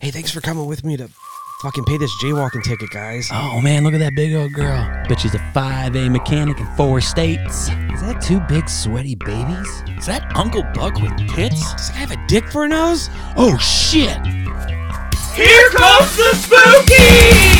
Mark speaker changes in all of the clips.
Speaker 1: Hey, thanks for coming with me to fucking pay this jaywalking ticket, guys.
Speaker 2: Oh man, look at that big old girl. Bet she's a 5A mechanic in four states. Is that two big sweaty babies? Is that Uncle Buck with tits?
Speaker 1: Does that guy have a dick for a nose?
Speaker 2: Oh shit!
Speaker 3: Here comes the spooky!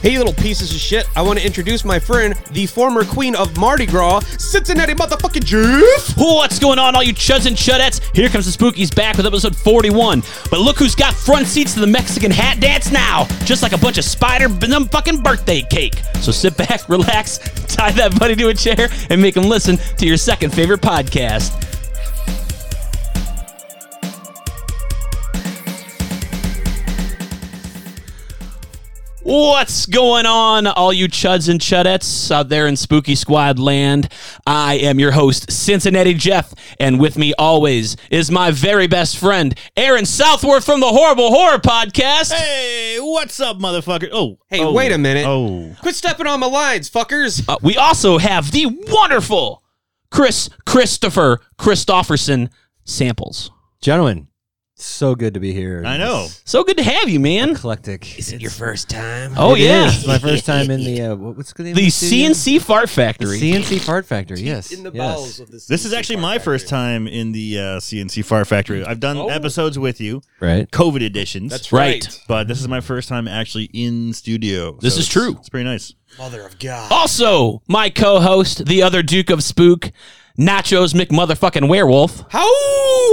Speaker 1: Hey, you little pieces of shit. I want to introduce my friend, the former queen of Mardi Gras, Cincinnati motherfucking Jeff.
Speaker 4: What's going on, all you chuds and chudettes? Here comes the Spookies back with episode 41. But look who's got front seats to the Mexican hat dance now, just like a bunch of spider venom fucking birthday cake. So sit back, relax, tie that buddy to a chair, and make him listen to your second favorite podcast. What's going on, all you chuds and chudettes out there in spooky squad land? I am your host, Cincinnati Jeff, and with me always is my very best friend, Aaron Southworth from the Horrible Horror Podcast.
Speaker 3: Hey, what's up, motherfucker? Oh,
Speaker 1: Hey,
Speaker 3: oh,
Speaker 1: wait a minute.
Speaker 3: Oh,
Speaker 1: Quit stepping on my lines, fuckers.
Speaker 4: Uh, we also have the wonderful Chris Christopher Christofferson Samples.
Speaker 5: Gentlemen, so good to be here.
Speaker 3: I know.
Speaker 4: So good to have you, man.
Speaker 5: Eclectic.
Speaker 1: Is it your first time?
Speaker 4: Oh,
Speaker 5: It
Speaker 4: yeah.
Speaker 5: is. It's my first time in the, uh, what, what's the name
Speaker 4: The
Speaker 5: of studio?
Speaker 4: CNC Fart
Speaker 5: The
Speaker 4: Factory.
Speaker 5: CNC Fart Factory, yes.
Speaker 1: In the
Speaker 5: yes.
Speaker 1: bowels of this.
Speaker 3: This is actually my first time in the uh, CNC Far Factory. I've done
Speaker 1: Oh.
Speaker 3: episodes with you,
Speaker 5: Right.
Speaker 3: COVID editions.
Speaker 1: That's
Speaker 4: Right.
Speaker 1: right.
Speaker 3: but this is my first time actually in studio.
Speaker 4: This is
Speaker 3: it's-
Speaker 4: true.
Speaker 3: It's pretty nice.
Speaker 1: Mother of God.
Speaker 4: Also, my co-host, the other Duke of Spook, Nachos McMotherfucking Werewolf.
Speaker 1: How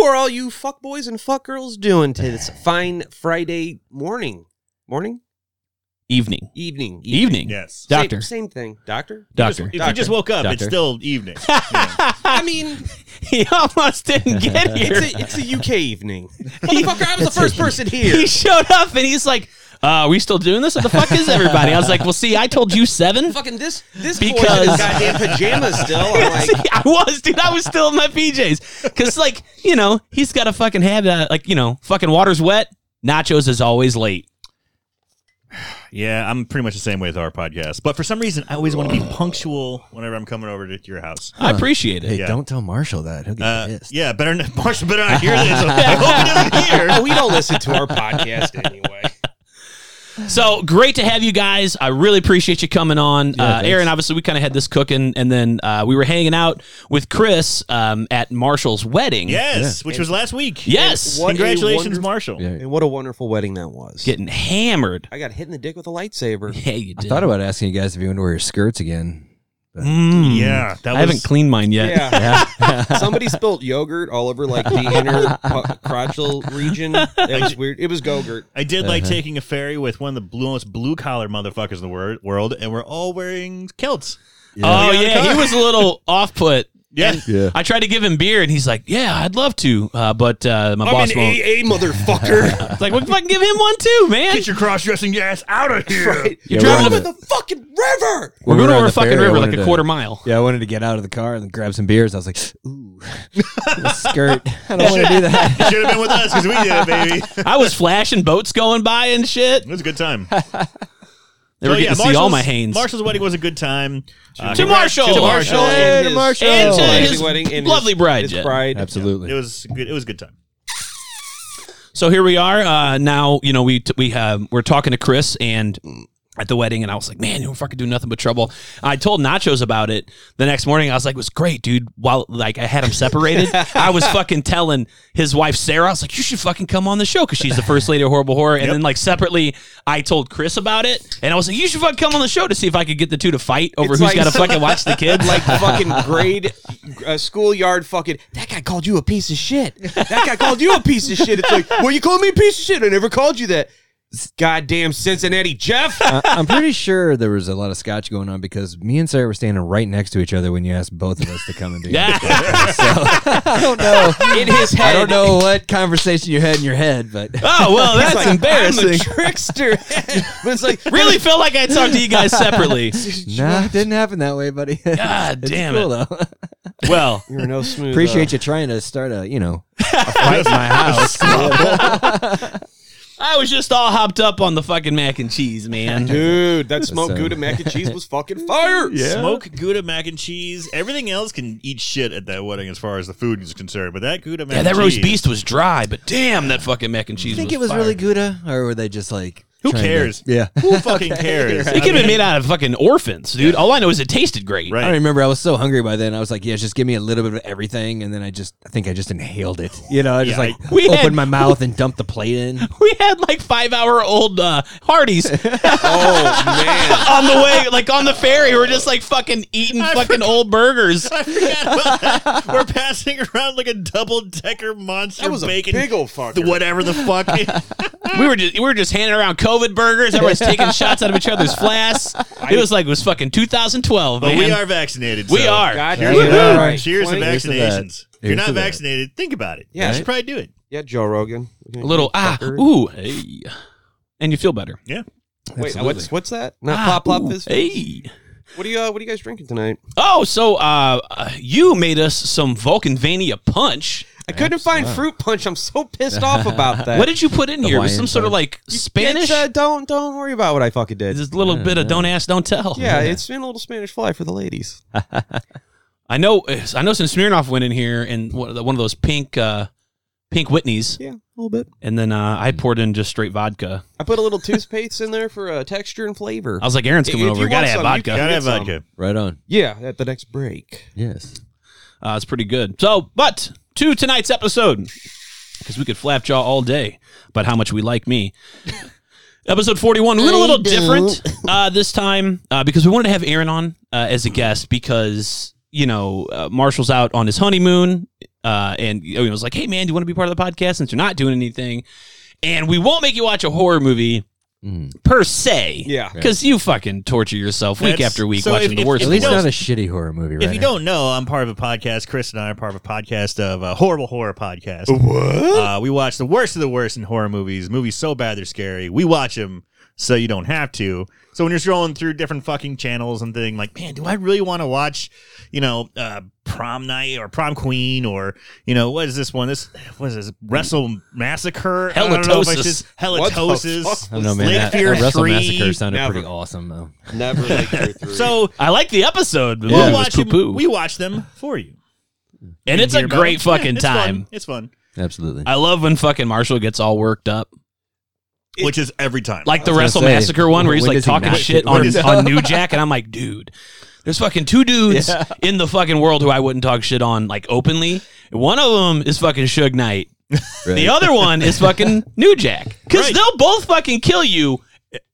Speaker 1: are all you fuckboys and fuckgirls doing to this fine Friday morning? Morning?
Speaker 4: Evening.
Speaker 1: Evening. E-
Speaker 4: Evening.
Speaker 3: Yes.
Speaker 1: Same-
Speaker 4: Doctor.
Speaker 1: Same, thing. Doctor?
Speaker 4: Doctor.
Speaker 3: If you just woke up, it's
Speaker 4: Doctor.
Speaker 3: still evening.
Speaker 1: I mean,
Speaker 4: he almost didn't get here.
Speaker 1: it's a, it's a UK evening. Motherfucker, I was the first person
Speaker 4: he
Speaker 1: here.
Speaker 4: showed up and he's like, uh, are we still doing this? What the fuck is everybody? I was like, well, see, I told you seven.
Speaker 1: Fucking this this boy in
Speaker 4: Because-
Speaker 1: his goddamn pajamas still. I'm like,
Speaker 4: See, I was, dude. I was still in my PJs. Because, like, you know, he's got a fucking habit. uh, Like, you know, fucking water's wet. Nachos is always late.
Speaker 3: yeah, I'm pretty much the same way with our podcast. But for some reason, I always want to be punctual whenever I'm coming over to your house.
Speaker 4: I appreciate it.
Speaker 5: Hey,
Speaker 3: Yeah.
Speaker 5: don't tell Marshall that. He'll get
Speaker 3: Uh,
Speaker 5: pissed.
Speaker 3: yeah, better not, Marshall better not hear this. I hope he doesn't hear.
Speaker 1: we don't listen to our podcast anyway.
Speaker 4: So great to have you guys. I really appreciate you coming on. uh,
Speaker 5: thanks.
Speaker 4: Aaron, obviously, we kind of had this cooking, and then uh, we were hanging out with Chris um, at Marshall's wedding.
Speaker 3: Yes, which was last week.
Speaker 4: Yes.
Speaker 1: What a
Speaker 3: Congratulations,
Speaker 1: wonderful-
Speaker 3: Marshall.
Speaker 5: Yeah.
Speaker 1: And what a wonderful wedding that was.
Speaker 4: Getting hammered.
Speaker 1: I got hit in the dick with a lightsaber.
Speaker 4: Hey, you
Speaker 5: I
Speaker 4: did.
Speaker 5: thought about asking you guys if you want to wear your skirts again.
Speaker 4: Mm.
Speaker 3: Yeah, that
Speaker 4: I haven't cleaned mine yet.
Speaker 1: Yeah. Somebody spilt yogurt all over like the inner pu- crotchal region. It was weird. It was gogurt.
Speaker 3: I did
Speaker 4: Uh-huh.
Speaker 3: like taking a ferry with one of the blue, most blue collar motherfuckers in the wor- world, and we're all wearing kilts.
Speaker 4: Oh
Speaker 3: Yeah.
Speaker 4: yeah, he was a little off put.
Speaker 3: Yeah.
Speaker 5: Yeah.
Speaker 4: I tried to give him beer, and he's like, "Yeah, I'd love to, uh, but uh, my boss won't."
Speaker 1: AA motherfucker.
Speaker 4: It's like, well, fucking give him one too, man.
Speaker 3: Get your cross dressing ass out of here.
Speaker 4: You're
Speaker 5: Yeah, we're
Speaker 4: driving
Speaker 5: on
Speaker 4: over
Speaker 1: Over the fucking river.
Speaker 4: We're going
Speaker 5: on
Speaker 4: over
Speaker 5: the
Speaker 4: a fucking
Speaker 5: ferry, I
Speaker 4: river
Speaker 5: wanted
Speaker 4: like a
Speaker 5: to-
Speaker 4: quarter mile.
Speaker 5: Yeah, I wanted to get out of the car and grab some beers. I was like, ooh, a skirt. I don't want to do that.
Speaker 3: Should have been with us because we did it, baby. It
Speaker 4: I was flashing boats going by and shit.
Speaker 3: was a good time.
Speaker 4: They
Speaker 1: Oh,
Speaker 4: were
Speaker 3: So,
Speaker 4: getting to see all
Speaker 3: Marshall's-
Speaker 4: my Hanes.
Speaker 3: Marshall's wedding was a good time. Uh,
Speaker 4: To
Speaker 3: congrats-
Speaker 4: Marshall!
Speaker 3: To
Speaker 4: Marshall.
Speaker 3: Marshall.
Speaker 4: Hey,
Speaker 1: And
Speaker 4: to
Speaker 1: his-
Speaker 4: Marshall.
Speaker 1: and
Speaker 4: And to
Speaker 1: his
Speaker 4: his
Speaker 1: wedding and
Speaker 4: lovely
Speaker 1: his-
Speaker 4: bride,
Speaker 1: his
Speaker 4: yeah.
Speaker 1: bride.
Speaker 5: Absolutely.
Speaker 3: It was good. It was a good time.
Speaker 4: So here we are. Uh, now you know we t- we have we're talking to Chris and at the wedding, and I was like, man, you don't fucking do nothing but trouble. I told Nachos about it the next morning. I was like, it was great, dude. While like I had him separated, I was fucking telling his wife Sarah, I was like, you should fucking come on the show because she's the first lady of horrible horror. And then like separately, I told Chris about it, and I was like, you should fucking come on the show to see if I could get the two to fight over
Speaker 1: It's
Speaker 4: who's
Speaker 1: like-
Speaker 4: got to fucking watch the kids.
Speaker 1: Like fucking grade, uh, schoolyard fucking. That guy called you a piece of shit. That guy called you a piece of shit. It's like, well, you called me a piece of shit. I never called you that. Goddamn Cincinnati Jeff.
Speaker 5: I- I'm pretty sure there was a lot of scotch going on because me and Sarah were standing right next to each other when you asked both of us to come and be.
Speaker 4: yeah.
Speaker 5: I don't know.
Speaker 1: In his head.
Speaker 5: I don't know what conversation you had in your head, but
Speaker 4: Oh well, that's
Speaker 1: Like,
Speaker 4: embarrassing.
Speaker 1: I'm a trickster. but it's like,
Speaker 4: really felt like I talked to you guys separately.
Speaker 5: nah, it didn't happen that way, buddy.
Speaker 4: God
Speaker 5: It's
Speaker 4: damn
Speaker 5: cool,
Speaker 4: it.
Speaker 5: Though.
Speaker 4: Well,
Speaker 1: You're no smooth.
Speaker 5: Appreciate you trying to start a, you know, a fight in my house.
Speaker 4: I was was just all hopped up on the fucking mac and cheese, man.
Speaker 1: Dude, that smoked
Speaker 5: So-
Speaker 1: Gouda mac and cheese was fucking fire.
Speaker 3: Smoke Gouda mac and cheese. Everything else can eat shit at that wedding as far as the food is concerned, but that Gouda mac
Speaker 4: yeah,
Speaker 3: and
Speaker 4: that roast
Speaker 3: cheese-
Speaker 4: beast was dry, but damn, that fucking mac and cheese.
Speaker 5: think
Speaker 4: was
Speaker 5: it was
Speaker 4: fire.
Speaker 5: really Gouda, or were they just like
Speaker 3: Who
Speaker 5: trying to-
Speaker 3: cares?
Speaker 5: yeah.
Speaker 3: Who fucking cares?
Speaker 4: It could have been made out of fucking orphans, dude. All I know is it tasted great.
Speaker 5: I
Speaker 3: Right.
Speaker 5: don't remember. I was so hungry by then. I was like, "Yeah, just give me a little bit of everything," and then I just, I think I just inhaled it. You know, I just
Speaker 3: Yeah,
Speaker 5: like
Speaker 4: We
Speaker 5: opened
Speaker 4: had-
Speaker 5: my mouth and dumped the plate in.
Speaker 4: We had like five hour old uh, Hardee's
Speaker 1: Oh man.
Speaker 4: on the way, like on the ferry. We're just like fucking eating fucking old burgers.
Speaker 3: I forgot about that. We're passing around like a double decker monster
Speaker 1: That was a
Speaker 3: bacon.
Speaker 1: big old fucker.
Speaker 3: th- Whatever the fuck.
Speaker 4: We were just we were just handing around COVID burgers. Everyone's taking shots out of each other's flasks. It was like it was fucking 2012,
Speaker 3: but
Speaker 4: man.
Speaker 3: we are vaccinated.
Speaker 4: We
Speaker 3: so-
Speaker 4: are.
Speaker 1: God
Speaker 5: Yeah,
Speaker 1: damn it.
Speaker 5: yeah, right.
Speaker 3: Cheers to
Speaker 1: Twenty-
Speaker 5: Here's to that.
Speaker 3: vaccinations. If you're
Speaker 5: Here's
Speaker 3: not
Speaker 5: to that.
Speaker 3: vaccinated, think about it.
Speaker 1: Yeah.
Speaker 3: You should probably do it.
Speaker 1: Yeah, Joe Rogan.
Speaker 4: a little ah ooh hey, and you feel better.
Speaker 3: Yeah.
Speaker 1: Wait, what's what's that? Not
Speaker 4: Ah,
Speaker 1: pop pop
Speaker 4: ooh,
Speaker 1: this.
Speaker 4: Hey.
Speaker 1: What are you uh, what are you guys drinking tonight?
Speaker 4: Oh, so uh, uh, you made us some Vulcanvania punch.
Speaker 1: I couldn't find
Speaker 5: uh,
Speaker 1: fruit punch. I'm so pissed off about that.
Speaker 4: What did you put in here? It was some
Speaker 5: Hawaiian
Speaker 4: sort of
Speaker 5: punch.
Speaker 4: like Spanish?
Speaker 1: It's, uh, don't don't worry about what I fucking did.
Speaker 4: This little bit of don't ask, don't tell.
Speaker 1: Uh-huh. yeah, it's been a little Spanish fly for the ladies.
Speaker 4: I know. I know. Since Smirnoff went in here and one of the- one of those pink, uh, pink Whitneys,
Speaker 1: Yeah, a little bit.
Speaker 4: and then uh, I poured in just straight vodka.
Speaker 1: I put a little toothpaste in there for uh, texture and flavor.
Speaker 4: I was like, Aaron's coming
Speaker 1: If you
Speaker 4: over.
Speaker 1: want
Speaker 4: gotta have
Speaker 1: some, you
Speaker 4: vodka.
Speaker 1: can-
Speaker 3: Gotta have
Speaker 1: Get some.
Speaker 3: vodka.
Speaker 5: Right on.
Speaker 1: yeah, at the next break.
Speaker 5: Yes.
Speaker 4: Uh, it's pretty good. So, but to tonight's episode, because we could flapjaw all day about how much we like me. episode 41, a little, little different uh, this time uh, because we wanted to have Aaron on uh, as a guest because, you know, uh, Marshall's out on his honeymoon uh, and you know, he was like, hey, man, do you want to be part of the podcast since you're not doing anything? And we won't make you watch a horror movie
Speaker 5: Mm.
Speaker 4: per se.
Speaker 1: Yeah.
Speaker 4: Because you fucking torture yourself week
Speaker 3: That's-
Speaker 4: after week
Speaker 3: so
Speaker 4: watching
Speaker 3: if-
Speaker 4: the
Speaker 3: if-
Speaker 4: worst.
Speaker 5: At
Speaker 3: you
Speaker 4: of
Speaker 5: least
Speaker 4: the
Speaker 3: don't-
Speaker 4: worst.
Speaker 5: not a shitty horror movie, right?
Speaker 3: If you don't know, I'm part of a podcast. Chris and I are part of a podcast of a horrible horror podcast.
Speaker 1: What?
Speaker 3: Uh, we watch the worst of the worst in horror movies. Movies so bad they're scary. We watch them so you don't have to. So when you're scrolling through different fucking channels and thing, like, man, do I really want to watch, you know, uh, prom night or prom queen or you know what is this one? This what is this wrestle massacre? I don't know if I
Speaker 4: Halitosis.
Speaker 3: should-
Speaker 1: What the
Speaker 3: Halitosis.
Speaker 1: fuck?
Speaker 5: I don't know, man.
Speaker 3: Lake
Speaker 5: that,
Speaker 3: Fear
Speaker 5: that Wrestle
Speaker 3: three,
Speaker 5: Massacre sounded
Speaker 1: never.
Speaker 5: pretty awesome, though.
Speaker 1: Never like your three.
Speaker 3: So
Speaker 4: I like the episode. but
Speaker 3: we'll
Speaker 4: it was
Speaker 3: watch 'em-
Speaker 4: poo-poo.
Speaker 3: We watch them for you.
Speaker 4: and it's
Speaker 3: Hear
Speaker 4: a
Speaker 3: about
Speaker 4: great
Speaker 3: them. Yeah,
Speaker 4: fucking
Speaker 3: it's fun.
Speaker 4: time.
Speaker 3: It's fun,
Speaker 5: Absolutely.
Speaker 4: I love when fucking Marshall gets all worked up,
Speaker 3: which is every time.
Speaker 4: like the
Speaker 5: was
Speaker 4: Wrestle
Speaker 5: gonna say,
Speaker 4: Massacre one, where he's
Speaker 5: when
Speaker 4: like
Speaker 5: does he
Speaker 4: talking
Speaker 5: not
Speaker 4: shit
Speaker 5: get
Speaker 4: on,
Speaker 5: worked
Speaker 4: on New Jack, and I'm like, dude, there's fucking two dudes in the fucking world who I wouldn't talk shit on like openly. One of them is fucking Suge Knight. The other one is fucking New Jack, because
Speaker 3: Right.
Speaker 4: they'll both fucking kill you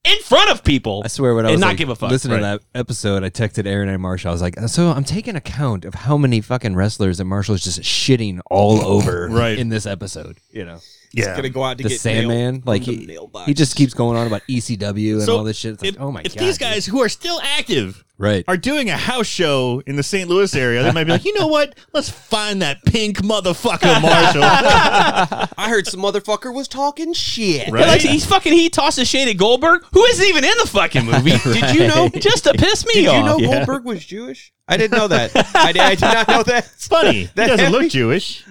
Speaker 4: in front of people.
Speaker 5: I swear, when I
Speaker 4: and
Speaker 5: was
Speaker 4: not
Speaker 5: like,
Speaker 4: give a fuck.
Speaker 5: listening
Speaker 4: Right.
Speaker 5: to that episode, I texted Aaron and Marshall. I was like, "So I'm taking account of how many fucking wrestlers that Marshall's just shitting all over
Speaker 3: Right.
Speaker 5: in this episode. You know,
Speaker 3: yeah.
Speaker 1: gonna go out to
Speaker 5: the
Speaker 1: get
Speaker 5: Sandman,
Speaker 1: nailed
Speaker 5: like
Speaker 1: from the
Speaker 5: he,
Speaker 1: nail box.
Speaker 5: he just keeps going on about ECW and
Speaker 3: So,
Speaker 5: all this shit. It's like,
Speaker 3: if,
Speaker 5: oh my
Speaker 3: if
Speaker 5: god,
Speaker 3: these guys who are still active
Speaker 5: right?
Speaker 3: are doing a house show in the St. Louis area, they might be like, you know what? Let's find that pink motherfucker Marshall.
Speaker 1: I heard some motherfucker was talking shit.
Speaker 4: He likes-
Speaker 3: right?
Speaker 4: he's fucking he tosses shade at Goldberg, who isn't even in the fucking movie. Did you know? Just to piss me
Speaker 1: Did
Speaker 4: off.
Speaker 1: you know Goldberg was Jewish? I didn't know that. I, did, I did not know that.
Speaker 3: It's funny. He
Speaker 1: That
Speaker 3: doesn't look
Speaker 1: happy-
Speaker 3: Jewish.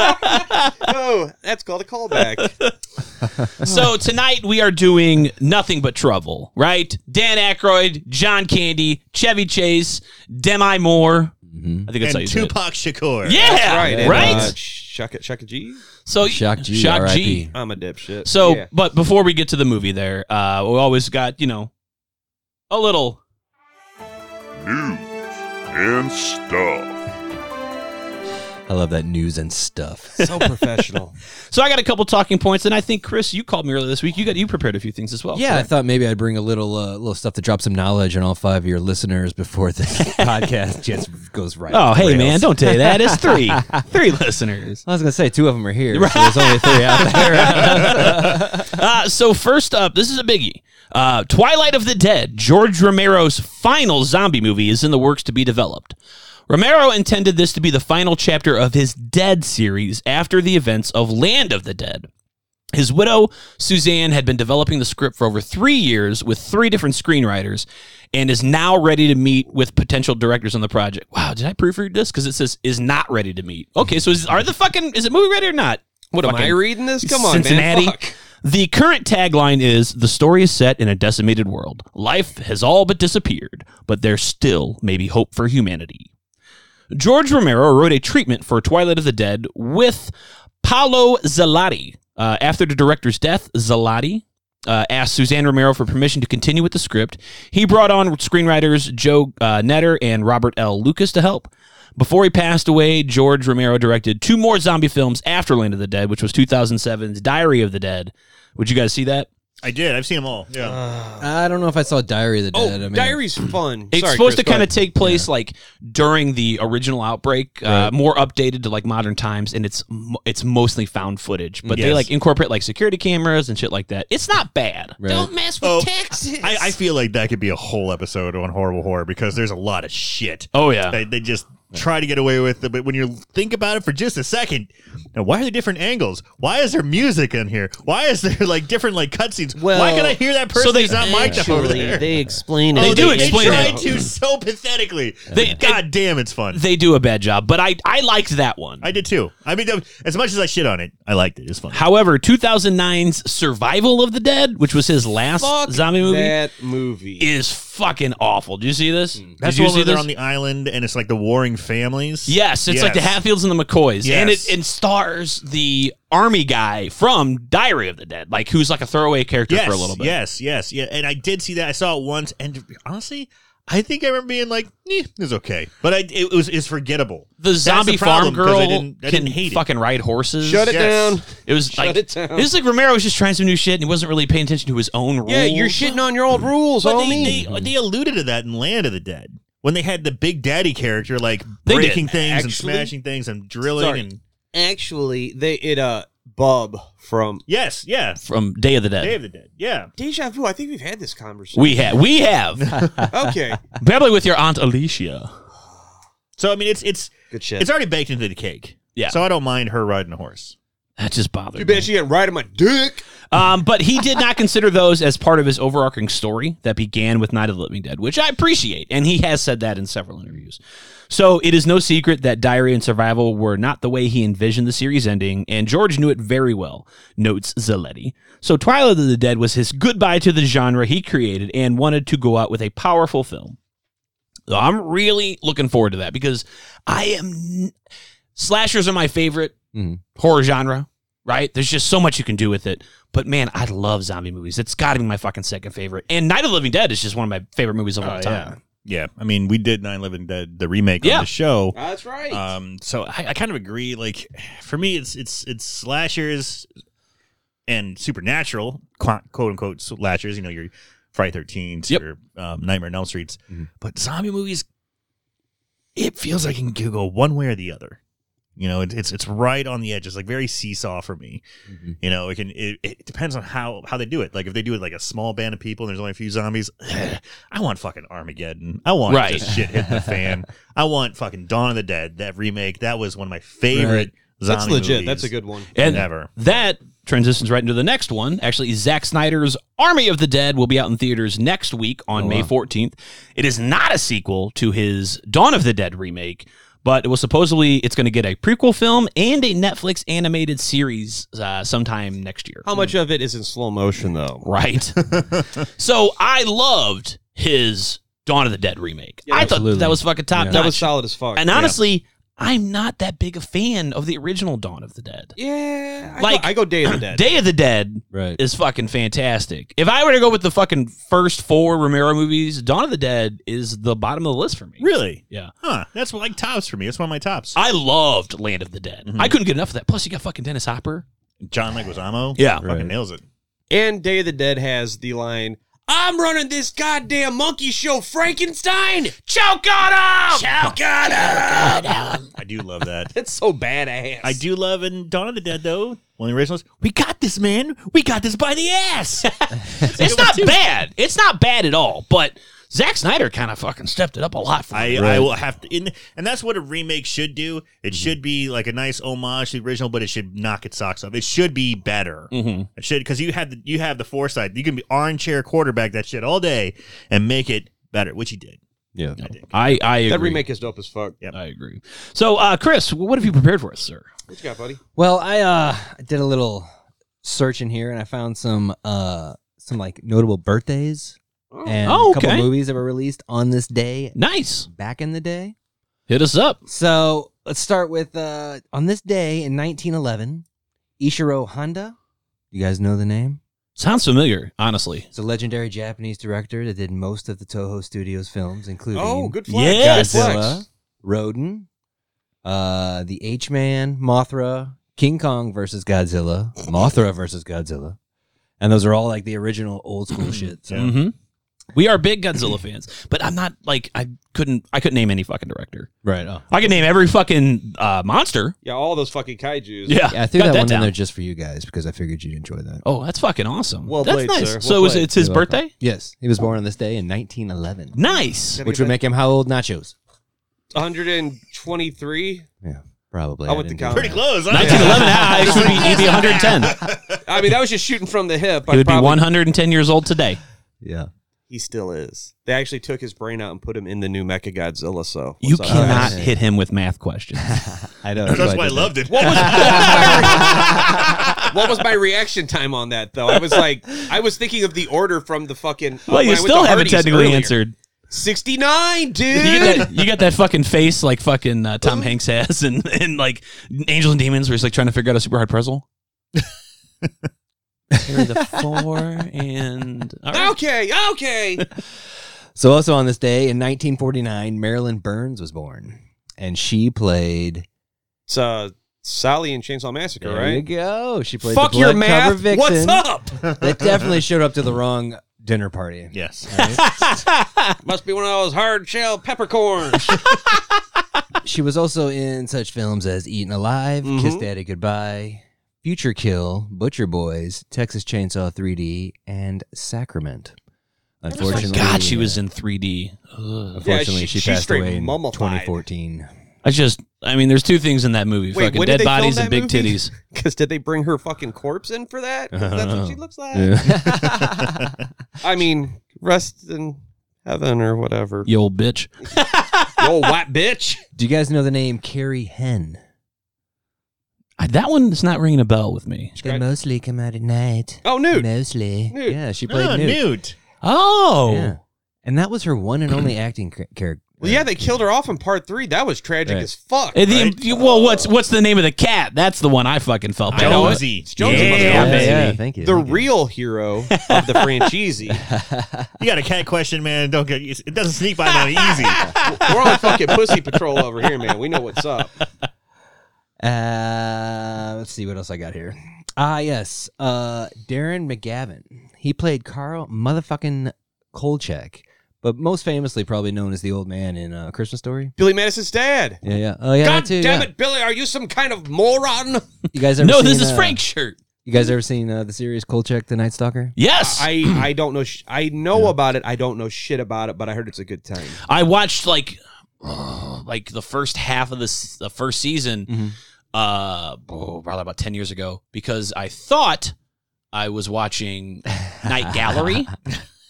Speaker 1: Oh, that's called a callback.
Speaker 4: So tonight we are doing nothing but trouble, right? Dan Aykroyd, John Candy, Chevy Chase, Demi Moore.
Speaker 5: Mm-hmm.
Speaker 4: I think that's how you
Speaker 3: And
Speaker 4: say it.
Speaker 3: Tupac Shakur.
Speaker 4: Yeah,
Speaker 1: right.
Speaker 4: right.
Speaker 1: and, uh, Shaka, Shaka G?
Speaker 4: so
Speaker 5: Shock G,
Speaker 4: Oh, Shock
Speaker 5: R.I.P.
Speaker 4: G.
Speaker 1: I'm a dipshit.
Speaker 4: So,
Speaker 1: Yeah.
Speaker 4: but before we get to the movie, there, uh, we always got you know a little.
Speaker 6: news and stuff.
Speaker 5: I love that news and stuff.
Speaker 1: so professional.
Speaker 4: So I got a couple talking points, and I think Chris, you called me earlier this week. You got you prepared a few things as well.
Speaker 5: Yeah, I
Speaker 4: correct?
Speaker 5: thought maybe I'd bring a little uh, little stuff to drop some knowledge on all five of your listeners before the podcast just goes right.
Speaker 4: Oh,
Speaker 5: off the
Speaker 4: hey
Speaker 5: rails.
Speaker 4: man, don't say that. It's three, three listeners.
Speaker 5: I was gonna say two of them are here. So there's only three out there.
Speaker 4: Uh, so first up, this is a biggie. Uh, Twilight of the Dead, George Romero's final zombie movie, is in the works to be developed. Romero intended this to be the final chapter of his Dead series after the events of Land of the Dead. His widow, Suzanne, had been developing the script for over three years with three different screenwriters and is now ready to meet with potential directors on the project. Wow, did I proofread this? Because it says is not ready to meet. Okay, so is, are the fucking, is it movie ready or not?
Speaker 1: What am I
Speaker 4: Fucking-
Speaker 1: reading this? Come on,
Speaker 4: Cincinnati.
Speaker 1: man. Fuck.
Speaker 4: The current tagline is The story is set in a decimated world. Life has all but disappeared, but there still may be hope for humanity. George Romero wrote a treatment for Twilight of the Dead with Paolo Zalotti. Uh, after the director's death, Zalotti uh, asked Suzanne Romero for permission to continue with the script. He brought on screenwriters Joe uh, Netter and Robert L. Lucas to help. Before he passed away, George Romero directed two more zombie films after Land of the Dead, which was 2007's Diary of the Dead. Would you guys see that?
Speaker 3: I did. I've seen them all. Yeah.
Speaker 4: Uh,
Speaker 5: I don't know if I saw Diary of the
Speaker 1: Oh,
Speaker 5: Dead. I mean,
Speaker 1: diary's fun.
Speaker 4: It's
Speaker 1: Sorry,
Speaker 4: supposed
Speaker 1: Chris,
Speaker 4: to
Speaker 1: go
Speaker 4: kind of
Speaker 1: ahead.
Speaker 4: take place like during the original outbreak, uh, more updated to like modern times, and it's mo- it's mostly found footage, but they
Speaker 3: Yes.
Speaker 4: like incorporate like security cameras and shit like that. It's not bad.
Speaker 5: Right.
Speaker 2: mess
Speaker 3: Oh,
Speaker 2: Texas.
Speaker 3: I, I feel like that could be a whole episode on horrible horror because there's a lot of shit.
Speaker 4: Oh yeah,
Speaker 3: They, they just try to get away with it, but when you think about it for just a second, now why are there different angles? Why is there music in here? Why is there like different like cutscenes?
Speaker 1: Well,
Speaker 3: why can I hear that person?
Speaker 4: so they-
Speaker 3: who's not mic'd up over
Speaker 1: Actually,
Speaker 3: there. Oh,
Speaker 1: They explain it.
Speaker 4: They do explain
Speaker 3: they
Speaker 4: it.
Speaker 3: tried to so pathetically.
Speaker 4: They-
Speaker 3: God damn, it's fun.
Speaker 4: they do a bad job, but I I liked that one.
Speaker 3: I did too. I mean, as much as I shit on it, I liked it. It's fun.
Speaker 4: However, 2009's Survival of the Dead, which was his last
Speaker 1: Fuck
Speaker 4: zombie movie,
Speaker 1: That movie.
Speaker 4: is fucking awful. Do you see this? Did
Speaker 3: That's the
Speaker 4: you
Speaker 3: one
Speaker 4: see
Speaker 3: where they're
Speaker 4: this?
Speaker 3: on the island and it's like the warring families.
Speaker 4: Yes, it's like the
Speaker 3: Yes.
Speaker 4: Hatfields and the McCoys, and it
Speaker 3: Yes.
Speaker 4: and stars the army guy from Diary of the Dead, like who's like a throwaway character
Speaker 3: yes,
Speaker 4: for a little bit.
Speaker 3: Yes, yes, yeah. And I did see that. I saw it once, and honestly, I think I remember being like, eh, "It was okay," but I, it was it's forgettable.
Speaker 4: The zombie
Speaker 3: the
Speaker 4: farm
Speaker 3: problem, 'cause
Speaker 4: girl
Speaker 3: I didn't- I
Speaker 4: can
Speaker 3: didn't hate it.
Speaker 4: fucking ride horses.
Speaker 1: Shut it
Speaker 3: Yes.
Speaker 1: down.
Speaker 4: It was
Speaker 1: Shut
Speaker 4: like
Speaker 1: it down.
Speaker 4: It was like Romero was just trying some new shit and he wasn't really paying attention to his own rules.
Speaker 1: Yeah, you're shitting on your old rules,
Speaker 3: But
Speaker 1: homie.
Speaker 3: they, they they alluded to that in Land of the Dead when they had the Big Daddy character like
Speaker 4: They did.
Speaker 3: breaking things and
Speaker 1: Actually-
Speaker 3: smashing things and drilling
Speaker 1: Sorry.
Speaker 3: and
Speaker 1: Actually, they it uh Bub from
Speaker 3: yes, yeah,
Speaker 4: from Day of the Dead.
Speaker 3: Day of the Dead, yeah.
Speaker 1: Deja Vu. I think we've had this conversation.
Speaker 4: we have, we have,
Speaker 1: okay,
Speaker 4: probably with your aunt Alicia.
Speaker 3: So I mean, it's it's
Speaker 1: good shit.
Speaker 3: it's already baked into the cake.
Speaker 4: Yeah.
Speaker 3: So I don't mind her riding a horse.
Speaker 4: That just bothered
Speaker 1: Too
Speaker 4: me.
Speaker 1: bad she got right on my dick.
Speaker 4: Um, but he did not consider those as part of his overarching story that began with Night of the Living Dead, which I appreciate, and he has said that in several interviews. So it is no secret that Diary and Survival were not the way he envisioned the series ending, and George knew it very well, notes Zaletti. So Twilight of the Dead was his goodbye to the genre he created and wanted to go out with a powerful film. So I'm really looking forward to that because I am. n- Slashers are my favorite
Speaker 3: Mm-hmm.
Speaker 5: Mhm.
Speaker 4: horror genre, right? There's just so much you can do with it. But man, I love zombie movies. It's got to be my fucking second favorite. And Night of the Living Dead is just one of my favorite movies of all
Speaker 3: Oh,
Speaker 4: time.
Speaker 3: Yeah, I mean, we did Nine Living Dead, the remake
Speaker 4: Yeah.
Speaker 3: on the show.
Speaker 1: That's right.
Speaker 3: Um, so I, I kind of agree. Like for me, it's it's it's slashers and supernatural, quote quote unquote slashers. You know your Friday Thirteenth,
Speaker 4: Yep. Mm-hmm.
Speaker 3: your um, Nightmare on Elm Streets,
Speaker 5: Mhm.
Speaker 3: but zombie movies. It feels like it can go one way or the other. You know, it, it's it's right on the edge. It's like very seesaw for me.
Speaker 4: Mm-hmm.
Speaker 5: Mhm.
Speaker 3: You know, it can it, it depends on how how they do it. Like if they do it like a small band of people and there's only a few zombies, I want fucking Armageddon. I want
Speaker 4: Right.
Speaker 3: just shit hitting the fan. I want fucking Dawn of the Dead. That remake that was one of my favorite zombie
Speaker 1: That's legit.
Speaker 3: movies
Speaker 1: That's a good one.
Speaker 4: And
Speaker 3: Never.
Speaker 4: that transitions right into the next one. Actually, Zack Snyder's Army of the Dead will be out in theaters next week on May 14th. It is not a sequel to his Dawn of the Dead remake, but it will supposedly it's going to get a prequel film and a Netflix animated series uh, sometime next year.
Speaker 1: How much of it is in slow motion though?
Speaker 4: Right. so I loved his Dawn of the Dead remake. I thought
Speaker 5: absolutely.
Speaker 4: that was fucking top
Speaker 5: Yeah.
Speaker 1: That was
Speaker 4: notch.
Speaker 1: solid as fuck.
Speaker 4: and honestly, I'm not that big a fan of the original Dawn of the Dead.
Speaker 1: yeah, I
Speaker 4: Like-
Speaker 1: go, I go Day of the Dead.
Speaker 4: Day of the Dead
Speaker 5: Right.
Speaker 4: is fucking fantastic. If I were to go with the fucking first four Romero movies, Dawn of the Dead is the bottom of the list for me.
Speaker 3: Really?
Speaker 4: Yeah.
Speaker 3: Huh? That's like tops for me. That's one of my tops.
Speaker 4: I loved Land of the Dead.
Speaker 3: Mhm.
Speaker 4: I couldn't get enough of that. Plus, you got fucking Dennis Hopper.
Speaker 3: John Leguizamo.
Speaker 4: Yeah.
Speaker 3: fucking
Speaker 5: Right.
Speaker 3: nails it.
Speaker 1: and Day of the Dead has the line. I'm running this goddamn monkey show, Frankenstein.
Speaker 4: Choke on him!
Speaker 3: I do love that.
Speaker 1: That's so badass.
Speaker 3: I do love in Dawn of the Dead though. One of the originals. We got this, man. We got this by the ass.
Speaker 4: it's not bad. It's not bad at all. But Zack Snyder kind of fucking stepped it up a lot for me.
Speaker 3: I, I will have to, in, and that's what a remake should do.
Speaker 5: Mm-hmm.
Speaker 3: It should be like a nice homage to the original, but it should knock its socks off. It should be better.
Speaker 5: Mm-hmm.
Speaker 4: Mhm.
Speaker 3: It should because you have the, you have the foresight. You can be armchair quarterback that shit all day and make it better, which he did.
Speaker 5: Yeah.
Speaker 3: I think.
Speaker 4: I, I agree.
Speaker 1: That remake is dope as fuck.
Speaker 4: I agree. So, uh, Chris, what have you prepared for us, sir?
Speaker 1: What you got, buddy?
Speaker 5: Well, I uh, did a little searching here, and I found some uh some like notable birthdays and
Speaker 4: Oh,
Speaker 5: a couple
Speaker 4: okay.
Speaker 5: movies that were released on this day
Speaker 4: Nice.
Speaker 5: back in the day.
Speaker 4: Hit us up.
Speaker 5: So let's start with uh on this day in 1911, Ishiro Honda. You guys know the name?
Speaker 4: Sounds familiar, honestly.
Speaker 5: It's a legendary Japanese director that did most of the Toho Studios films, including
Speaker 1: Oh, good flex.
Speaker 4: Yes.
Speaker 1: Good
Speaker 5: Godzilla,
Speaker 1: flex.
Speaker 5: Rodan, uh, the H Man, Mothra, King Kong versus Godzilla, Mothra versus Godzilla, and those are all like the original old school shit. So.
Speaker 4: Mm-hmm. We are big Godzilla fans, but I'm not like I couldn't I couldn't name any fucking director.
Speaker 5: Right. Oh.
Speaker 4: I could name every fucking uh, monster.
Speaker 1: Yeah, all those fucking kaiju's.
Speaker 4: Yeah,
Speaker 5: Yeah, I threw
Speaker 4: got
Speaker 5: that, one in
Speaker 4: down.
Speaker 5: there just for you guys because I figured you'd enjoy that.
Speaker 4: Oh, that's fucking awesome.
Speaker 1: Well
Speaker 4: that's
Speaker 1: played,
Speaker 4: nice.
Speaker 1: sir. Well
Speaker 4: so is
Speaker 1: played.
Speaker 4: it's his
Speaker 5: You're welcome.
Speaker 4: birthday?
Speaker 5: Yes, he was born on this day in 1911,
Speaker 4: Nice.
Speaker 5: which would make him how old? Nachos.
Speaker 1: 123.
Speaker 5: Yeah, probably.
Speaker 1: I went to
Speaker 5: didn't do
Speaker 1: college.
Speaker 5: that.
Speaker 3: Pretty close. huh?
Speaker 4: 1911. ah, it would be, he'd be 110.
Speaker 1: I mean, that was just shooting from the hip.
Speaker 4: He
Speaker 1: I
Speaker 4: would be
Speaker 1: probably-
Speaker 4: 110 years old today.
Speaker 5: Yeah.
Speaker 1: He still is. They actually took his brain out and put him in the new Mecha Godzilla. So
Speaker 4: You
Speaker 1: what's up?
Speaker 4: cannot
Speaker 5: Alright.
Speaker 4: hit him with math questions.
Speaker 5: I know.
Speaker 3: That's why I
Speaker 5: did
Speaker 3: loved it.
Speaker 1: What was, what was my reaction time on that though? I was like, I was thinking of the order from the fucking. uh,
Speaker 4: well, you still haven't technically answered.
Speaker 1: Sixty nine, dude.
Speaker 4: You get, that, you get that fucking face like fucking uh, Tom Hanks has and, and like Angels and Demons where he's like trying to figure out a super hard puzzle. Here are the four and. all right.
Speaker 1: Okay, okay.
Speaker 5: So also on this day in 1949, Marilyn Burns was born, and she played.
Speaker 1: It's uh, Sally and Chainsaw Massacre,
Speaker 5: There you
Speaker 1: right?
Speaker 5: go. She played
Speaker 1: Fuck
Speaker 5: the
Speaker 1: your
Speaker 5: blood cover
Speaker 1: math. What's
Speaker 5: vixen.
Speaker 1: up?
Speaker 5: That definitely showed up to the wrong dinner party.
Speaker 3: Yes.
Speaker 1: Must be one of those hard shell peppercorns.
Speaker 5: She was also in such films as Eaten Alive,
Speaker 1: Mhm.
Speaker 5: Kiss Daddy Goodbye, Future Kill, Butcher Boys, Texas Chainsaw 3D, and Sacrament.
Speaker 1: Oh
Speaker 5: Unfortunately,
Speaker 4: God, she
Speaker 5: uh,
Speaker 4: was in 3D. Ugh.
Speaker 5: Unfortunately,
Speaker 1: Yeah, she-
Speaker 5: she,
Speaker 1: she's
Speaker 5: passed
Speaker 1: straight
Speaker 5: away in
Speaker 1: mummified.
Speaker 5: 2014.
Speaker 4: I just, I mean, there's two things in that movie:
Speaker 1: Wait,
Speaker 4: fucking
Speaker 1: when did
Speaker 4: dead
Speaker 1: they film
Speaker 4: bodies and
Speaker 1: that
Speaker 4: big
Speaker 1: movie?
Speaker 4: titties.
Speaker 1: Because did they bring her fucking corpse in for that? 'Cause That's what she looks like. I mean, rest in heaven or whatever.
Speaker 4: You old bitch.
Speaker 1: You old white bitch.
Speaker 5: Do you guys know the name Carrie Hen?
Speaker 4: I, that one is not ringing a bell with me.
Speaker 5: They mostly come out at night.
Speaker 1: Oh, nude.
Speaker 5: Mostly.
Speaker 1: Newt.
Speaker 5: Yeah, she played
Speaker 3: Ah,
Speaker 5: Newt.
Speaker 3: Newt.
Speaker 4: Oh,
Speaker 5: Yeah. And that was her one and only acting character.
Speaker 1: Well, yeah, they killed her off in part three. That was tragic
Speaker 5: Right.
Speaker 1: as fuck.
Speaker 4: And eh, the-
Speaker 3: Right.
Speaker 4: you- well, what's what's the name of the cat? That's the one I fucking felt bad. about.
Speaker 3: Jonesy.
Speaker 1: Jonesy,
Speaker 3: Yeah,
Speaker 1: motherfucker.
Speaker 3: baby.
Speaker 5: thank you.
Speaker 1: The real hero of the franchise.
Speaker 3: You got a cat question, man. Don't get it doesn't sneak by that easy.
Speaker 1: We're on fucking pussy patrol over here, man. We know what's up.
Speaker 5: Uh, let's see what else I got here. Ah, yes. Uh, Darren McGavin. He played Carl motherfucking Kolchak, but most famously probably known as the old man in uh, Christmas Story.
Speaker 1: Billy Madison's dad.
Speaker 5: Yeah, yeah. Oh, yeah.
Speaker 1: God
Speaker 5: that too,
Speaker 1: damn
Speaker 5: yeah.
Speaker 1: it, Billy, are you some kind of moron?
Speaker 5: You guys ever
Speaker 4: No, this
Speaker 5: seen,
Speaker 4: is
Speaker 5: uh,
Speaker 4: Frank's shirt.
Speaker 5: You guys ever seen uh, the series Kolchak, the Night Stalker?
Speaker 4: Yes, I,
Speaker 1: I, I don't know. Sh- I know about it. I don't know shit about it, but I heard it's a good time.
Speaker 5: Mm-hmm.
Speaker 4: watched like uh, like the first half of this the first season,
Speaker 5: Mhm.
Speaker 4: uh, oh, probably about ten years ago, because I thought I was watching Night Gallery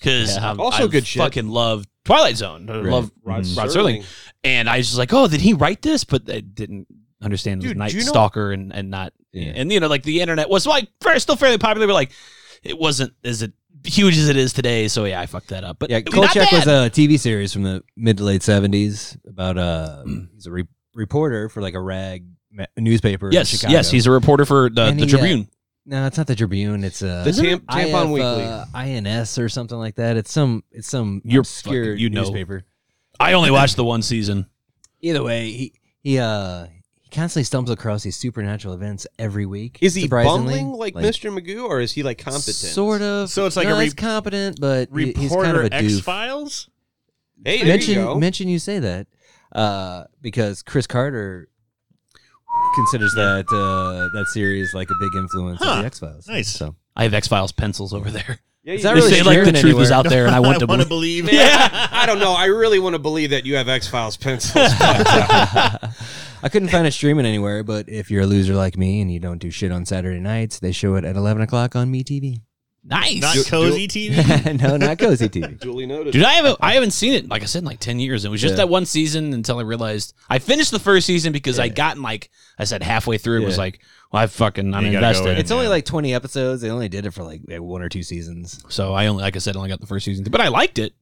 Speaker 4: because
Speaker 5: Yeah.
Speaker 1: Also
Speaker 4: I
Speaker 1: good shit.
Speaker 4: fucking love Twilight Zone. I
Speaker 5: Right.
Speaker 4: Love Rod, Serling. and I was just like, oh, did he write this? But I didn't understand it was
Speaker 1: Dude,
Speaker 4: Night
Speaker 1: do you know-
Speaker 4: Stalker and and not
Speaker 5: Yeah.
Speaker 4: and you know like the internet was like fair- still fairly popular, but like it wasn't as it huge as it is today. So yeah, I fucked that up. But
Speaker 5: yeah,
Speaker 4: I mean, not
Speaker 5: Kolchak was
Speaker 4: bad.
Speaker 5: a TV series from the mid to late seventies about uh he's a re- reporter for like a rag ma- newspaper.
Speaker 4: yes,
Speaker 5: in Chicago.
Speaker 4: yes, he's a reporter for the,
Speaker 5: And
Speaker 4: the
Speaker 5: he, uh,
Speaker 4: Tribune.
Speaker 5: no, it's not the Tribune. It's uh, a
Speaker 1: The Tam- Tampon Weekly.
Speaker 5: uh, INS or something like that. It's some it's some
Speaker 4: You're
Speaker 5: obscure
Speaker 4: fucking- you know.
Speaker 5: newspaper.
Speaker 4: I only watched the one season.
Speaker 5: Either way, he he uh he constantly stumbles across these supernatural events every week.
Speaker 1: Is he
Speaker 5: surprisingly.
Speaker 1: bungling like, Mr. Magoo, or is he like competent?
Speaker 5: Sort of.
Speaker 3: So it's like
Speaker 5: no,
Speaker 3: a re-
Speaker 5: he's competent, but he- he's kind of
Speaker 3: Reporter
Speaker 5: a
Speaker 3: X
Speaker 5: doof.
Speaker 3: Files?
Speaker 1: Hey, there
Speaker 5: mention
Speaker 1: you go.
Speaker 5: mention you say that uh, because Chris Carter considers that uh, that series like a big influence
Speaker 3: Huh.
Speaker 5: of the X Files.
Speaker 3: Nice.
Speaker 5: So
Speaker 4: I have X Files pencils over there.
Speaker 1: Yeah,
Speaker 5: Is
Speaker 1: you
Speaker 5: that
Speaker 4: They
Speaker 1: do.
Speaker 5: really
Speaker 4: say like the
Speaker 5: sharing
Speaker 4: truth is
Speaker 5: anywhere.
Speaker 4: out there, and I want to believe.
Speaker 3: believe.
Speaker 1: Yeah, I don't know. I really want to believe that you have X Files pencils. but, uh,
Speaker 5: I couldn't find it streaming anywhere, but if you're a loser like me and you don't do shit on Saturday nights, they show it at eleven o'clock on MeTV.
Speaker 4: Nice.
Speaker 3: Not
Speaker 4: Dude,
Speaker 3: cozy TV.
Speaker 5: no, not cozy TV.
Speaker 1: Duly noted.
Speaker 4: Dude, I haven't I haven't seen it like I said in like ten years. It was just
Speaker 5: Yeah.
Speaker 4: that one season until I realized I finished the first season because I gotten like I said halfway through and was
Speaker 5: Yeah.
Speaker 4: like, well, I fucking I'm
Speaker 3: You gotta go
Speaker 4: invested.
Speaker 3: in.
Speaker 5: It's only like 20 episodes. They only did it for like one or two seasons.
Speaker 4: So I only like I said I only got the first season, but I liked it.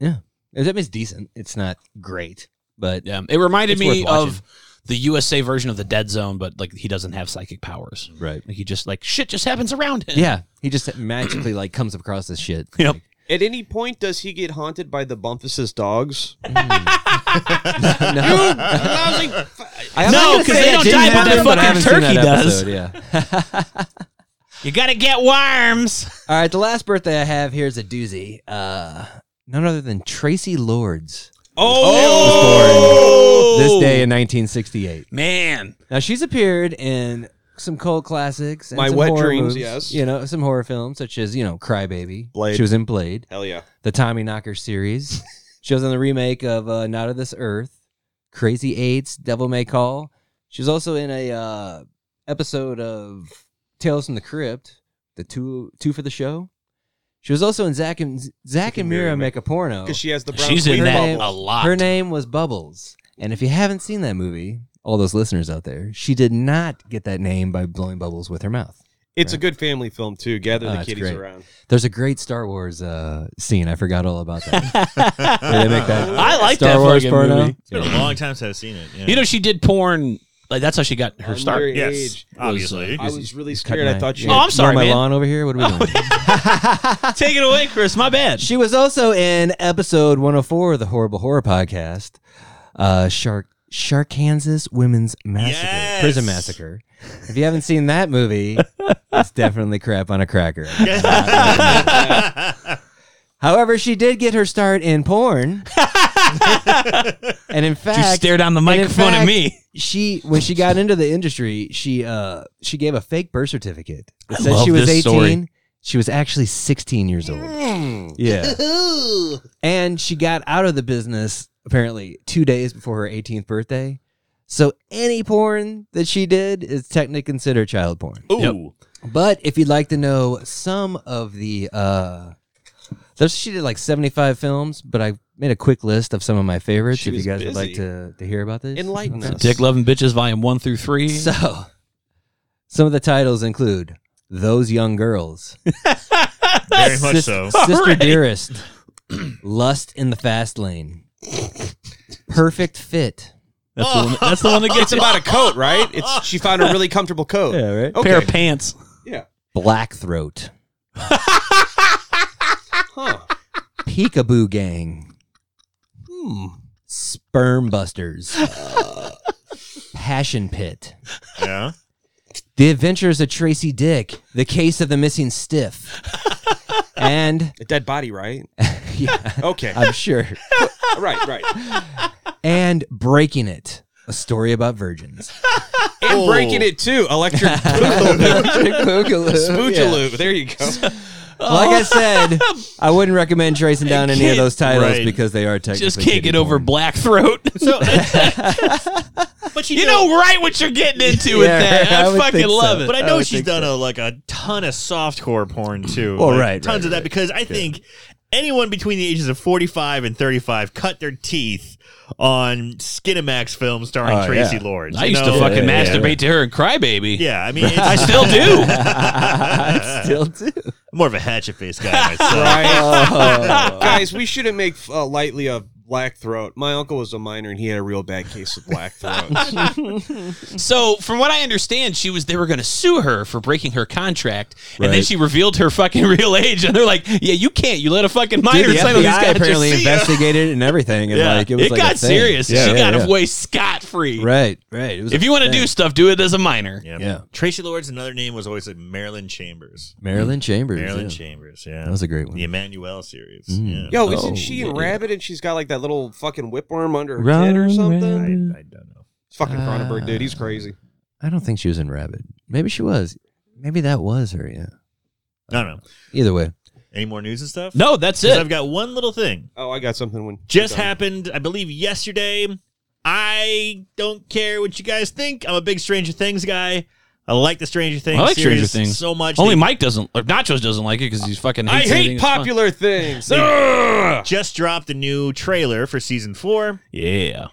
Speaker 5: That means decent. It's not great, but
Speaker 4: Yeah, it reminded
Speaker 5: It's
Speaker 4: me
Speaker 5: worth watching.
Speaker 4: of the USA version of the Dead Zone, but like he doesn't have psychic powers.
Speaker 5: right.
Speaker 4: Like he just like shit just happens around him.
Speaker 5: Yeah, he just magically like comes across this shit.
Speaker 4: Yep.
Speaker 1: At any point, does he get haunted by the Bumpus' dogs?
Speaker 5: no, I'm
Speaker 4: No,
Speaker 5: not gonna
Speaker 4: 'cause
Speaker 5: say
Speaker 4: they
Speaker 5: it
Speaker 4: don't
Speaker 5: didn't
Speaker 4: die, but
Speaker 5: happen,
Speaker 4: the
Speaker 5: I
Speaker 4: fucking
Speaker 5: haven't seen
Speaker 4: turkey
Speaker 5: that
Speaker 4: does.
Speaker 5: episode, Yeah.
Speaker 4: You gotta get worms.
Speaker 5: All right, the last birthday I have here is a doozy. Uh, none other than Tracy Lords.
Speaker 4: Oh,
Speaker 5: This day in 1968.
Speaker 4: man.
Speaker 5: Now she's appeared in some cult classics, and
Speaker 1: My
Speaker 5: some
Speaker 1: Wet
Speaker 5: horror
Speaker 1: Dreams,
Speaker 5: movies,
Speaker 1: yes.
Speaker 5: You know, some horror films such as you know Crybaby.
Speaker 1: Blade.
Speaker 5: She was in Blade,
Speaker 1: Hell yeah.
Speaker 5: the Tommy Knocker series. she was on the remake of uh, Not of This Earth, Crazy AIDS, Devil May Call. She was also in a uh, episode of Tales from the Crypt, the two two for the show. She was also in Zack and Zack and Mira make a porno.
Speaker 1: Because she has the brown
Speaker 4: Oh. She's
Speaker 1: queen
Speaker 4: in that a
Speaker 1: bubble.
Speaker 4: lot.
Speaker 5: Her name was Bubbles. And if you haven't seen that movie, all those listeners out there, she did not get that name by blowing bubbles with her mouth.
Speaker 1: It's a good family film, too. Gather
Speaker 5: Oh,
Speaker 1: the
Speaker 5: that's
Speaker 1: kiddies
Speaker 5: great.
Speaker 1: around.
Speaker 5: There's a great Star Wars uh, scene. I forgot all about that. Where they make that
Speaker 4: I like
Speaker 5: Star
Speaker 4: that
Speaker 5: Wars
Speaker 4: fucking
Speaker 5: porno.
Speaker 4: movie.
Speaker 3: It's been a long time since I've seen it. Yeah.
Speaker 4: You know, she did porn. Like that's how she got her start.
Speaker 1: Underage.
Speaker 3: yes,
Speaker 5: uh,
Speaker 3: obviously.
Speaker 1: I was really
Speaker 5: Cut
Speaker 1: scared. I
Speaker 5: my-
Speaker 1: thought you
Speaker 4: Oh, I'm
Speaker 5: mow
Speaker 4: sorry,
Speaker 5: my
Speaker 4: man.
Speaker 5: lawn over here. What are we doing?
Speaker 4: Take it away, Chris. My bad.
Speaker 5: she was also in episode 104 of the Horrible Horror Podcast, uh, Shark Shark Kansas Women's Massacre,
Speaker 3: Yes.
Speaker 5: Prison Massacre. If you haven't seen that movie, it's definitely crap on a cracker. However, she did get her start in porn. and in fact,
Speaker 4: You stared down the
Speaker 5: and in
Speaker 4: microphone at
Speaker 5: fact,
Speaker 4: me.
Speaker 5: She when she got into the industry, she uh she gave a fake birth certificate. It
Speaker 4: I love
Speaker 5: she was
Speaker 4: this story.
Speaker 5: She was actually 16 years old.
Speaker 1: Mm.
Speaker 5: Yeah. and she got out of the business apparently 2 days before her 18th birthday. So any porn that she did is technically considered child porn.
Speaker 3: Ooh.
Speaker 5: But if you'd like to know some of the, uh, there's she did like 75 films, but I made a quick list of some of my favorites.
Speaker 1: She
Speaker 5: if you
Speaker 1: was
Speaker 5: guys would like
Speaker 1: busy.
Speaker 5: to to hear about this,
Speaker 1: Enlighten
Speaker 5: Okay.
Speaker 1: us.
Speaker 4: Dick loving bitches, volume one through three.
Speaker 5: So, some of the titles include "Those Young Girls,"
Speaker 3: Very much
Speaker 5: Sis-
Speaker 3: so.
Speaker 5: "Sister
Speaker 4: Alright.
Speaker 5: Dearest," "Lust in the Fast Lane," "Perfect Fit."
Speaker 4: that's, the one, that's the one that gets
Speaker 1: It's about a coat, right? It's She found a really comfortable coat.
Speaker 5: right.
Speaker 4: a
Speaker 1: Okay.
Speaker 4: pair of pants.
Speaker 1: Yeah.
Speaker 5: Blackthroat,
Speaker 1: Huh.
Speaker 5: Peekaboo Gang,
Speaker 3: Hmm.
Speaker 5: Sperm Busters, Passion Pit.
Speaker 3: Yeah.
Speaker 5: The Adventures of Tracy Dick, The Case of the Missing Stiff, and
Speaker 1: A dead body, right?
Speaker 5: yeah,
Speaker 1: Okay.
Speaker 5: I'm sure,
Speaker 1: right, right.
Speaker 5: and Breaking It, a story about virgins.
Speaker 1: And breaking it, too. Electric boogaloo.
Speaker 5: Spoojaloo.
Speaker 1: Spoojaloo. There you go.
Speaker 5: Like I said, I wouldn't recommend tracing down any of those titles
Speaker 3: Right.
Speaker 5: because they are technically
Speaker 4: Just can't
Speaker 5: kiddie
Speaker 4: get over
Speaker 5: porn.
Speaker 4: black throat.
Speaker 5: uh,
Speaker 3: But
Speaker 4: you know right what you're getting into with
Speaker 5: Yeah,
Speaker 4: that.
Speaker 5: I
Speaker 4: I,
Speaker 5: would
Speaker 4: fucking
Speaker 5: think so.
Speaker 4: love it.
Speaker 3: But I know
Speaker 5: would
Speaker 3: she's
Speaker 5: think
Speaker 3: done a, like a ton of softcore porn too.
Speaker 5: Well,
Speaker 3: Like,
Speaker 5: right,
Speaker 3: tons
Speaker 5: right,
Speaker 3: of that
Speaker 5: right.
Speaker 3: because I think anyone between the ages of forty-five and thirty-five cut their teeth on Skinemax films starring
Speaker 5: Oh,
Speaker 3: Tracy
Speaker 5: yeah.
Speaker 3: Lords.
Speaker 4: I
Speaker 3: you
Speaker 4: used
Speaker 3: know?
Speaker 4: to fucking
Speaker 5: yeah, yeah,
Speaker 4: masturbate to her and cry, baby.
Speaker 3: Yeah, I mean, it's,
Speaker 4: I still do.
Speaker 5: I still do.
Speaker 3: more of a hatchet face guy myself.
Speaker 4: Oh.
Speaker 1: Guys, we shouldn't make uh, lightly of black throat. My uncle was a miner and he had a real bad case of black throat.
Speaker 4: so, from what I understand, she was they were going to sue her for breaking her contract, and then
Speaker 5: Right.
Speaker 4: she revealed her fucking real age, and they're like, "Yeah, you can't. You let a fucking minor
Speaker 5: Dude, the
Speaker 4: sign on these
Speaker 5: FBI
Speaker 4: guys.
Speaker 5: apparently
Speaker 4: Just see ya."
Speaker 5: investigated it and everything, and
Speaker 3: Yeah.
Speaker 5: like it was
Speaker 4: it
Speaker 5: like a
Speaker 4: got
Speaker 5: thing.
Speaker 4: serious.
Speaker 5: Yeah,
Speaker 4: she
Speaker 5: yeah,
Speaker 4: got
Speaker 5: yeah.
Speaker 4: away scot free.
Speaker 5: Right, right. It was
Speaker 4: If
Speaker 5: a
Speaker 4: you want to
Speaker 5: thing.
Speaker 4: do stuff, do it as a minor.
Speaker 5: Yeah.
Speaker 3: Tracy Lords. Another name was always like Marilyn Chambers.
Speaker 5: Marilyn Chambers,
Speaker 3: Marilyn
Speaker 5: yeah.
Speaker 3: Chambers. Yeah,
Speaker 5: that was a great one.
Speaker 3: the Emmanuel series.
Speaker 5: Mm.
Speaker 3: Yeah.
Speaker 1: Yo, isn't
Speaker 5: Oh,
Speaker 1: she
Speaker 5: yeah.
Speaker 1: in Rabbit and she's got like that little fucking whipworm under her
Speaker 5: Run,
Speaker 1: tit or something?
Speaker 5: rabbit.
Speaker 3: I, I don't know.
Speaker 1: It's fucking Cronenberg, dude. He's crazy.
Speaker 5: I don't think she was in Rabbit. Maybe she was. Maybe that was her. Yeah.
Speaker 3: I don't know.
Speaker 5: Either way,
Speaker 3: Any more news and stuff?
Speaker 4: No, that's
Speaker 3: 'Cause
Speaker 4: it.
Speaker 3: I've got one little thing.
Speaker 1: Oh, I got something when
Speaker 3: just
Speaker 1: you're done.
Speaker 3: happened, I believe, yesterday. I don't care what you guys think. I'm a big Stranger Things guy. I like the Stranger Things.
Speaker 4: I like Stranger
Speaker 3: series
Speaker 4: Things
Speaker 3: so much.
Speaker 4: Only
Speaker 3: They
Speaker 4: Mike doesn't, or Nachos doesn't like it because he's fucking.
Speaker 1: I
Speaker 4: Hates anything
Speaker 1: hate
Speaker 4: that's fun.
Speaker 1: popular things.
Speaker 3: just dropped a new trailer for season four,
Speaker 4: Yeah.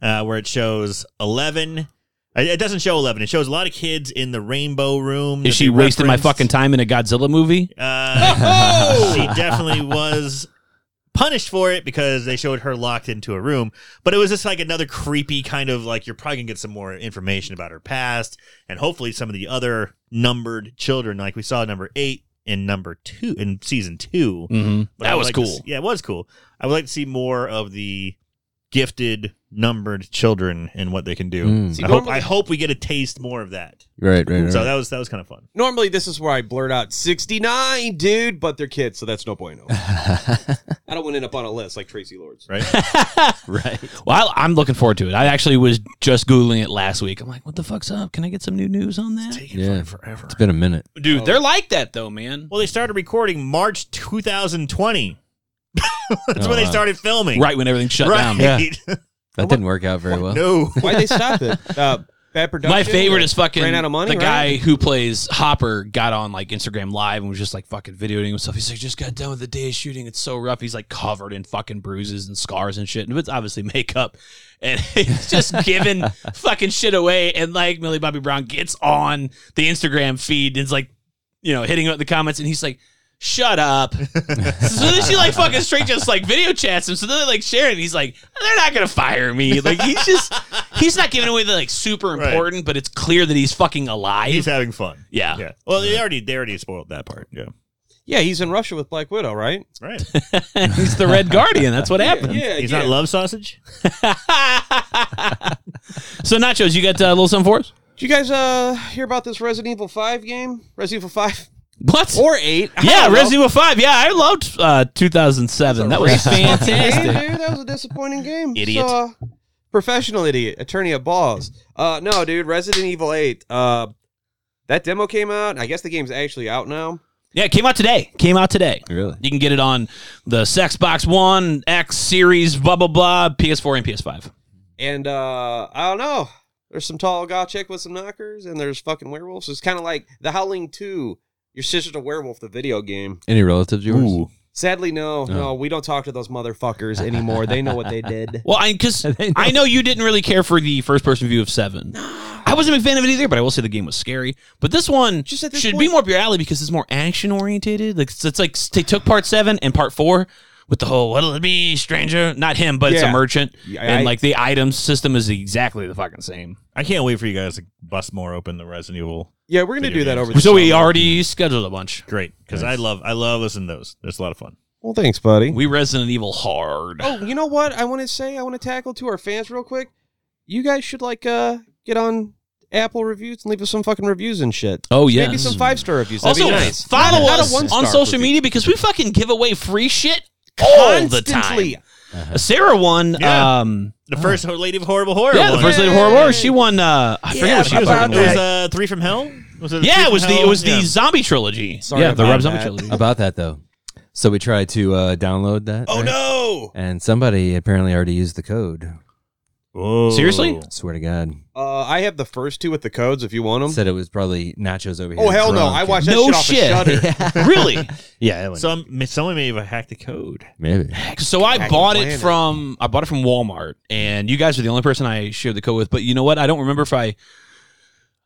Speaker 3: uh, where it shows eleven. uh, It doesn't show eleven. It shows a lot of kids in the rainbow room.
Speaker 4: Is she wasting my fucking time in a Godzilla movie?
Speaker 3: Uh, she definitely was punished for it because they showed her locked into a room. But it was just like another creepy kind of like you're probably gonna get some more information about her past and hopefully some of the other numbered children, like we saw number eight in number two in season
Speaker 5: Mm,
Speaker 3: two.
Speaker 4: Mm-hmm.
Speaker 3: But I
Speaker 4: that
Speaker 3: would
Speaker 4: was
Speaker 3: like to
Speaker 4: cool.
Speaker 3: see- yeah, it was cool. I would like to see more of the gifted numbered children and what they can do.
Speaker 5: Mm.
Speaker 1: See,
Speaker 3: I hope
Speaker 1: normally-
Speaker 3: I hope we get a taste more of that.
Speaker 5: Right, right, right.
Speaker 3: So that was that was kind of fun.
Speaker 1: Normally, this is where I blurt out 69, dude, but they're kids, so that's no bueno. I don't want to end up on a list like Tracy Lords.
Speaker 3: Right?
Speaker 5: right.
Speaker 4: Well, I'm looking forward to it. I actually was just googling it last week. I'm like, what the fuck's up? Can I get some new news on that?
Speaker 5: Yeah. Forever. It's been a minute.
Speaker 4: Dude, they're like that though, man.
Speaker 3: Well, they started recording March 2020. That's
Speaker 5: Oh,
Speaker 3: when they
Speaker 5: wow.
Speaker 3: started filming.
Speaker 4: Right when everything shut down.
Speaker 3: Right.
Speaker 5: That didn't work out very well.
Speaker 3: No.
Speaker 1: Why'd they stop it? Uh, bad production.
Speaker 4: My favorite is fucking
Speaker 1: Ran out of money,
Speaker 4: the
Speaker 1: right?
Speaker 4: guy who plays Hopper got on like Instagram Live and was just like fucking videoing himself. He's like, just got done with the day of shooting. It's so rough. He's like covered in fucking bruises and scars and shit. And it's obviously makeup. And he's just giving fucking shit away. And like Millie Bobby Brown gets on the Instagram feed and is like, you know, hitting up the comments and he's like, Shut up. so then she like fucking straight just like video chats him. So then they like share it and he's like, they're not gonna fire me. Like he's just he's not giving away the like super
Speaker 3: Right.
Speaker 4: important, but it's clear that he's fucking alive.
Speaker 3: He's having fun.
Speaker 4: yeah.
Speaker 3: Yeah. Well, they already they already spoiled that part. Yeah.
Speaker 1: Yeah, he's in Russia with Black Widow, right?
Speaker 3: Right.
Speaker 4: he's the Red Guardian. That's what happened.
Speaker 1: Yeah,
Speaker 3: He's
Speaker 1: yeah.
Speaker 3: not love sausage.
Speaker 4: So nachos, you got uh, a little something for us?
Speaker 1: Did you guys uh, hear about this Resident Evil 5 game? Resident Evil 5
Speaker 4: What?
Speaker 1: or 8? I
Speaker 4: yeah,
Speaker 1: don't know.
Speaker 4: Resident Evil Five. Yeah, I loved uh, 2007. That was
Speaker 1: Game,
Speaker 4: fantastic.
Speaker 1: dude, that was a disappointing game.
Speaker 4: Idiot.
Speaker 1: So, uh, professional idiot, attorney of balls. Uh, no, dude, Resident Evil 8. Uh, that demo came out. I guess the game's actually out now.
Speaker 4: yeah, it came out today. Came out today.
Speaker 5: Really?
Speaker 4: You can get it on the Xbox One, X Series, blah blah blah, PS4 and PS5.
Speaker 1: And uh, I don't know. There's some tall goth chick with some knockers, and there's fucking werewolves. It's kind of like The Howling 2, Your Sister's a Werewolf, the video game.
Speaker 5: Any relatives yours?
Speaker 1: Sadly,
Speaker 4: Oh.
Speaker 1: no, no, we don't talk to those motherfuckers anymore. they know what they did.
Speaker 4: Well, I because I know you didn't really care for the first person view of Seven. I wasn't a big fan of it either, but I will say the game was scary. But this one
Speaker 1: Just at this
Speaker 4: should be
Speaker 1: point-
Speaker 4: more up your alley because it's more action oriented. Like it's, it's like s- they took part seven and part four with the whole "What'll it be, stranger?" Not him, but it's a
Speaker 1: Yeah.
Speaker 4: merchant,
Speaker 1: Yeah,
Speaker 4: and
Speaker 1: I-
Speaker 4: like the item system is exactly the fucking same.
Speaker 3: I can't wait for you guys to bust more open the Resident Evil.
Speaker 1: Yeah, we're gonna
Speaker 3: Video
Speaker 1: do that
Speaker 3: games.
Speaker 1: over. The
Speaker 4: So we
Speaker 1: summer.
Speaker 4: already scheduled a bunch.
Speaker 3: Great, because I love I love listening to those. That's a lot of fun.
Speaker 1: Well, thanks, buddy.
Speaker 4: We Resident Evil hard.
Speaker 1: Oh, you know what? I want to say I want to tackle to our fans real quick. You guys should like uh get on Apple reviews and leave us some fucking reviews and shit.
Speaker 4: Oh
Speaker 1: Maybe some five star reviews. That'd
Speaker 4: Also,
Speaker 1: be nice.
Speaker 4: follow
Speaker 1: Not a
Speaker 4: us
Speaker 1: one-star
Speaker 4: on
Speaker 1: review.
Speaker 4: social media because we fucking give away free shit all the time.
Speaker 1: Constantly.
Speaker 4: Sarah won.
Speaker 3: Yeah.
Speaker 4: Um,
Speaker 3: The first lady of horrible horror.
Speaker 4: yeah, the
Speaker 3: one.
Speaker 4: first lady of horror War, She won. Uh, I
Speaker 3: Yeah,
Speaker 4: forget what she was.
Speaker 3: about-
Speaker 4: on.
Speaker 3: it was uh, three from hell. Was it Three
Speaker 4: yeah, it
Speaker 3: From
Speaker 4: was the
Speaker 3: Hell?
Speaker 4: it was the
Speaker 3: Yeah.
Speaker 4: zombie trilogy.
Speaker 1: Sorry
Speaker 4: yeah, the
Speaker 1: about
Speaker 4: Rob Zombie
Speaker 1: that.
Speaker 4: trilogy.
Speaker 5: About that though. So we tried to uh, download that.
Speaker 3: Oh
Speaker 5: right?
Speaker 3: no!
Speaker 5: And somebody apparently already used the code.
Speaker 3: Oh.
Speaker 4: Seriously?
Speaker 5: Swear to God.
Speaker 1: Uh, I have the first two with the codes if you want them.
Speaker 5: Said it was probably nachos over here.
Speaker 1: Um, oh hell no!
Speaker 5: drunk
Speaker 1: I
Speaker 5: and-
Speaker 1: watched that
Speaker 4: No
Speaker 1: shit off
Speaker 4: shit.
Speaker 1: of Shudder.
Speaker 4: really?
Speaker 5: Yeah, it went.
Speaker 3: Some someone may have hacked the code.
Speaker 5: maybe.
Speaker 4: So I
Speaker 1: Fucking
Speaker 4: bought it
Speaker 1: planet.
Speaker 4: from I bought it from Walmart, and you guys are the only person I shared the code with. But you know what? I don't remember if I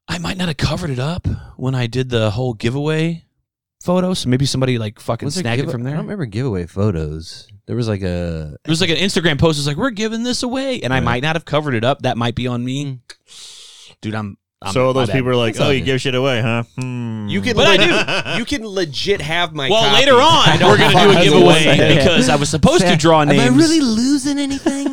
Speaker 4: I might not have covered it up when I did the whole giveaway photo. So maybe somebody like fucking
Speaker 5: Was there
Speaker 4: snagged
Speaker 5: give-
Speaker 4: it from
Speaker 5: I
Speaker 4: there.
Speaker 5: don't remember giveaway photos. There was like a
Speaker 4: It was like an Instagram post. It was like, "We're giving this away," and I
Speaker 5: Right.
Speaker 4: might not have covered it up. That might be on me, dude. I'm, I'm
Speaker 3: so
Speaker 4: my
Speaker 3: those
Speaker 4: bad.
Speaker 3: people are like,
Speaker 5: That's
Speaker 3: "Oh,
Speaker 5: all
Speaker 3: you
Speaker 5: good.
Speaker 3: give shit away, huh?" Hmm.
Speaker 1: You can,
Speaker 4: But I
Speaker 1: leg- You can legit have my.
Speaker 4: Well,
Speaker 1: copy.
Speaker 4: later on, we're gonna do a
Speaker 5: fucking
Speaker 4: giveaway
Speaker 5: understand.
Speaker 4: because I was supposed to draw names.
Speaker 5: losing anything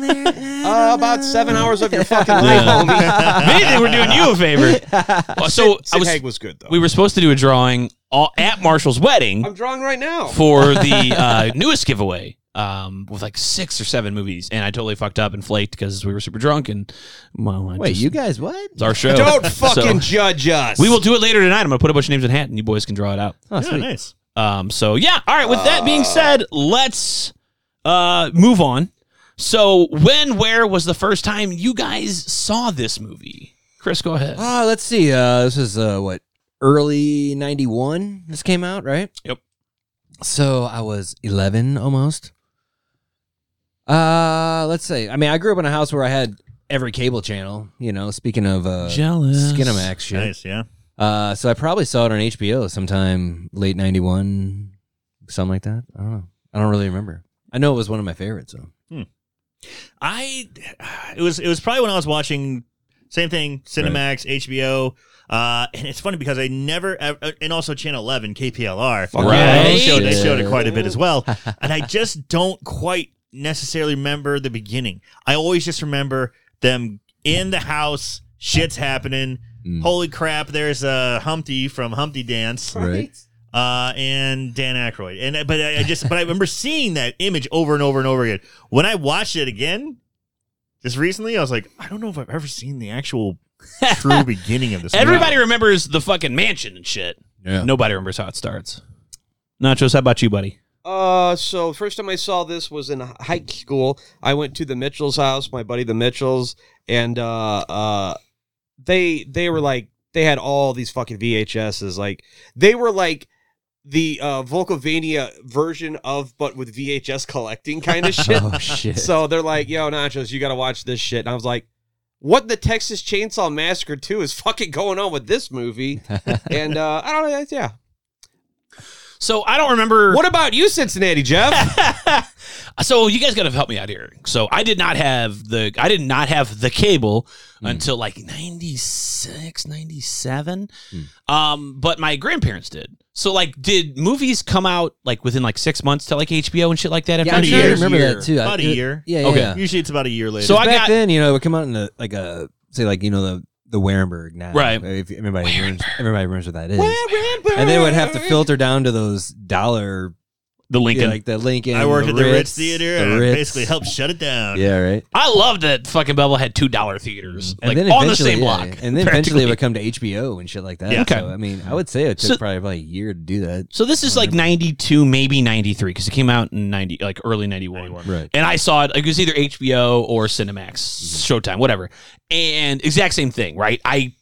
Speaker 5: there?
Speaker 1: Uh, about seven hours of your fucking life, homie.
Speaker 4: If anything, we're doing you a favor. Uh, So I
Speaker 1: Sid
Speaker 4: was,
Speaker 1: Haig was good though.
Speaker 4: we were supposed to do a drawing all, at Marshall's
Speaker 1: I'm
Speaker 4: wedding
Speaker 1: drawing right now.
Speaker 4: for the uh, newest giveaway. Um, with like six or seven movies, and I totally fucked up and flaked because we were super drunk and well, I
Speaker 5: Wait,
Speaker 4: just-
Speaker 5: you guys what?
Speaker 4: it's our show.
Speaker 1: Don't
Speaker 4: So,
Speaker 1: fucking judge us.
Speaker 4: we will do it later tonight. I'm gonna put a bunch of names in a hat, and you boys can draw it out.
Speaker 5: Oh,
Speaker 3: Yeah,
Speaker 5: sweet.
Speaker 3: nice.
Speaker 4: Um, so yeah, all right. With that being said, let's uh, move on. So when, where was the first time you guys saw this movie? Chris, go ahead.
Speaker 5: Uh, let's see. Uh, this is uh, what early '91. This came out, right?
Speaker 4: Yep.
Speaker 5: So I was 11 almost. Uh, let's say. I mean, I grew up in a house where I had every cable channel. You know, speaking of uh,
Speaker 4: Jealous.
Speaker 5: Skinamax shit.
Speaker 3: Nice, yeah.
Speaker 5: Uh, so I probably saw it on HBO sometime late '91, something like that. I don't know. I don't really remember. I know it was one of my favorites. So
Speaker 3: I it was it was probably when I was watching same thing Cinemax HBO uh, and it's funny because I never ever, and also Channel Eleven KPLR
Speaker 1: Fuck
Speaker 4: Right.
Speaker 3: yeah, they
Speaker 4: Right.
Speaker 3: showed they showed it
Speaker 1: Yeah.
Speaker 3: quite a bit as well and I just don't quite necessarily remember the beginning I always just remember them in the house shit's happening
Speaker 5: Mm.
Speaker 3: holy crap there's a Humpty from Humpty Dance
Speaker 5: right.
Speaker 3: uh, and Dan Aykroyd. And but I, I just but I remember seeing that image over and over and over again. When I watched it again, just recently, I was like, I don't know if I've ever seen the actual true beginning of this. movie.
Speaker 4: Everybody remembers the fucking mansion and shit.
Speaker 5: Yeah.
Speaker 4: Nobody remembers how it starts. Nachos, how about you, buddy?
Speaker 1: Uh, so first time I saw this was in high school. I went to the Mitchell's house, my buddy the Mitchell's, and uh, uh, they they were like they had all these fucking VHSs. Like they were like the uh, Volcovania version of, but with VHS collecting kind of shit.
Speaker 5: Oh shit.
Speaker 1: So they're like, "Yo, Nachos, you got to watch this shit." And I was like, "What the Texas Chainsaw Massacre 2 is fucking going on with this movie?" and uh, I don't know, yeah.
Speaker 4: So I don't remember.
Speaker 1: What about you, Cincinnati Jeff?
Speaker 4: so you guys got to help me out here. So I did not have the I did not have the cable until like 96, 97. Um, but my grandparents did. So like, did movies come out like within like six months to like HBO and shit like that? After
Speaker 5: yeah, I'm
Speaker 3: a
Speaker 5: sure I
Speaker 3: year.
Speaker 5: remember that too. I-
Speaker 3: About a
Speaker 5: it-
Speaker 3: year.
Speaker 5: Yeah. yeah,
Speaker 4: Okay.
Speaker 5: yeah.
Speaker 3: Usually, it's about a year later.
Speaker 4: So I
Speaker 5: back
Speaker 4: got-
Speaker 5: then, you know, it would come out in a, like a say like you know the the Warenberg now,
Speaker 4: Right.
Speaker 5: If everybody remembers, everybody remembers what that is, and they would have to filter down to those dollar,
Speaker 4: the
Speaker 5: yeah,
Speaker 4: Lincoln.
Speaker 5: like the Lincoln.
Speaker 3: I worked
Speaker 5: the
Speaker 3: at the
Speaker 5: Ritz,
Speaker 3: Ritz, Theater,
Speaker 5: the
Speaker 3: and I
Speaker 5: Ritz.
Speaker 3: basically helped shut it down.
Speaker 5: Yeah, right.
Speaker 4: I love that fucking Bevel had two dollar theaters like
Speaker 5: Hmm. and then
Speaker 4: on the
Speaker 5: eventually-
Speaker 4: same
Speaker 5: yeah,
Speaker 4: block.
Speaker 5: and then eventually it
Speaker 4: practically.
Speaker 5: would come to HBO and shit like that.
Speaker 3: Yeah.
Speaker 5: Yeah.
Speaker 4: Okay.
Speaker 5: So, I mean, I would say it took
Speaker 4: So-
Speaker 5: probably about a year to do that.
Speaker 4: So this is like 92, maybe 93, because it came out in 90, like early 91.
Speaker 5: Right.
Speaker 4: And I saw it, it was either HBO or Cinemax, Showtime, whatever. And exact same thing, right? I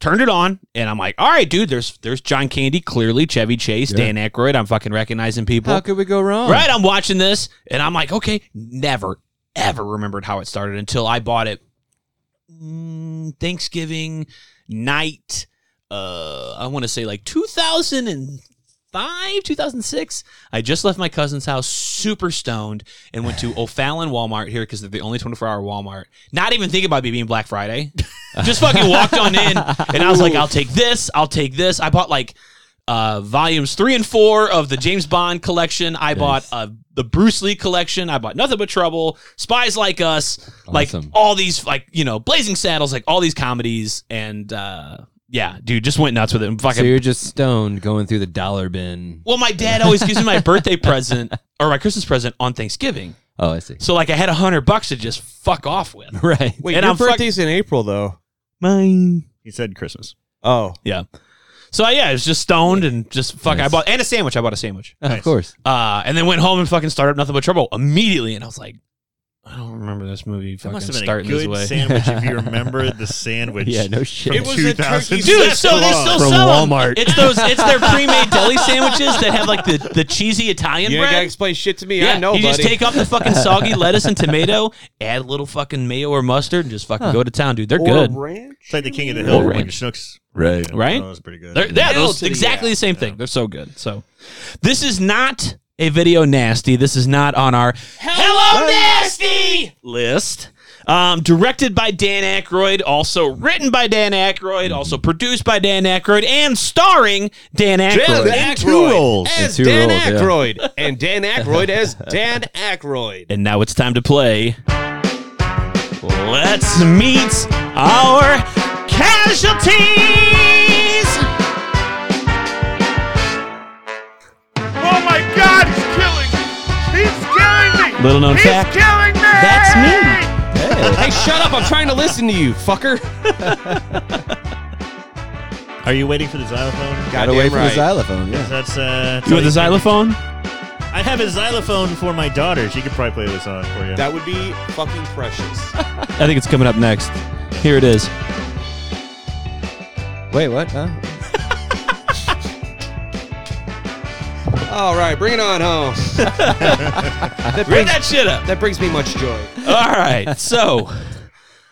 Speaker 4: turned it on and I'm like, all right, dude, there's there's John Candy, clearly Chevy Chase, Dan Aykroyd. I'm fucking recognizing people.
Speaker 5: How could we go wrong?
Speaker 4: Right? I'm watching this and I'm like, okay, never, ever remembered how it started until I bought it mm, Thanksgiving night. Uh, I want to say like 2005, 2006. I just left my cousin's house super stoned and went to O'Fallon Walmart here because they're the only 24 hour Walmart. Not even thinking about it being Black Friday. just fucking walked on in and I was like, I'll take this, I'll take this. I bought like uh, volumes three and four of the James Bond collection. I bought uh, the Bruce Lee collection. I bought Nothing But Trouble, Spies Like Us,
Speaker 5: Awesome.
Speaker 4: like all these, like you know, Blazing Saddles, like all these comedies, and uh, yeah, dude, just went nuts with it. And
Speaker 5: So
Speaker 4: fucking,
Speaker 5: you're just stoned going through the dollar bin.
Speaker 4: well, my dad always gives me my birthday present or my Christmas present on Thanksgiving,
Speaker 5: Oh, I see.
Speaker 4: so like I had a hundred bucks to just fuck off with.
Speaker 5: Right.
Speaker 1: Wait,
Speaker 4: And
Speaker 1: your
Speaker 4: I'm fuck-
Speaker 1: birthday's in April though.
Speaker 4: Mine.
Speaker 3: He said Christmas.
Speaker 1: Oh,
Speaker 4: Yeah. So yeah, I was just stoned and just fuck. I bought and a sandwich. I bought a sandwich.
Speaker 5: Of course.
Speaker 4: Uh, and then went home and fucking started up nothing but trouble immediately. And I was like, I don't remember this movie
Speaker 3: That
Speaker 4: fucking
Speaker 3: must have been a
Speaker 4: starting this
Speaker 3: good
Speaker 4: way.
Speaker 3: sandwich if you remember the sandwich.
Speaker 5: Yeah. No
Speaker 3: from
Speaker 5: shit.
Speaker 1: It was a turkey
Speaker 3: 2000.
Speaker 4: Dude, so they still
Speaker 2: From
Speaker 4: sell 'em.
Speaker 2: Walmart.
Speaker 4: It's those. It's their pre-made deli sandwiches that have like the, the cheesy Italian
Speaker 1: you ain't gotta
Speaker 4: bread.
Speaker 1: explain shit to me.
Speaker 4: Yeah,
Speaker 1: I know,
Speaker 4: you
Speaker 1: buddy.
Speaker 4: just take off the fucking soggy lettuce and tomato, add a little fucking mayo or mustard, and just fucking go to town, dude. They're
Speaker 1: or
Speaker 4: good.
Speaker 1: ranch.
Speaker 3: It's like the King of the Hill,
Speaker 4: Or
Speaker 3: like
Speaker 4: ranch.
Speaker 3: Schnucks.
Speaker 2: Right.
Speaker 3: Yeah,
Speaker 4: Right?
Speaker 3: That was pretty good.
Speaker 4: They're, yeah,
Speaker 1: Nail
Speaker 4: those,
Speaker 1: to the
Speaker 4: exactly
Speaker 1: ass.
Speaker 4: the same thing. They're so good. So, this is not a video nasty. This is not on our Hello Nasty list. Um, directed by Dan Aykroyd, also written by Dan Aykroyd, also produced by Dan Aykroyd, and starring Dan Aykroyd.
Speaker 1: Dan
Speaker 3: two roles.
Speaker 1: as
Speaker 5: In two
Speaker 1: Dan
Speaker 5: roles, yeah.
Speaker 1: Aykroyd and Dan Aykroyd as Dan Aykroyd.
Speaker 4: And now it's time to play. Let's meet our casualties.
Speaker 6: Oh my god, he's killing me! He's killing me!
Speaker 4: Little known fact.
Speaker 6: killing me!
Speaker 4: That's me.
Speaker 1: hey, shut up! I'm trying to listen to you, fucker.
Speaker 3: Are you waiting for the xylophone?
Speaker 5: Got
Speaker 1: Goddamn
Speaker 5: away from the
Speaker 1: right.
Speaker 5: xylophone. Yeah.
Speaker 3: That's uh.
Speaker 4: You want the xylophone?
Speaker 3: I have a xylophone for my daughter. She could probably play this on for you.
Speaker 1: That would be fucking precious.
Speaker 4: I think it's coming up next. Here it is.
Speaker 5: Wait, what? Huh?
Speaker 1: All right, bring it on home. that,
Speaker 4: Bring
Speaker 1: brings,
Speaker 4: that shit up.
Speaker 1: that brings me much joy.
Speaker 4: All right. So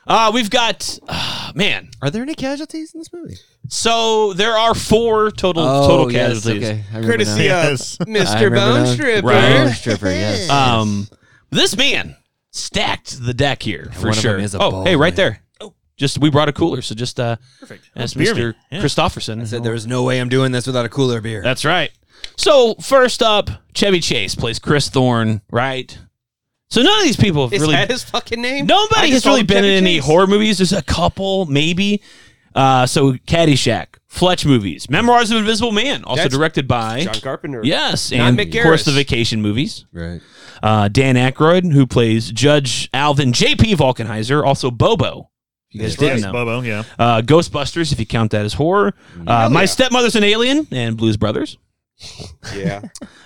Speaker 4: uh, we've got, uh, man.
Speaker 5: Are there any casualties in this movie?
Speaker 4: So there are four total total casualties.
Speaker 5: Oh, okay. I remember
Speaker 1: Courtesy
Speaker 5: now.
Speaker 3: Yes.
Speaker 1: of
Speaker 5: I
Speaker 1: Mr.
Speaker 5: remember now.
Speaker 1: Bone Stripper.
Speaker 4: Right.
Speaker 5: Bone stripper, yes.
Speaker 4: Um, this man stacked the deck here for
Speaker 5: one of
Speaker 4: sure.
Speaker 5: them is a
Speaker 4: oh,
Speaker 5: ball,
Speaker 4: hey, right
Speaker 5: man.
Speaker 4: there. Oh, just we brought a cooler, so just uh, perfect. That's
Speaker 3: Beer me.
Speaker 4: Mr.
Speaker 3: Yeah.
Speaker 4: Christopherson.
Speaker 5: said there was no way I'm doing this without a cooler beer.
Speaker 4: That's right. So first up, Chevy Chase plays Chris Thorne, right? So none of these people have
Speaker 1: Is
Speaker 4: really
Speaker 1: that his fucking name? I
Speaker 4: Nobody
Speaker 1: just
Speaker 4: has
Speaker 1: called
Speaker 4: really
Speaker 1: him
Speaker 4: been
Speaker 1: Chevy
Speaker 4: in any
Speaker 1: Chase.
Speaker 4: horror movies. There's a couple, maybe. Uh, so Caddyshack, Fletch movies, Memoirs of Invisible Man, also
Speaker 1: That's
Speaker 4: directed by
Speaker 1: John Carpenter.
Speaker 4: yes,
Speaker 1: Not
Speaker 4: and
Speaker 1: Mick
Speaker 4: of course
Speaker 1: Garris.
Speaker 4: the Vacation movies.
Speaker 5: right.
Speaker 4: Uh, Dan Aykroyd, who plays Judge Alvin J.P. Falkenheiser, also Bobo. if You guys didn't know.
Speaker 3: Bobo, yeah.
Speaker 4: Uh, Ghostbusters, if you count that as horror. Uh, My
Speaker 1: yeah.
Speaker 4: stepmother's an alien and Blues Brothers.
Speaker 1: Yeah.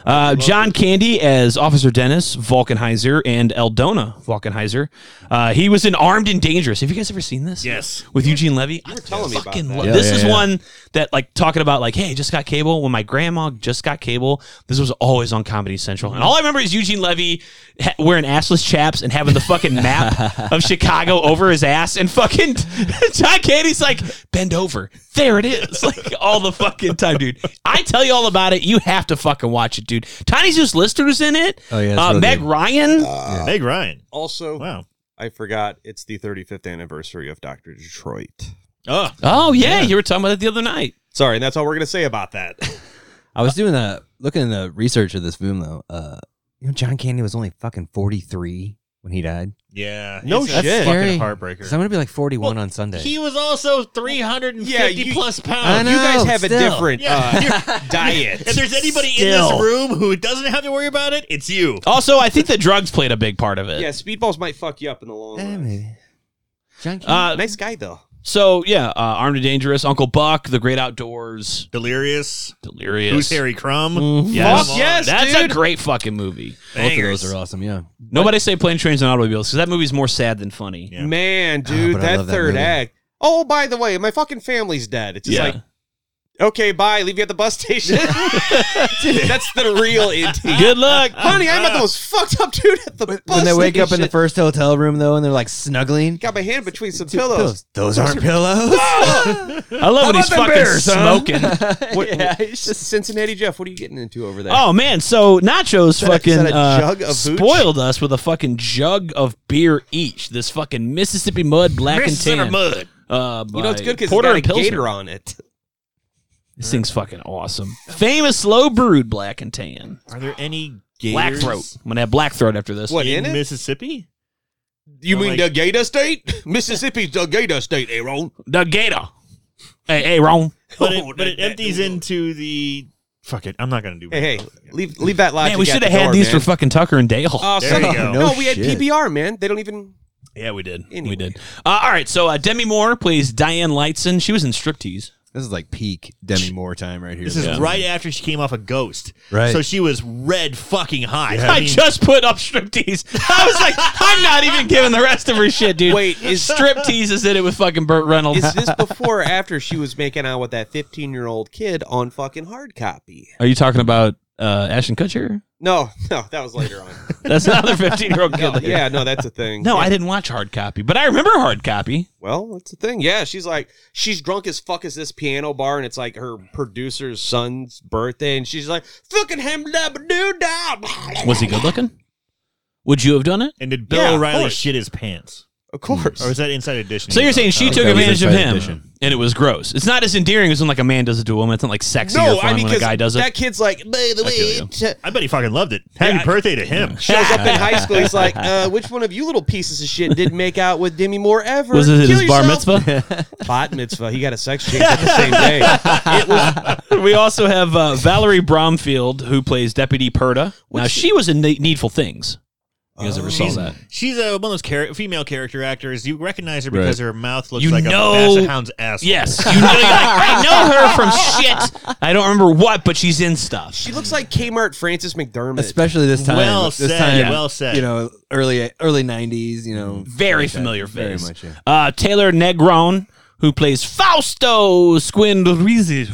Speaker 4: Uh, John Candy as Officer Dennis Falkenheiser and Eldona Falkenheiser. Uh, he was in Armed and Dangerous. Have you guys ever seen this?
Speaker 3: Yes.
Speaker 4: With Eugene Levy. I
Speaker 1: telling me about
Speaker 4: fucking
Speaker 1: that.
Speaker 4: love
Speaker 3: Yeah,
Speaker 4: this
Speaker 3: yeah,
Speaker 4: is
Speaker 3: yeah.
Speaker 4: one that like talking about like, hey, just got cable. When my grandma just got cable, this was always on Comedy Central, and all I remember is Eugene Levy ha- wearing assless chaps and having the fucking map of Chicago over his ass, and fucking John Candy's like, bend over, there it is, like all the fucking time, dude. I tell you all about it. You have to fucking watch it, dude. Tiny Zeus Lister's in it.
Speaker 5: Oh, yeah, it's
Speaker 4: uh,
Speaker 5: real
Speaker 4: Meg
Speaker 5: good.
Speaker 4: Ryan.
Speaker 3: Meg Ryan.
Speaker 1: also,
Speaker 3: Wow.
Speaker 1: I forgot it's the 35th anniversary of Doctor Detroit.
Speaker 3: Oh,
Speaker 4: oh yeah, you were talking about it the other night.
Speaker 1: Sorry, and that's all we're gonna say about that.
Speaker 5: I was doing the looking in the research of this film though. Uh, you know, John Candy was only fucking 43 when he died.
Speaker 3: yeah.
Speaker 1: No
Speaker 3: He's a
Speaker 1: shit.
Speaker 5: Scary.
Speaker 3: Fucking heartbreaker.
Speaker 5: So I'm gonna be like 41 on Sunday.
Speaker 3: He was also 350
Speaker 1: Yeah, you-
Speaker 3: plus
Speaker 5: I
Speaker 3: pounds.
Speaker 5: know,
Speaker 1: you guys have
Speaker 5: still.
Speaker 1: a different
Speaker 3: Yeah,
Speaker 1: uh, diet.
Speaker 3: If there's anybody in
Speaker 4: Still.
Speaker 3: this room who doesn't have to worry about it, it's you.
Speaker 4: Also, I think the drugs played a big part of it.
Speaker 1: yeah, speedballs might fuck you up in the long
Speaker 5: Eh,
Speaker 1: run.
Speaker 5: maybe. John Candy.
Speaker 4: Uh,
Speaker 1: nice guy though.
Speaker 4: So yeah, uh, Armed and Dangerous, Uncle Buck, The Great Outdoors,
Speaker 3: Delirious.
Speaker 4: Delirious.
Speaker 3: Who's Harry Crumb?
Speaker 4: Yes.
Speaker 1: Fuck yes,
Speaker 4: That's
Speaker 1: dude.
Speaker 4: a great fucking movie.
Speaker 5: Both of
Speaker 3: Bangers.
Speaker 5: those are awesome. Yeah.
Speaker 4: Nobody say plane, trains, and automobiles because that movie's more sad than funny.
Speaker 3: Yeah.
Speaker 1: Man,
Speaker 5: Ah,
Speaker 1: dude,
Speaker 5: but I
Speaker 1: that
Speaker 5: love that
Speaker 1: third
Speaker 5: movie.
Speaker 1: act. Oh, by the way, my fucking family's dead. It's just
Speaker 4: Yeah.
Speaker 1: like, okay, bye. Leave you at the bus station. that's the real ending.
Speaker 4: Good luck.
Speaker 1: Honey, I met the most fucked up dude at the bus
Speaker 5: Ah. When they wake up in
Speaker 1: station.
Speaker 5: the first hotel room though, and they're like snuggling.
Speaker 1: Got my hand between some
Speaker 5: Two
Speaker 1: pillows.
Speaker 5: Those aren't pillows.
Speaker 4: I love when he's
Speaker 5: about them
Speaker 4: fucking
Speaker 5: bears, huh?
Speaker 4: smoking.
Speaker 1: What, it's just Cincinnati Jeff, what are you getting into over there?
Speaker 4: oh man, so Nachos
Speaker 1: that a-
Speaker 4: fucking
Speaker 1: is that a
Speaker 4: uh,
Speaker 1: jug of hooch?
Speaker 4: spoiled us with a fucking jug of beer each. This fucking Mississippi mud, black
Speaker 3: Center
Speaker 4: and tan.
Speaker 3: Mud.
Speaker 4: Uh,
Speaker 1: you know it's
Speaker 4: by
Speaker 1: good because it's
Speaker 4: Porter
Speaker 1: got a
Speaker 4: and Pilsner.
Speaker 1: gator on it.
Speaker 4: This thing's fucking awesome. Famous slow brewed black and tan.
Speaker 3: Are there any
Speaker 4: Black
Speaker 3: gators
Speaker 4: throat. I'm gonna have black throat after this.
Speaker 1: What
Speaker 3: in
Speaker 1: in it?
Speaker 3: Mississippi?
Speaker 1: You
Speaker 3: mean the
Speaker 1: Gator State? Mississippi's the Gator State, Aaron.
Speaker 4: The gator. Hey, hey, Ron.
Speaker 3: But it,
Speaker 1: Oh,
Speaker 3: but
Speaker 1: that-
Speaker 3: it
Speaker 1: that
Speaker 3: empties
Speaker 1: noodle.
Speaker 3: into the. Fuck it. I'm not going to do
Speaker 1: Hey, hey, leave leave that logic.
Speaker 4: Man, we
Speaker 1: at
Speaker 4: should
Speaker 1: the
Speaker 4: have had
Speaker 1: door,
Speaker 4: these
Speaker 1: man.
Speaker 4: for fucking Tucker and Dale.
Speaker 1: Oh,
Speaker 3: There
Speaker 1: son
Speaker 3: you
Speaker 1: of-
Speaker 3: go.
Speaker 1: No,
Speaker 5: No
Speaker 1: we had
Speaker 5: shit.
Speaker 1: PBR, man. They don't even.
Speaker 4: yeah, we did.
Speaker 1: Anyway.
Speaker 4: We did. Uh, all right, so uh, Demi Moore plays Diane Lightson. She was in Striptease.
Speaker 5: This is like peak Demi Moore time right here.
Speaker 3: This is right after she came off a ghost.
Speaker 5: Right.
Speaker 3: So she was red fucking hot.
Speaker 4: I, just put up Striptease. I was like, I'm not even giving the rest of her shit, dude.
Speaker 1: Wait, is-
Speaker 4: Striptease is in it with fucking Burt Reynolds?
Speaker 1: Is this before or after she was making out with that 15 year old kid on fucking hard copy?
Speaker 4: Are you talking about uh, Ashton Kutcher?
Speaker 1: No, no, that was later on.
Speaker 4: That's another 15 year old kid.
Speaker 1: No,
Speaker 4: later.
Speaker 1: yeah, no, that's a thing.
Speaker 4: No,
Speaker 1: yeah.
Speaker 4: I didn't watch Hard Copy, but I remember Hard Copy.
Speaker 1: Well, that's the thing. Yeah, she's like she's drunk as fuck as this piano bar, and it's like her producer's son's birthday, and she's like fucking him do down.
Speaker 4: Was he good looking? Would you have done it?
Speaker 3: And did Bill
Speaker 1: Yeah, of
Speaker 3: O'Reilly
Speaker 1: course.
Speaker 3: shit his pants?
Speaker 1: Of course.
Speaker 3: Or was that Inside Edition?
Speaker 4: So you're saying she
Speaker 5: Oh,
Speaker 4: took
Speaker 5: that
Speaker 4: advantage
Speaker 5: was
Speaker 4: of
Speaker 5: Inside
Speaker 4: him,
Speaker 5: Edition.
Speaker 4: and it was gross. It's not as endearing as when like a man does it to a woman. It's not like sexy
Speaker 1: no,
Speaker 4: or fun
Speaker 1: I mean
Speaker 4: when a guy
Speaker 1: because
Speaker 4: does it.
Speaker 1: that kid's like, by the
Speaker 4: I feel
Speaker 1: way,
Speaker 4: you.
Speaker 1: t-
Speaker 3: I bet he fucking loved it. Happy
Speaker 4: Yeah, I-
Speaker 3: birthday to him.
Speaker 1: shows up in high school. He's like, uh, which one of you little pieces of shit did make out with Demi Moore ever?
Speaker 4: Was it
Speaker 1: Kill
Speaker 4: his bar
Speaker 1: yourself."
Speaker 4: mitzvah?
Speaker 1: Bat mitzvah. He got a sex change at the same day. It was
Speaker 4: we also have uh, Valerie Bromfield, who plays Deputy Perda. Now she was in Ne- Needful Things. You
Speaker 5: Oh.
Speaker 4: guys ever saw
Speaker 3: She's,
Speaker 4: that?
Speaker 3: she's uh, one of those char- female character actors. You recognize her because her mouth looks
Speaker 4: You
Speaker 3: like
Speaker 4: know-
Speaker 3: a basset hound's ass.
Speaker 4: Yes, you know, you're like, I know her from shit. I don't remember what, but she's in stuff.
Speaker 1: she looks like Kmart Francis McDermott.
Speaker 5: especially this time.
Speaker 3: Well
Speaker 5: this
Speaker 3: said,
Speaker 5: time,
Speaker 3: well said.
Speaker 5: You know, early early nineties. You know,
Speaker 4: Very
Speaker 5: like that.
Speaker 4: familiar face.
Speaker 5: Very much. Yeah.
Speaker 4: Uh, Taylor Negron, who plays Fausto Squindrizi.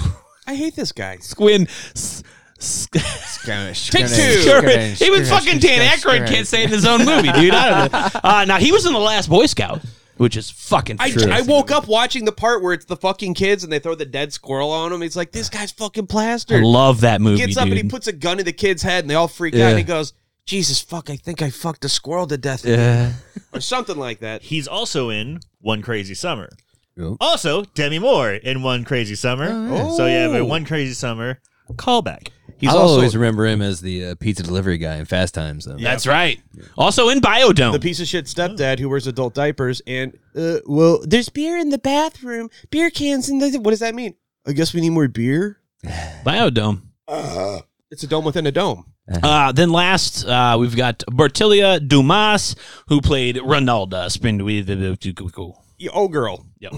Speaker 1: I hate this guy.
Speaker 4: Squin. S- s-
Speaker 1: Take two.
Speaker 4: Skurridge. Even fucking Dan Aykroyd can't say it in his own movie, dude. I don't know. Uh, now he was in the Last Boy Scout, which is fucking
Speaker 1: I,
Speaker 4: true.
Speaker 1: I woke up watching the part where it's the fucking kids and they throw the dead squirrel on him. He's like, this guy's fucking
Speaker 4: I
Speaker 1: plastered.
Speaker 4: love that movie,
Speaker 1: Gets
Speaker 4: dude.
Speaker 1: up and he puts a gun in the kid's head and they all freak out and he goes, Jesus fuck, I think I fucked a squirrel to death.
Speaker 5: Yeah.
Speaker 1: Or something like that.
Speaker 3: He's also in One Crazy Summer.
Speaker 5: Oh.
Speaker 3: Also, Demi Moore in One Crazy Summer.
Speaker 4: Oh,
Speaker 3: So you have a One Crazy Summer callback.
Speaker 1: He's
Speaker 5: I'll
Speaker 1: also
Speaker 5: always remember him as the uh, pizza delivery guy in Fast Times. Though.
Speaker 4: That's right. Also in Biodome.
Speaker 1: the piece of shit stepdad who wears adult diapers and uh, well there's beer in the bathroom beer cans in the what does that mean i guess we need more beer
Speaker 4: Biodome.
Speaker 1: it's a dome within a dome
Speaker 4: Uh, then last, uh, we've got Bertilia Dumas, who played Ronaldo. Spin
Speaker 1: Yeah, oh girl
Speaker 4: Yep.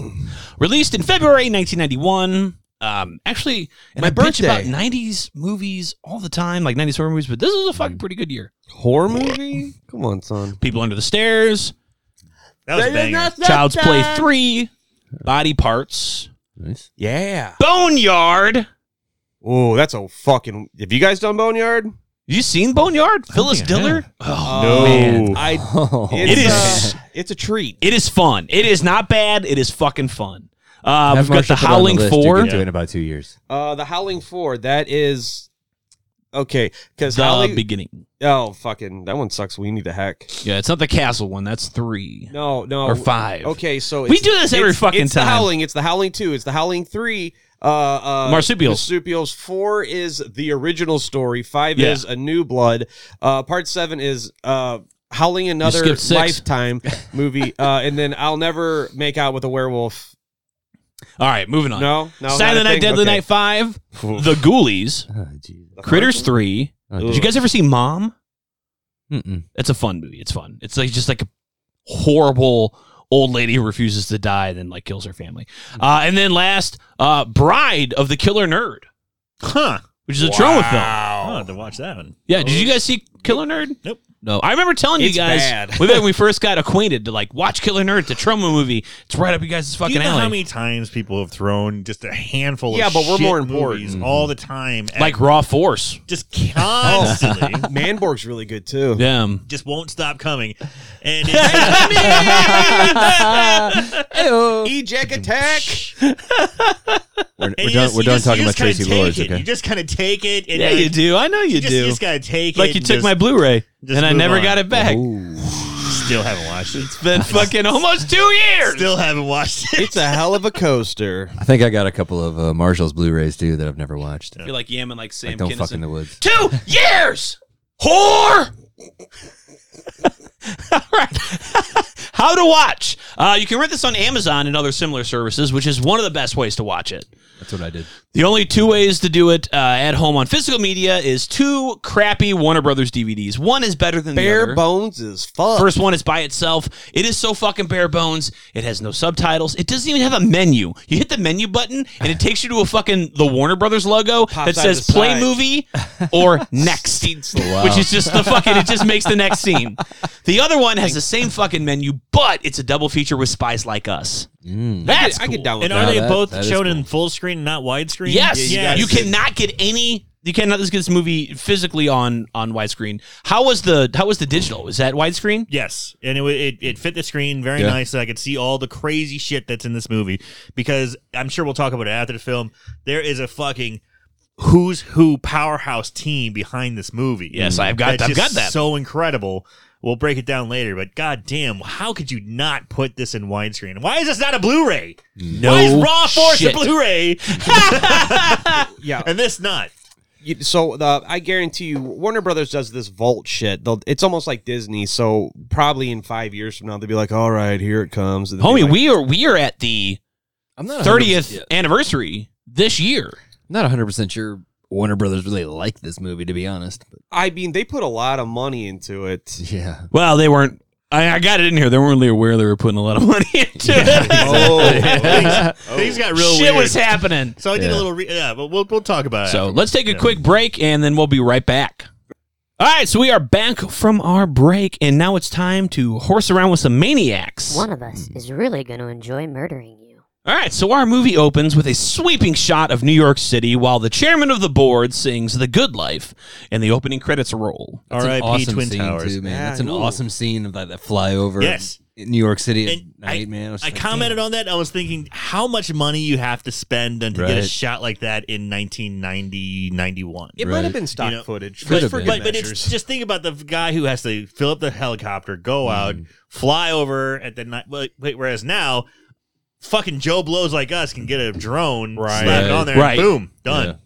Speaker 4: Released in February 1991. Um, actually, and
Speaker 1: My
Speaker 4: I bitch about
Speaker 1: birthday.
Speaker 4: 90s movies all the time, like 90s horror movies, but this was a fucking pretty good year.
Speaker 1: Mm. horror movie come on son
Speaker 4: People Under the Stairs,
Speaker 3: That was a banger.
Speaker 4: Child's Play 3, Body Parts,
Speaker 5: Nice.
Speaker 1: yeah
Speaker 4: Boneyard.
Speaker 1: oh that's a fucking have you guys done boneyard
Speaker 4: You seen Boneyard? Phyllis
Speaker 3: think I
Speaker 4: Diller?
Speaker 3: have.
Speaker 4: Oh,
Speaker 1: No.
Speaker 4: man.
Speaker 1: i
Speaker 5: Oh.
Speaker 4: It
Speaker 1: it's,
Speaker 4: is-
Speaker 1: uh, it's a treat
Speaker 4: It is fun. It is not bad. It is fucking fun. Uh, we've
Speaker 5: Have
Speaker 4: got The
Speaker 5: Marcia put it on
Speaker 4: Howling
Speaker 5: list. You'll
Speaker 4: Four.
Speaker 5: get to it in about two years.
Speaker 1: uh the howling four that is okay because
Speaker 4: the
Speaker 1: howling
Speaker 4: uh, beginning.
Speaker 1: oh fucking that one sucks we need a heck
Speaker 4: Yeah, it's not the castle one. That's three
Speaker 1: no no
Speaker 4: or five.
Speaker 1: Okay, so
Speaker 4: We do this every
Speaker 1: it's-
Speaker 4: fucking
Speaker 1: it's
Speaker 4: time.
Speaker 1: The howling, it's the howling two, it's the howling three. Uh, uh,
Speaker 4: Marsupials.
Speaker 1: Marsupials. Four is the original story. Five
Speaker 4: Yeah.
Speaker 1: is a new blood. Uh, part seven is uh, howling another
Speaker 4: skipped six.
Speaker 1: lifetime movie. Uh, and then I'll never make out with a werewolf.
Speaker 4: All right, moving on.
Speaker 1: No, no.
Speaker 4: Uh,
Speaker 1: not
Speaker 4: Saturday
Speaker 1: a
Speaker 4: Night
Speaker 1: thing?
Speaker 4: Deadly
Speaker 1: Okay.
Speaker 4: Night Five, The Ghoulies,
Speaker 5: Oh, Jesus.
Speaker 1: The
Speaker 4: Critters
Speaker 1: first
Speaker 4: Three. Did you guys ever see Mom?
Speaker 5: Mm-mm.
Speaker 4: It's a fun movie. It's fun. It's like just like a horrible old lady who refuses to die and then like kills her family.
Speaker 3: Hmm.
Speaker 4: Uh, and then last, uh, Bride of the Killer Nerd,
Speaker 3: Huh.
Speaker 4: which is a trauma film.
Speaker 3: I'll have to watch that one.
Speaker 4: Yeah, did you guys see Killer Nerd?
Speaker 3: Nope.
Speaker 4: No, I remember telling
Speaker 1: It's
Speaker 4: you guys
Speaker 1: bad.
Speaker 4: when we first got acquainted to like watch Killer Nerd, the trauma movie. It's right up you guys'
Speaker 3: Do
Speaker 4: fucking
Speaker 3: you know
Speaker 4: alley.
Speaker 3: how many times people have thrown just a handful
Speaker 1: Yeah,
Speaker 3: of
Speaker 1: but we're
Speaker 3: shit
Speaker 1: more important.
Speaker 3: movies all the time? at-
Speaker 4: like Raw Force.
Speaker 3: just constantly.
Speaker 1: one. Manborg's really good too.
Speaker 4: Damn.
Speaker 3: just won't stop coming. And it's,
Speaker 1: Ejac attack.
Speaker 5: We're,
Speaker 3: and
Speaker 5: we're
Speaker 3: you
Speaker 5: done,
Speaker 3: just-
Speaker 5: we're
Speaker 3: you
Speaker 5: done
Speaker 3: just-
Speaker 5: talking
Speaker 3: you
Speaker 5: about
Speaker 3: just kinda
Speaker 5: Tracy
Speaker 3: take
Speaker 5: Lords,
Speaker 3: it.
Speaker 5: okay?
Speaker 3: You just kind of take it. And
Speaker 4: Yeah,
Speaker 3: like,
Speaker 4: you do. I know you,
Speaker 3: just,
Speaker 4: do.
Speaker 3: You just gotta take it.
Speaker 4: like you
Speaker 3: and
Speaker 4: took
Speaker 3: just-
Speaker 4: my Blu-ray
Speaker 3: just
Speaker 4: and I
Speaker 3: move
Speaker 4: never
Speaker 3: on.
Speaker 4: got it back.
Speaker 3: Still haven't watched it.
Speaker 4: It's been fucking almost two years.
Speaker 3: Still haven't watched it.
Speaker 1: It's a hell of a coaster.
Speaker 5: I think I got a couple of uh, Marshall's Blu-rays too that I've never watched.
Speaker 4: I feel like yamming like Sam
Speaker 5: Like Don't Fuck in
Speaker 4: Kinison.
Speaker 5: the Woods.
Speaker 4: Two years, whore. All right. How to watch? Uh, you can rent this on Amazon and other similar services, which is one of the best ways to watch it.
Speaker 5: That's what I did.
Speaker 4: The only two ways to do it uh, at home on physical media is two crappy Warner Brothers DVDs. One is better than the other.
Speaker 1: Bare bones is fuck.
Speaker 4: First one is by itself. It is so fucking bare bones. It has no subtitles. It doesn't even have a menu. You hit the menu button and it takes you to a fucking the Warner Brothers logo that
Speaker 1: out of
Speaker 4: says
Speaker 1: the
Speaker 4: play
Speaker 1: side.
Speaker 4: movie or next. Which is just the fucking it just makes the next scene. The other one has the same fucking menu, but it's a double feature with spies like us. That's
Speaker 1: I
Speaker 4: cool.
Speaker 1: could download
Speaker 3: And
Speaker 1: that.
Speaker 3: are they
Speaker 5: that-
Speaker 3: both
Speaker 5: that is
Speaker 3: shown
Speaker 5: cool.
Speaker 3: in full screen, and not widescreen?
Speaker 4: Yes,
Speaker 3: Yeah,
Speaker 4: you
Speaker 3: you can.
Speaker 4: cannot get any. You cannot get this movie physically on on widescreen. How was the How was the digital? Is that widescreen?
Speaker 3: Yes, and it, wa- it it fit the screen very
Speaker 5: Yeah.
Speaker 3: nicely. I could see all the crazy shit that's in this movie because I'm sure we'll talk about it after the film. There is a fucking who's who powerhouse team behind this movie.
Speaker 4: Yes, I've got-
Speaker 3: That's
Speaker 4: I've
Speaker 3: just
Speaker 4: got that.
Speaker 3: So incredible. We'll break it down later, but goddamn, how could you not put this in widescreen? Why is this not a Blu-ray?
Speaker 4: No.
Speaker 3: Why is Raw Force
Speaker 4: shit.
Speaker 3: a Blu-ray
Speaker 1: yeah.
Speaker 3: and this not?
Speaker 1: You, so the, I guarantee you, Warner Brothers does this vault shit. They'll, it's almost like Disney. So probably in five years from now, they'll be like, "All right, here it comes." And they'll be
Speaker 4: Homie,
Speaker 1: like,
Speaker 4: we are we are at the
Speaker 5: I'm not
Speaker 4: 30th anniversary this year.
Speaker 5: Not 100 percent sure Warner Brothers really liked this movie, to be honest. But
Speaker 1: I mean, they put a lot of money into it.
Speaker 5: yeah,
Speaker 4: Well, they weren't. I, I got it in here. They weren't really aware they were putting a lot of money into it.
Speaker 1: oh,
Speaker 3: Things got real
Speaker 4: Shit
Speaker 3: weird.
Speaker 4: was happening.
Speaker 3: so I did
Speaker 5: Yeah.
Speaker 3: a little, re- yeah, but we'll we'll talk about it.
Speaker 4: So
Speaker 3: after.
Speaker 4: let's take a
Speaker 3: Yeah.
Speaker 4: quick break and then we'll be right back. All right, so we are back from our break, and now it's time to horse around with some maniacs.
Speaker 7: One of us is really going to enjoy murdering you.
Speaker 4: All right, so our movie opens with a sweeping shot of New York City while the chairman of the board sings The Good Life and the opening credits roll.
Speaker 5: That's an
Speaker 3: R.I.P.
Speaker 5: awesome
Speaker 3: Twin
Speaker 5: scene
Speaker 3: Towers.
Speaker 5: too, man.
Speaker 1: Yeah,
Speaker 5: That's an
Speaker 1: ooh.
Speaker 5: awesome scene of that, that flyover.
Speaker 3: Yes.
Speaker 5: in New York City at
Speaker 3: And
Speaker 5: night,
Speaker 3: I-
Speaker 5: man. was
Speaker 3: I
Speaker 5: like,
Speaker 3: commented on that. I was thinking how much money you have to spend and to get a
Speaker 5: Right.
Speaker 3: shot like that in 1990, 91.
Speaker 1: It
Speaker 5: Right.
Speaker 1: might have been stock
Speaker 3: You know,
Speaker 1: footage.
Speaker 5: could
Speaker 3: But,
Speaker 5: have
Speaker 1: for
Speaker 5: been.
Speaker 1: good
Speaker 3: but, but it's
Speaker 1: measures.
Speaker 3: just think about the guy who has to fill up the helicopter, go
Speaker 5: Mm.
Speaker 3: out, fly over at the night. Wait, wait, whereas now, fucking Joe blows like us can get a drone,
Speaker 1: Right.
Speaker 3: slap it on there,
Speaker 4: Right.
Speaker 3: and boom, done.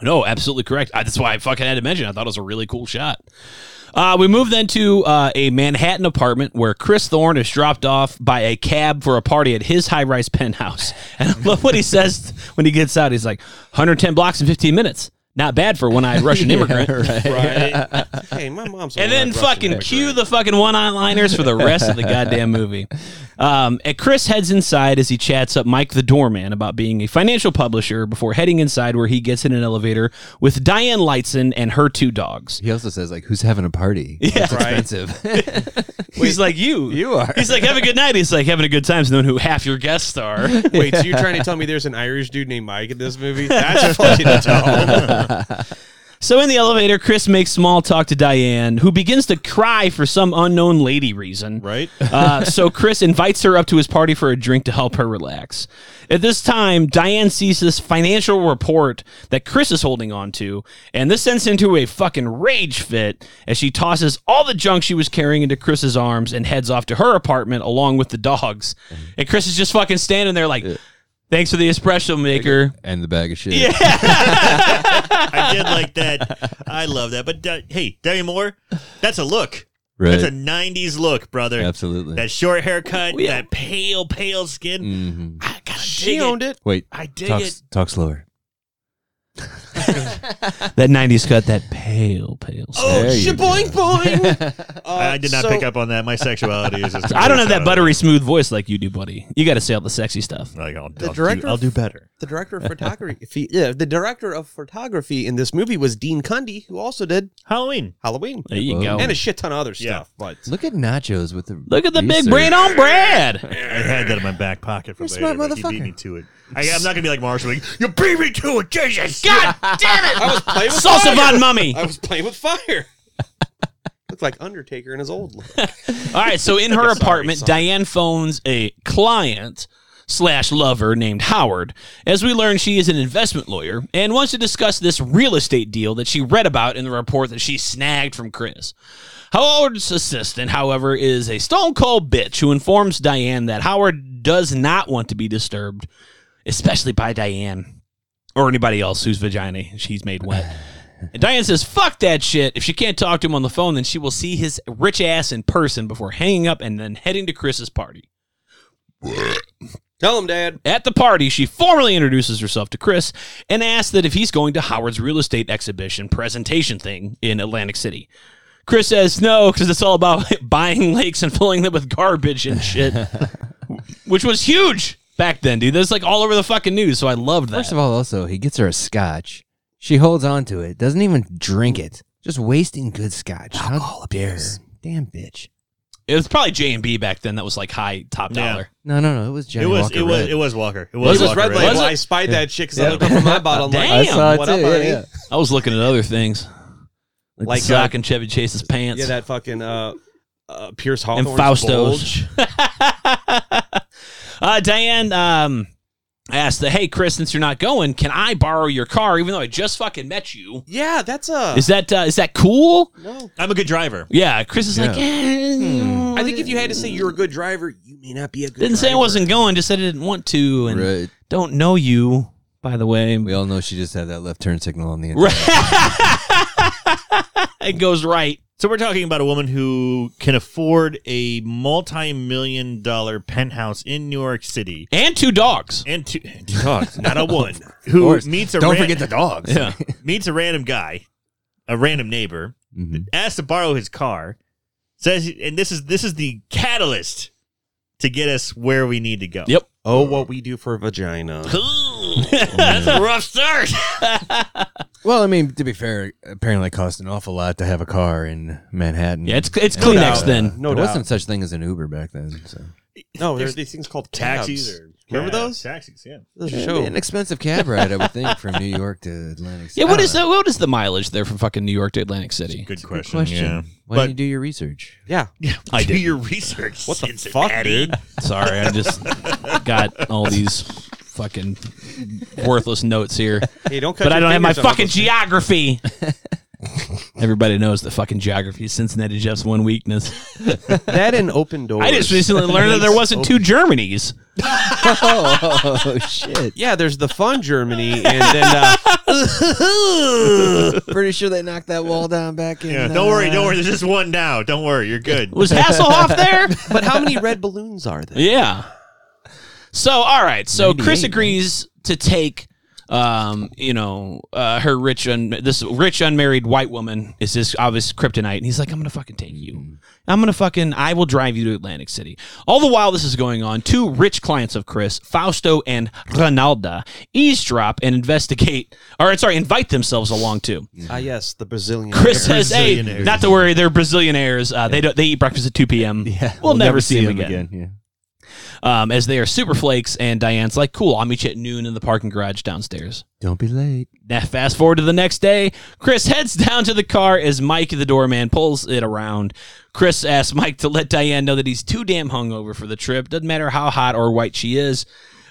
Speaker 4: No, absolutely correct. I, that's why I fucking had to mention. it. I thought it was a really cool shot. Uh, we move then to uh, a Manhattan apartment where Chris Thorne is dropped off by a cab for a party at his high rise penthouse. And I love what he says when he gets out. He's like, 110 blocks in 15 minutes. Not bad for one eyed Russian immigrant.
Speaker 1: right. hey, my mom's. a
Speaker 4: And then
Speaker 1: Russian
Speaker 4: fucking
Speaker 1: immigrant.
Speaker 4: cue the fucking one-liners for the rest of the goddamn movie. Um, and Chris heads inside as he chats up Mike the doorman about being a financial publisher before heading inside where he gets in an elevator with Diane Lightson and her two dogs.
Speaker 5: He also says like, "Who's having a party? Yeah, it's expensive.
Speaker 4: He's like, you.
Speaker 5: you are."
Speaker 4: He's like, have a good night. He's like, having a good time. Knowing who half your guests are.
Speaker 1: Wait, so you're trying to tell me there's an Irish dude named Mike in this movie? That's fucking dumb.
Speaker 4: So in the elevator, Chris makes small talk to Diane, who begins to cry for some unknown lady reason.
Speaker 3: Right?
Speaker 4: Uh, so Chris invites her up to his party for a drink to help her relax. At this time, Diane sees this financial report that Chris is holding on to, and this sends him into a fucking rage fit as she tosses all the junk she was carrying into Chris's arms and heads off to her apartment along with the dogs. And Chris is just fucking standing there like, "Thanks for the espresso maker."
Speaker 5: and the bag of shit.
Speaker 3: I did like that. I love that. But Di- hey, Demi Moore, that's a look.
Speaker 5: right.
Speaker 3: That's a 90s look, brother.
Speaker 5: Absolutely.
Speaker 3: That short haircut,
Speaker 4: Oh, yeah.
Speaker 3: that pale, pale skin.
Speaker 5: Mhm.
Speaker 3: I gotta
Speaker 1: She
Speaker 3: dig it.
Speaker 1: owned it.
Speaker 5: Wait,
Speaker 3: I dig
Speaker 5: talk,
Speaker 3: it.
Speaker 5: talk slower.
Speaker 4: That '90s cut, that pale, pale.
Speaker 1: Oh,
Speaker 5: There you
Speaker 1: shaboing boing. Uh,
Speaker 3: I did not
Speaker 1: so-
Speaker 3: pick up on that. My sexuality is just.
Speaker 4: I don't have that
Speaker 3: butter.
Speaker 4: buttery smooth voice like you do, buddy. You got to say all the sexy stuff.
Speaker 3: Like, I'll,
Speaker 1: The
Speaker 3: I'll
Speaker 1: director
Speaker 3: do, I'll do
Speaker 1: of-
Speaker 3: better.
Speaker 1: The director of photography, yeah, the director of photography in this movie was Dean Cundy, who also did
Speaker 3: Halloween.
Speaker 1: Halloween
Speaker 4: There you
Speaker 5: Whoa.
Speaker 4: go.
Speaker 1: and a shit ton of other
Speaker 3: Yeah.
Speaker 1: stuff. But
Speaker 5: Look at nachos with the
Speaker 4: Look at the big
Speaker 5: research.
Speaker 4: brain on Brad.
Speaker 3: I had that in my back pocket for
Speaker 5: You're a
Speaker 3: later.
Speaker 5: smart
Speaker 3: but He beat
Speaker 5: motherfucker.
Speaker 3: me to it. I, I'm not gonna be like Marshall. Like, you beat me to it, Jesus. God.
Speaker 1: I was playing with fire.
Speaker 4: Salsa Von Mummy.
Speaker 1: I was playing with fire. Looked like Undertaker in his old look.
Speaker 4: All right, so in her
Speaker 1: Sorry,
Speaker 4: apartment,
Speaker 1: son.
Speaker 4: Diane phones a client slash lover named Howard. As we learn, she is an investment lawyer and wants to discuss this real estate deal that she read about in the report that she snagged from Chris. Howard's assistant, however, is a stone cold bitch who informs Diane that Howard does not want to be disturbed, especially by Diane or anybody else whose vagina she's made wet. And Diane says, fuck that shit. If she can't talk to him on the phone, then she will see his rich ass in person before hanging up and then heading to Chris's party.
Speaker 1: Tell him, Dad.
Speaker 4: At the party, she formally introduces herself to Chris and asks that if he's going to Howard's real estate exhibition presentation thing in Atlantic City. Chris says no because it's all about buying lakes and filling them with garbage and shit, which was huge back then, dude. That's like all over the fucking news. So I loved that.
Speaker 5: First of all, also he gets her a scotch. She holds on to it, doesn't even drink it, just wasting good scotch. How dare, damn bitch!
Speaker 4: it was probably J and B back then. That was like high top
Speaker 3: Yeah.
Speaker 4: dollar.
Speaker 5: No, no, no. It was Johnny
Speaker 3: It was.
Speaker 5: Walker
Speaker 3: it was.
Speaker 5: Red.
Speaker 3: It was Walker. It
Speaker 1: It
Speaker 3: was,
Speaker 1: was
Speaker 3: Walker
Speaker 1: red
Speaker 3: Red.
Speaker 1: light.
Speaker 4: Was
Speaker 1: Well,
Speaker 4: it?
Speaker 1: I spied that shit because
Speaker 5: Yeah.
Speaker 1: I looked up at my bottle. I'm like,
Speaker 4: Damn,
Speaker 5: I saw it
Speaker 1: what
Speaker 5: too.
Speaker 1: up, honey?
Speaker 5: yeah, yeah.
Speaker 4: I was looking at other things. Like
Speaker 1: Like, uh,
Speaker 4: Sock and Chevy Chase's pants.
Speaker 1: Yeah, that fucking uh, uh, Pierce
Speaker 4: and
Speaker 1: Hawthorne
Speaker 4: Fausto's. uh, Diane um, asked, "Hey Chris, since you're not going, can I borrow your car? Even though I just fucking met you,
Speaker 1: Yeah, that's a.
Speaker 4: is that uh, is that cool?"
Speaker 1: no.
Speaker 3: I'm a good driver.
Speaker 4: Yeah, Chris is like, "Eh, no,
Speaker 1: Hmm. I think if you had to say you're a good driver, you may not be a good.
Speaker 4: didn't say I
Speaker 1: driver.
Speaker 4: wasn't going, just said I didn't want to, and
Speaker 5: Right.
Speaker 4: don't know you." By the way,
Speaker 5: We all know she just had that left turn signal on the internet.
Speaker 4: it goes right.
Speaker 3: So we're talking about a woman who can afford a multi-million dollar penthouse in New York City
Speaker 4: And two dogs.
Speaker 3: and two, and two dogs, not a one, who
Speaker 5: course.
Speaker 3: meets a
Speaker 5: Don't
Speaker 3: ran-
Speaker 5: forget the dogs.
Speaker 4: Yeah.
Speaker 3: meets a random guy, a random neighbor,
Speaker 5: Mhm.
Speaker 3: asks to borrow his car, says, and this is this is the catalyst to get us where we need to go.
Speaker 4: Yep.
Speaker 1: Oh, what we do for a vagina.
Speaker 4: That's a rough start.
Speaker 5: Well, I mean, to be fair, apparently it cost an awful lot to have a car in Manhattan.
Speaker 4: Yeah, it's it's
Speaker 1: No
Speaker 4: Kleenex
Speaker 1: doubt.
Speaker 4: then.
Speaker 1: No
Speaker 5: there
Speaker 1: doubt.
Speaker 5: wasn't such thing as an Uber back then. So.
Speaker 1: No, there's these things called
Speaker 3: Taxis
Speaker 1: cabs.
Speaker 3: or
Speaker 1: Remember
Speaker 3: Yeah,
Speaker 1: those?
Speaker 3: taxis? Yeah.
Speaker 1: Those
Speaker 5: It'd be
Speaker 3: Oh.
Speaker 1: show.
Speaker 5: An exexpensive cab ride, I would think, from New York to Atlantic City.
Speaker 4: Yeah,
Speaker 5: I
Speaker 4: what
Speaker 5: don't
Speaker 4: is
Speaker 5: know.
Speaker 4: the what is the mileage there from fucking New York to Atlantic City?
Speaker 3: Good
Speaker 5: Good
Speaker 3: question.
Speaker 5: question.
Speaker 3: Yeah. But-
Speaker 5: Why don't you do your research?
Speaker 1: Yeah.
Speaker 3: Yeah,
Speaker 4: I
Speaker 3: do
Speaker 4: did.
Speaker 3: your research.
Speaker 1: What the fuck,
Speaker 3: Cincinnati.
Speaker 1: dude?
Speaker 4: Sorry, I just got all these fucking worthless notes here,
Speaker 1: Hey, don't cut.
Speaker 4: but I
Speaker 1: your
Speaker 4: don't have my
Speaker 1: fingers off.
Speaker 4: fucking geography. Everybody knows that fucking geography is Cincinnati Jeff's one weakness.
Speaker 1: that and open doors.
Speaker 4: I just recently learned that there wasn't two Germanys.
Speaker 5: oh shit!
Speaker 1: Yeah, there's the fun Germany, and then uh,
Speaker 5: Pretty sure they knocked that wall down back in.
Speaker 3: Yeah, don't worry,
Speaker 5: uh,
Speaker 3: don't worry. There's just one now. Don't worry, you're good.
Speaker 4: Was Hasselhoff there?
Speaker 1: but how many red balloons are there?
Speaker 4: Yeah. So all right. So Chris
Speaker 5: 98,
Speaker 4: agrees to take um, you know, uh, her rich un this rich unmarried white woman is his obvious kryptonite, and he's like, I'm gonna fucking take you. I'm gonna fucking I will drive you to Atlantic City. All the while this is going on, two rich clients of Chris, Fausto and Ronalda, eavesdrop and investigate or sorry, invite themselves along too.
Speaker 1: Ah, yes, the Brazilian.
Speaker 4: Chris says, "Hey,
Speaker 3: Brazilianers.
Speaker 4: not to worry, they're Brazilianaires. Uh, They don't. They eat breakfast at 2 p.m.
Speaker 5: Yeah,
Speaker 4: we'll, never, see them
Speaker 5: him
Speaker 4: again." Um, as they are super flakes, and Diane's like, "Cool, I'll meet you at noon in the parking garage downstairs."
Speaker 5: Don't be late.
Speaker 4: Now, fast forward to the next day. Chris heads down to the car as Mike, the doorman, pulls it around. Chris asks Mike to let Diane know that he's too damn hungover for the trip. Doesn't matter how hot or white she is,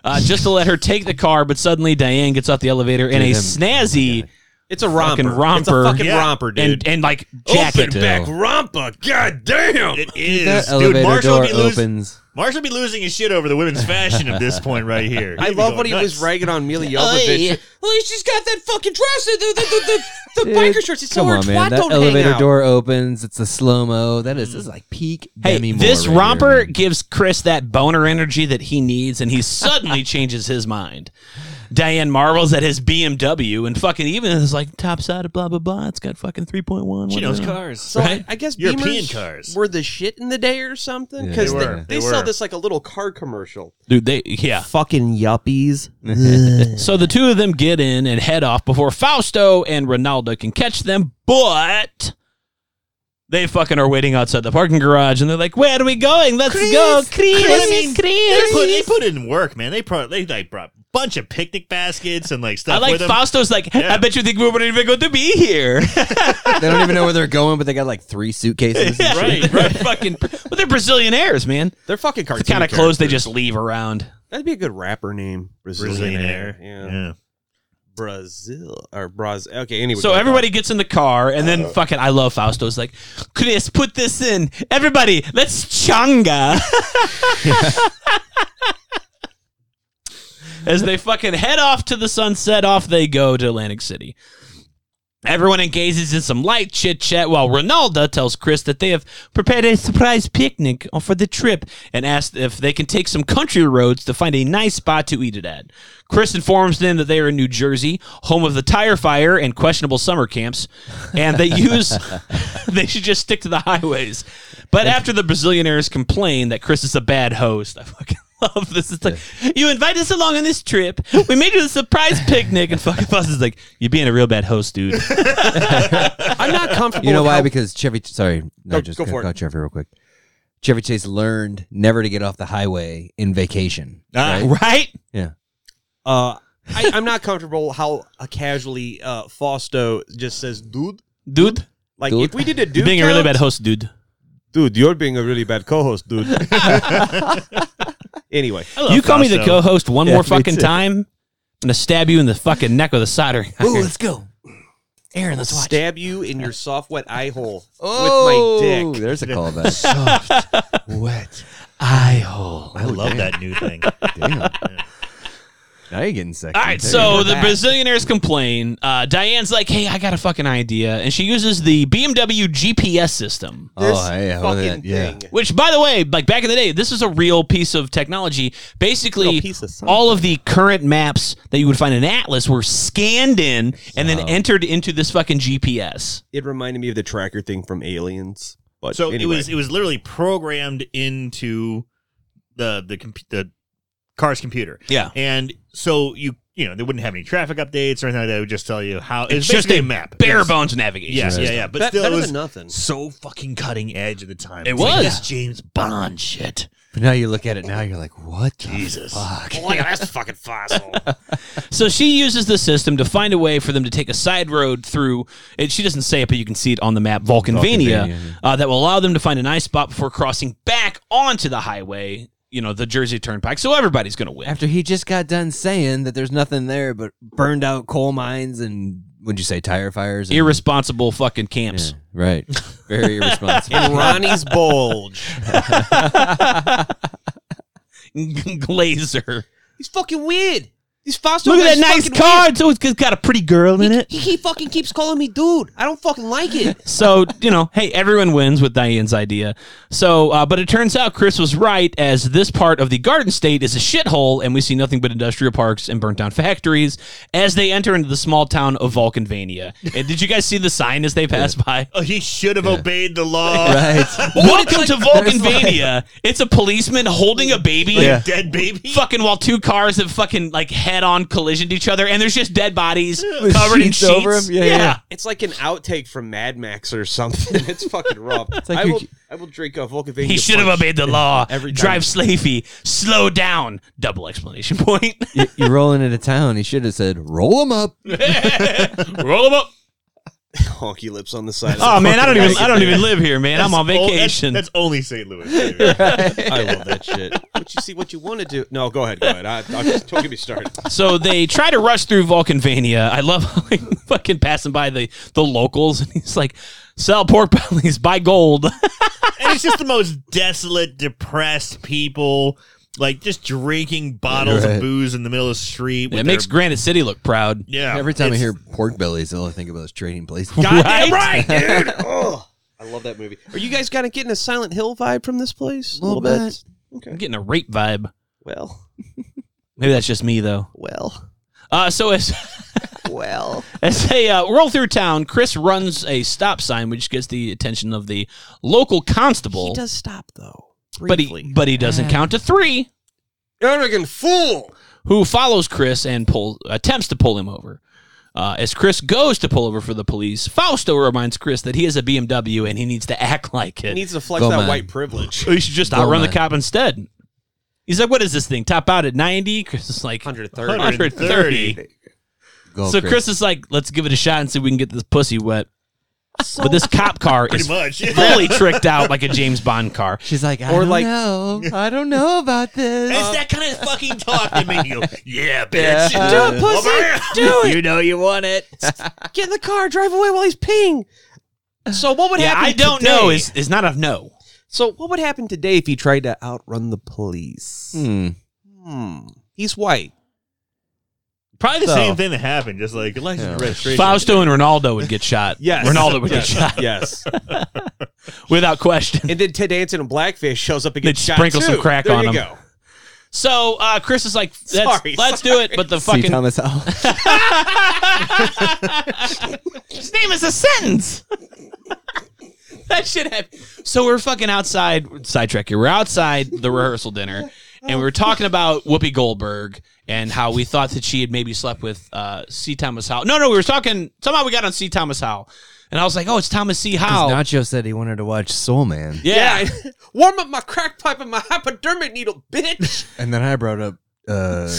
Speaker 4: uh, just to let her take the car. But suddenly, Diane gets off the elevator in a
Speaker 5: Dude, him-
Speaker 4: snazzy
Speaker 1: It's a romper.
Speaker 4: Fucking romper.
Speaker 1: It's a fucking
Speaker 3: Yeah.
Speaker 1: romper, dude.
Speaker 4: and and like jacket.
Speaker 1: romper. God damn.
Speaker 3: It is.
Speaker 5: That
Speaker 3: dude,
Speaker 5: elevator
Speaker 3: Marshall
Speaker 5: door
Speaker 3: be, lose,
Speaker 5: opens.
Speaker 3: Marshall be losing his shit over the women's fashion at this point right here.
Speaker 1: I
Speaker 3: He'd be
Speaker 1: love
Speaker 3: going
Speaker 1: when he was
Speaker 3: nuts.
Speaker 1: ragging on Mila
Speaker 4: Oy.
Speaker 1: Jovovich. Well, she's got that fucking dress, the the the, the, the biker
Speaker 5: Dude,
Speaker 1: shorts. It's so
Speaker 5: Come
Speaker 1: her
Speaker 5: on, man.
Speaker 1: twat
Speaker 5: That
Speaker 1: don't
Speaker 5: elevator
Speaker 1: hang out.
Speaker 5: door opens. It's a slow mo. That is, this is like peak.
Speaker 4: Hey,
Speaker 5: Demi Moore
Speaker 4: this
Speaker 5: right here,
Speaker 4: romper
Speaker 5: man.
Speaker 4: gives Chris that boner energy that he needs, and he suddenly changes his mind. Diane marvels at his BMW and fucking even is like top side of blah blah blah. It's got fucking three point one.
Speaker 3: She knows cars.
Speaker 1: So I-
Speaker 4: Right?
Speaker 1: I, guess
Speaker 3: European
Speaker 1: Beamers
Speaker 3: cars.
Speaker 1: were the shit in the day or something
Speaker 5: Yeah,
Speaker 1: because
Speaker 5: they
Speaker 1: they,
Speaker 5: were.
Speaker 1: they
Speaker 3: They
Speaker 1: sell
Speaker 3: were.
Speaker 1: this like a little car commercial.
Speaker 4: dude. They yeah.
Speaker 1: Fucking yuppies.
Speaker 4: So the two of them get in and head off before Fausto and Ronaldo can catch them, but. They fucking are waiting outside the parking garage, and they're like, "Where are we going? Let's go, Chris,
Speaker 3: Chris, I mean,
Speaker 4: Chris."
Speaker 3: They put, they put in work, man. They brought they like brought a bunch of picnic baskets and like stuff.
Speaker 4: I like
Speaker 3: with them.
Speaker 4: Fausto's like,
Speaker 3: Yeah.
Speaker 4: I bet you think we weren't even going to be here.
Speaker 5: they don't even know where they're going, but they got like three suitcases. and shit.
Speaker 4: right, right. Fucking, but they're Brazilian airs, man.
Speaker 1: They're fucking
Speaker 4: The
Speaker 1: cartoon.
Speaker 4: kind of
Speaker 1: characters.
Speaker 4: clothes they just leave around.
Speaker 1: That'd be a good rapper name.
Speaker 3: Brazilian air.
Speaker 1: Yeah.
Speaker 3: yeah.
Speaker 1: Brazil or Braz. Okay. Anyway.
Speaker 4: So
Speaker 1: go ahead.
Speaker 4: everybody gets in the car, and then fucking, I love Fausto's like, Chris, put this in. Everybody, let's changa. As they fucking head off to the sunset, off they go to Atlantic City. Everyone engages in some light chit chat while Ronaldo tells Chris that they have prepared a surprise picnic for the trip and asks if they can take some country roads to find a nice spot to eat it at. Chris informs them that they are in New Jersey, home of the tire fire and questionable summer camps, and they use they should just stick to the highways. But after the Brazilianaires complain that Chris is a bad host, I fucking love this. It's like you invite us along on this trip. We made you a surprise picnic, and fucking Foss is like, "You're being a real bad host, dude."
Speaker 1: I'm not comfortable.
Speaker 5: You know
Speaker 1: with
Speaker 5: why?
Speaker 1: how-
Speaker 5: Because Chevy. Sorry, no,
Speaker 1: Go-
Speaker 5: just
Speaker 1: go
Speaker 5: cut
Speaker 1: for it.
Speaker 5: cut Chevy real quick. Chevy Chase learned never to get off the highway in vacation.
Speaker 3: Ah,
Speaker 4: right?
Speaker 1: uh, I, I'm not comfortable how uh, casually uh, Fausto just says, "Dude."
Speaker 4: Dude,
Speaker 1: Like
Speaker 5: Dude.
Speaker 1: if we did a dude,
Speaker 4: you're being a really
Speaker 1: count-
Speaker 4: bad host, dude.
Speaker 1: dude. You're being a really bad co-host, dude. anyway,
Speaker 4: you call me the
Speaker 3: Fausto.
Speaker 4: co-host one
Speaker 5: Yeah,
Speaker 4: more
Speaker 5: me
Speaker 4: fucking
Speaker 5: too.
Speaker 4: time, I'm gonna stab you in the fucking neck with a soldering
Speaker 5: Ooh,
Speaker 4: iron.
Speaker 5: let's go, Aaron. Let's watch.
Speaker 1: stab you in your soft wet eye hole
Speaker 5: Oh,
Speaker 1: with my dick.
Speaker 5: There's a callback.
Speaker 3: wet.
Speaker 4: Eye hole.
Speaker 3: I love that new thing.
Speaker 5: Oh, Damn. Now you're getting sexy.
Speaker 4: All right,
Speaker 5: There
Speaker 4: so
Speaker 5: you
Speaker 4: the Brazilianaires complain. Uh, Diane's like, "Hey, I got a fucking idea," and she uses the BMW GPS system.
Speaker 5: go. oh, hey, I want that. Yeah.
Speaker 1: thing.
Speaker 4: Which, by the way, like back in the day, this is a real piece of technology. Basically,
Speaker 1: Real piece of something.
Speaker 4: all of the current maps that you would find in Atlas were scanned in and then entered into this fucking GPS.
Speaker 1: It reminded me of the tracker thing from Aliens. But
Speaker 3: So it
Speaker 1: anyway.
Speaker 3: was it was literally programmed into the the compu- the car's computer.
Speaker 4: Yeah.
Speaker 3: And so you you know they wouldn't have any traffic updates or anything like that. It would just tell you how it's,
Speaker 4: It's just
Speaker 3: basically
Speaker 4: a
Speaker 3: map,
Speaker 4: Bare
Speaker 3: It's-
Speaker 4: bones navigation.
Speaker 3: Yeah, yeah, yeah. But
Speaker 1: Be-
Speaker 3: still, it
Speaker 1: better
Speaker 3: was
Speaker 1: than nothing.
Speaker 3: so fucking cutting edge at the time.
Speaker 4: It
Speaker 3: It's like
Speaker 4: was.
Speaker 3: this James Bond shit.
Speaker 5: But now you look at it now, you're like, what the
Speaker 3: Jesus.
Speaker 5: fuck?
Speaker 1: Look at this fucking fossil.
Speaker 4: So she uses the system to find a way for them to take a side road through. And she doesn't say it, but you can see it on the map, Vulcanvania,
Speaker 5: Vulcanvania,
Speaker 4: uh, that will allow them to find a nice spot before crossing back onto the highway. You know, the Jersey Turnpike. So everybody's going to win.
Speaker 5: After he just got done saying that there's nothing there but burned out coal mines and what'd you say, tire fires? And,
Speaker 4: Irresponsible fucking camps.
Speaker 5: right. Very irresponsible.
Speaker 1: In Ronnie's bulge.
Speaker 4: Glazer.
Speaker 1: He's fucking weird. He's fossil.
Speaker 4: Look at that nice car. So it's got a pretty girl in it.
Speaker 1: He, he fucking keeps calling me dude. I don't fucking like it.
Speaker 4: So, you know, hey, everyone wins with Diane's idea. So, uh, but it turns out Chris was right, as this part of the Garden State is a shithole, and we see nothing but industrial parks and burnt down factories as they enter into the small town of Vulcanvania. And did you guys see the sign as they pass by?
Speaker 3: Oh, he should have obeyed the law.
Speaker 5: right.
Speaker 4: Welcome to Vulcanvania. it's a policeman holding a baby.
Speaker 3: Like a Dead baby.
Speaker 4: Fucking while two cars that fucking like head on collision to each other, and there's just dead bodies covered in
Speaker 5: sheets over
Speaker 4: sheets.
Speaker 5: 'em? Yeah, yeah, yeah.
Speaker 1: It's like an outtake from Mad Max or something. It's fucking rough.
Speaker 5: like
Speaker 1: I,
Speaker 5: you-
Speaker 1: will, I will drink a Vulcan
Speaker 4: He should have obeyed the law.
Speaker 1: Every time.
Speaker 4: Drive slavey. Slow down. Double explanation point.
Speaker 5: you, you're rolling into town. He should have said, roll him up.
Speaker 4: Roll them up.
Speaker 1: honky lips on the side. of
Speaker 4: Oh
Speaker 1: the
Speaker 4: man, I don't
Speaker 1: fucking
Speaker 4: even I
Speaker 1: wagon.
Speaker 4: don't even live here, man. I'm on
Speaker 3: That's all-
Speaker 4: vacation.
Speaker 3: That's, that's only St. Louis. baby.
Speaker 1: I love that shit. But you see what you want to do. No, go ahead, go ahead. I, I just, don't get me started.
Speaker 4: so they try to rush through Vulcanvania. I love how he fucking passing by the the locals and he's like, sell pork bellies, buy gold.
Speaker 3: and it's just the most desolate, depressed people, like just drinking bottles of
Speaker 5: Right.
Speaker 3: booze in the middle of the street. with
Speaker 4: it makes
Speaker 3: their-
Speaker 4: Granite City look proud.
Speaker 3: yeah.
Speaker 5: Every time I
Speaker 3: it's-
Speaker 5: hear pork bellies, all I think about is trading places.
Speaker 3: Goddamn
Speaker 4: Right?
Speaker 3: right, dude.
Speaker 1: Ugh. I love that movie. Are you guys kind of getting a Silent Hill vibe from this place?
Speaker 5: Little bit.
Speaker 4: I'm getting a rape vibe.
Speaker 1: Well,
Speaker 4: Maybe that's just me though.
Speaker 1: well,
Speaker 4: Uh, so as
Speaker 1: well.
Speaker 4: As they uh, roll through town, Chris runs a stop sign, which gets the attention of the local constable.
Speaker 1: He does stop though.
Speaker 4: but he, but he doesn't count to three.
Speaker 1: Erdogan fool.
Speaker 4: Who follows Chris and pull, attempts to pull him over? Uh, as Chris goes to pull over for the police, Fausto reminds Chris that he has a BMW and he needs to act like
Speaker 1: He
Speaker 4: it.
Speaker 1: needs to flex
Speaker 5: Go,
Speaker 1: that
Speaker 5: man.
Speaker 1: white privilege.
Speaker 4: So he Oh, should just
Speaker 5: Well,
Speaker 4: outrun the
Speaker 5: man.
Speaker 4: cop instead. He's like, "What is this thing? Top out at 90?" Chris is like,
Speaker 1: 130.
Speaker 4: 130.
Speaker 5: Go,
Speaker 4: So Chris is like, "Let's give it a shot and see if we can get this pussy wet." but this cop car
Speaker 3: Pretty
Speaker 4: is
Speaker 3: much. Yeah.
Speaker 4: fully tricked out like a James Bond car.
Speaker 5: She's like, I
Speaker 1: Or
Speaker 5: don't
Speaker 1: like-
Speaker 5: know. I don't know about this.
Speaker 3: It's that kind of fucking talk that make you go, yeah,
Speaker 5: Yeah.
Speaker 3: bitch.
Speaker 5: Do it,
Speaker 3: pussy.
Speaker 1: Do
Speaker 5: you know you want it.
Speaker 1: Get in the car. Drive away while he's peeing. So what would
Speaker 4: Yeah,
Speaker 1: happen?
Speaker 4: I don't
Speaker 1: today-
Speaker 4: know is is not a no.
Speaker 1: so what would happen today if he tried to outrun the police?
Speaker 5: Hmm.
Speaker 1: Hmm. He's white.
Speaker 3: Probably the
Speaker 1: So-
Speaker 3: same thing that happened, just like license
Speaker 5: Yeah.
Speaker 3: registration.
Speaker 4: Fausto and Ronaldo would get shot.
Speaker 1: Yes.
Speaker 4: Ronaldo would
Speaker 1: Yes.
Speaker 4: get shot
Speaker 1: Yes.
Speaker 4: without question.
Speaker 1: and then Ted Danson in blackface shows up and
Speaker 4: They'd
Speaker 1: gets shot
Speaker 4: sprinkle
Speaker 1: too.
Speaker 4: some crack
Speaker 1: there
Speaker 4: on
Speaker 1: you
Speaker 4: him.
Speaker 1: Go.
Speaker 4: So uh, Chris is like, let's,
Speaker 1: Sorry,
Speaker 4: let's do it, but the
Speaker 5: See
Speaker 4: fucking
Speaker 5: Thomas oh. Howell.
Speaker 4: his name is a sentence. that should have. So we're fucking outside. Sidetrack here. We're outside the rehearsal dinner, and we were talking about Whoopi Goldberg and how we thought that she had maybe slept with uh, C. Thomas Howell. No, no, we were talking. Somehow we got on C. Thomas Howell, and I was like, oh, it's Thomas C. Howell.
Speaker 5: Nacho said he wanted to watch Soul Man.
Speaker 4: yeah.
Speaker 1: Warm up my crack pipe and my hypodermic needle, bitch.
Speaker 5: And then I brought up uh,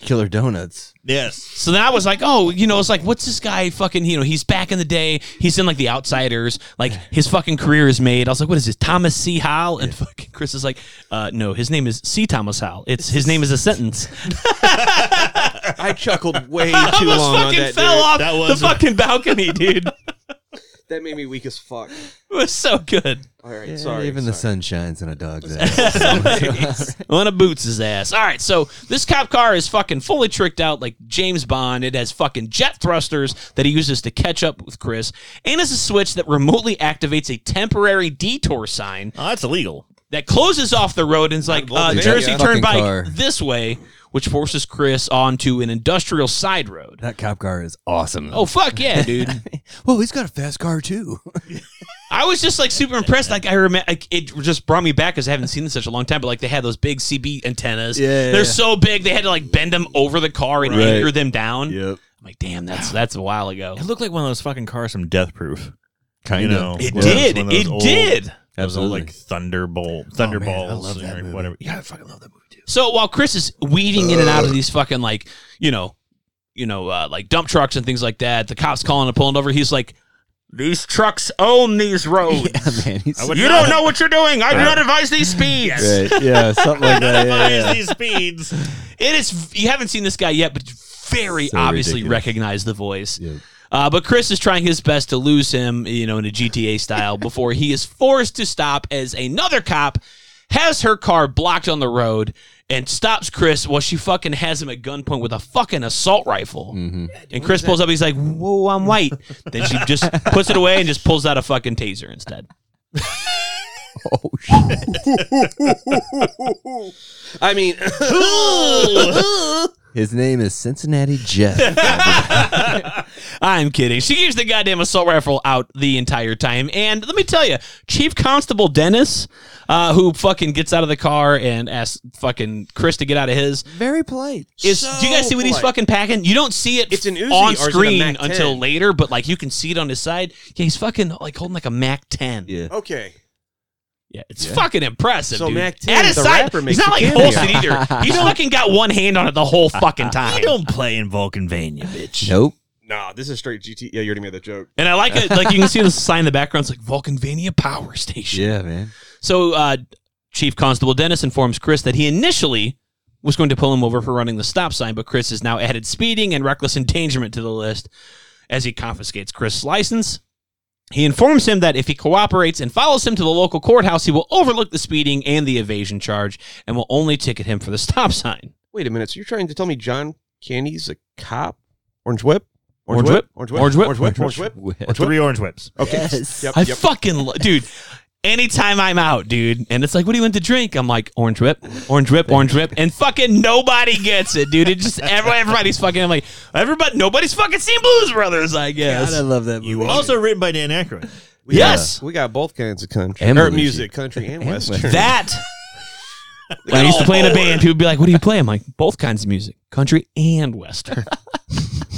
Speaker 5: Killer Donuts.
Speaker 3: Yes.
Speaker 4: So then I was like, oh, you know, it's like, what's this guy fucking, you know, he's back in the day. He's in like the outsiders. Like his fucking career is made. I was like, what is this? Thomas C. Howell? And fucking Chris is like, uh, no, his name is C. Thomas Howell. It's his name is a sentence.
Speaker 1: I chuckled way too
Speaker 4: I almost
Speaker 1: long on
Speaker 4: fucking
Speaker 1: that.
Speaker 4: fell
Speaker 1: dude.
Speaker 4: off
Speaker 3: That
Speaker 4: the
Speaker 3: was-
Speaker 4: fucking balcony, dude. it
Speaker 1: That made me weak as fuck.
Speaker 4: was so good.
Speaker 1: All right, sorry.
Speaker 5: Even the
Speaker 1: sorry.
Speaker 5: sun shines in a dog's ass.
Speaker 4: One of boots his ass. All right, so this cop car is fucking fully tricked out like James Bond. It has fucking jet thrusters that he uses to catch up with Chris, and it's a switch that remotely activates a temporary detour sign
Speaker 3: Oh, that's illegal.
Speaker 4: that closes off the road and is like
Speaker 1: love
Speaker 4: uh,
Speaker 1: that.
Speaker 4: Jersey
Speaker 5: Yeah.
Speaker 4: Turnpike
Speaker 5: Fucking car.
Speaker 4: this way, which forces Chris onto an industrial side road.
Speaker 5: that cop car is awesome.
Speaker 4: Oh fuck yeah, dude!
Speaker 3: Oh.
Speaker 5: Whoa, he's got a fast car too.
Speaker 4: I was just like super impressed. Like I remember, like, it just brought me back because I haven't seen it in such a long time. But like they had those big CB antennas.
Speaker 5: Yeah, yeah,
Speaker 4: they're
Speaker 5: yeah.
Speaker 4: so big they had to like bend them over the car and
Speaker 5: Right.
Speaker 4: anchor them down.
Speaker 5: Yep.
Speaker 4: I'm like, damn, that's that's a while ago.
Speaker 3: It looked like one of those fucking cars from Death Proof.
Speaker 5: Kind
Speaker 3: You know,
Speaker 4: It
Speaker 3: one of those-
Speaker 4: did.
Speaker 3: one of those
Speaker 4: It
Speaker 3: old-
Speaker 4: did.
Speaker 3: Those old,
Speaker 5: Absolutely.
Speaker 3: like Thunderbolt,
Speaker 5: man, I
Speaker 3: Thunderballs,
Speaker 5: love that
Speaker 3: or
Speaker 5: movie.
Speaker 3: whatever. Yeah, I fucking love that movie too.
Speaker 4: So while Chris is weeding in and out of these fucking like, you know, you know, uh, like dump trucks and things like that, the cops calling and pulling over. He's like, "These trucks own these roads.
Speaker 5: yeah, man. He's,
Speaker 3: I would
Speaker 4: You
Speaker 3: not
Speaker 4: don't know what you're doing. I do not advise these speeds."
Speaker 5: right. Yeah, something like that. Yeah,
Speaker 3: advise
Speaker 5: yeah.
Speaker 3: these speeds.
Speaker 4: It is. You haven't seen this guy yet, but you very
Speaker 5: So
Speaker 4: obviously
Speaker 5: ridiculous.
Speaker 4: recognize the voice.
Speaker 5: Yeah.
Speaker 4: Uh, but Chris is trying his best to lose him, you know, in a GTA style before he is forced to stop as another cop has her car blocked on the road and stops Chris while she fucking has him at gunpoint with a fucking assault rifle.
Speaker 5: Mm-hmm.
Speaker 4: And Chris pulls up. He's like, "Whoa, I'm white." then she just puts it away and just pulls out a fucking taser instead.
Speaker 5: Oh shit.
Speaker 1: I mean,
Speaker 5: His name is Cincinnati Jeff.
Speaker 4: I'm kidding. She keeps the goddamn assault rifle out the entire time. And let me tell you, Chief Constable Dennis, uh, who fucking gets out of the car and asks fucking Chris to get out of his,
Speaker 5: Very polite.
Speaker 4: is
Speaker 1: So
Speaker 4: do you guys see what he's
Speaker 1: polite.
Speaker 4: fucking packing? You don't see it.
Speaker 1: It's an Uzi or
Speaker 4: on
Speaker 1: is it a
Speaker 4: screen
Speaker 1: Mac 10?
Speaker 4: until later, but like you can see it on his side. Yeah, he's fucking like holding like a Mac 10. Yeah,
Speaker 1: okay.
Speaker 4: it's fucking impressive.
Speaker 1: So
Speaker 4: dude.
Speaker 1: Mac 10,
Speaker 4: At his
Speaker 1: the
Speaker 4: side,
Speaker 1: rapper makes
Speaker 4: he's not
Speaker 1: a
Speaker 4: like
Speaker 1: cameo.
Speaker 4: holds it either. He's fucking got one hand on it the whole fucking time.
Speaker 3: You don't play in Vulcanvania, bitch.
Speaker 5: Nope.
Speaker 1: Nah, this is straight GT. Yeah, you already made that joke.
Speaker 4: And I like it. Like you can see the sign in the background. It's like Vulcanvania Power Station.
Speaker 5: Yeah, man.
Speaker 4: So uh, Chief Constable Dennis informs Chris that he initially was going to pull him over for running the stop sign, but Chris has now added speeding and reckless endangerment to the list as he confiscates Chris's license. He informs him that if he cooperates and follows him to the local courthouse, he will overlook the speeding and the evasion charge and will only ticket him for the stop sign.
Speaker 1: Wait a minute. So you're trying to tell me John Candy's a cop? Orange whip?
Speaker 4: Orange whip?
Speaker 1: Orange whip?
Speaker 4: Orange whip?
Speaker 1: Orange whip? Orange whip?
Speaker 5: Whip.
Speaker 1: Orange whip?
Speaker 3: Three orange whips.
Speaker 1: Okay.
Speaker 5: Yes.
Speaker 1: Yep,
Speaker 4: I
Speaker 1: yep.
Speaker 4: fucking lo- dude. Anytime I'm out, dude, and it's like, what do you want to drink? I'm like, orange whip, orange whip, orange whip, and fucking nobody gets it, dude. It just everybody, everybody's fucking. I'm like, everybody, nobody's fucking seen Blues Brothers, I
Speaker 5: God, I
Speaker 4: guess.
Speaker 5: love that movie.
Speaker 3: You also written by Dan Aykroyd.
Speaker 1: We
Speaker 4: Yes.
Speaker 1: got- we got both kinds of country.
Speaker 5: And
Speaker 1: or
Speaker 5: music.
Speaker 1: music, country and,
Speaker 5: And
Speaker 1: western.
Speaker 5: western.
Speaker 4: That when I used to play in a band, people would be like, "What do you play?" I'm like, "Both kinds of music, country and western."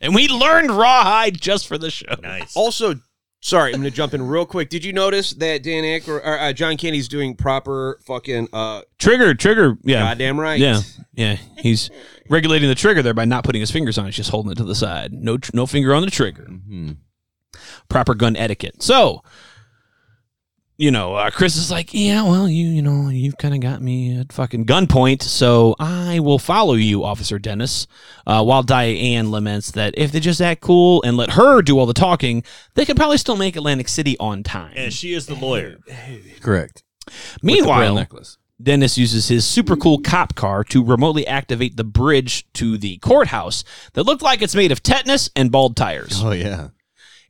Speaker 4: and we learned rawhide just for the show.
Speaker 3: Nice.
Speaker 1: Also, sorry, I'm going to jump in real quick. Did you notice that Dan Aykroyd or uh, John Candy's doing proper fucking uh
Speaker 4: Trigger, trigger, yeah,
Speaker 1: goddamn right?
Speaker 4: Yeah, yeah. He's regulating the trigger there by not putting his fingers on it. He's just holding it to the side. No, tr- no finger on the trigger.
Speaker 5: Mhm.
Speaker 4: Proper gun etiquette. So, you know, uh, Chris is like, yeah, well, you, you know, you've kind of got me at fucking gunpoint. So I will follow you, Officer Dennis. Uh, while Diane laments that if they just act cool and let her do all the talking, they could probably still make Atlantic City on time.
Speaker 3: And she is the lawyer.
Speaker 5: Correct. With the pearl
Speaker 4: Meanwhile,
Speaker 5: necklace.
Speaker 4: Dennis uses his super cool cop car to remotely activate the bridge to the courthouse that looked like it's made of tetanus and bald tires.
Speaker 5: Oh yeah.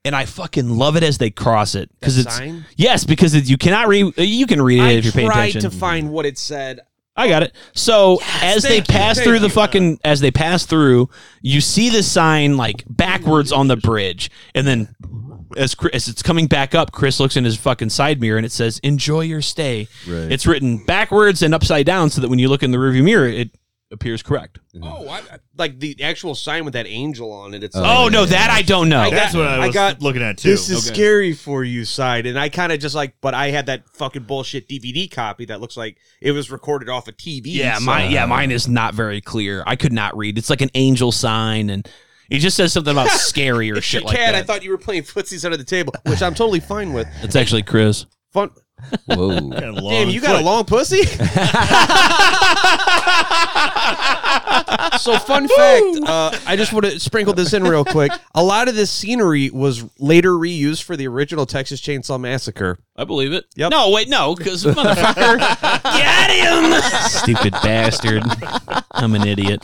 Speaker 4: And I fucking love it as they cross it because
Speaker 1: That
Speaker 4: it's
Speaker 1: sign?
Speaker 4: yes, because it, you cannot read. You can read it
Speaker 1: I
Speaker 4: if you're paying
Speaker 1: tried
Speaker 4: attention.
Speaker 1: to find what it said.
Speaker 4: I got it. So as they
Speaker 1: thank you,
Speaker 4: pass
Speaker 1: thank
Speaker 4: through the
Speaker 1: you.
Speaker 4: fucking as they pass through, you see the sign like backwards on the bridge, and then as Chris, as it's coming back up, Chris looks in his fucking side mirror and it says "Enjoy your stay."
Speaker 5: Right.
Speaker 4: It's written backwards and upside down so that when you look in the rearview mirror, it appears correct.
Speaker 1: Oh, I, I- like the actual sign with that angel on it. It's like,
Speaker 4: Oh, no, that I don't know.
Speaker 3: That's what I
Speaker 1: I
Speaker 3: was
Speaker 1: got-
Speaker 3: looking at too.
Speaker 1: This is scary for you, side. And I kind of just like, but I had that fucking bullshit DVD copy that looks like it was recorded off a TV.
Speaker 4: yeah,
Speaker 1: so-
Speaker 4: my yeah, mine is not very clear. I could not read. It's like an angel sign, and it just says something about scary or shit
Speaker 1: Cat,
Speaker 4: like that.
Speaker 1: I thought you were playing footsies under the table, which I'm totally fine with.
Speaker 4: it's actually Chris.
Speaker 1: Fun.
Speaker 5: Whoa.
Speaker 3: Got a long
Speaker 1: Damn, you got
Speaker 3: foot.
Speaker 1: a long pussy. so, fun fact. Uh, I just want to sprinkle this in real quick. A lot of this scenery was later reused for the original Texas Chainsaw Massacre.
Speaker 4: I believe it.
Speaker 1: Yep.
Speaker 4: No, wait, no, because motherfucker, get him, stupid bastard. I'm an idiot.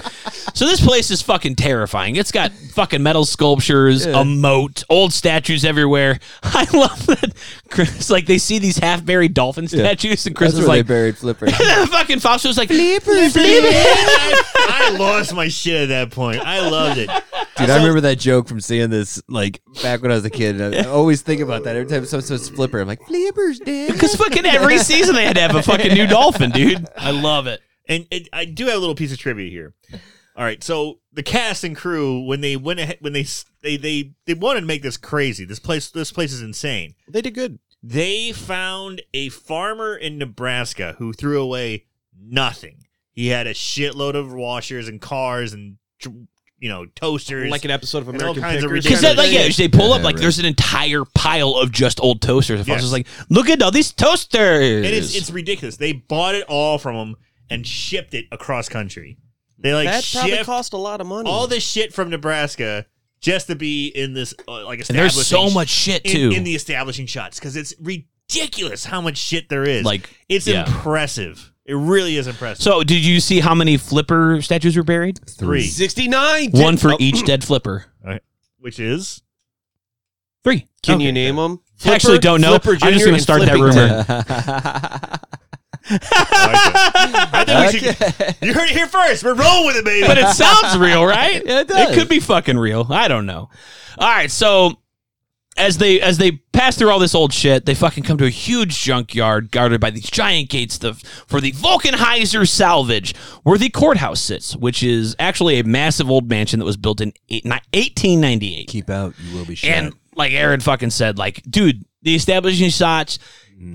Speaker 4: So this place is fucking terrifying. It's got fucking metal sculptures, a moat, old statues everywhere. I love that. Chris, like they see these half buried dolphin statues, and Chris
Speaker 5: That's
Speaker 4: is
Speaker 5: where they
Speaker 4: like,
Speaker 5: buried Flipper.
Speaker 4: the fucking Fausto was like,
Speaker 3: I, I lost my shit at that point. I loved it.
Speaker 5: Dude, I remember that joke from seeing this like back when I was a kid. And I always think about that every time someone says Flipper. I'm like, Flipper's dead.
Speaker 4: because fucking every season they had to have a fucking new dolphin, dude. I love it.
Speaker 3: And it, I do have a little piece of trivia here. All right, so the cast and crew when they went ahead when they s- they they they wanted to make this crazy. This place this place is insane.
Speaker 1: They did good.
Speaker 3: They found a farmer in Nebraska who threw away nothing. He had a shitload of washers and cars and you know toasters.
Speaker 1: like an episode of
Speaker 3: And all
Speaker 1: American
Speaker 3: kinds of
Speaker 1: Pickers.
Speaker 3: ridiculous-
Speaker 4: Because that, like, yeah, they pull
Speaker 2: Yeah,
Speaker 4: up like
Speaker 2: right.
Speaker 4: there's an entire pile of just old toasters. If I
Speaker 3: Yes.
Speaker 4: was just like, look at all these toasters.
Speaker 3: and it's it's ridiculous. They bought it all from him and shipped it across country. They like
Speaker 1: that probably
Speaker 3: shipped
Speaker 1: cost a lot of money.
Speaker 3: all this shit from Nebraska just to be in this uh, like
Speaker 4: and there's
Speaker 3: establishing
Speaker 4: so much shit
Speaker 3: in,
Speaker 4: too.
Speaker 3: in the establishing shots because it's ridiculous how much shit there is.
Speaker 4: Like,
Speaker 3: it's
Speaker 4: yeah.
Speaker 3: impressive. It really is impressive.
Speaker 4: so, did you see how many flipper statues were buried?
Speaker 3: three,
Speaker 1: sixty nine.
Speaker 4: One
Speaker 5: Oh.
Speaker 4: for each dead flipper.
Speaker 3: which is
Speaker 4: Three.
Speaker 1: Can you name them?
Speaker 4: I actually don't know.
Speaker 1: Flipper
Speaker 4: I'm
Speaker 1: Junior
Speaker 4: just going
Speaker 1: and
Speaker 4: to start that
Speaker 1: Flippington.
Speaker 4: rumor.
Speaker 3: I think we should- you heard it here first. We're rolling with it, baby.
Speaker 4: but it sounds real, right?
Speaker 5: Yeah, it does.
Speaker 4: could be fucking real. I don't know. All right, so as they as they pass through all this old shit, they fucking come to a huge junkyard guarded by these giant gates the, for the Vulcanheiser salvage, where the courthouse sits, which is actually a massive old mansion that was built in eight, ni- 1898.
Speaker 5: Keep out, you will be shot.
Speaker 4: And like Aaron fucking said, like, dude, the establishing shots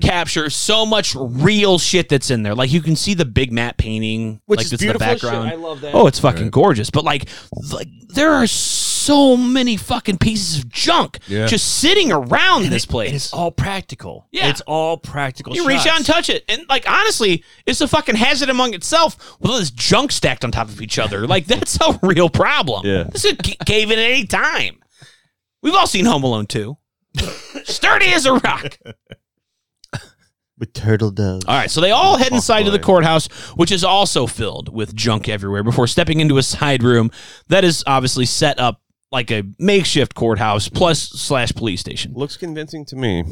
Speaker 4: capture so much real shit that's in there. Like you can see the big map painting,
Speaker 1: Which
Speaker 4: like
Speaker 1: is
Speaker 4: that's
Speaker 1: beautiful
Speaker 4: the background.
Speaker 1: shit. I love that.
Speaker 4: Oh, it's fucking gorgeous. But like, like there are so many fucking pieces of junk
Speaker 5: Yeah.
Speaker 4: just sitting around this
Speaker 3: And it's
Speaker 4: place.
Speaker 3: all practical.
Speaker 4: Yeah.
Speaker 3: It's all practical.
Speaker 4: You reach
Speaker 3: shots.
Speaker 4: out and touch it, and like honestly, it's a fucking hazard among itself with all this junk stacked on top of each other. Like that's a real problem.
Speaker 2: Yeah.
Speaker 4: this could ca- cave in at any time. We've all seen Home Alone two. Sturdy as a rock.
Speaker 2: With turtle doves.
Speaker 4: All right, so they all head inside to the courthouse, which is also filled with junk everywhere, before stepping into a side room that is obviously set up like a makeshift courthouse plus slash police station.
Speaker 1: Looks convincing to me.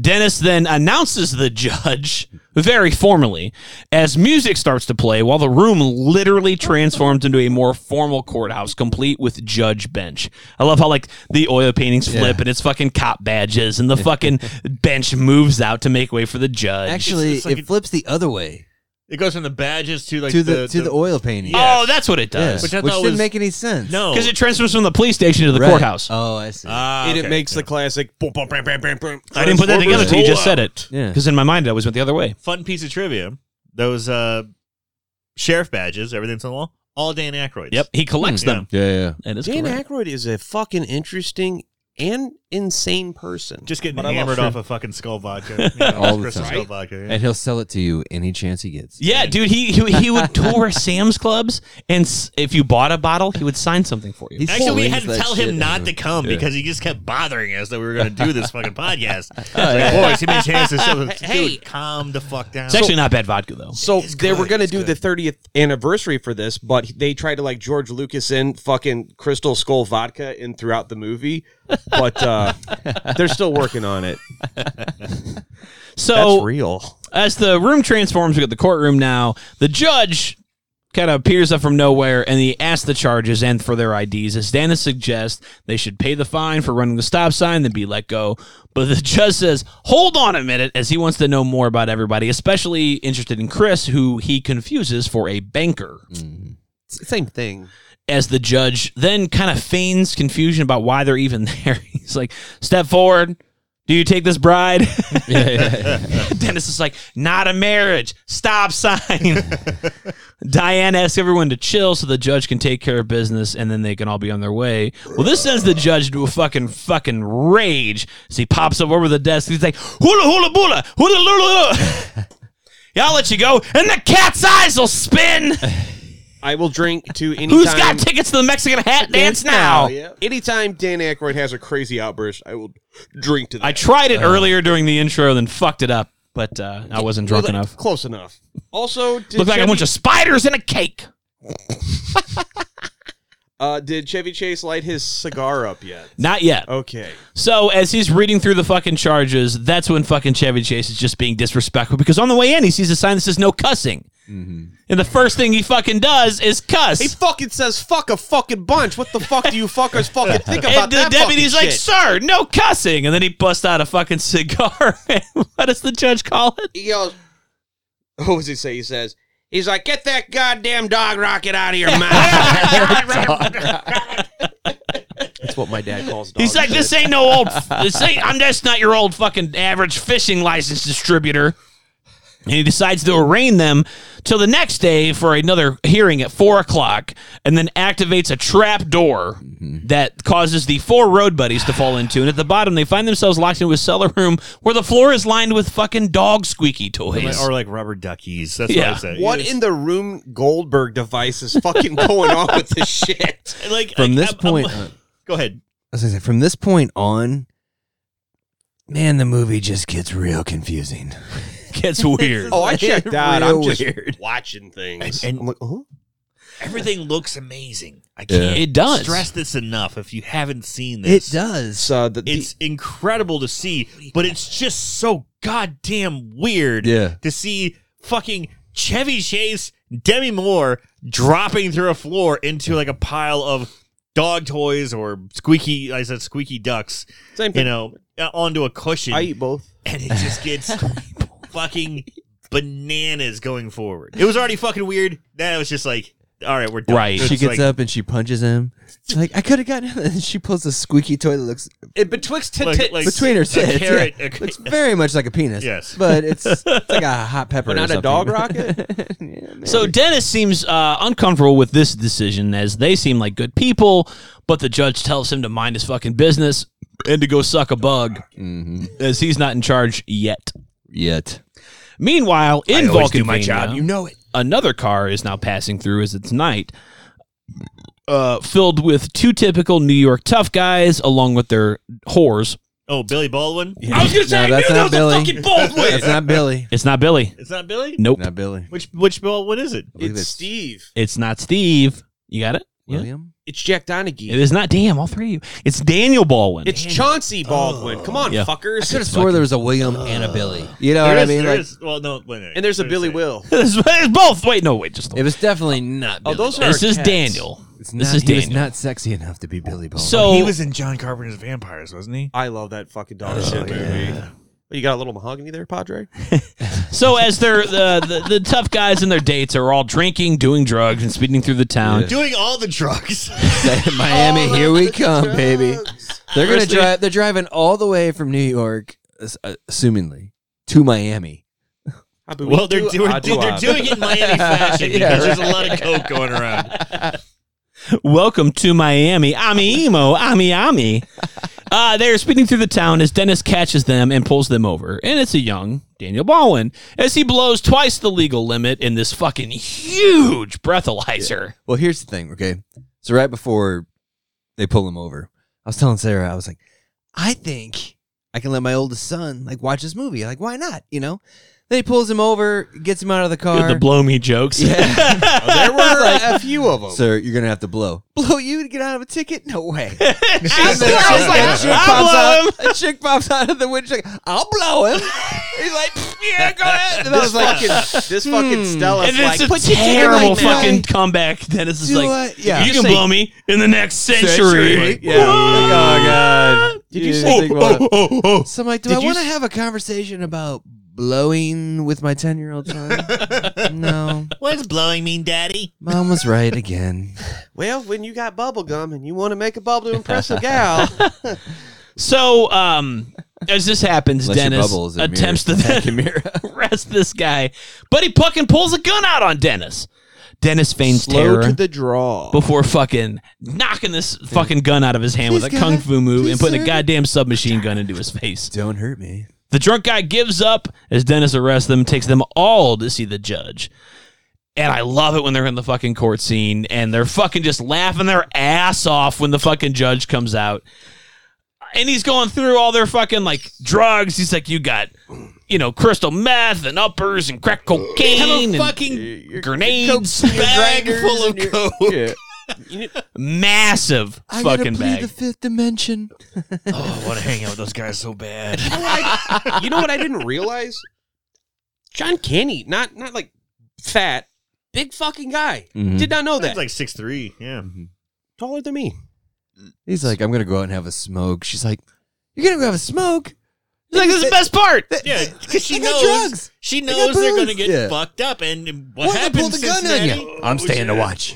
Speaker 4: Dennis then announces the judge very formally as music starts to play while the room literally transforms into a more formal courthouse complete with judge bench. I love how like the oil paintings flip and it's fucking cop badges and the fucking bench moves out to make way for the judge.
Speaker 5: Actually,
Speaker 3: it's like
Speaker 5: it
Speaker 3: a-
Speaker 5: flips the other way
Speaker 3: It goes from the badges to like
Speaker 5: to the, to the, oil painting.
Speaker 3: Yeah.
Speaker 4: Oh, that's what it
Speaker 5: Yeah,
Speaker 4: does.
Speaker 3: Which
Speaker 5: which,
Speaker 3: I thought
Speaker 5: didn't
Speaker 3: was-
Speaker 5: make any sense.
Speaker 3: no.
Speaker 4: Because it transfers from the police station to the
Speaker 5: Right.
Speaker 4: courthouse.
Speaker 5: Oh, I see.
Speaker 3: Ah,
Speaker 1: And
Speaker 3: okay.
Speaker 1: it makes the classic. Boom, boom, bam, bam, bam, bam.
Speaker 4: I didn't put that together until you just said it.
Speaker 5: yeah.
Speaker 4: Because in my mind, I always went the other way.
Speaker 3: Fun piece of trivia: those uh, sheriff badges, everything's on the wall, all Dan Aykroyd's.
Speaker 4: Yep, he collects
Speaker 3: Hmm.
Speaker 4: them.
Speaker 2: Yeah, yeah.
Speaker 4: That is
Speaker 1: Dan
Speaker 4: correct.
Speaker 1: Aykroyd is a fucking interesting and insane person.
Speaker 3: Just getting
Speaker 1: But I love
Speaker 3: hammered
Speaker 1: her.
Speaker 3: off a fucking skull vodka. you know,
Speaker 5: All the
Speaker 3: Crystal
Speaker 5: time.
Speaker 3: Skull vodka. yeah.
Speaker 5: And he'll sell it to you any chance he gets.
Speaker 4: Yeah, dude, he he, he would tour Sam's clubs, and s- if you bought a bottle, he would sign something for you.
Speaker 5: He's
Speaker 3: Actually, we had to
Speaker 5: slings that
Speaker 3: tell him
Speaker 5: shit
Speaker 3: not
Speaker 5: out.
Speaker 3: to come
Speaker 2: Yeah.
Speaker 3: because he just kept bothering us that we were going to do this fucking podcast. It's like, boys, he made chances. So, hey, calm the fuck down.
Speaker 4: It's actually not bad vodka though.
Speaker 1: So they were
Speaker 3: good,
Speaker 1: going to
Speaker 3: it's
Speaker 1: do the 30th anniversary for this, but they tried to like George Lucas in fucking Crystal Skull vodka in throughout the movie, but uh, they're still working on it. That's
Speaker 4: So
Speaker 1: real.
Speaker 4: as the room transforms, we got the courtroom now. The judge kind of appears up from nowhere and he asks the charges and for their IDs. As Dana suggests, they should pay the fine for running the stop sign, then be let go. But the judge says, hold on a minute, as he wants to know more about everybody, especially interested in Chris, who he confuses for a banker.
Speaker 1: Same thing.
Speaker 4: As the judge then kind of feigns confusion about why they're even there. He's like, step forward. Do you take this bride?
Speaker 2: yeah, yeah.
Speaker 4: Dennis is like, not a marriage. Stop sign. Diane asks everyone to chill so the judge can take care of business and then they can all be on their way. Well, this sends the judge into a fucking fucking rage. So he pops up over the desk. He's like, hula hula bula, hula lula. lula." Yeah, I'll let you go, and the cat's eyes will spin.
Speaker 1: I will drink to any.
Speaker 4: Who's got tickets to the Mexican hat dance now?
Speaker 1: Anytime Dan Aykroyd has a crazy outburst, I will drink to that.
Speaker 4: I tried it earlier during the intro, then fucked it up, but uh, I wasn't drunk
Speaker 1: Like,
Speaker 4: enough.
Speaker 1: Close enough. Also, did
Speaker 4: Looked like a
Speaker 1: Chevy-
Speaker 4: bunch of spiders in a cake.
Speaker 1: uh, did Chevy Chase light his cigar up yet?
Speaker 4: Not yet.
Speaker 1: Okay.
Speaker 4: So as he's reading through the fucking charges, that's when fucking Chevy Chase is just being disrespectful because on the way in he sees a sign that says no cussing. And the first thing he fucking does is cuss.
Speaker 1: Mm-hmm. He fucking says fuck a fucking bunch. What the fuck do you fuckers fucking think about
Speaker 4: and the
Speaker 1: that
Speaker 4: deputy's
Speaker 1: fucking
Speaker 4: like,
Speaker 1: shit?
Speaker 4: "Sir, no cussing!" And then he busts out a fucking cigar. And what does the judge call it?
Speaker 1: He goes, what does he say? He says, he's like, get that goddamn dog rocket out of your mouth. That's what my dad calls. Dog
Speaker 4: He's like,
Speaker 1: Oh, shit.
Speaker 4: this ain't no old. This ain't. I'm just not your old fucking average fishing license distributor. And he decides to arraign them till the next day for another hearing at four o'clock, and then activates a trap door that causes the four road buddies to fall into. And at the bottom, they find themselves locked into a cellar room where the floor is lined with fucking dog squeaky toys.
Speaker 3: Or like rubber duckies. That's
Speaker 4: Yeah.
Speaker 3: what I say.
Speaker 1: What in the room Goldberg device is fucking going on with this shit?
Speaker 3: like
Speaker 5: From
Speaker 3: like,
Speaker 5: this
Speaker 3: I'm- I'm-
Speaker 5: point, uh,
Speaker 3: go ahead.
Speaker 5: I was gonna say, from this point on, man, the movie just gets real confusing.
Speaker 4: Gets weird.
Speaker 1: Oh, I checked out.
Speaker 5: Real
Speaker 1: I'm just
Speaker 5: weird.
Speaker 1: watching things.
Speaker 3: And-
Speaker 1: I'm like, uh-huh. huh?
Speaker 3: Everything looks amazing. I
Speaker 5: Yeah.
Speaker 3: can't
Speaker 4: It does.
Speaker 3: stress this enough. If you haven't seen
Speaker 5: It
Speaker 3: this,
Speaker 5: does.
Speaker 1: So uh, the, the-
Speaker 3: It's incredible to see, but it's just so goddamn weird
Speaker 5: Yeah.
Speaker 3: to see fucking Chevy Chase, Demi Moore dropping through a floor into like a pile of dog toys or squeaky, I said squeaky ducks,
Speaker 1: same
Speaker 3: you
Speaker 1: thing.
Speaker 3: know, uh, onto a cushion.
Speaker 1: I eat both.
Speaker 3: and it just gets fucking bananas going forward. It was already fucking weird. That was just like, all right, we're done.
Speaker 4: Right.
Speaker 3: It's
Speaker 4: She
Speaker 5: she gets
Speaker 3: like,
Speaker 5: up and she punches him. She's like, I could have gotten him. And she pulls a squeaky toy that looks
Speaker 1: It betwixt tit
Speaker 3: Like-
Speaker 1: tit.
Speaker 3: like-
Speaker 5: between her
Speaker 3: a
Speaker 5: tits.
Speaker 3: carrot,
Speaker 5: yeah.
Speaker 3: a ca-
Speaker 5: looks very much like a penis.
Speaker 3: Yes.
Speaker 5: But it's, it's like a hot pepper.
Speaker 1: But
Speaker 5: or
Speaker 1: not a
Speaker 5: something.
Speaker 1: dog rocket?
Speaker 5: Yeah, maybe.
Speaker 4: So Dennis seems uh, uncomfortable with this decision, as they seem like good people, but the judge tells him to mind his fucking business and to go suck a bug,
Speaker 3: Mm-hmm.
Speaker 4: as he's not in charge yet.
Speaker 5: Yet.
Speaker 4: Meanwhile, in
Speaker 3: I always do my
Speaker 4: Vulcanvania,
Speaker 3: job. You know it.
Speaker 4: another car is now passing through as it's night, uh, filled with two typical New York tough guys, along with their whores.
Speaker 3: Oh, Billy Baldwin.
Speaker 4: I was gonna
Speaker 5: No, that's not Billy.
Speaker 4: Baldwin.
Speaker 5: That's not Billy.
Speaker 4: it's not Billy.
Speaker 3: It's not Billy.
Speaker 4: Nope.
Speaker 5: Not Billy.
Speaker 3: Which which Baldwin is it?
Speaker 5: I believe
Speaker 1: it's Steve.
Speaker 4: It's not Steve. You got it. Yeah.
Speaker 5: William.
Speaker 1: It's Jack Donaghy.
Speaker 4: It is not. Damn, all three of you. It's Daniel Baldwin.
Speaker 1: It's Chauncey Baldwin. Come on,
Speaker 4: Yeah.
Speaker 1: fuckers.
Speaker 5: Could have swore there was a William and a Billy. You know
Speaker 3: There
Speaker 5: what I
Speaker 3: is-
Speaker 5: mean?
Speaker 3: there
Speaker 5: Like,
Speaker 3: is- well, no, wait, wait,
Speaker 1: and there's a
Speaker 3: there
Speaker 1: Billy
Speaker 3: is
Speaker 1: Will.
Speaker 4: It's- it's both. Wait, no, wait, just
Speaker 5: it was definitely not.
Speaker 1: Oh,
Speaker 5: Billy
Speaker 1: those
Speaker 5: Bob.
Speaker 1: are
Speaker 4: this is
Speaker 1: cats.
Speaker 4: Daniel.
Speaker 5: It's
Speaker 4: this
Speaker 5: not-
Speaker 4: is
Speaker 5: he was
Speaker 4: Daniel.
Speaker 5: not sexy enough to be Billy Baldwin.
Speaker 4: so
Speaker 3: Oh, He was in John Carpenter's Vampires, wasn't he?
Speaker 1: I love that fucking dog shit movie. Oh, You got a little mahogany there, Padre.
Speaker 4: so as they're the, the the tough guys and their dates are all drinking, doing drugs, and speeding through the town.
Speaker 3: Doing all the drugs.
Speaker 5: Miami, here we come, baby. They're gonna
Speaker 4: Firstly-
Speaker 5: drive. They're driving all the way from New York, ass- uh, assumingly, to Miami.
Speaker 3: well, they're doing they're doing it in Miami fashion because
Speaker 5: Yeah,
Speaker 3: there's a lot of coke going around.
Speaker 4: Welcome to Miami. I'm emo. I'm Ami. Uh, they're speeding through the town as Dennis catches them and pulls them over. And it's a young Daniel Baldwin as he blows twice the legal limit in this fucking huge breathalyzer.
Speaker 5: Well, here's the thing, okay? So right before they pull him over, I was telling Sarah, I was like, I think I can let my oldest son like watch this movie. Like, why not? You know? Then he pulls him over, gets him out of the
Speaker 4: Good,
Speaker 5: car.
Speaker 4: The blow me jokes.
Speaker 5: yeah.
Speaker 1: There were a few of them.
Speaker 5: Sir, you're gonna have to blow. Blow you to get out of a ticket? No way. And then
Speaker 4: I was like,
Speaker 5: a chick
Speaker 4: I'll
Speaker 5: pops
Speaker 4: blow
Speaker 5: out. A chick pops out of the windshield. like, I'll blow him. He's like, yeah, go ahead. And I was
Speaker 1: This
Speaker 5: like,
Speaker 1: fucking, this fucking Stella's
Speaker 4: And it's
Speaker 1: like,
Speaker 4: a
Speaker 1: "Put your ticket
Speaker 4: terrible
Speaker 1: right now."
Speaker 4: fucking comeback. Dennis is
Speaker 5: Do
Speaker 4: like,
Speaker 5: it. Yeah.
Speaker 4: you
Speaker 1: Just
Speaker 4: can
Speaker 1: say-
Speaker 4: blow me in the next century.
Speaker 5: Century. Yeah. Oh, God.
Speaker 1: Did you
Speaker 5: Yeah,
Speaker 1: say-
Speaker 5: think about it.
Speaker 3: oh, oh.
Speaker 5: So I'm like, do
Speaker 3: Did
Speaker 5: I
Speaker 3: you
Speaker 5: want to
Speaker 3: s-
Speaker 5: have a conversation about blowing with my 10 year old son? no.
Speaker 3: What does blowing mean, Daddy?
Speaker 5: Mom was right again.
Speaker 1: Well, when you got bubble gum and you want to make a bubble to impress a gal,
Speaker 4: So, um, as this happens,
Speaker 5: Unless your bubble
Speaker 4: Dennis
Speaker 5: is a mirror.
Speaker 4: attempts to then arrest this guy, but he fucking pulls a gun out on Dennis. Dennis feigns
Speaker 1: slow
Speaker 4: terror
Speaker 1: to the draw.
Speaker 4: before fucking knocking this fucking gun out of his hand
Speaker 5: Please,
Speaker 4: with a
Speaker 5: God.
Speaker 4: kung fu move
Speaker 5: Please,
Speaker 4: and putting
Speaker 5: sir.
Speaker 4: a goddamn submachine gun into his face.
Speaker 5: Don't hurt me.
Speaker 4: The drunk guy gives up as Dennis arrests them, takes them all to see the judge. And I love it when they're in the fucking court scene and they're fucking just laughing their ass off when the fucking judge comes out. And he's going through all their fucking like drugs. He's like, you got, you know, crystal meth and uppers and crack cocaine and
Speaker 1: Your
Speaker 4: grenades,
Speaker 3: Bag full of coke.
Speaker 4: massive
Speaker 5: I gotta
Speaker 4: fucking
Speaker 5: plead
Speaker 4: bag.
Speaker 5: the fifth dimension.
Speaker 3: Oh, I want to hang out with those guys so bad.
Speaker 1: you know what I didn't realize? John Candy, not not like fat, big fucking guy.
Speaker 3: Mm-hmm.
Speaker 1: Did not know that.
Speaker 3: That's like six three. Yeah.
Speaker 1: taller than me.
Speaker 5: He's like, I'm gonna go out and have a smoke. She's like, You're gonna go have a smoke?
Speaker 4: He's like, this is the best part.
Speaker 3: Yeah, because she
Speaker 5: I got
Speaker 3: knows
Speaker 5: drugs.
Speaker 3: she
Speaker 5: got
Speaker 3: knows they're
Speaker 5: booze.
Speaker 3: gonna get
Speaker 5: Yeah.
Speaker 3: fucked up, and what
Speaker 5: Why they
Speaker 3: happens?
Speaker 5: pulled the gun on
Speaker 3: Cincinnati?
Speaker 5: you? I'm staying to watch.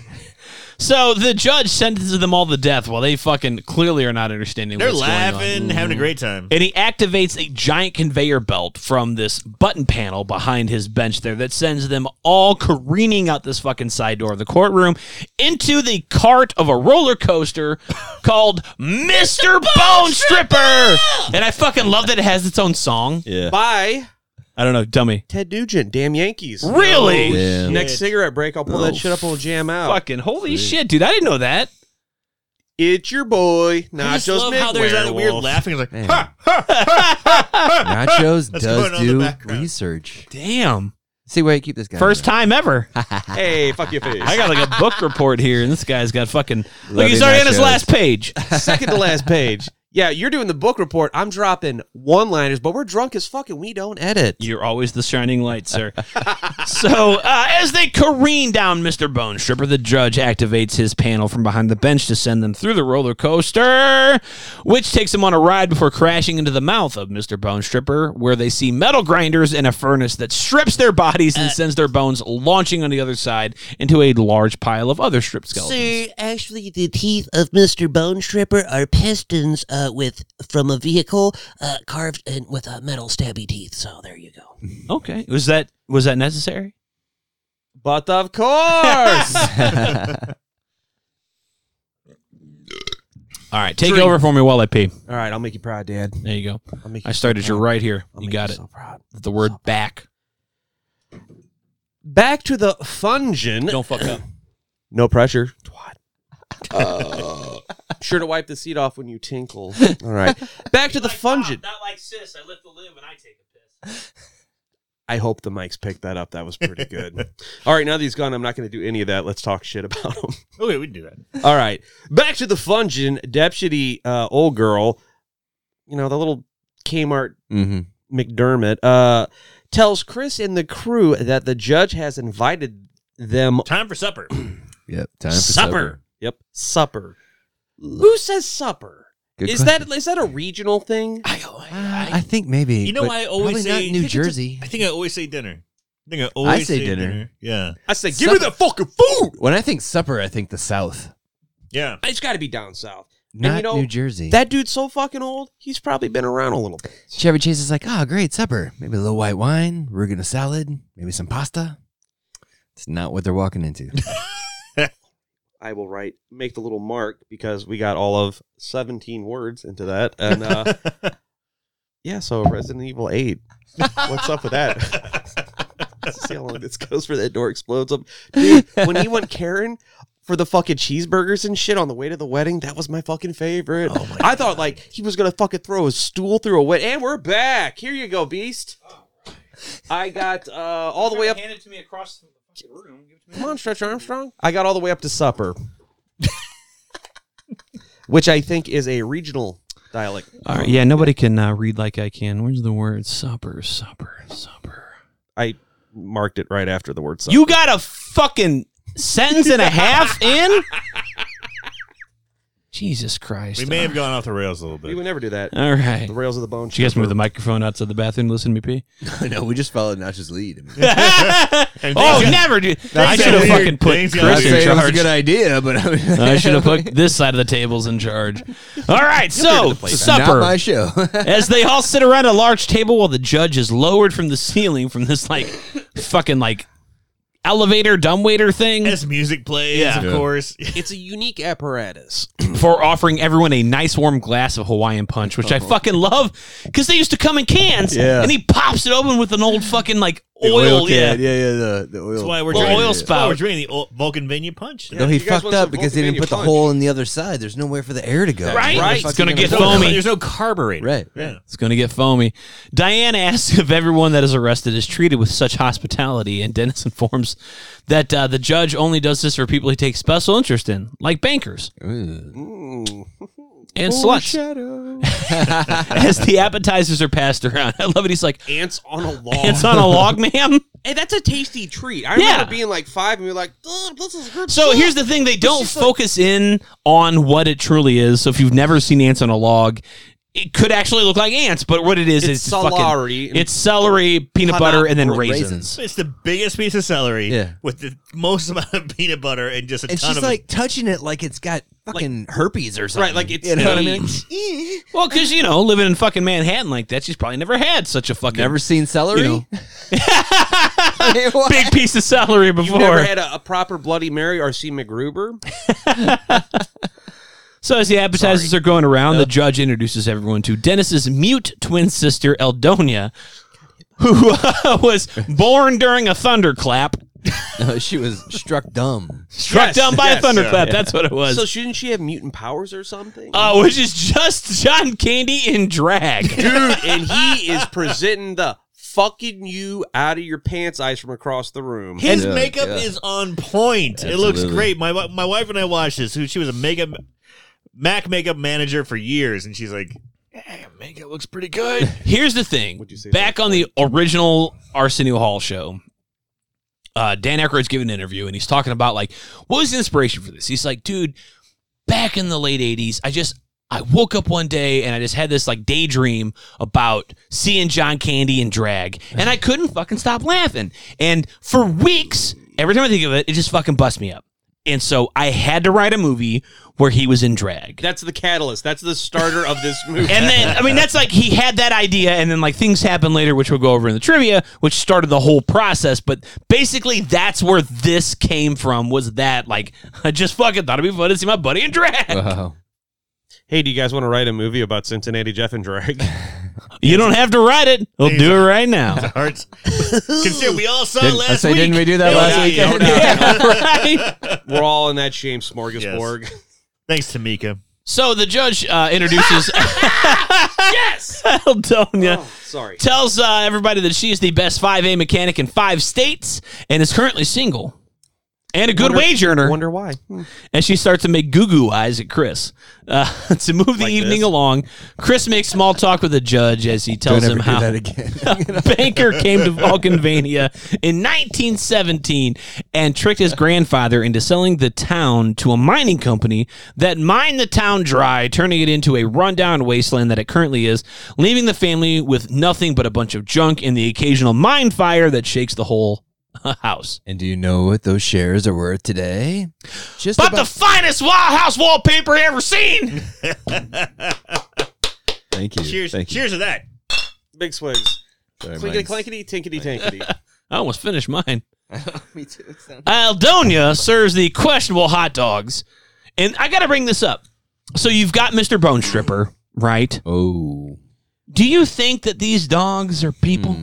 Speaker 4: So the judge sentences them all to death while they fucking clearly are not understanding.
Speaker 3: They're
Speaker 4: what's going on.
Speaker 3: laughing, having a great time.
Speaker 4: And he activates a giant conveyor belt from this button panel behind his bench there that sends them all careening out this fucking side door of the courtroom into the cart of a roller coaster called Mr. Bone Stripper. And I fucking love that it has its own song.
Speaker 2: Yeah.
Speaker 1: Bye.
Speaker 4: I don't know, dummy.
Speaker 1: Ted Nugent, damn Yankees.
Speaker 4: Really?
Speaker 2: Yeah.
Speaker 1: Next cigarette break, I'll pull
Speaker 4: Oh,
Speaker 1: that shit up. We'll jam
Speaker 2: Oh,
Speaker 1: out.
Speaker 4: Fucking holy shit, dude. I didn't know that.
Speaker 1: It's your boy,
Speaker 3: I just
Speaker 1: Nachos
Speaker 3: love how there's that weird
Speaker 1: McWerewolf.
Speaker 3: laughing. It's like,
Speaker 5: Man.
Speaker 3: ha, ha,
Speaker 5: Nachos
Speaker 3: That's going
Speaker 5: does
Speaker 3: on in the
Speaker 5: do
Speaker 3: background.
Speaker 5: research.
Speaker 4: Damn.
Speaker 5: See where you keep this guy.
Speaker 4: First time ever.
Speaker 1: Hey, fuck your face.
Speaker 4: I got like a book report here, and this guy's got fucking.
Speaker 2: Love
Speaker 4: Look, he's
Speaker 2: you,
Speaker 4: already on his
Speaker 2: nachos.
Speaker 4: last page.
Speaker 1: second to last page. Yeah, you're doing the book report. I'm dropping one liners, but we're drunk as fuck and we don't edit.
Speaker 4: You're always the shining light, sir. so, uh, as they careen down Mr. Bone Stripper, the judge activates his panel from behind the bench to send them through the roller coaster, which takes them on a ride before crashing into the mouth of Mr. Bone Stripper, where they see metal grinders and a furnace that strips their bodies and sends their bones launching on the other side into a large pile of other strip skeletons.
Speaker 7: Sir, actually, the teeth of Mr. Bone Stripper are pistons uh, with from a vehicle uh, carved in, with uh, metal stabby teeth. So there you go.
Speaker 4: Okay, was that was that necessary?
Speaker 1: But of course.
Speaker 4: All right, take over for me while I pee.
Speaker 1: All right, I'll make you proud, Dad.
Speaker 4: There you go.
Speaker 1: I'll make you
Speaker 4: I started
Speaker 1: so
Speaker 4: you
Speaker 1: proud.
Speaker 4: right here.
Speaker 1: I'll
Speaker 4: You
Speaker 1: make
Speaker 4: got it.
Speaker 1: So proud.
Speaker 4: The word back.
Speaker 1: Back to the fungin.
Speaker 4: Don't fuck up.
Speaker 1: No pressure. Twat. sure to wipe the seat off when you tinkle. All right. Back to the fungin.
Speaker 4: Not like sis. I lift the lid when I take a piss.
Speaker 1: I hope the mics picked that up. That was pretty good. All right, now that he's gone, I'm not going to do any of that. Let's talk shit about him.
Speaker 3: okay, we can do that.
Speaker 1: All right, back to the fungin deputy uh, old girl. You know the little Kmart
Speaker 5: Mm-hmm.
Speaker 1: McDermott uh, tells Chris and the crew that the judge has invited them.
Speaker 3: Time for supper.
Speaker 5: Yep. Time for supper.
Speaker 4: Supper.
Speaker 1: Yep, supper. Who says supper?
Speaker 5: Good
Speaker 1: is
Speaker 5: question.
Speaker 1: that is that a regional thing?
Speaker 3: I,
Speaker 5: Uh, I think maybe.
Speaker 3: You know
Speaker 5: but
Speaker 3: why I always
Speaker 5: probably
Speaker 3: say-
Speaker 5: not New Jersey.
Speaker 3: I think I always say dinner. I think I always
Speaker 5: say dinner.
Speaker 3: Yeah,
Speaker 1: I said, give me the fucking food.
Speaker 5: When I think supper, I think the South,
Speaker 3: yeah.
Speaker 1: It's got to be down south.
Speaker 5: not
Speaker 1: you know,
Speaker 5: New Jersey.
Speaker 1: That dude's so fucking old. He's probably been around a little bit.
Speaker 5: Chevy Chase is like, oh, great supper. Maybe a little white wine, we're gonna salad, maybe some pasta. It's not what they're walking into.
Speaker 1: I will write, make the little mark because we got all of 17 words into that. And uh, yeah, so Resident Evil 8. What's up with that? See how long this goes for that door explodes up. Dude, when he went Karen for the fucking cheeseburgers and shit on the way to the wedding, that was my fucking favorite. I thought like he was gonna fucking throw his stool through a wet. And we're back. Here you go, beast. I got uh, all the way up.
Speaker 4: Hand it to me across the room.
Speaker 1: Come on, Stretch Armstrong. I got all the way up to supper, which I think is a regional dialect.
Speaker 4: All right. Yeah. Nobody can uh, read like I can. Where's the word supper? Supper. Supper.
Speaker 1: I marked it right after the word supper.
Speaker 4: You got a fucking sentence and a half in. Jesus Christ. Uh,
Speaker 3: We may have gone off the rails a little
Speaker 1: we would
Speaker 3: bit.
Speaker 1: never do that.
Speaker 4: All right.
Speaker 1: The rails of the bone.
Speaker 4: Did you guys move the
Speaker 1: stripper.
Speaker 4: microphone outside the bathroom? to Listen to me pee.
Speaker 5: I know, we just followed Notch's lead.
Speaker 3: And
Speaker 4: oh,
Speaker 3: things got-
Speaker 4: never do. I
Speaker 3: got
Speaker 4: should have
Speaker 3: weird.
Speaker 4: fucking put
Speaker 3: Things
Speaker 4: Chris
Speaker 3: got
Speaker 5: I'd
Speaker 3: Chris
Speaker 4: in
Speaker 5: say it was a
Speaker 4: charge.
Speaker 5: good idea, but I, mean,
Speaker 4: I should have put this side of the tables in charge. All right, so supper.
Speaker 5: Not my show.
Speaker 4: As they all sit around a large table while the judge is lowered from the ceiling from this like fucking like elevator dumbwaiter thing
Speaker 3: As music plays,
Speaker 4: Yeah.
Speaker 3: of
Speaker 5: Yeah.
Speaker 3: course.
Speaker 1: It's a unique apparatus.
Speaker 4: for offering everyone a nice warm glass of Hawaiian punch, which I fucking love because they used to come in cans.
Speaker 5: Yeah.
Speaker 4: And he pops it open with an old fucking like
Speaker 5: The
Speaker 4: oil, yeah.
Speaker 5: can. yeah, yeah, the, the oil.
Speaker 3: That's why we're
Speaker 4: Well,
Speaker 3: drinking
Speaker 4: oil
Speaker 3: that's why
Speaker 4: spout.
Speaker 3: We're drinking the old Vulcan Vineyard punch.
Speaker 5: no, he
Speaker 1: you guys
Speaker 5: fucked
Speaker 1: want
Speaker 5: up
Speaker 1: some
Speaker 5: because he didn't
Speaker 1: Vulcanian
Speaker 5: put the
Speaker 1: punch.
Speaker 5: hole in the other side. There's no way for the air to go.
Speaker 4: Right?
Speaker 1: Right.
Speaker 4: It's gonna get
Speaker 5: Fucking
Speaker 4: foamy.
Speaker 3: There's no carburetor.
Speaker 5: Right,
Speaker 3: Yeah.
Speaker 5: right.
Speaker 4: It's going to get foamy. Diane asks if everyone that is arrested is treated with such hospitality, and Dennis informs that uh, the judge only does this for people he takes special interest in, like bankers and sluts. As the appetizers are passed around, I love it. He's like,
Speaker 1: Ants on a log.
Speaker 4: "It's on a log, ma'am."
Speaker 1: Hey, that's a tasty treat. I
Speaker 4: Yeah.
Speaker 1: remember being like five and we were like, "Ugh, this is good.
Speaker 4: So
Speaker 1: shit."
Speaker 4: here's the thing: they don't
Speaker 1: just like-
Speaker 4: focus in on what it truly is. So if you've never seen ants on a log, it could actually look like ants, but what it is
Speaker 1: It's
Speaker 4: is fucking
Speaker 1: celery.
Speaker 4: it's celery, peanut
Speaker 1: Pana-
Speaker 4: butter, and then
Speaker 1: or
Speaker 4: raisins.
Speaker 3: It's the biggest piece of celery
Speaker 5: Yeah.
Speaker 3: with the most amount of peanut butter and just a
Speaker 5: And
Speaker 3: ton
Speaker 5: she's
Speaker 3: of
Speaker 5: like touching it like it's got fucking herpes or something.
Speaker 1: Right, like it's-
Speaker 5: you know what I mean.
Speaker 4: Well, because you know, living in fucking Manhattan like that, she's probably never had such a fucking
Speaker 5: Never seen celery.
Speaker 4: know.
Speaker 5: I mean, what?
Speaker 4: big piece of celery
Speaker 1: You've
Speaker 4: before.
Speaker 1: never had a, a proper Bloody Mary or seen McGruber?
Speaker 4: So as the appetizers are going around, the judge introduces everyone to Dennis's mute twin sister Eldonia, who uh, was born during a thunderclap,
Speaker 5: No, she was struck dumb.
Speaker 4: struck
Speaker 1: Yes,
Speaker 4: down by a
Speaker 1: yes,
Speaker 4: thunderclap. That's what it was.
Speaker 1: So shouldn't she have mutant powers or something?
Speaker 4: uh, which is just John Candy in drag.
Speaker 1: dude, and he is presenting the fucking you out of your pants eyes from across the room.
Speaker 3: His
Speaker 5: Yeah,
Speaker 3: makeup
Speaker 5: yeah.
Speaker 3: is on point. It looks
Speaker 5: Absolutely.
Speaker 3: great. My wi- my wife and I watched this. who- She was a makeup Mac makeup manager for years, and she's like, "Hey, makeup looks pretty good."
Speaker 4: Here's the thing:
Speaker 1: What'd you say?
Speaker 4: back on the original Arsenio Hall show, uh, Dan Aykroyd's giving an interview and he's talking about like what was the inspiration for this. He's like, dude, back in the late '80s, I just I woke up one day and I just had this like daydream about seeing John Candy in drag, and I couldn't fucking stop laughing. And for weeks, every time I think of it, it just fucking busts me up. And so I had to write a movie where he was in drag.
Speaker 1: That's the catalyst. That's the starter of this movie.
Speaker 4: And then, I mean, that's like he had that idea, and then like things happened later, which we'll go over in the trivia, which started the whole process. But basically, that's where this came from. Was that like I just fucking thought it'd be fun to see my buddy in drag?
Speaker 5: Wow.
Speaker 1: hey, do you guys want to write a movie about Cincinnati Jeff and Drag?
Speaker 4: You don't have to write it. We'll do it right now.
Speaker 3: Hearts. Consider we all saw
Speaker 5: Didn't- I
Speaker 3: last
Speaker 5: say,
Speaker 3: week.
Speaker 5: didn't we do that
Speaker 3: Oh,
Speaker 5: last
Speaker 3: yeah,
Speaker 5: week?
Speaker 3: yeah, yeah.
Speaker 4: Yeah, right.
Speaker 1: We're all in that shame smorgasbord.
Speaker 3: Thanks, Tamika.
Speaker 4: So the judge uh, introduces. yes, Eldonia.
Speaker 1: Oh, sorry.
Speaker 4: Tells uh, everybody that she is the best 5A mechanic in five states and is currently single and a good
Speaker 1: Wonder-
Speaker 4: wage earner.
Speaker 1: Wonder why?
Speaker 4: and she starts to make goo goo eyes at Chris. Uh, to move the evening along, Chris makes small talk with the judge as he tells
Speaker 5: Don't ever
Speaker 4: him
Speaker 5: do
Speaker 4: how
Speaker 5: that again.
Speaker 4: a banker came to Vulcanvania in 1917 and tricked his grandfather into selling the town to a mining company that mined the town dry, turning it into a rundown wasteland that it currently is, leaving the family with nothing but a bunch of junk and the occasional mine fire that shakes the whole house.
Speaker 5: and do you know what those shares are worth today? Just
Speaker 4: But the
Speaker 5: about.
Speaker 4: finest Wild House wallpaper ever seen!
Speaker 5: thank you.
Speaker 3: Cheers.
Speaker 5: Thank you.
Speaker 3: Cheers to that.
Speaker 1: Big swigs.
Speaker 5: Sorry,
Speaker 1: Clinkety
Speaker 5: mine's-
Speaker 1: clankety, tinkety tankety.
Speaker 4: I almost finished mine. Me too. Aldonia serves the questionable hot dogs. And I got to bring this up. So you've got Mr. Bone Stripper, right?
Speaker 5: Oh.
Speaker 4: Do you think that these dogs are people?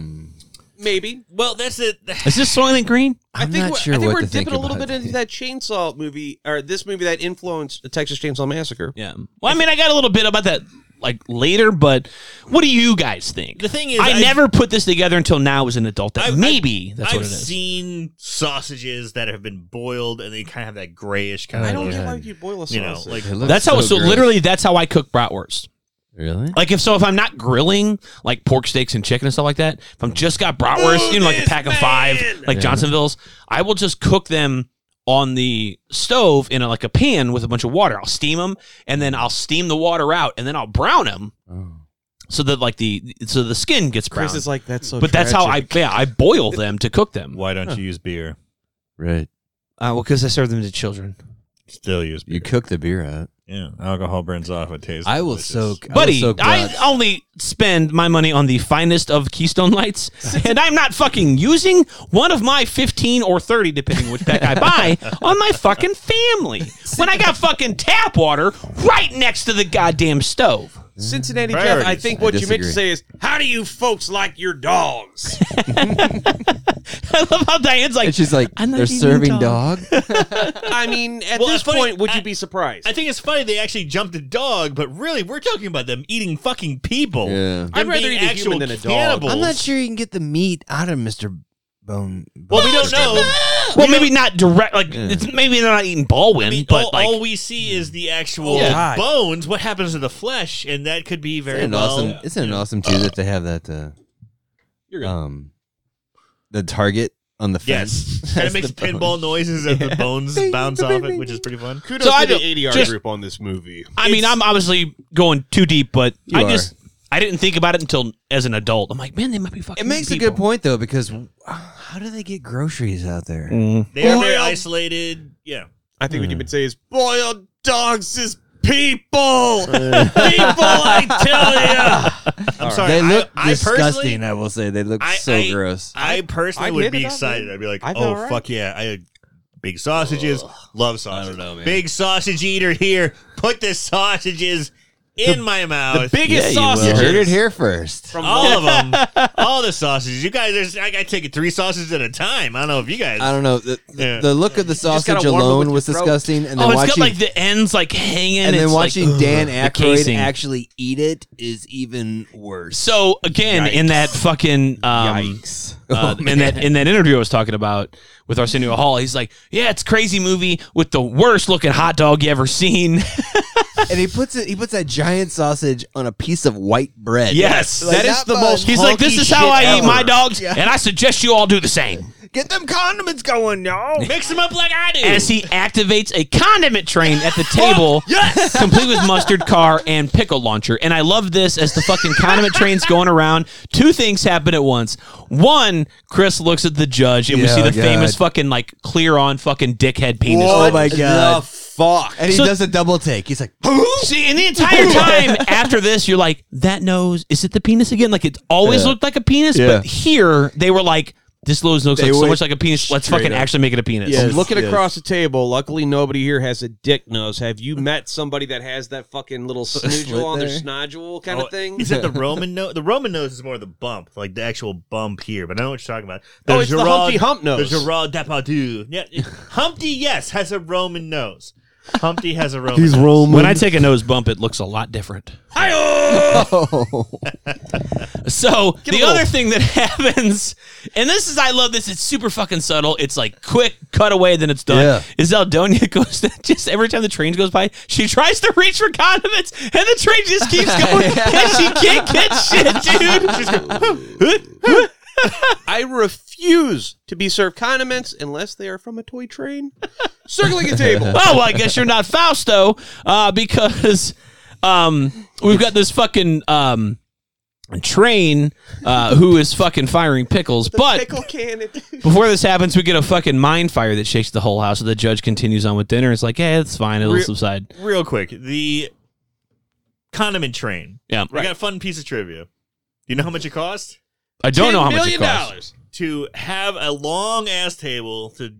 Speaker 1: Maybe.
Speaker 3: Well, that's it.
Speaker 4: Is this Soylent Green?
Speaker 5: I'm
Speaker 1: think
Speaker 5: not
Speaker 1: we're,
Speaker 5: sure
Speaker 1: I think
Speaker 5: what
Speaker 1: we're
Speaker 5: to
Speaker 1: dipping
Speaker 5: think
Speaker 1: a little
Speaker 5: about
Speaker 1: bit into
Speaker 5: it.
Speaker 1: that chainsaw movie or this movie that influenced the Texas Chainsaw Massacre.
Speaker 4: Yeah. Well, I mean, I got a little bit about that like later, but what do you guys think?
Speaker 3: The thing is,
Speaker 4: I
Speaker 3: I've-
Speaker 4: never put this together until now as an adult. That
Speaker 3: I've-
Speaker 4: maybe that's
Speaker 3: I've
Speaker 4: what it is.
Speaker 3: seen sausages that have been boiled and they kind of have that grayish kind
Speaker 1: I
Speaker 3: of.
Speaker 1: don't
Speaker 3: look.
Speaker 1: get why you boil a sausage.
Speaker 3: You know, like
Speaker 5: It looks
Speaker 4: That's how. So,
Speaker 5: gross.
Speaker 4: literally, that's how I cook bratwurst.
Speaker 5: Really?
Speaker 4: Like if so, if I'm not grilling like pork steaks and chicken and stuff like that, if I'm just got bratwurst, you know, like a pack of five, like Johnsonville's, I will just cook them on the stove in a, like a pan with a bunch of water. I'll steam them, and then I'll steam the water out, and then I'll brown them
Speaker 5: Oh.
Speaker 4: so that like the so the skin gets brown.
Speaker 1: Chris is like, that's so
Speaker 4: but that's how I yeah I boil them to cook them.
Speaker 3: why don't you use beer?
Speaker 5: Right.
Speaker 4: Uh, well, because I serve them to children.
Speaker 3: Still use beer.
Speaker 5: You cook the beer out.
Speaker 3: yeah, alcohol burns off. It tastes.
Speaker 5: I will
Speaker 3: delicious.
Speaker 5: soak.
Speaker 4: Buddy,
Speaker 5: I, will soak
Speaker 4: I
Speaker 5: rocks.
Speaker 4: only spend my money on the finest of Keystone Lights, and I'm not fucking using one of my 15 or 30, depending which pack I buy, on my fucking family. When I got fucking tap water right next to the goddamn stove.
Speaker 1: Cincinnati Jeff. I
Speaker 3: Priorities.
Speaker 1: think
Speaker 5: I
Speaker 1: what you meant to
Speaker 5: disagree.
Speaker 1: say is, how do you folks like your dogs?
Speaker 4: I love how Diane's like,
Speaker 5: And she's like,
Speaker 4: I'm not
Speaker 5: they're
Speaker 4: eating
Speaker 5: serving
Speaker 4: dog."
Speaker 5: dog.
Speaker 1: I mean, at
Speaker 3: Well,
Speaker 1: this
Speaker 3: it's funny,
Speaker 1: point, would
Speaker 3: I-
Speaker 1: you be surprised?
Speaker 3: I think it's funny they actually jumped a dog, but really we're talking about them eating fucking people.
Speaker 5: Yeah.
Speaker 3: Them
Speaker 1: I'd rather
Speaker 3: being
Speaker 1: eat a human
Speaker 3: actual
Speaker 1: than a dog.
Speaker 3: cannibals.
Speaker 5: I'm not sure you can get the meat out of Mr. Bone.
Speaker 3: Well, we don't know.
Speaker 4: "Ah!" well, maybe not direct, like, it's, maybe they're not eating Baldwin,
Speaker 3: I mean,
Speaker 4: but
Speaker 3: all,
Speaker 5: oh,
Speaker 4: like,
Speaker 3: all we see is the actual
Speaker 5: Yeah.
Speaker 3: bones. What happens to the flesh? And that could be very
Speaker 5: Isn't it
Speaker 3: well.
Speaker 5: awesome? Isn't it awesome too that they have that? Uh,
Speaker 1: You're good.
Speaker 5: um, the target on the fence.
Speaker 3: Yes. and
Speaker 5: as
Speaker 3: it makes
Speaker 5: the bone.
Speaker 3: pinball noises as the bones bounce off it, which is pretty fun.
Speaker 1: Kudos
Speaker 4: So I
Speaker 1: to the ADR
Speaker 4: don't- just-
Speaker 1: group on this movie.
Speaker 4: I mean, I'm obviously going too deep, but
Speaker 5: You
Speaker 4: I
Speaker 5: are.
Speaker 4: just I didn't think about it until as an adult. I'm like, man, they might be fucking.
Speaker 5: It makes a
Speaker 4: people.
Speaker 5: good point though because uh, how do they get groceries out there?
Speaker 3: They are very
Speaker 1: Well-
Speaker 3: isolated. Yeah.
Speaker 1: I think what
Speaker 5: Hmm.
Speaker 1: you would say is boiled dogs is
Speaker 5: Uh,
Speaker 1: people. people, I tell you.
Speaker 3: I'm sorry.
Speaker 5: They look
Speaker 3: I, I personally,
Speaker 5: disgusting. I, will say they look
Speaker 3: I-
Speaker 5: so
Speaker 3: I-
Speaker 5: gross.
Speaker 3: I personally
Speaker 1: I'd
Speaker 3: would
Speaker 1: hit
Speaker 3: be
Speaker 1: it up,
Speaker 3: excited.
Speaker 1: man.
Speaker 3: I'd be like,
Speaker 1: I'd be
Speaker 3: oh
Speaker 1: all right.
Speaker 3: fuck yeah! I had big sausages. Love sausage.
Speaker 5: know, man.
Speaker 3: Big sausage eater here. Put the sausages in my
Speaker 1: The
Speaker 3: mouth.
Speaker 1: biggest
Speaker 5: you will.
Speaker 1: sausages.
Speaker 5: heard it here first.
Speaker 1: From
Speaker 3: all of them. all the sausages. You guys, there's, I got taking three sausages at a time. I don't know if you guys.
Speaker 5: I don't know. The, the-
Speaker 3: Yeah.
Speaker 5: the look of the
Speaker 1: gotta
Speaker 5: sausage
Speaker 1: warm it with
Speaker 5: alone
Speaker 1: your
Speaker 5: was
Speaker 1: throat.
Speaker 5: disgusting, and then
Speaker 4: Oh, it's
Speaker 5: watching
Speaker 4: got like the ends like hanging,
Speaker 5: and then
Speaker 4: It's like,
Speaker 5: watching
Speaker 4: ugh,
Speaker 5: Dan
Speaker 4: the
Speaker 5: Aykroyd
Speaker 4: casing.
Speaker 5: actually eat it is even worse.
Speaker 4: So again, in that fucking um, uh,
Speaker 5: Oh,
Speaker 4: in that in that interview I was talking about with Arsenio Hall, he's like, "Yeah, it's a crazy movie with the worst looking hot dog you ever seen."
Speaker 5: and he puts it. He puts that giant sausage on a piece of white bread.
Speaker 4: yes,
Speaker 5: Like,
Speaker 1: That is
Speaker 5: not
Speaker 1: the
Speaker 5: much.
Speaker 1: most-
Speaker 4: he's like, "This
Speaker 1: Honky
Speaker 4: is how
Speaker 1: shit
Speaker 4: I eat my
Speaker 1: ever."
Speaker 4: dogs,
Speaker 5: Yeah.
Speaker 4: and I suggest you all do the same."
Speaker 5: Get them condiments going, y'all.
Speaker 3: Mix them up like I do.
Speaker 4: As he activates a condiment train at the table, yes! complete with mustard car and pickle launcher. And I love this as the fucking condiment train's going around. Two things happen at once. One, Chris looks at the judge, and we
Speaker 5: Yeah,
Speaker 4: see the
Speaker 5: God.
Speaker 4: famous fucking like clear on fucking dickhead penis.
Speaker 5: Oh my god.
Speaker 1: fuck.
Speaker 5: And he
Speaker 4: So-
Speaker 5: does a double take. He's like,
Speaker 4: See, and the entire time after this, you're like, that nose, is it the penis again? Like, it always
Speaker 5: Yeah.
Speaker 4: looked like a penis,
Speaker 5: Yeah.
Speaker 4: but here they were like, this nose looks
Speaker 5: They
Speaker 4: like so
Speaker 5: went
Speaker 4: much like a penis. Let's
Speaker 5: straight
Speaker 4: fucking
Speaker 5: up.
Speaker 4: actually make it a penis.
Speaker 5: Yes.
Speaker 1: I'm looking
Speaker 5: yes.
Speaker 1: across the table. Luckily, nobody here has a dick nose. Have you met somebody that has that fucking little snoodle on their
Speaker 5: there?
Speaker 1: snodule kind
Speaker 3: Oh,
Speaker 1: of thing?
Speaker 3: Is it the Roman nose? The Roman nose is more the bump, like the actual bump here. But I know what you're talking about.
Speaker 1: Oh, it's the Humpty Hump nose.
Speaker 3: The Gerard Depardieu. Yeah, it- Humpty, yes, has a Roman nose. Humpty has a Roman.
Speaker 5: he's
Speaker 3: nose.
Speaker 5: Roman.
Speaker 4: When I take a nose bump, it looks a lot different. So the
Speaker 1: a
Speaker 4: other
Speaker 1: little-
Speaker 4: thing that happens, and this is I love this. It's super fucking subtle. It's like quick cutaway, then it's done.
Speaker 5: Yeah.
Speaker 4: Is Eldonia goes to, just every time the train goes by, she tries to reach for condiments, and the train just keeps going, and she can't get shit, dude.
Speaker 3: She's got-
Speaker 1: I refuse to be served condiments unless they are from a toy train circling a table.
Speaker 4: Oh, well, I guess you're not Fausto, uh, because um, we've got this fucking um, train uh, who is fucking firing pickles, but.
Speaker 1: Pickle can. it-
Speaker 4: Before this happens, we get a fucking mine fire that shakes the whole house. So the judge continues on with dinner. It's like, hey, it's fine. It'll
Speaker 3: Re-
Speaker 4: subside.
Speaker 3: Real quick, the condiment train.
Speaker 4: Yeah.
Speaker 3: We got a fun piece of trivia. Do you know how much it cost
Speaker 4: I don't know how
Speaker 1: $10
Speaker 4: much it
Speaker 1: million
Speaker 4: costs.
Speaker 1: dollars.
Speaker 3: to have a long ass table to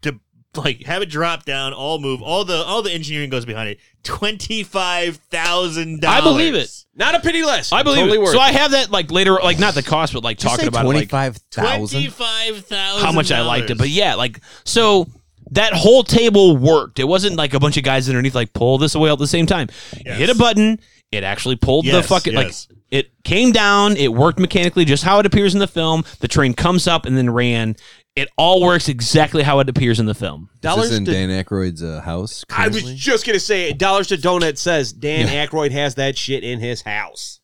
Speaker 3: to like have it drop down, all move, all the all the engineering goes behind it. Twenty five thousand
Speaker 4: I
Speaker 3: dollars.
Speaker 4: believe it.
Speaker 1: Not a pity less.
Speaker 4: I believe
Speaker 1: totally
Speaker 4: it.
Speaker 1: worth
Speaker 4: So I have that like later, like not the cost, but like talking about it, like,
Speaker 5: twenty-five thousand.
Speaker 3: Twenty five thousand.
Speaker 4: how much I liked it. But yeah, like so that whole table worked. It wasn't like a bunch of guys underneath like pull this away all at the same time. You hit a
Speaker 3: Yes.
Speaker 4: button, it actually pulled the
Speaker 3: Yes,
Speaker 4: fucking
Speaker 3: yes.
Speaker 4: like it came down, it worked mechanically just how it appears in the film. The train comes up and then ran. It all works exactly how it appears in the film.
Speaker 5: Dollars
Speaker 1: Dollars
Speaker 5: in
Speaker 1: to-
Speaker 5: Dan Aykroyd's uh, house.
Speaker 1: I
Speaker 5: Currently?
Speaker 1: was just gonna say, dollars to donut says Dan Aykroyd has that shit in his house.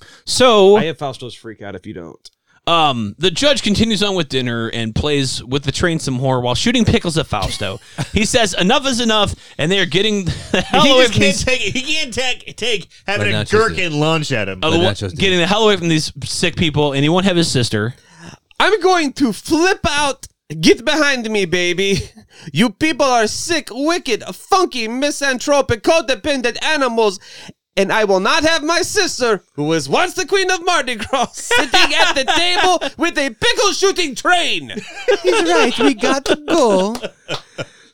Speaker 5: Oh.
Speaker 4: So
Speaker 1: I have Fausto's freak out if you don't.
Speaker 4: Um, the judge continues on with dinner and plays with the train some more while shooting pickles at Fausto. he says, "Enough is enough," and they are getting the hell
Speaker 3: He
Speaker 4: away
Speaker 3: just
Speaker 4: from
Speaker 3: can't
Speaker 4: these,
Speaker 3: take it. He can't take, take having
Speaker 5: But
Speaker 3: a
Speaker 5: not just
Speaker 3: gherkin launch at him.
Speaker 4: uh,
Speaker 5: the nachos, dude.
Speaker 4: getting the hell away from these sick people, and he won't have his sister.
Speaker 1: I'm going to flip out. Get behind me, baby. You people are sick, wicked, funky, misanthropic, codependent animals. And I will not have my sister, who was once the queen of Mardi Gras, sitting at the table with a pickle shooting train.
Speaker 5: He's right. We got to go.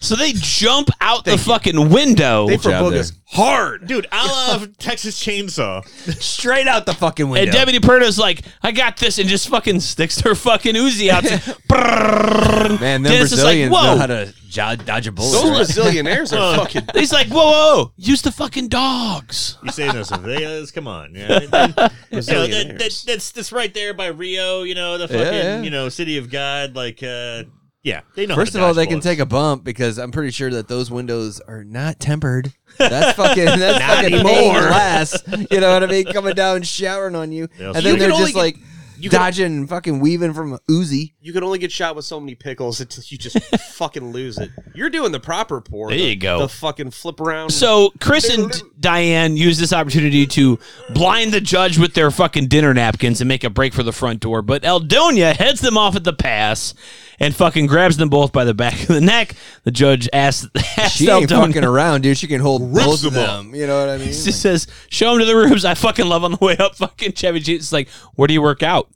Speaker 4: So they jump out the fucking window
Speaker 1: They
Speaker 5: job
Speaker 1: forbode us
Speaker 5: there.
Speaker 1: hard.
Speaker 3: Dude, I love Texas Chainsaw.
Speaker 5: Straight out the fucking
Speaker 4: And
Speaker 5: window.
Speaker 4: Deputy Perdo's like, I got this, and just fucking sticks her fucking Uzi out. To,
Speaker 5: Man, them
Speaker 4: Dennis is like,
Speaker 5: Brazilians
Speaker 4: "Whoa."
Speaker 5: know how to jo- dodge a bullet.
Speaker 1: Those
Speaker 5: right?
Speaker 1: Brazilian airs are fucking.
Speaker 4: he's like, whoa, whoa, use the fucking dogs.
Speaker 3: You say no surveillance? Come on, yeah. You know, that, that,
Speaker 1: Brazilians.
Speaker 3: that's that's right there by Rio. You know the fucking
Speaker 5: yeah.
Speaker 3: you know city of God. Like, uh, yeah, they know.
Speaker 5: First of all, they can take a bump because I'm pretty sure that those windows are not tempered. That's fucking that's fucking stained glass. You know what I mean? Coming down, showering on you,
Speaker 3: Yeah,
Speaker 5: and
Speaker 3: so-
Speaker 5: then
Speaker 3: You
Speaker 5: they're
Speaker 1: can only
Speaker 5: just
Speaker 1: get-
Speaker 5: like,
Speaker 1: You can,
Speaker 5: dodging, fucking weaving from a Uzi.
Speaker 1: you can only get shot with so many pickles until you just fucking lose it. You're doing the proper pour.
Speaker 4: There
Speaker 1: the,
Speaker 4: you go.
Speaker 1: The fucking flip around.
Speaker 4: So Chris and Diane used this opportunity to blind the judge with their fucking dinner napkins and make a break for the front door. But Eldonia heads them off at the pass and fucking grabs them both by the back of the neck. The judge asks, asks
Speaker 5: She ain't
Speaker 4: Eldonia-
Speaker 5: fucking around, dude. She can hold both of
Speaker 3: them
Speaker 5: them. You know what I mean?
Speaker 4: She says, "Show him to the rooms." I fucking love on the way up. Fucking Chevy Chase is like, "Where do you work out?"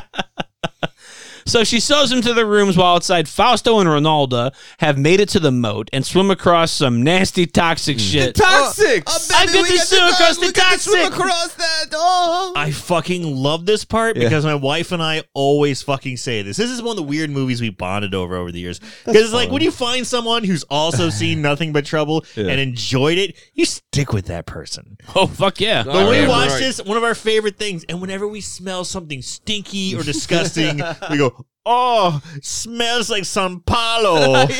Speaker 4: so she shows him to the rooms while outside. Fausto and Ronaldo have made it to the moat and swim across some nasty toxic
Speaker 1: Mm.
Speaker 4: shit.
Speaker 1: toxic.
Speaker 4: I oh, get to swim across the toxic.
Speaker 5: across that. Oh.
Speaker 3: I fucking love this part
Speaker 5: Yeah.
Speaker 3: because my wife and I always fucking say this. This is one of the weird movies we bonded over over the years. Because it's like when you find someone who's also seen nothing but trouble and enjoyed it, you stick with that person.
Speaker 4: Oh fuck yeah!
Speaker 1: Oh,
Speaker 3: But when
Speaker 1: yeah,
Speaker 3: we watch
Speaker 1: right.
Speaker 3: this, one of our favorite things, and whenever we smell something stinky or disgusting, we go, "Oh, smells like San Paulo."
Speaker 5: That's,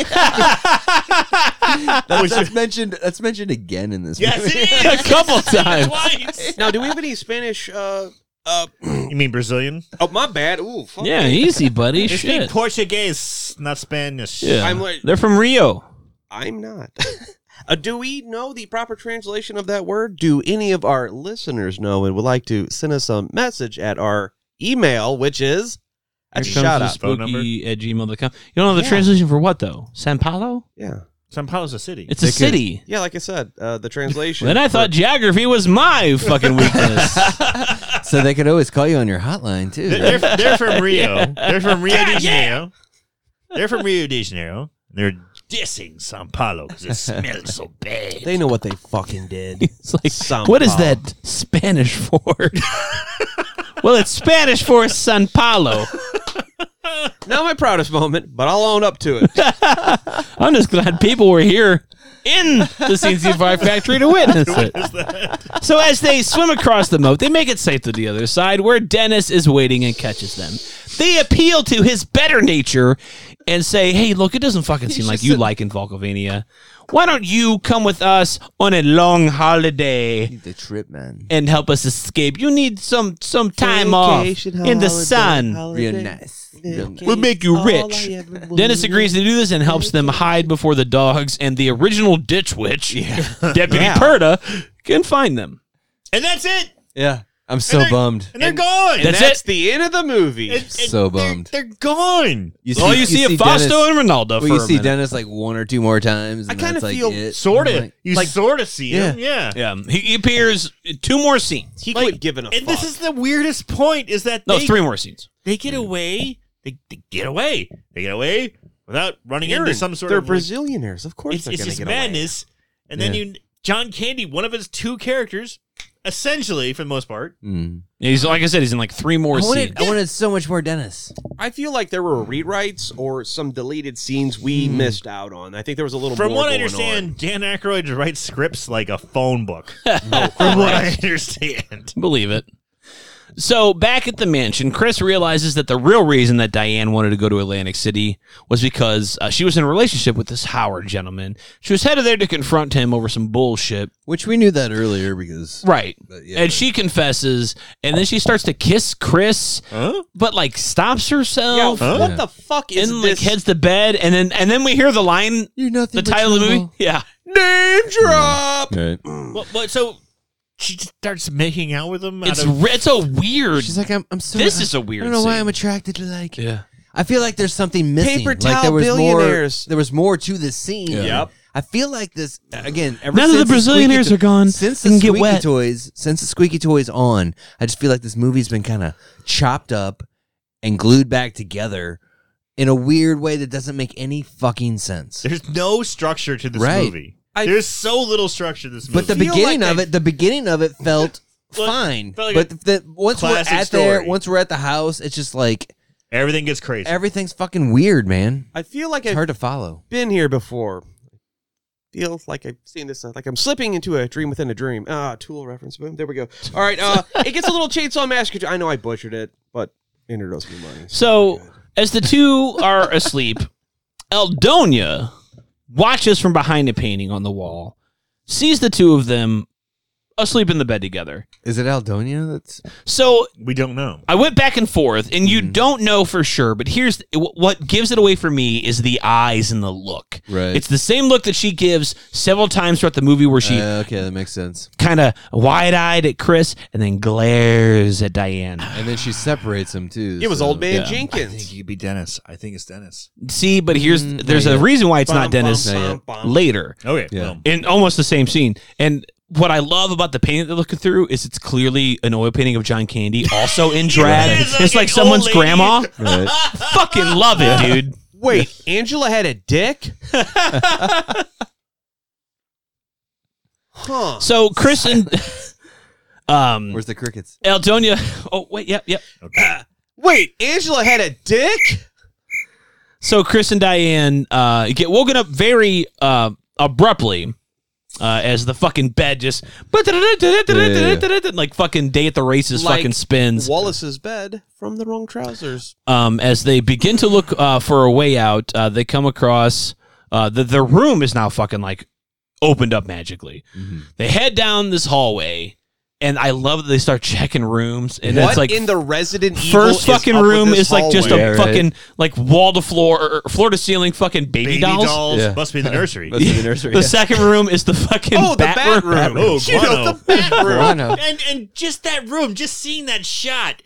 Speaker 3: Which-
Speaker 5: that's mentioned. That's mentioned again in this.
Speaker 3: yes,
Speaker 5: movie.
Speaker 3: it is.
Speaker 4: A couple
Speaker 3: It's seen
Speaker 4: times.
Speaker 3: twice.
Speaker 1: now, do we have any Spanish? Uh, uh,
Speaker 3: You mean Brazilian?
Speaker 1: oh, my bad. Ooh, fuck.
Speaker 4: Yeah, easy, buddy.
Speaker 3: It's being
Speaker 4: Shit.
Speaker 3: Portuguese, not Spanish.
Speaker 4: Yeah.
Speaker 1: I'm like-
Speaker 4: They're from Rio.
Speaker 1: I'm not. uh, do we know the proper translation of that word? Do any of our listeners know and would like to send us a message at our email, which is that's a
Speaker 4: Here comes
Speaker 1: shout
Speaker 4: the
Speaker 1: out.
Speaker 3: Phone
Speaker 4: Spooky at gmail.com. You don't know the translation for what though? San Paulo?
Speaker 1: Yeah,
Speaker 3: San Paulo's a city.
Speaker 4: It's a city.
Speaker 1: yeah. Like I said, uh, the translation.
Speaker 4: Then I thought geography was my fucking weakness.
Speaker 5: So they could always call you on your hotline too.
Speaker 3: They're, they're, they're from Rio. They're from Rio de Janeiro. They're from Rio de Janeiro. They're dissing Sao Paulo because it smells so bad.
Speaker 1: they know what they fucking did.
Speaker 4: it's like,
Speaker 1: San
Speaker 4: what is
Speaker 1: Paulo.
Speaker 4: that Spanish for? well, it's Spanish for San Paulo.
Speaker 1: Not my proudest moment, but I'll own up to it.
Speaker 4: I'm just glad people were here in the CNC5 factory to witness it. So as they swim across the moat, they make it safe to the other side where Dennis is waiting and catches them. They appeal to his better nature and say, hey, look, it doesn't fucking seem like you like in Volcovania. Why don't you come with us on a long holiday?
Speaker 5: the trip, man.
Speaker 4: and help us escape. You need some some time off in the sun.
Speaker 5: Real nice. Real nice.
Speaker 4: We'll make you rich. Dennis agrees to do this and helps them hide before the dogs and the original ditch witch, Deputy Perda, can find them.
Speaker 3: And that's it.
Speaker 5: Yeah, I'm so
Speaker 3: they're-
Speaker 5: bummed.
Speaker 3: And they're gone.
Speaker 1: And
Speaker 4: That's
Speaker 1: that's,
Speaker 4: it.
Speaker 1: the end of the movie.
Speaker 3: And- and
Speaker 5: So
Speaker 3: they're-
Speaker 5: bummed.
Speaker 3: They're, gone.
Speaker 4: All Oh, you see is Fausto
Speaker 5: Dennis,
Speaker 4: and Ronaldo
Speaker 5: well,
Speaker 4: for
Speaker 5: you
Speaker 4: a
Speaker 5: see
Speaker 4: minute.
Speaker 5: Dennis like one or two more times.
Speaker 1: I
Speaker 5: and
Speaker 1: kinda
Speaker 5: that's, like,
Speaker 1: feel
Speaker 5: it.
Speaker 3: Sort
Speaker 5: I'm
Speaker 3: of.
Speaker 5: like-
Speaker 3: you sort of see him. Yeah.
Speaker 4: Yeah, he he appears in two more scenes.
Speaker 1: he
Speaker 3: like-
Speaker 1: quit giving a
Speaker 3: And
Speaker 1: fuck.
Speaker 3: this is the weirdest point is that
Speaker 4: No,
Speaker 3: they,
Speaker 4: three more scenes.
Speaker 3: they get away. They, they get away. They get away without running into
Speaker 1: Aaron,
Speaker 3: some sort
Speaker 1: they're
Speaker 3: of like,
Speaker 1: Brazilianaires. Of course,
Speaker 3: it's,
Speaker 1: they're
Speaker 3: it's
Speaker 1: gonna
Speaker 3: just
Speaker 1: get
Speaker 3: madness. And then you, John Candy, one of his two characters, essentially for the most part,
Speaker 5: Mm.
Speaker 4: He's like I said, he's in like three more
Speaker 5: I
Speaker 4: scenes.
Speaker 5: wanted, I wanted so much more Dennis.
Speaker 1: Away. I feel like there were rewrites or some deleted scenes we missed out on. Mm. I think there was a little.
Speaker 3: from
Speaker 1: more
Speaker 3: what I
Speaker 1: going
Speaker 3: understand,
Speaker 1: on.
Speaker 3: Dan Aykroyd writes scripts like a phone book. from what I understand,
Speaker 4: Believe it. So back at the mansion, Chris realizes that the real reason that Diane wanted to go to Atlantic City was because uh, she was in a relationship with this Howard gentleman. She was headed there to confront him over some bullshit.
Speaker 5: Which we knew that earlier because
Speaker 4: Right.
Speaker 3: Uh,
Speaker 5: But yeah,
Speaker 4: and she confesses, and then she starts to kiss Chris,
Speaker 3: huh?
Speaker 4: but like stops
Speaker 1: yeah,
Speaker 4: herself
Speaker 1: what the fuck is
Speaker 4: and like
Speaker 1: this?
Speaker 4: heads to bed, and then and then we hear the line,
Speaker 5: you're nothing.
Speaker 4: the title of the movie. Yeah.
Speaker 1: Name drop.
Speaker 5: Right.
Speaker 3: Well, but so she just starts making out with him. out
Speaker 4: It's
Speaker 3: of-
Speaker 4: re- it's a weird.
Speaker 5: She's like, I'm. I'm so.
Speaker 4: this
Speaker 5: I,
Speaker 4: is a
Speaker 5: I
Speaker 4: weird.
Speaker 5: don't know why
Speaker 4: scene.
Speaker 5: I'm attracted to like.
Speaker 4: Yeah.
Speaker 5: I feel like there's something missing.
Speaker 1: Paper
Speaker 5: like,
Speaker 1: towel
Speaker 5: there was
Speaker 1: billionaires.
Speaker 5: More, there was more to this scene.
Speaker 1: Yep.
Speaker 5: I feel like this again. Ever
Speaker 4: Now that the
Speaker 5: since
Speaker 4: Brazilianaires
Speaker 5: squeaky
Speaker 4: are gone,
Speaker 5: since
Speaker 4: they
Speaker 5: the
Speaker 4: can get
Speaker 5: squeaky
Speaker 4: wet.
Speaker 5: toys, since the squeaky toys on, I just feel like this movie's been kind of chopped up and glued back together in a weird way that doesn't make any fucking sense.
Speaker 3: there's no structure to this
Speaker 5: Right.
Speaker 3: movie. there's so little structure to this movie.
Speaker 5: But the
Speaker 1: feel
Speaker 5: beginning
Speaker 1: like
Speaker 5: of
Speaker 1: I-
Speaker 5: it, the beginning of it felt
Speaker 3: Well,
Speaker 5: fine.
Speaker 3: felt like
Speaker 5: but the, once we're at
Speaker 3: classic
Speaker 5: there,
Speaker 3: story.
Speaker 5: once we're at the house, it's just like
Speaker 3: everything gets crazy.
Speaker 5: everything's fucking weird, man.
Speaker 1: I feel like
Speaker 5: It's
Speaker 1: I've
Speaker 5: hard to follow.
Speaker 1: been here before. Feels like I've seen this. uh, Like I'm slipping into a dream within a dream. Ah, Tool reference. Boom. There we go. All right. Uh, it gets a little Chainsaw Massacre. I know I butchered it, but Andrew owes me money.
Speaker 4: So as the two are asleep, Eldonia watches from behind a painting on the wall, sees the two of them, asleep in the bed together.
Speaker 5: Is it Aldonia? That's
Speaker 4: So
Speaker 3: We don't know.
Speaker 4: I went back and forth, and you
Speaker 1: Mm-hmm.
Speaker 4: don't know for sure. But here's wh- what gives it away for me is the eyes and the look.
Speaker 5: Right.
Speaker 4: It's the same look that she gives several times throughout the movie, where she
Speaker 5: Uh, okay, that makes sense.
Speaker 4: kind of wide eyed at Chris and then glares at Diane.
Speaker 5: And then she separates him too.
Speaker 1: It was
Speaker 5: so-
Speaker 1: old man
Speaker 4: yeah.
Speaker 1: Jenkins.
Speaker 3: it could be Dennis. I think it's Dennis.
Speaker 4: See, but here's
Speaker 5: Mm,
Speaker 4: there's
Speaker 5: not
Speaker 4: a
Speaker 5: yet.
Speaker 4: reason why it's not
Speaker 1: Mm-hmm. Bum,
Speaker 4: Dennis uh,
Speaker 1: bum, bum, bum.
Speaker 4: later
Speaker 3: Okay.
Speaker 5: Yeah.
Speaker 3: Oh, Well,
Speaker 4: in almost the same scene. And what I love about the painting they're looking through is it's clearly an oil painting of John Candy, also in drag. it's
Speaker 3: is like
Speaker 4: like
Speaker 3: an
Speaker 4: someone's
Speaker 3: old lady.
Speaker 4: grandma.
Speaker 5: Right.
Speaker 4: Fucking love it, dude.
Speaker 1: Wait, Angela had a dick? huh.
Speaker 4: So Chris and um
Speaker 5: Where's the crickets?
Speaker 4: Eldonia. Oh wait, yep, yep.
Speaker 1: Wait, Angela had a dick?
Speaker 4: So Chris and Diane uh, get woken up very uh, abruptly uh, as the fucking bed just like fucking day at the races
Speaker 1: Like
Speaker 4: fucking spins.
Speaker 1: Wallace's bed from the wrong trousers.
Speaker 4: Um, as they begin to look uh, for a way out, uh, they come across uh, the the room is now fucking like opened up magically.
Speaker 1: Mm-hmm.
Speaker 4: They head down this hallway, and I love that they start checking rooms, and
Speaker 1: what
Speaker 4: it's like
Speaker 1: in the Resident Evil
Speaker 4: first
Speaker 1: is
Speaker 4: fucking
Speaker 1: up with
Speaker 4: room
Speaker 1: this
Speaker 4: is like just a
Speaker 1: hallway?
Speaker 5: Yeah, right.
Speaker 4: fucking like wall to floor, er, floor to ceiling fucking baby,
Speaker 3: baby
Speaker 4: dolls.
Speaker 3: dolls,
Speaker 5: Yeah.
Speaker 3: must be in the nursery.
Speaker 5: Must be the nursery.
Speaker 4: The second room is the fucking
Speaker 1: Oh, the
Speaker 4: bat
Speaker 1: bat
Speaker 4: room.
Speaker 1: room.
Speaker 3: Oh,
Speaker 1: You know,
Speaker 3: guano.
Speaker 1: the bat room.
Speaker 5: Guano.
Speaker 3: and and just that room, just seeing that shot,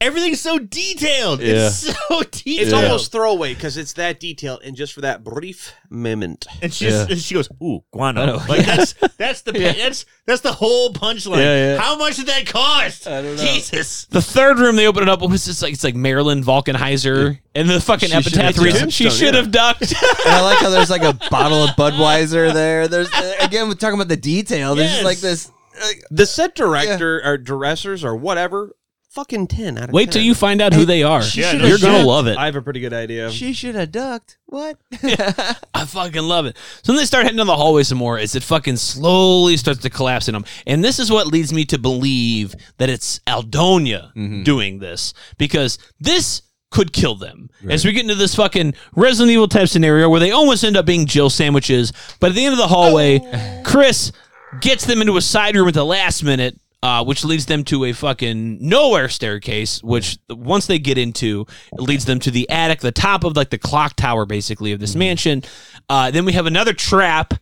Speaker 3: everything's so detailed. It's so detailed.
Speaker 1: It's almost throwaway because it's that detailed and just for that brief moment.
Speaker 3: and she just-
Speaker 5: Yeah.
Speaker 3: and she goes, "Ooh, guano!" Like that's that's the that's that's the whole punchline.
Speaker 5: Yeah, yeah.
Speaker 3: How much did that cost?
Speaker 5: I don't know.
Speaker 3: Jesus.
Speaker 4: The third room they open it up. What is this like? It's like Marilyn Valkenheiser and the fucking
Speaker 5: She should
Speaker 4: epitaph
Speaker 5: have
Speaker 4: reason
Speaker 5: ducked.
Speaker 4: she should have ducked.
Speaker 5: And I like how there's like a bottle of Budweiser there. There's uh, again we're talking about the detail. There's
Speaker 3: Yes.
Speaker 5: just like this.
Speaker 1: The set director or dressers or whatever, fucking 10 out of
Speaker 4: Wait till
Speaker 1: 10.
Speaker 4: you find out who they are.
Speaker 3: Yeah, no
Speaker 4: You're gonna
Speaker 3: shit.
Speaker 4: love it.
Speaker 1: I have a pretty good idea.
Speaker 5: She should have ducked. What?
Speaker 4: I fucking love it. So then they start heading down the hallway some more as it fucking slowly starts to collapse in them. And this is what leads me to believe that it's Aldonia doing this because this could kill them. As we get into this fucking Resident Evil type scenario where they almost end up being Jill sandwiches, but at the end of the hallway, Chris gets them into a side room at the last minute. Uh, which leads them to a fucking nowhere staircase, which once they get into, it leads them to the attic, the top of like the clock tower, basically, of this
Speaker 5: Mm-hmm.
Speaker 4: mansion. Uh, then we have another trap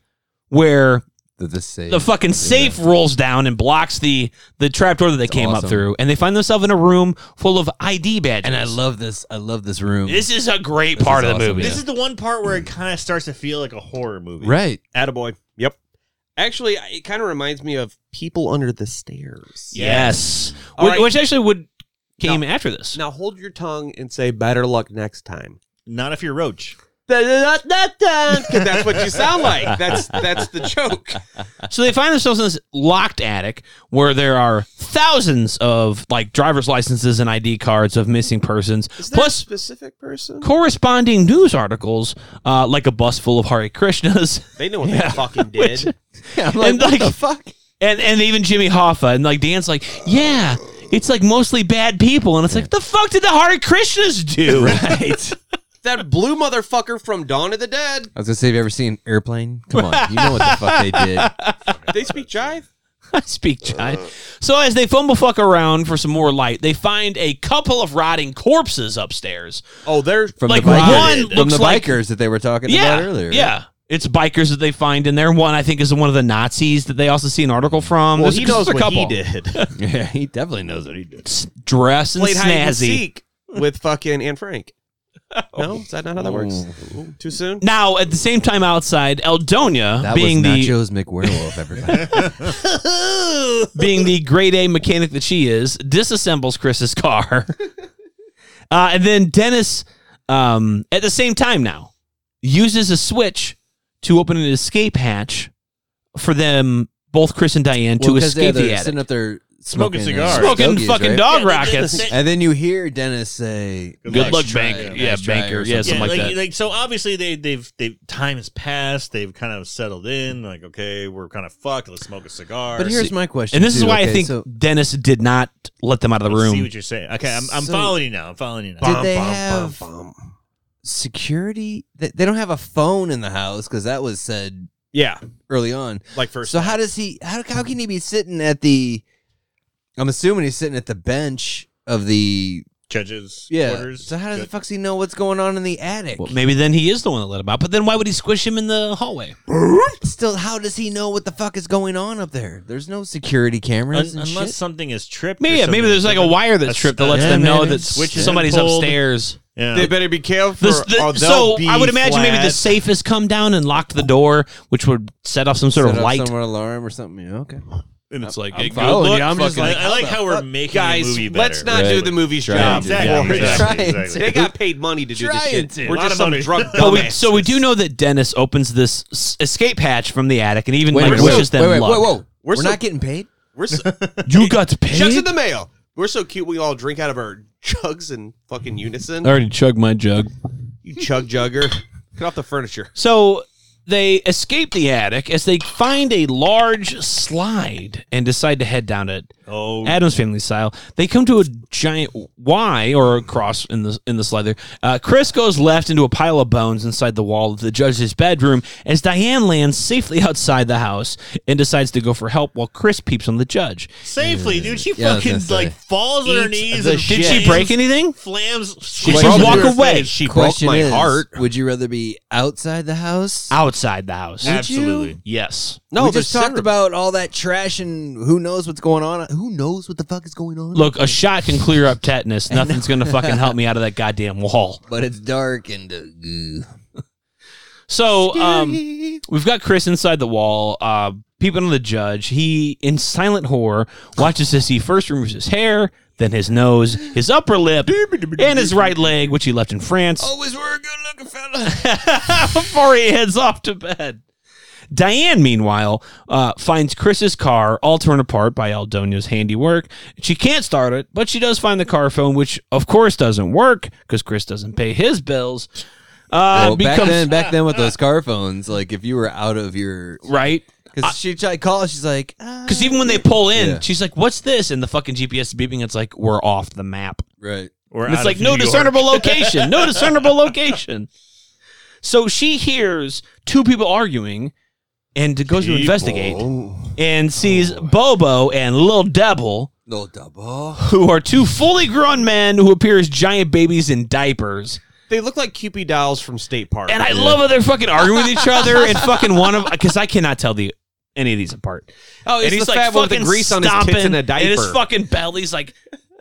Speaker 4: where
Speaker 5: The, the same.
Speaker 4: the fucking safe rolls down and blocks the the trap door that they came
Speaker 5: awesome.
Speaker 4: up through, and they find themselves in a room full of ID badges.
Speaker 5: and I love this. I love this room.
Speaker 4: this is a great part
Speaker 5: is
Speaker 4: of the
Speaker 5: awesome,
Speaker 4: movie.
Speaker 5: yeah.
Speaker 3: This is the one part where it kind of starts to feel like a horror movie.
Speaker 5: right.
Speaker 1: Attaboy. Yep. Actually, it kind of reminds me of People Under the Stairs.
Speaker 4: Yes,
Speaker 1: All
Speaker 4: Which,
Speaker 1: right.
Speaker 4: which actually would came after this.
Speaker 1: Now hold your tongue and say better luck next time.
Speaker 3: Not if you're Roach.
Speaker 1: Better luck next time, 'cause that's what you sound like. That's that's the joke.
Speaker 4: So they find themselves in this locked attic where there are thousands of like driver's licenses and ID cards of missing persons,
Speaker 1: Is that a
Speaker 4: plus
Speaker 1: specific person?
Speaker 4: corresponding news articles uh, like a bus full of Hare Krishnas.
Speaker 1: They know what they fucking did.
Speaker 5: Yeah, I'm like,
Speaker 4: And,
Speaker 5: what
Speaker 4: like-
Speaker 5: the fuck?
Speaker 4: and and even Jimmy Hoffa and like Dan's like, yeah, it's like mostly bad people, and it's like the fuck did the Hare Krishnas do? Right.
Speaker 1: that blue motherfucker from Dawn of the Dead.
Speaker 5: I was gonna say, have you ever seen Airplane? Come on, you know what the fuck they did.
Speaker 1: They speak jive.
Speaker 4: I speak
Speaker 5: Uh.
Speaker 4: Chai. So as they fumble fuck around for some more light, they find a couple of rotting corpses upstairs.
Speaker 1: Oh, they're
Speaker 5: From
Speaker 4: Like,
Speaker 5: the bikers,
Speaker 4: one
Speaker 5: from
Speaker 4: looks
Speaker 5: the
Speaker 4: like-
Speaker 5: bikers that they were talking
Speaker 4: yeah,
Speaker 5: about earlier.
Speaker 4: yeah. It's bikers that they find in there. One I think is one of the Nazis that they also see an article from.
Speaker 1: well,
Speaker 4: There's
Speaker 1: he
Speaker 4: just
Speaker 1: knows
Speaker 4: a
Speaker 1: what
Speaker 4: couple.
Speaker 1: he did.
Speaker 5: yeah. He definitely knows what he did.
Speaker 4: S- Dress and
Speaker 1: Played hide and
Speaker 4: snazzy.
Speaker 1: seek with fucking Anne Frank. No, is that not how that works? Too soon.
Speaker 4: Now at the same time outside, Eldonia
Speaker 5: That
Speaker 4: being
Speaker 5: was
Speaker 4: the
Speaker 5: Nachos McWerewolf, everybody.
Speaker 4: being the grade A mechanic that she is, disassembles Chris's car. Uh, and then Dennis, um, at the same time now, uses a switch to open an escape hatch for them, both Chris and Diane,
Speaker 5: Well,
Speaker 4: to
Speaker 5: 'cause they're-
Speaker 4: escape
Speaker 5: they're
Speaker 4: the attic.
Speaker 5: sitting up there
Speaker 3: Smoking
Speaker 5: smoking, their
Speaker 3: cigars.
Speaker 4: Smoking
Speaker 5: stogies,
Speaker 4: fucking
Speaker 5: right?
Speaker 4: dog
Speaker 3: Yeah, they did the
Speaker 4: rockets.
Speaker 3: same-
Speaker 5: And then you hear Dennis say,
Speaker 3: Good
Speaker 4: Good
Speaker 3: Nice
Speaker 4: luck,
Speaker 3: try,
Speaker 4: banker.
Speaker 5: nice
Speaker 4: Yeah,
Speaker 5: try,
Speaker 4: banker.
Speaker 5: or
Speaker 4: Yeah,
Speaker 5: something
Speaker 4: something like, that.
Speaker 3: so obviously they they've they've time has passed. They've kind of settled in. Like okay, we're kind of fucked. Let's smoke a cigar.
Speaker 5: But here's my question.
Speaker 4: and this is
Speaker 5: too,
Speaker 4: why I
Speaker 5: okay,
Speaker 4: think
Speaker 5: so
Speaker 4: Dennis did not let them out of the
Speaker 3: I see
Speaker 4: room.
Speaker 3: what you're saying. Okay, I'm, I'm
Speaker 5: So-
Speaker 3: following you now. I'm following you now.
Speaker 5: Did they have security? They they don't have a phone in the house because that was said
Speaker 4: Yeah,
Speaker 5: early on.
Speaker 4: like first.
Speaker 5: so how does he? How how can he be sitting at the? I'm assuming he's sitting at the bench of the
Speaker 3: Judges,
Speaker 5: yeah.
Speaker 3: quarters.
Speaker 5: so how does
Speaker 3: ju-
Speaker 5: the fuck's he know what's going on in the attic?
Speaker 4: well, maybe then he is the one that let him out. But then why would he squish him in the hallway?
Speaker 5: Still, how does he know what the fuck is going on up there? There's no security
Speaker 3: Un-
Speaker 5: cameras and
Speaker 3: unless
Speaker 5: shit.
Speaker 3: something is tripped. or
Speaker 4: Maybe, yeah, maybe
Speaker 3: something
Speaker 4: there's like a
Speaker 3: different.
Speaker 4: wire that's
Speaker 3: That's-
Speaker 4: tripped that lets
Speaker 3: yeah,
Speaker 4: them know
Speaker 3: maybe.
Speaker 4: that
Speaker 3: Switch is
Speaker 4: somebody's
Speaker 3: pulled.
Speaker 4: upstairs.
Speaker 3: Yeah.
Speaker 1: They better be careful.
Speaker 4: This- the-
Speaker 1: or they'll
Speaker 4: so
Speaker 3: be
Speaker 4: I would imagine maybe the
Speaker 3: flat.
Speaker 4: safe has come down and locked the door, which would set off some sort
Speaker 5: Set
Speaker 4: of
Speaker 5: up
Speaker 4: light.
Speaker 5: Some alarm or something. Yeah, okay.
Speaker 4: And it's like,
Speaker 5: I'm hey, good
Speaker 3: Oh,
Speaker 5: following luck, you. I'm just
Speaker 3: I,
Speaker 5: like,
Speaker 3: I like how we're making
Speaker 1: guys,
Speaker 3: the movie better.
Speaker 1: let's not do the movie's
Speaker 5: Right.
Speaker 1: job.
Speaker 3: Exactly.
Speaker 1: for
Speaker 3: exactly,
Speaker 1: them.
Speaker 5: Trying to.
Speaker 3: exactly.
Speaker 1: They got paid money to do this shit.
Speaker 4: to.
Speaker 1: We're
Speaker 3: Lot
Speaker 1: just
Speaker 3: of
Speaker 1: some
Speaker 3: money.
Speaker 1: drug
Speaker 4: But we,
Speaker 1: dumbass.
Speaker 4: so we do know that Dennis opens this s- escape hatch from the attic and even
Speaker 5: Wait, a
Speaker 4: like
Speaker 5: minute, wait,
Speaker 4: wishes them
Speaker 5: wait, wait,
Speaker 4: luck.
Speaker 5: whoa, whoa. We're,
Speaker 1: We're so-
Speaker 5: not getting paid.
Speaker 1: We're so,
Speaker 4: You got paid.
Speaker 1: jugs in the mail. We're so cute. We all drink out of our jugs in fucking unison.
Speaker 4: I already chugged my jug.
Speaker 1: You chug jugger. Get off the furniture.
Speaker 4: So they escape the attic as they find a large slide and decide to head down it.
Speaker 3: Oh,
Speaker 4: Adam's family style. They come to a giant Y or a cross in the in the slide there. Uh, Chris goes left into a pile of bones inside the wall of the judge's bedroom as Diane lands safely outside the house and decides to go for help while Chris peeps on the judge.
Speaker 3: safely, dude. She
Speaker 5: Yeah, I was
Speaker 3: fucking
Speaker 5: gonna
Speaker 3: like
Speaker 5: say.
Speaker 3: falls on her
Speaker 4: Eats
Speaker 3: knees.
Speaker 5: the
Speaker 3: and
Speaker 4: Did she
Speaker 3: flams-
Speaker 4: break anything?
Speaker 3: Flams.
Speaker 4: Did she
Speaker 5: Broke
Speaker 4: walk
Speaker 5: her
Speaker 4: away?
Speaker 1: She
Speaker 5: Question
Speaker 1: broke my
Speaker 5: is,
Speaker 1: heart.
Speaker 5: would you rather be outside the house?
Speaker 4: Outside the house.
Speaker 3: Absolutely.
Speaker 4: Yes.
Speaker 5: No, we
Speaker 1: there's
Speaker 5: just talked
Speaker 1: several.
Speaker 5: about all that trash and who knows what's going on. Who knows what the fuck is going on?
Speaker 4: Look, a shot can clear up tetanus. Nothing's going to fucking help me out of that goddamn wall.
Speaker 5: but it's dark and uh, ugh.
Speaker 4: So um, we've got Chris inside the wall, uh, peeping on the judge. He, in silent horror, watches as he first removes his hair, then his nose, his upper lip, and his right leg, which he left in France.
Speaker 5: always were a good looking fella.
Speaker 4: before he heads off to bed. Diane, meanwhile, uh, finds Chris's car all torn apart by Aldonia's handiwork. She can't start it, but she does find the car phone, which of course doesn't work because Chris doesn't pay his bills. Uh,
Speaker 5: Well, back
Speaker 4: becomes
Speaker 5: then, back then with those car phones, like if you were out of your,
Speaker 4: right
Speaker 5: because she tried to call, she's like, "Ah."
Speaker 4: because even when they pull in,
Speaker 5: Yeah.
Speaker 4: she's like, "What's this?" And the fucking GPS is beeping. It's like we're off the map.
Speaker 5: right,
Speaker 3: We're
Speaker 4: And
Speaker 3: out
Speaker 4: it's like
Speaker 3: of
Speaker 4: no
Speaker 3: New York.
Speaker 4: discernible location. No discernible location. So she hears two people arguing and goes to investigate and sees Bobo and Lil Devil,
Speaker 5: no double.
Speaker 4: who are two fully grown men who appear as giant babies in diapers.
Speaker 1: They look like Cupid dolls from State Park.
Speaker 4: And I love how they're fucking arguing with each other and fucking one of because I cannot tell the any of these apart. Oh,
Speaker 1: it's the fat one with the grease on his tits and a
Speaker 4: his
Speaker 1: diaper.
Speaker 4: fucking belly's like,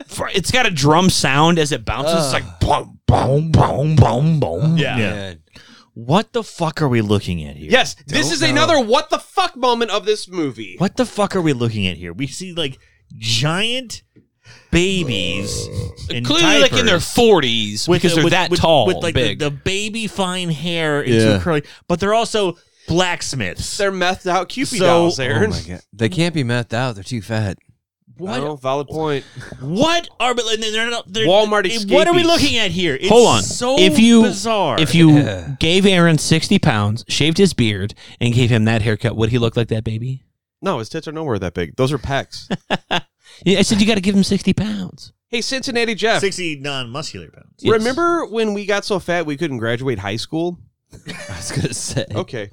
Speaker 4: fr- it's got a drum sound as it bounces. It's like boom, boom, boom, boom, boom. Yeah.
Speaker 5: Man.
Speaker 3: What the fuck are we looking at here?
Speaker 1: Yes, this is another what the fuck moment of this movie.
Speaker 3: What the fuck are we looking at here? We see like giant babies, in
Speaker 4: Uh, Clearly, like in their
Speaker 3: diapers
Speaker 4: forties because they're
Speaker 3: with-
Speaker 4: that
Speaker 3: with-
Speaker 4: tall,
Speaker 3: with like the-
Speaker 4: big.
Speaker 3: The, baby fine hair into
Speaker 5: Yeah.
Speaker 3: curly, but they're also blacksmiths.
Speaker 1: They're methed out Cupid
Speaker 3: So-
Speaker 1: dolls,
Speaker 5: Oh
Speaker 1: Aaron.
Speaker 5: my god, they can't be methed out. They're too fat.
Speaker 1: I
Speaker 3: what
Speaker 1: don't know, valid point.
Speaker 3: What are and they're not they're,
Speaker 1: Walmart
Speaker 3: eh, What are we
Speaker 1: escapees.
Speaker 3: looking at here? It's
Speaker 4: Hold on.
Speaker 3: so
Speaker 4: If you-
Speaker 3: bizarre.
Speaker 4: If you
Speaker 5: Yeah.
Speaker 4: gave Aaron sixty pounds, shaved his beard, and gave him that haircut, would he look like that baby?
Speaker 1: No, his tits are nowhere that big. Those are pecs.
Speaker 4: Yeah, I said you got to give him sixty pounds.
Speaker 1: hey, Cincinnati Jeff,
Speaker 3: sixty non-muscular pounds,
Speaker 4: Yes.
Speaker 1: remember when we got so fat we couldn't graduate high school?
Speaker 5: I was gonna say,
Speaker 1: Okay.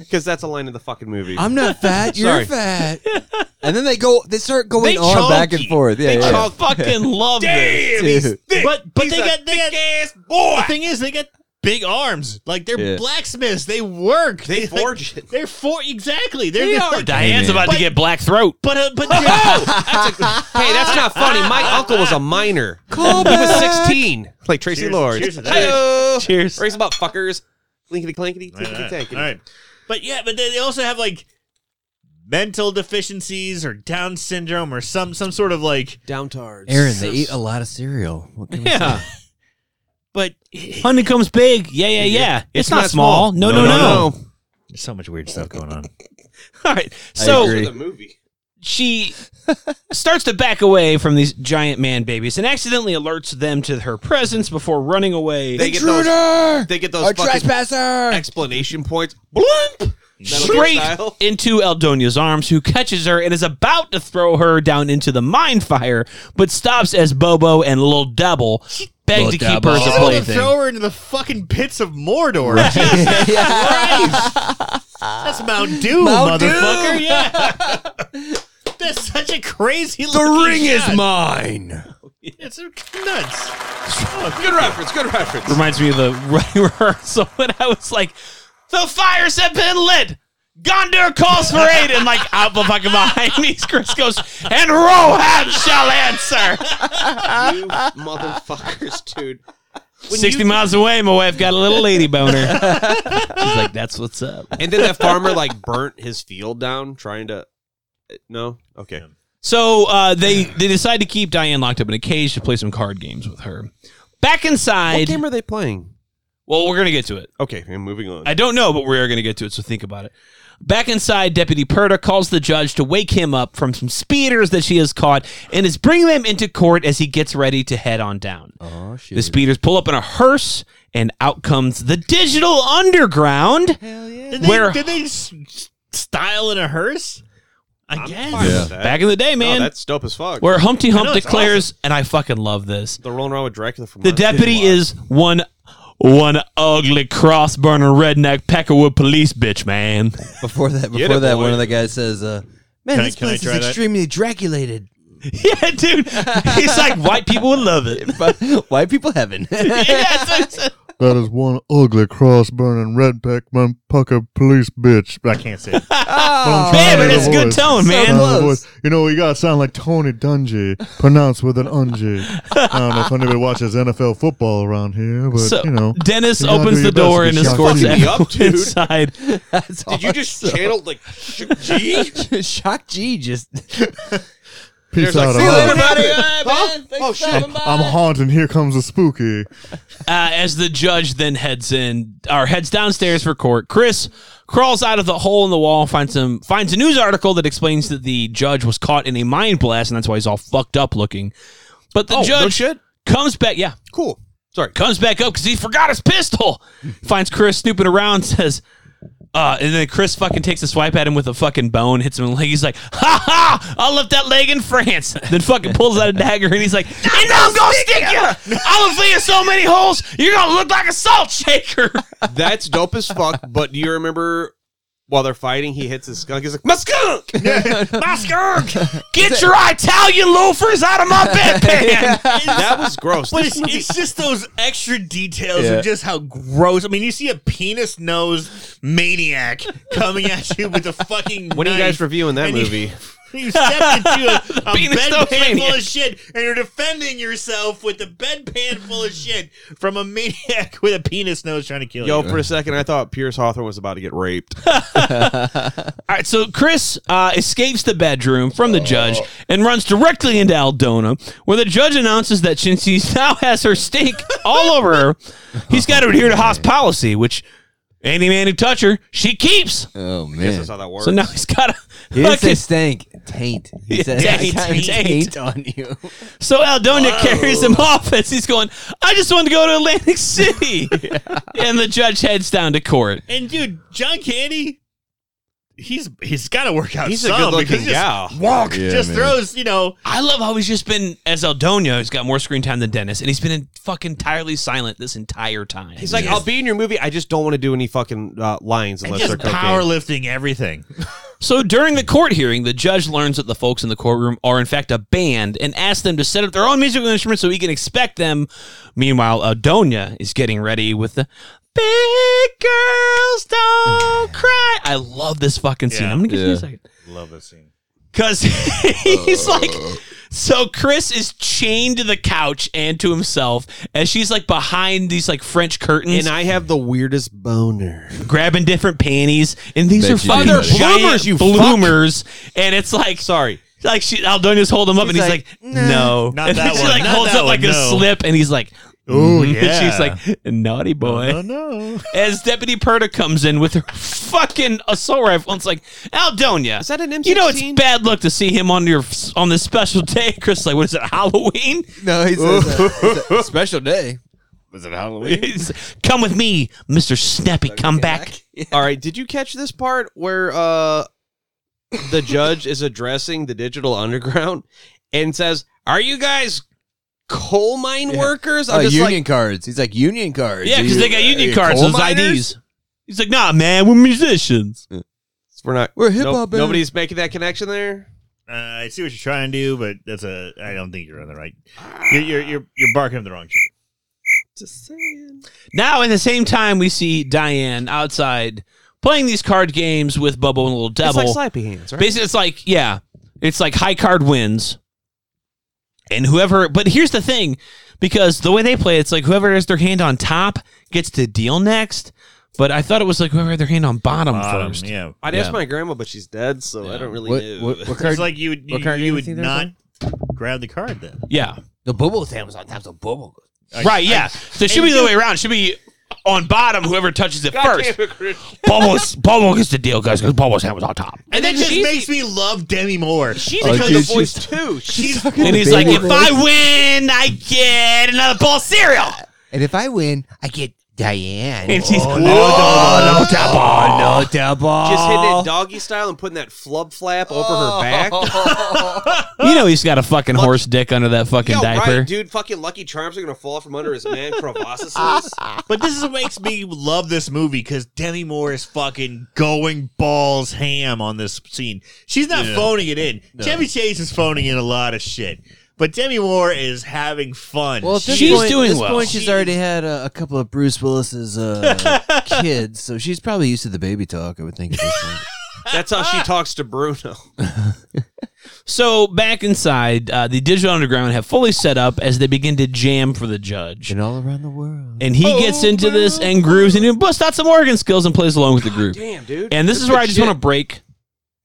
Speaker 1: Because that's a line in the fucking movie.
Speaker 5: I'm not fat. You're
Speaker 1: Sorry.
Speaker 5: fat. And then they go, they start going
Speaker 4: They
Speaker 5: on back and
Speaker 4: chonky.
Speaker 5: forth. Yeah,
Speaker 4: They
Speaker 5: yeah.
Speaker 4: all fucking love this.
Speaker 5: Dude.
Speaker 3: but but
Speaker 1: He's
Speaker 3: they
Speaker 1: a
Speaker 3: got they got ass boy. The thing is, they got big arms. Like they're
Speaker 5: Yeah.
Speaker 3: blacksmiths. They work.
Speaker 1: They
Speaker 3: like,
Speaker 1: forge it.
Speaker 3: They're for exactly. They're,
Speaker 4: They
Speaker 3: they're
Speaker 4: are.
Speaker 3: like-
Speaker 4: Diane's
Speaker 5: Hey,
Speaker 4: about
Speaker 5: man.
Speaker 4: to
Speaker 3: But-
Speaker 4: get black throat.
Speaker 3: But uh, but no.
Speaker 1: hey, that's not funny. My uncle was a minor.
Speaker 5: Call
Speaker 1: He was
Speaker 5: back.
Speaker 1: 16. Like Tracy
Speaker 3: Cheers-
Speaker 1: Lord.
Speaker 3: cheers to that.
Speaker 1: Hey-o.
Speaker 4: Cheers.
Speaker 1: Raise them up, fuckers. Linkity clankety,
Speaker 3: All
Speaker 1: tinkety
Speaker 3: right.
Speaker 1: tankety.
Speaker 3: All right. But yeah, but they they also have like mental deficiencies or Down syndrome or some some sort of like.
Speaker 1: Down tards.
Speaker 5: Aaron, they eat a lot of cereal. What can we say?
Speaker 4: Yeah.
Speaker 3: But
Speaker 4: Honeycomb's big. Yeah, yeah, yeah. It's, not, small. No, no, no,
Speaker 3: there's so much weird stuff going on.
Speaker 4: All right.
Speaker 5: I
Speaker 4: So
Speaker 5: agree.
Speaker 1: The movie.
Speaker 4: she starts to back away from these giant man babies and accidentally alerts them to her presence before running away.
Speaker 1: They get those. They get those
Speaker 5: A
Speaker 1: fucking
Speaker 5: trespasser!
Speaker 1: explanation points. Bloop.
Speaker 4: straight
Speaker 1: Style.
Speaker 4: into Eldonia's arms, who catches her and is about to throw her down into the mine fire, but stops as Bobo and Lil Devil beg
Speaker 2: Well,
Speaker 4: to
Speaker 2: yeah,
Speaker 4: keep her as a
Speaker 2: but-
Speaker 3: Oh,
Speaker 4: plaything.
Speaker 3: throw her into the fucking pits of Mordor. Christ. That's Mount Doom,
Speaker 2: Mount Doom.
Speaker 3: motherfucker. Yeah. That's such a crazy
Speaker 2: The ring is
Speaker 3: shot.
Speaker 2: mine.
Speaker 3: It's nuts. Oh,
Speaker 1: Good reference. Good reference.
Speaker 4: Reminds me of the rehearsal when I was like, the fires have been lit. Gondor calls for aid, and like out the fucking behind me, Chris goes, and Rohan shall answer.
Speaker 1: you motherfuckers, dude. When
Speaker 4: 60
Speaker 1: you-
Speaker 4: miles away, my wife got a little lady boner. She's like, that's what's up.
Speaker 1: And then that farmer like burnt his field down trying to. eh, No. Okay.
Speaker 4: So uh, they they decide to keep Diane locked up in a cage to play some card games with her. Back
Speaker 1: What
Speaker 4: inside,
Speaker 1: game are they playing?
Speaker 4: well, we're gonna get to it.
Speaker 1: Okay, I'm moving on.
Speaker 4: I don't know, but we are gonna get to it. So think about it. Back inside, Deputy Perda calls the judge to wake him up from some speeders that she has caught and is bringing them into court as he gets ready to head on down.
Speaker 5: Oh shit.
Speaker 4: The speeders pull up in a hearse, and out comes the digital underground.
Speaker 3: Did they,
Speaker 4: Where-
Speaker 3: did they s- s- style in a hearse? I guess.
Speaker 1: fine with that.
Speaker 4: Back in the day, man,
Speaker 1: No, that's dope as fuck.
Speaker 4: where Humpty Hump
Speaker 3: know, it's
Speaker 4: declares, and I fucking love this.
Speaker 1: They're rolling around with Dracula from
Speaker 4: The
Speaker 1: last year's
Speaker 4: deputy
Speaker 1: lot.
Speaker 4: is one one ugly cross burner redneck Peckerwood police bitch, man.
Speaker 5: Before
Speaker 1: Get
Speaker 5: that, before
Speaker 1: it,
Speaker 5: that,
Speaker 1: boy.
Speaker 5: one of the guys says, uh, "Man,
Speaker 3: Can I-
Speaker 5: this
Speaker 3: can I
Speaker 5: place
Speaker 3: try
Speaker 5: is
Speaker 3: that?
Speaker 5: extremely draculated,
Speaker 4: yeah, dude. He's like white people would love it.
Speaker 5: but white people haven't."
Speaker 4: yeah, so it's-
Speaker 8: That is one ugly cross burning redneck motherfucker police bitch.
Speaker 3: I can't say. it.
Speaker 5: oh,
Speaker 4: man, but
Speaker 8: Trying
Speaker 4: it's
Speaker 8: to
Speaker 4: good
Speaker 8: voice.
Speaker 4: tone,
Speaker 5: So
Speaker 4: man.
Speaker 8: Sound
Speaker 5: close.
Speaker 8: of voice. You know, you gotta sound like Tony Dungy, pronounced with an ungy. I don't know if anybody watches NFL football around here, but
Speaker 4: So
Speaker 8: you know,
Speaker 4: Dennis
Speaker 8: you gotta
Speaker 4: opens
Speaker 8: do
Speaker 4: the
Speaker 8: your best
Speaker 4: door
Speaker 8: to
Speaker 4: and escorts
Speaker 8: be
Speaker 1: Fucking
Speaker 8: shocking.
Speaker 1: me up,
Speaker 4: everyone
Speaker 1: dude.
Speaker 4: inside.
Speaker 5: that's
Speaker 1: Did you just channel like sh- G?
Speaker 5: just shock G? Just
Speaker 8: Peace out,
Speaker 1: "See you later,
Speaker 8: I'm, out.
Speaker 1: buddy."
Speaker 8: oh shit, I'm haunting. Here comes the spooky.
Speaker 4: Uh, as the judge then heads in or heads downstairs for court, Chris crawls out of the hole in the wall, finds some finds a news article that explains that the judge was caught in a mind blast and that's why he's all fucked up looking. But the
Speaker 1: Oh,
Speaker 4: judge
Speaker 1: no shit.
Speaker 4: comes back, yeah.
Speaker 1: Cool. Sorry.
Speaker 4: comes back up because he forgot his pistol. Finds Chris snooping around, says, uh, and then Chris fucking takes a swipe at him with a fucking bone, hits him in the leg. He's like, ha ha, I left that leg in France. Then fucking pulls out a dagger and he's like, and now I'm gonna stick you. I'll fill you so many holes, you're gonna look like a salt shaker.
Speaker 1: That's dope as fuck. But do you remember while they're fighting, he hits his skunk? He's like, my skunk!
Speaker 4: My skirk, get your Italian loafers out of my bedpan.
Speaker 1: That was gross.
Speaker 3: But
Speaker 1: This
Speaker 3: it's,
Speaker 1: movie-
Speaker 3: it's just those extra details
Speaker 5: Yeah.
Speaker 3: of just how gross. I mean, you see a penis nose maniac coming at you with a fucking.
Speaker 1: when are you
Speaker 3: knife,
Speaker 1: guys reviewing that
Speaker 3: and you-
Speaker 1: movie?
Speaker 3: You stepped into a, a
Speaker 4: Penis nose
Speaker 3: bedpan full
Speaker 4: maniac.
Speaker 3: of shit, and you're defending yourself with a bedpan full of shit from a maniac with a penis nose trying to kill
Speaker 1: Yo,
Speaker 3: you.
Speaker 1: for a second, I thought Pierce Hawthorne was about to get raped.
Speaker 4: All right, so Chris uh, escapes the bedroom from the judge and runs directly into Aldona, where the judge announces that since he now has her stink all over her, he's got to adhere to Haas policy, which any man who touch her, she keeps.
Speaker 5: oh
Speaker 1: Guess
Speaker 5: man,
Speaker 1: that's how that works.
Speaker 4: So now he's got to
Speaker 5: he didn't say
Speaker 4: fucking.
Speaker 5: stank, taint. He said
Speaker 4: Taint,
Speaker 5: I got a
Speaker 4: taint.
Speaker 5: taint on you.
Speaker 4: So Aldona carries him off as he's going. I just want to go to Atlantic City, and the judge heads down to court.
Speaker 3: And dude, John Candy, he's he's got to work out.
Speaker 1: He's a
Speaker 3: some
Speaker 1: good-looking
Speaker 3: because he just
Speaker 1: gal.
Speaker 3: Walk
Speaker 8: Yeah,
Speaker 3: just
Speaker 8: man.
Speaker 3: throws. You know,
Speaker 4: I love how he's just been as Aldonia, who's got more screen time than Dennis, and he's been in fucking entirely silent this entire time.
Speaker 1: He's like, I'll be in your movie. I just don't want to do any fucking uh, lines
Speaker 3: and
Speaker 1: unless
Speaker 3: just
Speaker 1: they're cocaine.
Speaker 3: powerlifting everything.
Speaker 4: So during the court hearing, the judge learns that the folks in the courtroom are in fact a band and asks them to set up their own musical instruments so he can expect them. Meanwhile, Adonia is getting ready with the Big Girls Don't Cry. I love this fucking scene.
Speaker 3: Yeah.
Speaker 4: I'm gonna give you a second.
Speaker 3: Love this scene. Uh.
Speaker 4: Cause he's like so Chris is chained to the couch and to himself as she's like behind these like French curtains
Speaker 1: And I have the weirdest boner.
Speaker 4: grabbing different panties, and these
Speaker 5: Bet
Speaker 4: are
Speaker 5: you
Speaker 4: fucking
Speaker 5: do. They're
Speaker 4: giant
Speaker 1: bloomers, you fuck.
Speaker 4: bloomers, and it's like
Speaker 1: Sorry.
Speaker 4: like she Aldonia's holding him up, and he's like, no,
Speaker 3: Not
Speaker 4: and then
Speaker 3: that
Speaker 4: she
Speaker 3: one.
Speaker 4: like
Speaker 3: Not
Speaker 4: holds
Speaker 3: that
Speaker 4: up like
Speaker 3: one,
Speaker 4: a
Speaker 3: no.
Speaker 4: slip, and he's like,
Speaker 3: Ooh,
Speaker 4: "Mhm," and
Speaker 3: yeah.
Speaker 4: she's like, naughty boy.
Speaker 3: Oh no.
Speaker 4: As Deputy Perda comes in with her fucking assault rifle, and it's like Aldonia.
Speaker 1: Is that an M16?
Speaker 4: You know it's bad luck to see him on your on this special day, Chris. Like, what is it, Halloween?
Speaker 5: No, he says uh, it's a special day.
Speaker 4: He's like, Come with me, Mister Snappy. Come back.
Speaker 1: All right. Did you catch this part where uh, the judge is addressing the digital underground and says, Are you guys coal mine
Speaker 9: Yeah.
Speaker 1: workers. I'm
Speaker 9: Oh,
Speaker 1: just
Speaker 9: union
Speaker 1: like,
Speaker 9: cards. He's like union cards.
Speaker 4: Yeah, because
Speaker 9: You-
Speaker 4: they got union
Speaker 9: uh,
Speaker 4: cards,
Speaker 9: coal
Speaker 4: those
Speaker 9: miners?
Speaker 4: IDs. He's like, nah, man, we're musicians.
Speaker 1: we're not.
Speaker 9: We're a hip
Speaker 1: nope,
Speaker 9: hop. band.
Speaker 1: nobody's making that connection there.
Speaker 3: Uh, I see what you're trying to do, but that's a. I don't think you're on the right. You're you're you're, you're barking up the wrong tree.
Speaker 1: Just saying.
Speaker 4: Now, at the same time, we see Diane outside playing these card games with Bubbo and Little Devil.
Speaker 1: It's like slappy hands, right?
Speaker 4: Basically, it's like yeah, it's like high card wins, and whoever. But here's the thing, because the way they play, it's like whoever has their hand on top gets to deal next. But I thought it was like whoever had their hand on bottom,
Speaker 3: Bottom,
Speaker 4: first.
Speaker 3: Um, yeah.
Speaker 1: I'd
Speaker 4: Yeah.
Speaker 1: ask my grandma, but she's dead, so I don't really
Speaker 5: What,
Speaker 1: know.
Speaker 5: what, what
Speaker 3: It's
Speaker 5: card?
Speaker 3: like you would you,
Speaker 5: what card
Speaker 3: you
Speaker 5: game
Speaker 3: would
Speaker 5: is he there
Speaker 3: not grab the card then.
Speaker 4: Yeah,
Speaker 5: the bubble thing was on top of bubble.
Speaker 3: I-
Speaker 4: right. Yeah, so it should be the way around. It should be on bottom. Whoever touches it first, Bobo's Bobo gets the deal, guys, because Bobo's hand was on top.
Speaker 3: And that just
Speaker 4: she's-
Speaker 3: makes me love Demi Moore.
Speaker 1: She's
Speaker 9: Oh,
Speaker 1: because the
Speaker 9: she's-
Speaker 1: voice too. She's
Speaker 4: And he's like, if I win, I get another bowl of cereal.
Speaker 5: And if I win, I get Diane.
Speaker 4: And she's
Speaker 5: no double, no double.
Speaker 1: just hitting it doggy style and putting that flub flap over her back.
Speaker 4: You know he's got a fucking horse dick under that fucking
Speaker 1: Yo,
Speaker 4: diaper.
Speaker 1: right, dude, fucking Lucky Charms are gonna fall from under his man proboscises.
Speaker 3: But this is what makes me love this movie because Demi Moore is fucking going balls ham on this scene. She's not phoning it in. Chevy Chase is phoning in a lot of shit, but Demi Moore is having fun.
Speaker 5: Well, at this
Speaker 4: She's
Speaker 5: point,
Speaker 4: doing
Speaker 5: at this
Speaker 4: well.
Speaker 5: point, she's
Speaker 3: She's-
Speaker 5: already had uh, a couple of Bruce Willis's uh, kids, so she's probably used to the baby talk. I would think. At this point.
Speaker 1: That's how she talks to Bruno.
Speaker 4: So back inside, uh, the Digital Underground have fully set up as they begin to jam for the judge.
Speaker 5: and all around the world.
Speaker 4: And he gets into this and grooves and he busts out some organ skills and plays along with the group.
Speaker 1: Damn, dude.
Speaker 4: And this is where I just
Speaker 5: Shit.
Speaker 4: want to break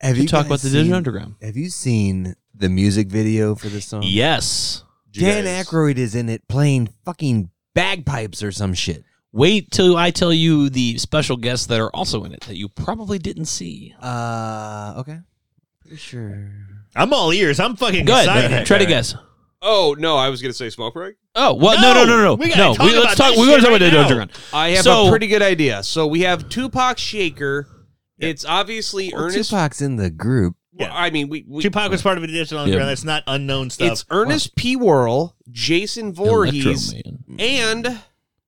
Speaker 5: Have
Speaker 4: to talk
Speaker 5: guys
Speaker 4: about the Digital
Speaker 5: seen-
Speaker 4: Underground.
Speaker 5: Have you seen the music video for this song?
Speaker 4: Yes.
Speaker 5: Dan Aykroyd is in it playing fucking bagpipes or some shit.
Speaker 4: Wait till I tell you the special guests that are also in it that you probably didn't see.
Speaker 5: Uh, okay. Pretty sure.
Speaker 3: I'm all ears. I'm fucking
Speaker 4: Go ahead.
Speaker 3: excited.
Speaker 4: Try to guess.
Speaker 1: oh no, I was gonna say smoke break.
Speaker 4: Oh, well, no, no,
Speaker 3: No,
Speaker 4: no, no. No,
Speaker 3: we gotta
Speaker 4: no
Speaker 3: talk
Speaker 4: we, let's
Speaker 3: about
Speaker 4: talk.
Speaker 3: this
Speaker 4: We're going to
Speaker 3: shit
Speaker 4: talk about the
Speaker 3: right
Speaker 4: Digital
Speaker 3: now.
Speaker 4: Underground.
Speaker 1: I have
Speaker 4: So-
Speaker 1: a pretty good idea. So we have Tupac Shaker. It's obviously
Speaker 5: Well,
Speaker 1: Ernest.
Speaker 5: Tupac's in the group.
Speaker 1: well, I mean, we, we
Speaker 3: Tupac was part of a digital underground. That's not unknown stuff.
Speaker 1: it's Ernest P. Worrell, Jason Voorhees,
Speaker 4: Electro Man.
Speaker 1: and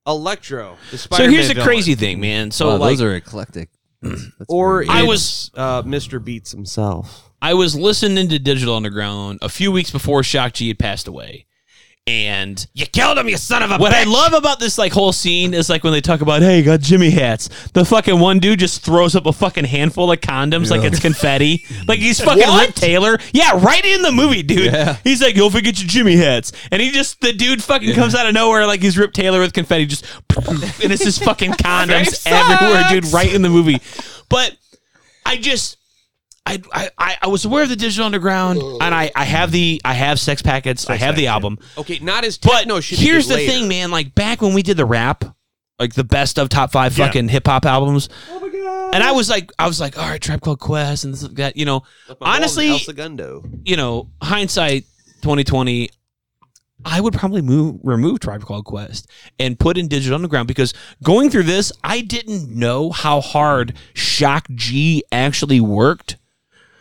Speaker 1: Electro. The
Speaker 4: So
Speaker 1: Spider-Man
Speaker 4: here's the
Speaker 1: villain.
Speaker 4: crazy thing, man. So
Speaker 5: Wow,
Speaker 4: like,
Speaker 5: those are eclectic. That's- that's
Speaker 1: Or
Speaker 5: pretty
Speaker 4: I
Speaker 1: it's,
Speaker 5: good.
Speaker 4: was-
Speaker 1: uh, Mr. Beats himself.
Speaker 4: I was listening to Digital Underground a few weeks before Shock G had passed away. And you killed him, you son of a What I love about this like whole scene is like when they talk about, hey, you got Jimmy hats. The fucking one dude just throws up a fucking handful of condoms like it's confetti. like he's fucking Rip Taylor. Yeah, right in the movie, dude. He's like, You'll forget your Jimmy hats. And he just the dude fucking comes out of nowhere like he's Rip Taylor with confetti, just and it's just fucking condoms everywhere, dude, right in the movie. But I just I, I- I, I was aware of the digital underground and I, I have the I have sex packets, I have the album.
Speaker 1: Okay, not as
Speaker 4: But
Speaker 1: techno shit. he
Speaker 4: here's
Speaker 1: did
Speaker 4: the
Speaker 1: later.
Speaker 4: thing, man, like back when we did the rap, like the best of top five
Speaker 3: Yeah.
Speaker 4: fucking hip hop albums. Oh my god. And I was like I was like, all right, Trap Called Quest and this and that, you know, Honestly-
Speaker 1: El Segundo.
Speaker 4: you know, hindsight twenty twenty I would probably move remove Tribe Called Quest and put in Digital Underground because going through this, I didn't know how hard Shock G actually worked.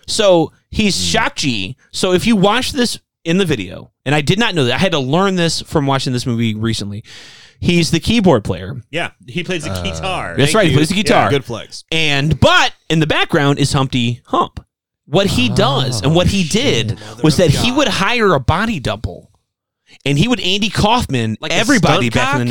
Speaker 4: So he's Shock G. So if you watch this in the video, and I did not know that, I had to learn this from watching this movie recently. He's the keyboard player.
Speaker 3: yeah, he plays the guitar.
Speaker 4: Uh, That's
Speaker 3: Thank
Speaker 4: right. He
Speaker 3: you.
Speaker 4: plays the guitar.
Speaker 1: Good flex.
Speaker 4: And but in the background is Humpty Hump. What he does and what he
Speaker 1: Oh,
Speaker 4: did was that he would hire a body double. And he would Andy Kaufman
Speaker 1: Like a
Speaker 4: everybody
Speaker 1: stunt
Speaker 4: back in the
Speaker 1: cock?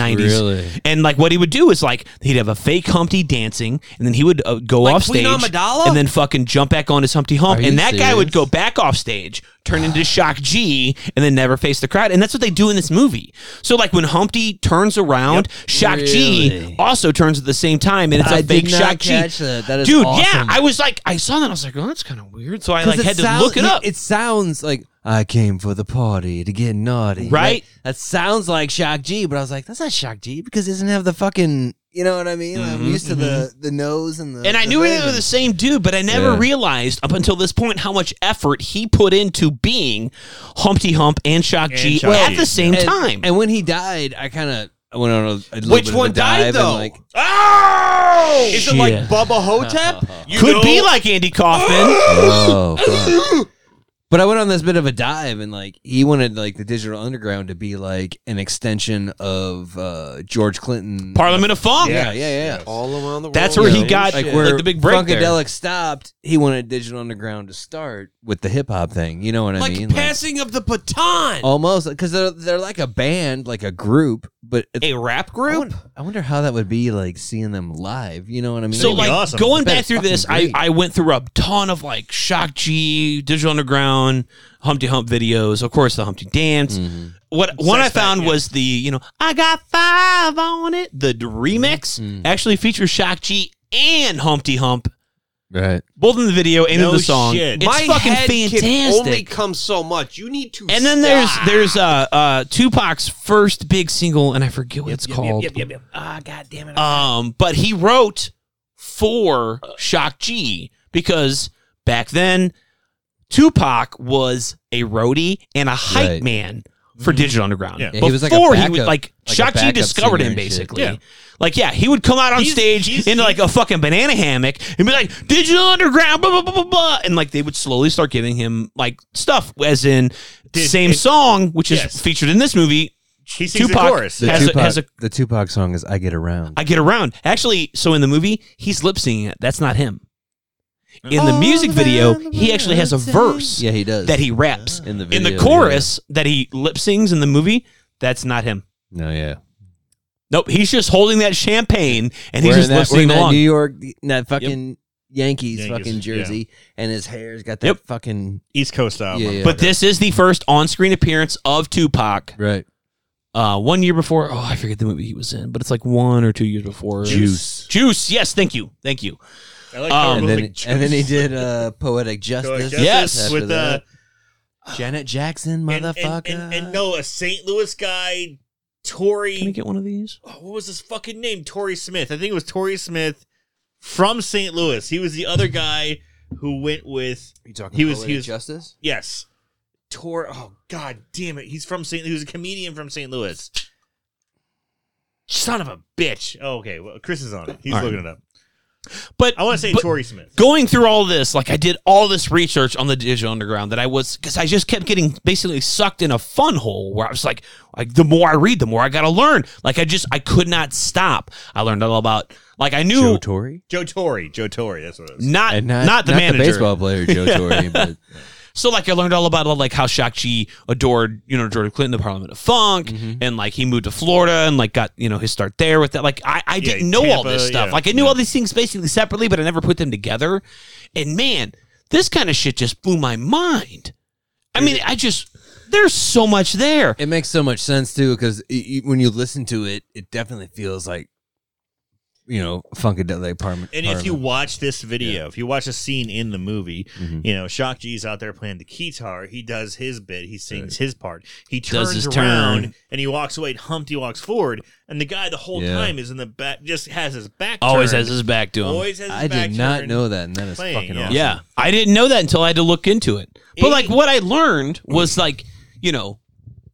Speaker 4: nineties. And like what he would do is like he'd have a fake Humpty dancing, and then he would uh, go
Speaker 1: Like
Speaker 4: off
Speaker 1: Queen
Speaker 4: stage
Speaker 1: Amidala?
Speaker 4: and then fucking jump back on his Humpty Hump,
Speaker 5: Are you
Speaker 4: and that guy would go
Speaker 5: serious?
Speaker 4: back off stage, turn into Shock G, and then never face the crowd. And that's what they do in this movie. So like when Humpty turns around, Shock G
Speaker 5: Really?
Speaker 4: also turns at the same time, and it's a
Speaker 5: I
Speaker 4: fake
Speaker 5: did not
Speaker 4: Shock G
Speaker 5: catch that. That is
Speaker 4: dude
Speaker 5: awesome.
Speaker 4: yeah i was like i saw that i was like oh that's kind of weird so i
Speaker 5: 'Cause
Speaker 4: like had
Speaker 5: sound-
Speaker 4: to look it
Speaker 5: yeah,
Speaker 4: up
Speaker 5: It sounds like I came for the party to get naughty.
Speaker 4: Right?
Speaker 5: Like, that sounds like Shock G, but I was like, that's not Shock G because it doesn't have the fucking. You know what I mean? I'm used to the the nose and the.
Speaker 4: Mm-hmm, and i
Speaker 5: the
Speaker 4: knew
Speaker 5: thing.
Speaker 4: they were the same dude but i never
Speaker 5: Yeah.
Speaker 4: realized up until this point how much effort he put into being humpty hump and shock g
Speaker 3: Shock
Speaker 4: at
Speaker 3: G.
Speaker 4: the same
Speaker 5: and,
Speaker 4: time
Speaker 5: And when he died, I kind of I went on a, a little
Speaker 1: Which
Speaker 5: bit of a
Speaker 1: one died,
Speaker 5: dive and,
Speaker 1: though?
Speaker 5: like,
Speaker 1: Oh! Is it like
Speaker 4: Shit.
Speaker 1: Bubba Hotep? You
Speaker 4: could
Speaker 1: know-
Speaker 4: be like andy kaufman
Speaker 5: oh, fuck. But I went on this bit of a dive, and like he wanted like the digital underground to be like an extension of uh, George Clinton
Speaker 4: Parliament of Funk.
Speaker 5: Yeah, yeah, yeah.
Speaker 1: all around the world.
Speaker 4: That's where he
Speaker 1: man.
Speaker 4: got
Speaker 5: Like
Speaker 1: Shit.
Speaker 5: where
Speaker 4: like the big break there.
Speaker 5: Funkadelic stopped, he wanted digital underground to start with the hip hop thing. You know what
Speaker 4: like
Speaker 5: I mean? Oh.
Speaker 4: passing of the baton.
Speaker 5: like, almost because they're they're like a band, like a group, but it's,
Speaker 4: a rap
Speaker 5: I,
Speaker 4: group.
Speaker 5: wonder, I wonder how that would be like seeing them live. You know what I mean?
Speaker 4: So
Speaker 3: That'd
Speaker 4: like
Speaker 3: be awesome.
Speaker 4: going
Speaker 5: That'd
Speaker 4: back
Speaker 5: be
Speaker 4: through this, I,
Speaker 5: fucking great.
Speaker 4: I went through a ton of like Shock G, Digital Underground, Humpty Hump videos, of course the Humpty Dance.
Speaker 5: Mhm.
Speaker 4: What one I
Speaker 3: Sex
Speaker 4: found
Speaker 3: Pack, yeah.
Speaker 4: was the you know I got five on it. The d- remix
Speaker 5: Mhm.
Speaker 4: actually features Shock G and Humpty Hump,
Speaker 5: right.
Speaker 4: both in the video and
Speaker 3: No
Speaker 4: in the song.
Speaker 3: shit.
Speaker 4: It's
Speaker 1: My
Speaker 4: fucking
Speaker 1: head can only
Speaker 4: fantastic.
Speaker 1: comes so much. You need to.
Speaker 4: and then there's there's uh uh Tupac's first big single, and I forget what it's called.
Speaker 7: Ah, God damn it.
Speaker 4: Um, but he wrote for Shock G because back then Tupac was a roadie and a hype
Speaker 5: Right.
Speaker 4: man for Digital Underground.
Speaker 3: Yeah.
Speaker 5: Yeah, he was like a
Speaker 4: Before he
Speaker 5: backup-
Speaker 4: would like,
Speaker 5: like a
Speaker 4: Shock G
Speaker 5: backup
Speaker 4: discovered
Speaker 5: singer
Speaker 4: him
Speaker 5: and shit.
Speaker 4: basically.
Speaker 5: Yeah.
Speaker 4: Like yeah, he would come out on
Speaker 3: He's-
Speaker 4: stage
Speaker 3: he's-
Speaker 4: into like a fucking banana hammock and be like Digital Underground blah blah blah blah blah and like they would slowly start giving him like stuff as in
Speaker 3: Did-
Speaker 4: same
Speaker 3: it-
Speaker 4: song which is
Speaker 3: Yes.
Speaker 4: featured in this movie.
Speaker 3: He sings the
Speaker 4: Tupac
Speaker 3: chorus.
Speaker 5: The
Speaker 4: has a-
Speaker 5: Tupac,
Speaker 4: has a-
Speaker 5: the Tupac song is "I Get Around."
Speaker 4: I get around. Actually, so in the movie, he's lip singing it. That's not him. In the music video, he actually has a verse
Speaker 5: yeah, he does
Speaker 4: that he raps.
Speaker 5: in the
Speaker 4: in
Speaker 5: video,
Speaker 4: the chorus that he lip sings in the movie, that's not him.
Speaker 5: Yeah. No, yeah.
Speaker 4: Nope, he's just holding that champagne and he's just
Speaker 5: Wearing that,
Speaker 4: lip
Speaker 5: wearing
Speaker 4: singing
Speaker 5: that
Speaker 4: along.
Speaker 5: New York, that fucking Yankees,
Speaker 3: Yankees,
Speaker 5: fucking jersey, and his hair's got that
Speaker 4: Yep.
Speaker 5: fucking
Speaker 3: East Coast album.
Speaker 5: yeah, yeah.
Speaker 4: But this is the first on-screen appearance of Tupac.
Speaker 5: right.
Speaker 4: Uh, one year before, oh, I forget the movie he was in, but it's like one or two years before.
Speaker 3: Juice.
Speaker 4: Juice. Yes, thank you, thank you.
Speaker 3: I like how
Speaker 4: Um,
Speaker 5: and
Speaker 3: everyone's
Speaker 5: then,
Speaker 3: like,
Speaker 5: and then he
Speaker 3: "Juice."
Speaker 5: did uh, poetic justice.
Speaker 3: Justice
Speaker 4: Yes.
Speaker 5: after
Speaker 3: with uh,
Speaker 5: that. Janet
Speaker 3: and,
Speaker 5: Jackson, motherfucker.
Speaker 3: and, and, and no, a St. Louis guy,
Speaker 4: Can I
Speaker 3: Tory.
Speaker 4: get one of these?
Speaker 3: oh, what was his fucking name? Tory Smith. I think it was Tory Smith from St. Louis. He was the other guy who went with
Speaker 5: you talking
Speaker 3: he was- he was-
Speaker 5: justice.
Speaker 3: yes, Tor. Oh god damn it, he's from St. He was a comedian from St. Louis. Son of a bitch. Oh, okay, well Chris is on it. He's
Speaker 4: All right.
Speaker 3: looking it up.
Speaker 4: But
Speaker 3: I want to say
Speaker 4: but-
Speaker 3: Tory Smith.
Speaker 4: going through all this, like I did all this research on the digital underground that I was because I just kept getting basically sucked in a fun hole where I was like, like the more I read, the more I gotta learn. Like I just I could not stop. I learned all about like I
Speaker 5: Joe
Speaker 4: knew
Speaker 5: Torre,
Speaker 3: Joe Tory. Joe Tory. That's what it was.
Speaker 4: not,
Speaker 5: And
Speaker 4: not the manager.
Speaker 5: baseball player Joe Torre, but
Speaker 4: So like I learned all about like how Shock G adored you know George Clinton, the Parliament of Funk, and like he moved to Florida and like got you know his start there with that. Like I, I didn't know all
Speaker 3: Tampa,
Speaker 4: this stuff.
Speaker 3: yeah,
Speaker 4: like I knew all these things basically separately, but I never put them together. And man, this kind of shit just blew my mind. I mean, I just there's so much there.
Speaker 5: it makes so much sense too because when you listen to it, it definitely feels like you know funkadelic apartment.
Speaker 3: And if you watch this video, if you watch a scene in the movie,
Speaker 4: Mm-hmm.
Speaker 5: Mhm.
Speaker 3: you know, Shock G's out there playing the guitar. He does his bit. He sings his part. He
Speaker 4: Does
Speaker 3: turns
Speaker 4: his
Speaker 3: around
Speaker 4: turn.
Speaker 3: and he walks away. And Humpty walks forward, and the guy the whole
Speaker 5: Yeah.
Speaker 3: time is in the back, just has his back.
Speaker 4: Always
Speaker 3: turned.
Speaker 4: has his back to him.
Speaker 3: Always has his
Speaker 5: I
Speaker 3: back
Speaker 5: did not
Speaker 3: turned.
Speaker 5: know that, and that is
Speaker 3: playing,
Speaker 5: fucking
Speaker 3: yeah.
Speaker 5: awesome.
Speaker 4: Yeah, I didn't know that until I had to look into it. But
Speaker 3: It-
Speaker 4: like what I learned was like you know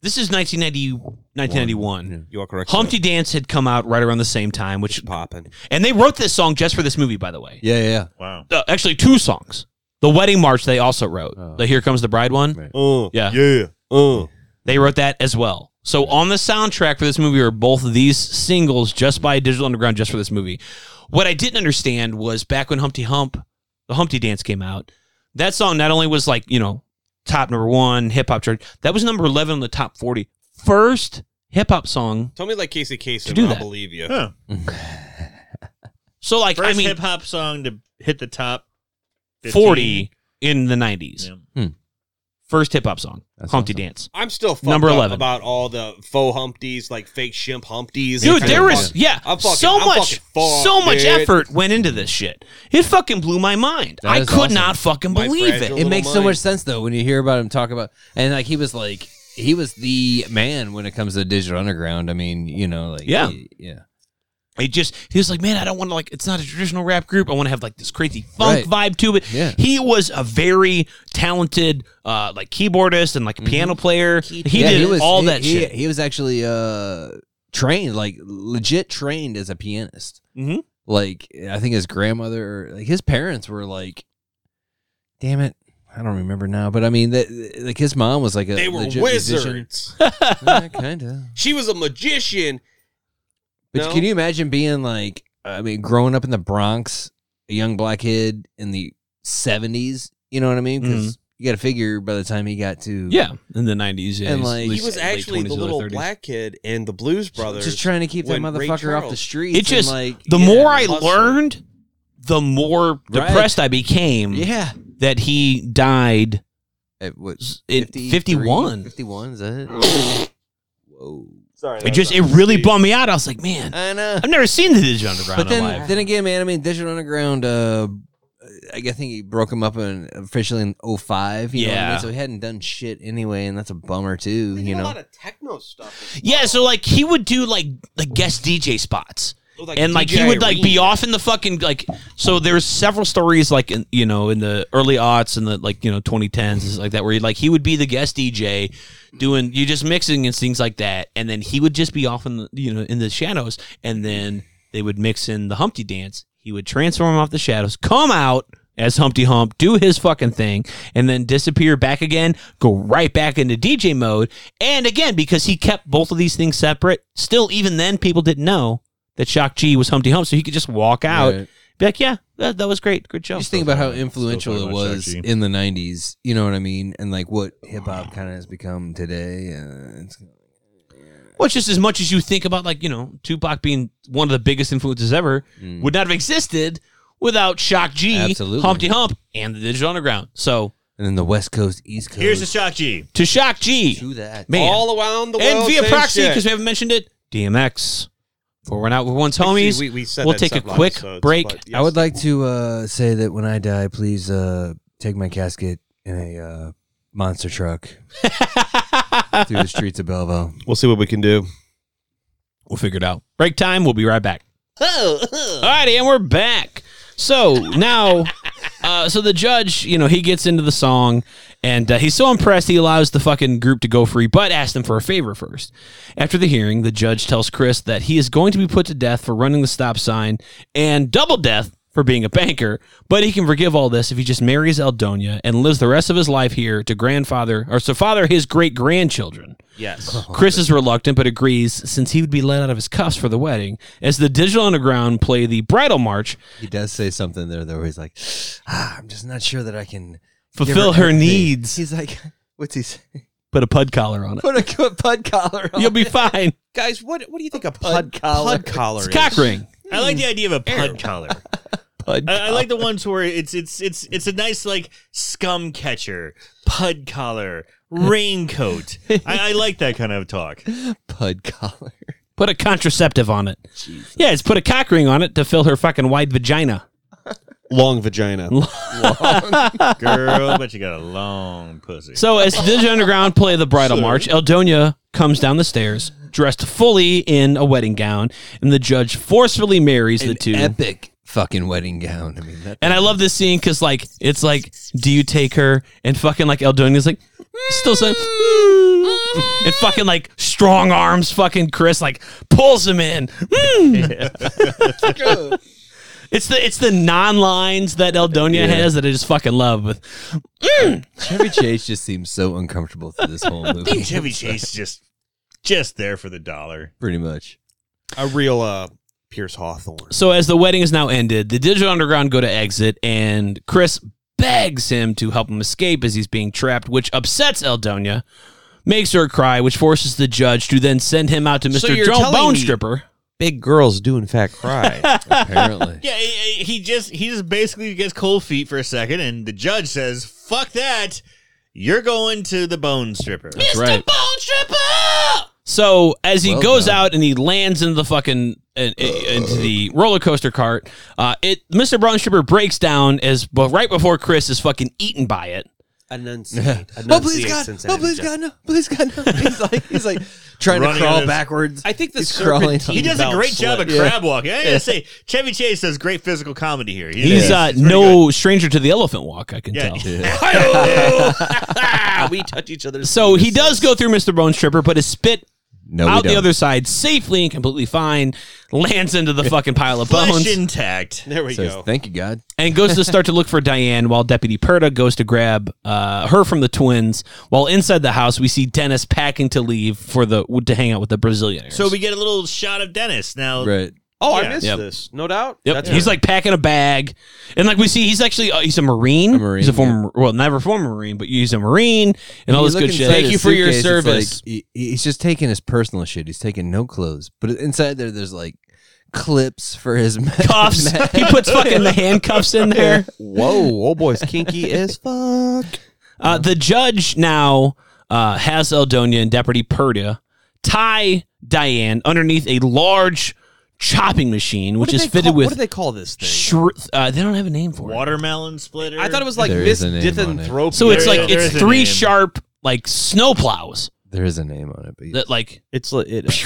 Speaker 4: this is 1990 1991.
Speaker 1: You are correct.
Speaker 4: Humpty Dance had come out right around the same time, which
Speaker 1: popping.
Speaker 4: and they wrote this song just for this movie, by the way.
Speaker 5: yeah, yeah, yeah.
Speaker 3: Wow.
Speaker 4: Uh, actually, two songs. The Wedding March they also wrote.
Speaker 5: Oh.
Speaker 4: The Here Comes the Bride one.
Speaker 5: Right.
Speaker 1: Oh
Speaker 4: Yeah.
Speaker 1: yeah. Oh.
Speaker 4: They wrote that as well. So on the soundtrack for this movie are both of these singles just by Digital Underground just for this movie. What I didn't understand was back when Humpty Hump, the Humpty Dance came out, that song not only was like, you know, top number one hip hop chart, that was number 11 on the top 40. First hip hop song.
Speaker 1: Tell me like Casey Kasem.
Speaker 4: To do
Speaker 1: I'll
Speaker 4: that.
Speaker 1: believe you.
Speaker 3: Huh.
Speaker 4: So, like,
Speaker 3: First
Speaker 4: I mean,
Speaker 3: hip hop song to hit the top 15.
Speaker 4: 40 in the 90s.
Speaker 3: Yeah.
Speaker 5: Hmm.
Speaker 4: First hip hop song,
Speaker 5: That's
Speaker 4: Humpty
Speaker 5: awesome.
Speaker 4: Dance.
Speaker 1: I'm still fucked
Speaker 4: Number
Speaker 1: up
Speaker 4: 11.
Speaker 1: about all the faux Humpties, like fake shimp Humpties.
Speaker 4: Dude,
Speaker 1: Kinda
Speaker 4: there
Speaker 1: fuck-
Speaker 4: was yeah,
Speaker 1: I'm fucking-
Speaker 4: so
Speaker 1: I'm
Speaker 4: much,
Speaker 1: fucking fucked,
Speaker 4: so much
Speaker 1: dude.
Speaker 4: effort went into this shit. It fucking blew my mind.
Speaker 5: That
Speaker 4: I
Speaker 5: is
Speaker 4: could
Speaker 5: awesome.
Speaker 4: not fucking
Speaker 1: My
Speaker 4: believe
Speaker 1: fragile-
Speaker 4: it.
Speaker 5: it
Speaker 1: little
Speaker 5: makes so
Speaker 1: mind.
Speaker 5: much sense though when you hear about him talk about and like he was like he was the man when it comes to digital underground i mean you know like
Speaker 4: Yeah.
Speaker 5: he- yeah
Speaker 4: It just he was like, man, I don't want to like. It's not a traditional rap group. I want to have like this crazy funk vibe to it.
Speaker 5: Yeah.
Speaker 4: He was a very talented uh like keyboardist and like piano player. He
Speaker 5: Mm-hmm. Yeah,
Speaker 4: did
Speaker 5: was-
Speaker 4: all
Speaker 5: he-
Speaker 4: that
Speaker 5: he,
Speaker 4: shit.
Speaker 5: he was actually uh trained like legit trained as a pianist
Speaker 4: Mhm.
Speaker 5: like i think his grandmother like his parents were like damn it I don't remember now, but I mean, that like his mom was like a
Speaker 1: They were
Speaker 5: legit musician.
Speaker 1: wizards.
Speaker 5: yeah, kind of.
Speaker 1: She was a magician.
Speaker 5: But
Speaker 1: No?
Speaker 5: can you imagine being like, I mean, growing up in the Bronx, a young black kid in the 70s, you know what I mean? Because you got to figure by the time he got to.
Speaker 4: Mm-hmm. Yeah, in the nineties. Yeah,
Speaker 5: And,
Speaker 4: he's
Speaker 5: like-
Speaker 4: at
Speaker 5: He
Speaker 1: He
Speaker 4: least
Speaker 1: was
Speaker 4: late
Speaker 1: actually
Speaker 4: 20s,
Speaker 1: the
Speaker 4: early
Speaker 1: little
Speaker 4: 30s.
Speaker 1: black kid in the Blues Brothers.
Speaker 5: Just trying to keep that
Speaker 1: when Ray
Speaker 5: motherfucker off the
Speaker 1: Charles-
Speaker 5: streets.
Speaker 4: It just-
Speaker 5: and like,
Speaker 4: The
Speaker 5: yeah,
Speaker 4: more I
Speaker 1: hustle.
Speaker 4: learned, the more
Speaker 5: Right.
Speaker 4: depressed I became
Speaker 5: Yeah.
Speaker 4: that he died
Speaker 5: It was
Speaker 4: in
Speaker 5: 53,
Speaker 4: 51.
Speaker 5: 51, is that it? Whoa.
Speaker 1: Sorry,
Speaker 4: It just it really bummed me out. I was like, man,
Speaker 5: I know.
Speaker 4: I've never seen the Digital Underground
Speaker 5: But then,
Speaker 4: alive.
Speaker 5: then again, man, I mean, Digital Underground, uh, I I think he broke him up in, officially in 05. You Know what I
Speaker 4: Yeah.
Speaker 5: mean? So he hadn't done shit anyway, and that's a bummer, too,
Speaker 1: They
Speaker 5: you
Speaker 1: did a
Speaker 5: know?
Speaker 1: lot of techno stuff. as
Speaker 4: yeah,
Speaker 1: well.
Speaker 4: so like he would do like like guest DJ spots.
Speaker 1: So, like,
Speaker 4: and like he
Speaker 1: DJ
Speaker 4: would like be
Speaker 1: Reed.
Speaker 4: off in the fucking like so there's several stories like in, you know in the early aughts and the like you know 2010s is like that where he like he would be the guest DJ doing you just mixing and things like that and then he would just be off in the you know in the shadows and then they would mix in the Humpty dance he would transform off the shadows come out as Humpty Hump do his fucking thing and then disappear back again go right back into DJ mode and again because he kept both of these things separate still even then people didn't know that Shock G was Humpty Hump, so he could just walk out,
Speaker 5: Right.
Speaker 4: be like, "Yeah, that, that was great, good show."
Speaker 5: Just think about how
Speaker 3: talking-
Speaker 5: influential
Speaker 3: still
Speaker 5: it
Speaker 3: talking about
Speaker 5: was
Speaker 3: Shaq G.
Speaker 5: in the '90s. You know what I mean? And like what hip hop kind of has become today. Uh, it's,
Speaker 4: Well, it's just as much as you think about, like you know, Tupac being one of the biggest influences ever
Speaker 5: Mm.
Speaker 4: would not have existed without Shock G,
Speaker 5: Absolutely.
Speaker 4: Humpty Hump, and the Digital Underground. So
Speaker 5: and then the West Coast, East Coast.
Speaker 3: Here's the shock G.
Speaker 4: to Shock G,
Speaker 5: to that.
Speaker 4: man,
Speaker 1: all around the world.
Speaker 4: and via
Speaker 1: same
Speaker 4: proxy
Speaker 1: shit.
Speaker 4: because we haven't mentioned it, DMX. For we're out with one's homies.
Speaker 1: Actually, we, we said
Speaker 4: we'll
Speaker 1: that
Speaker 4: take a
Speaker 1: several
Speaker 4: quick
Speaker 1: episodes,
Speaker 4: break.
Speaker 1: but
Speaker 5: I
Speaker 1: yes.
Speaker 5: would like to uh, say that when I die, please uh, take my casket in a uh, monster truck through the streets of Belleville.
Speaker 1: We'll see what we can do.
Speaker 4: we'll figure it out. Break time. We'll be right back.
Speaker 7: Oh,
Speaker 4: All righty, and we're back. So now, uh, so the judge, you know, he gets into the song, and uh, he's so impressed he allows the fucking group to go free, but asked them for a favor first. After the hearing, the judge tells Chris that he is going to be put to death for running the stop sign and double death for being a banker, but he can forgive all this if he just marries Eldonia and lives the rest of his life here to grandfather or to father his great grandchildren.
Speaker 1: Yes.
Speaker 4: Chris is reluctant but agrees since he would be let out of his cuffs for the wedding as the Digital Underground play the bridal march,
Speaker 5: He does say something there though. Where he's like, ah, "I'm just not sure that I can give
Speaker 4: fulfill her
Speaker 5: everything."
Speaker 4: needs,
Speaker 5: He's like, "What's he say?
Speaker 4: put a pud collar on it.
Speaker 5: Put a pud collar on."
Speaker 4: You'll be fine.
Speaker 1: Guys, what what do you think a pud,
Speaker 5: Pud collar.
Speaker 1: pud collar
Speaker 4: It's
Speaker 1: is?
Speaker 4: cock ring.
Speaker 3: I like the idea of a pud collar.
Speaker 4: Pud.
Speaker 3: I, I like the ones where it's it's it's it's a nice like scum catcher, pud collar, raincoat. I, I like that kind of talk.
Speaker 5: pud collar.
Speaker 4: Put a contraceptive on it. Yeah, it's put a cock ring on it to fill her fucking wide vagina.
Speaker 1: Long vagina.
Speaker 3: Girl, but you got a long pussy.
Speaker 4: So as the Digital Underground play the bridal march, Eldonia comes down the stairs dressed fully in a wedding gown, and the judge forcefully marries the
Speaker 5: An
Speaker 4: two.
Speaker 5: epic fucking wedding gown. I mean, that,
Speaker 4: And I love this scene because, like, it's like, do you take her? And fucking, like, Eldonia's like, still saying, and fucking, like, strong arms, fucking Chris, like, pulls him in. Mm. it's the it's the non lines that Eldonia has that I just fucking love. With
Speaker 5: Chevy Chase just seems so uncomfortable through this whole movie.
Speaker 3: Chevy Chase just just there for the dollar.
Speaker 5: Pretty much.
Speaker 1: a real uh Pierce Hawthorne.
Speaker 4: so as the wedding is now ended, the Digital Underground go to exit, and Chris begs him to help him escape as he's being trapped, which upsets Eldonia, makes her cry, which forces the judge to then send him out to Mister
Speaker 1: So you're telling
Speaker 4: Bone
Speaker 1: me-
Speaker 4: Stripper.
Speaker 1: Big girls do in fact cry.
Speaker 5: Apparently.
Speaker 3: Yeah, he, he just he just basically gets cold feet for a second, and the judge says, "Fuck that." You're going to the bone stripper.
Speaker 5: That's right.
Speaker 4: So as he
Speaker 5: Well
Speaker 4: goes
Speaker 5: done.
Speaker 4: out and he lands in the fucking in, in- into the roller coaster cart, uh, it Mr. Brown Stripper breaks down as but right before Chris is fucking eaten by it.
Speaker 1: Enunciate.
Speaker 5: Oh please God! Oh please God! No! Please God! No! He's like he's like trying to
Speaker 3: Running on
Speaker 5: crawl
Speaker 3: his-
Speaker 5: backwards.
Speaker 1: I think the
Speaker 5: He's crawling.
Speaker 1: serpentine
Speaker 3: He does a
Speaker 1: belt
Speaker 3: great job
Speaker 1: slip.
Speaker 3: at crab walking. I gotta say, Chevy Chase does great physical comedy here. He-
Speaker 4: He's
Speaker 3: it's-
Speaker 4: uh,
Speaker 3: it's pretty
Speaker 4: no stranger to the elephant walk, I can
Speaker 3: Yeah.
Speaker 4: tell.
Speaker 1: Ah, we touch each other's
Speaker 4: So he does go through Mr. Bone Stripper, but his spit
Speaker 9: No, we
Speaker 4: out the
Speaker 9: don't.
Speaker 4: other side safely and completely fine, lands into the fucking pile of
Speaker 3: Flesh
Speaker 4: bones,
Speaker 3: intact.
Speaker 1: There we
Speaker 9: Says,
Speaker 1: go.
Speaker 9: Thank you, God.
Speaker 4: and goes to start to look for Diane while Deputy Perda goes to grab uh, her from the twins. While inside the house, we see Dennis packing to leave for the to hang out with the Brazilian.
Speaker 3: So we get a little shot of Dennis now.
Speaker 9: Right.
Speaker 1: Oh, I
Speaker 3: Yeah.
Speaker 1: missed
Speaker 4: Yep.
Speaker 1: this. No doubt.
Speaker 4: Yep.
Speaker 1: That's
Speaker 4: he's like packing a bag, and like we see, he's actually uh, he's a marine.
Speaker 9: A Marine,
Speaker 4: He's a former, well, never former marine, but he's a marine and all
Speaker 9: You
Speaker 4: this
Speaker 9: look
Speaker 4: good shit.
Speaker 9: inside his
Speaker 2: for your
Speaker 9: suitcase, it's
Speaker 2: service.
Speaker 9: like-
Speaker 5: he, he's just taking his personal shit. He's taking no clothes, but inside there, there's like clips for his me-
Speaker 4: Cuffs. he puts fucking the handcuffs in there.
Speaker 1: whoa, old boy's kinky as fuck.
Speaker 4: Uh, the judge now uh, has Eldonia and Deputy Perda tie Diane underneath a large chopping machine, which is fitted
Speaker 1: What do
Speaker 4: with.
Speaker 1: they call this thing?
Speaker 4: Shri- uh, they don't have a name for it.
Speaker 3: Watermelon splitter.
Speaker 1: I thought it was like
Speaker 5: There
Speaker 1: Miss
Speaker 5: is a name on it.
Speaker 1: Dithanthropia.
Speaker 4: So it's
Speaker 3: There
Speaker 4: like
Speaker 3: is- there
Speaker 4: it's
Speaker 3: is a
Speaker 4: three
Speaker 3: name.
Speaker 4: sharp like snow plows
Speaker 5: There is a name on it, but
Speaker 4: that like
Speaker 1: it's li- it,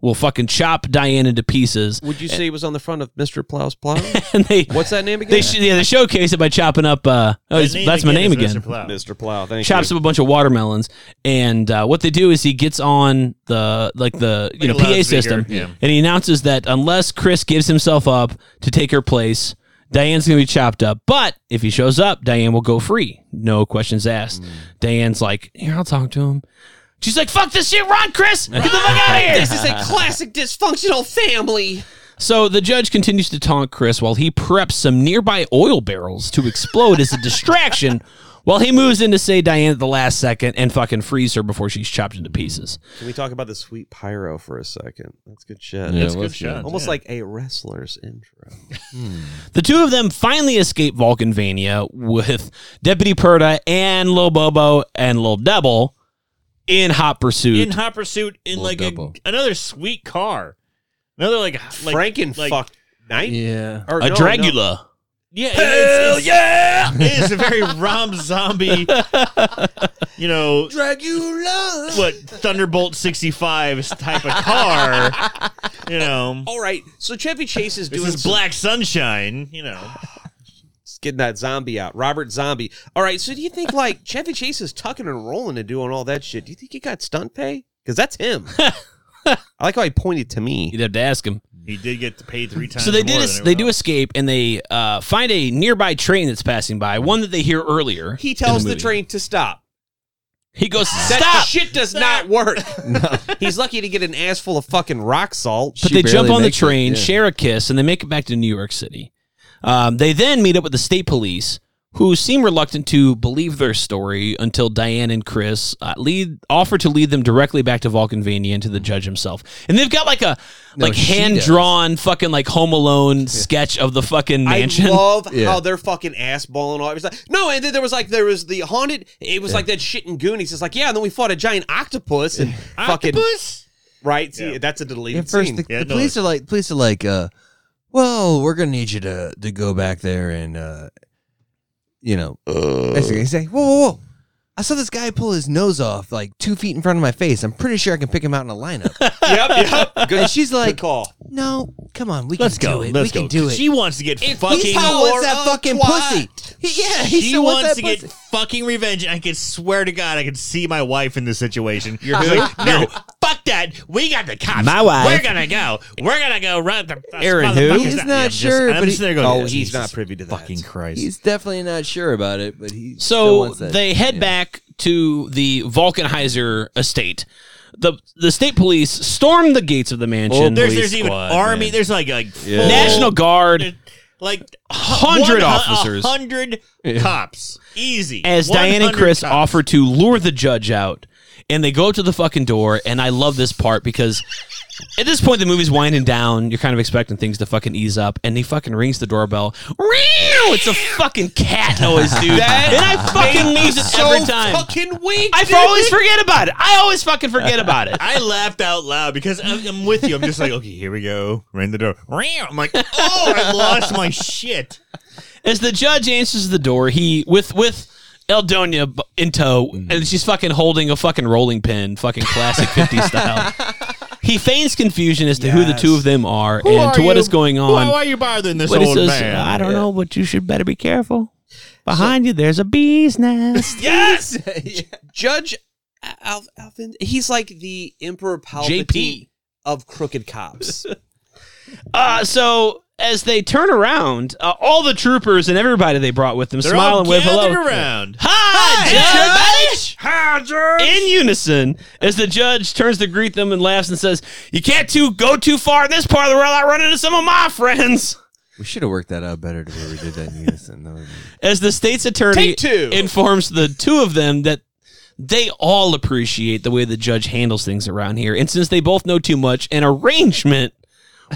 Speaker 4: will fucking chop Diane into pieces,
Speaker 1: Would you say it was on the front of Mr. Plow's plow?
Speaker 4: and they
Speaker 1: What's that name again?
Speaker 4: They sh- yeah, they showcase it by chopping up. Uh, oh,
Speaker 3: That
Speaker 4: it's-
Speaker 3: name
Speaker 4: that's my name
Speaker 3: is Mr.
Speaker 4: again.
Speaker 3: Plow.
Speaker 1: Mr. Plow. Thank
Speaker 4: Chops
Speaker 1: you.
Speaker 4: up a bunch of watermelons, and uh, what they do is he gets on the like the you
Speaker 3: Like
Speaker 4: know
Speaker 3: a
Speaker 4: PA
Speaker 3: loudspeaker,
Speaker 4: system,
Speaker 3: yeah.
Speaker 4: and he announces that unless Chris gives himself up to take her place, Diane's gonna be chopped up. But if he shows up, Diane will go free, no questions
Speaker 7: Mm.
Speaker 4: asked. Diane's like, here, I'll talk to him. She's like, fuck this shit, run, Chris, get the fuck out of here.
Speaker 7: This is a classic dysfunctional family.
Speaker 4: So the judge continues to taunt Chris while he preps some nearby oil barrels to explode as a distraction while he moves in to say Diane at the last second and fucking frees her before she's chopped into pieces.
Speaker 1: Can we talk about the sweet pyro for a second? That's good shit.
Speaker 9: Yeah,
Speaker 3: That's good
Speaker 9: let's do it.
Speaker 3: shot.
Speaker 1: Almost
Speaker 3: yeah.
Speaker 1: like a wrestler's intro.
Speaker 4: The two of them finally escape Vulcanvania with Deputy Perda and Lil Bobo and Lil Devil in hot pursuit.
Speaker 3: in hot pursuit in
Speaker 9: Little
Speaker 3: like a,
Speaker 9: double.
Speaker 3: another sweet car, another like like
Speaker 1: Frankenfuck
Speaker 3: like,
Speaker 1: night.
Speaker 5: yeah,
Speaker 1: Or
Speaker 4: a
Speaker 1: Oh, no, no.
Speaker 4: Dragula.
Speaker 3: yeah, hell yeah! It's a very Rom Zombie, you know,
Speaker 7: Dragula.
Speaker 3: what Thunderbolt sixty five type of car, you know.
Speaker 1: All right, so Chevy Chase is
Speaker 3: This
Speaker 1: doing
Speaker 3: is
Speaker 1: some-
Speaker 3: Black Sunshine, you know.
Speaker 1: getting that zombie out, Robert Zombie. All right, so do you think like Chevy Chase is tucking and rolling and doing all that shit? Do you think he got stunt pay? Because that's him. I like how he pointed to me.
Speaker 4: You'd have to ask him.
Speaker 3: He did get paid three times.
Speaker 4: So they
Speaker 3: more
Speaker 4: did.
Speaker 3: than
Speaker 4: es-
Speaker 3: everyone
Speaker 4: they do
Speaker 3: else.
Speaker 4: escape, and they uh, find a nearby train that's passing by. One that they hear earlier.
Speaker 1: He tells
Speaker 4: in
Speaker 1: the,
Speaker 4: movie.
Speaker 1: train to stop.
Speaker 4: He goes,
Speaker 1: That
Speaker 4: "Stop!"
Speaker 1: shit does not work. He's lucky to get an ass full of fucking rock salt.
Speaker 4: But
Speaker 9: She
Speaker 4: they jump
Speaker 9: barely
Speaker 4: on the
Speaker 9: makes it,
Speaker 4: train,
Speaker 9: yeah.
Speaker 4: share a kiss, and they make it back to New York City. Um, they then meet up with the state police, who seem reluctant to believe their story until Diane and Chris uh, lead offer to lead them directly back to Vulcanvania and to the judge himself. And they've got like a like
Speaker 9: she
Speaker 4: hand drawn fucking like Home Alone sketch of the fucking mansion.
Speaker 1: I love
Speaker 9: Yeah.
Speaker 1: how they're fucking ass balling all. It was like no, and then there was like there was the haunted. It was like that shit in Goonies. It's like yeah, and then we fought a giant octopus and fucking
Speaker 3: Octopus?
Speaker 1: right. See,
Speaker 3: Yeah.
Speaker 1: that's a deleted
Speaker 5: At first,
Speaker 1: scene.
Speaker 5: the,
Speaker 3: Yeah,
Speaker 5: the
Speaker 3: no,
Speaker 5: police are like, police are like, uh, well, we're gonna need you to to go back there and, uh, you know,
Speaker 1: Uh.
Speaker 5: basically he's like, whoa, whoa, whoa. I saw this guy pull his nose off like two feet in front of my face. I'm pretty sure I can pick him out in a lineup.
Speaker 1: yep, yep.
Speaker 5: and she's
Speaker 1: Good
Speaker 5: like,
Speaker 1: call.
Speaker 5: no, come on, we
Speaker 3: Let's
Speaker 5: can
Speaker 3: go.
Speaker 5: do it.
Speaker 3: Let's
Speaker 5: we
Speaker 3: go.
Speaker 5: can do it.
Speaker 3: She wants to get fucking.
Speaker 5: he still wants that fucking pussy. He, yeah, he
Speaker 3: she
Speaker 5: still wants,
Speaker 3: wants to
Speaker 5: that pussy.
Speaker 3: get fucking revenge. and I can swear to God, I can see my wife in this situation. You're like, no, fuck that. We got the cops.
Speaker 4: My wife.
Speaker 3: We're gonna go. We're gonna go run the.
Speaker 1: Aaron who?
Speaker 3: motherfuckers
Speaker 5: He's
Speaker 3: out."
Speaker 5: not
Speaker 3: I'm
Speaker 5: sure,
Speaker 3: Just, I'm
Speaker 5: but
Speaker 3: just
Speaker 5: he-
Speaker 3: there going.
Speaker 1: Oh,
Speaker 3: "Jesus
Speaker 1: he's not privy to that.
Speaker 3: Fucking Christ.
Speaker 5: He's definitely not sure about it, but he. still
Speaker 4: So
Speaker 5: wants that.
Speaker 4: they head back to the Vulcanheiser estate. The the state police storm the gates of the mansion.
Speaker 3: Oh, there's there's even
Speaker 4: Squad,
Speaker 3: army.
Speaker 4: man.
Speaker 3: There's like a full-
Speaker 4: National Guard.
Speaker 3: Like
Speaker 4: Hundred officers.
Speaker 3: hundred cops, easy.
Speaker 4: as Diane and
Speaker 3: 100
Speaker 4: Chris
Speaker 3: cops.
Speaker 4: offer to lure the judge out, and they go up to the fucking door. And I love this part because at this point the movie's winding down. You're kind of expecting things to fucking ease up, and he fucking rings the doorbell. Meow! It's a fucking cat noise, dude. and I fucking lose it every time.
Speaker 1: Fucking weak.
Speaker 4: I always forget about it. I always fucking forget about it.
Speaker 3: I laughed out loud because I'm, I'm with you. I'm just like, okay, here we go. Ring the door. I'm like, oh, I lost my shit.
Speaker 4: As the judge answers the door, he with with Eldonia b- in tow,
Speaker 3: Mm-hmm.
Speaker 4: and she's fucking holding a fucking rolling pin, fucking classic 50s style. He feigns confusion as to who the two of them are and to what is going on.
Speaker 3: Why, why are you bothering this
Speaker 4: But he
Speaker 3: old
Speaker 4: says,
Speaker 3: man?
Speaker 4: I don't know, but you should better be careful. Behind you, there's a bee's nest.
Speaker 1: Yes, Judge Al- Alvin, he's like the Emperor Palpatine
Speaker 4: JP.
Speaker 1: of crooked cops.
Speaker 4: Uh, so as they turn around, uh, all the troopers and everybody they brought with them,
Speaker 3: They're all
Speaker 4: smiling with hello.
Speaker 3: gathered around.
Speaker 4: Hi, Judge! In unison, as the judge turns to greet them and laughs and says, You can't too go too far in this part of the world. I run into some of my friends.
Speaker 5: We should have worked that out better to where we did that in unison. That would've been-
Speaker 4: As the state's attorney
Speaker 1: Take two.
Speaker 4: informs the two of them that they all appreciate the way the judge handles things around here. And since they both know too much, an arrangement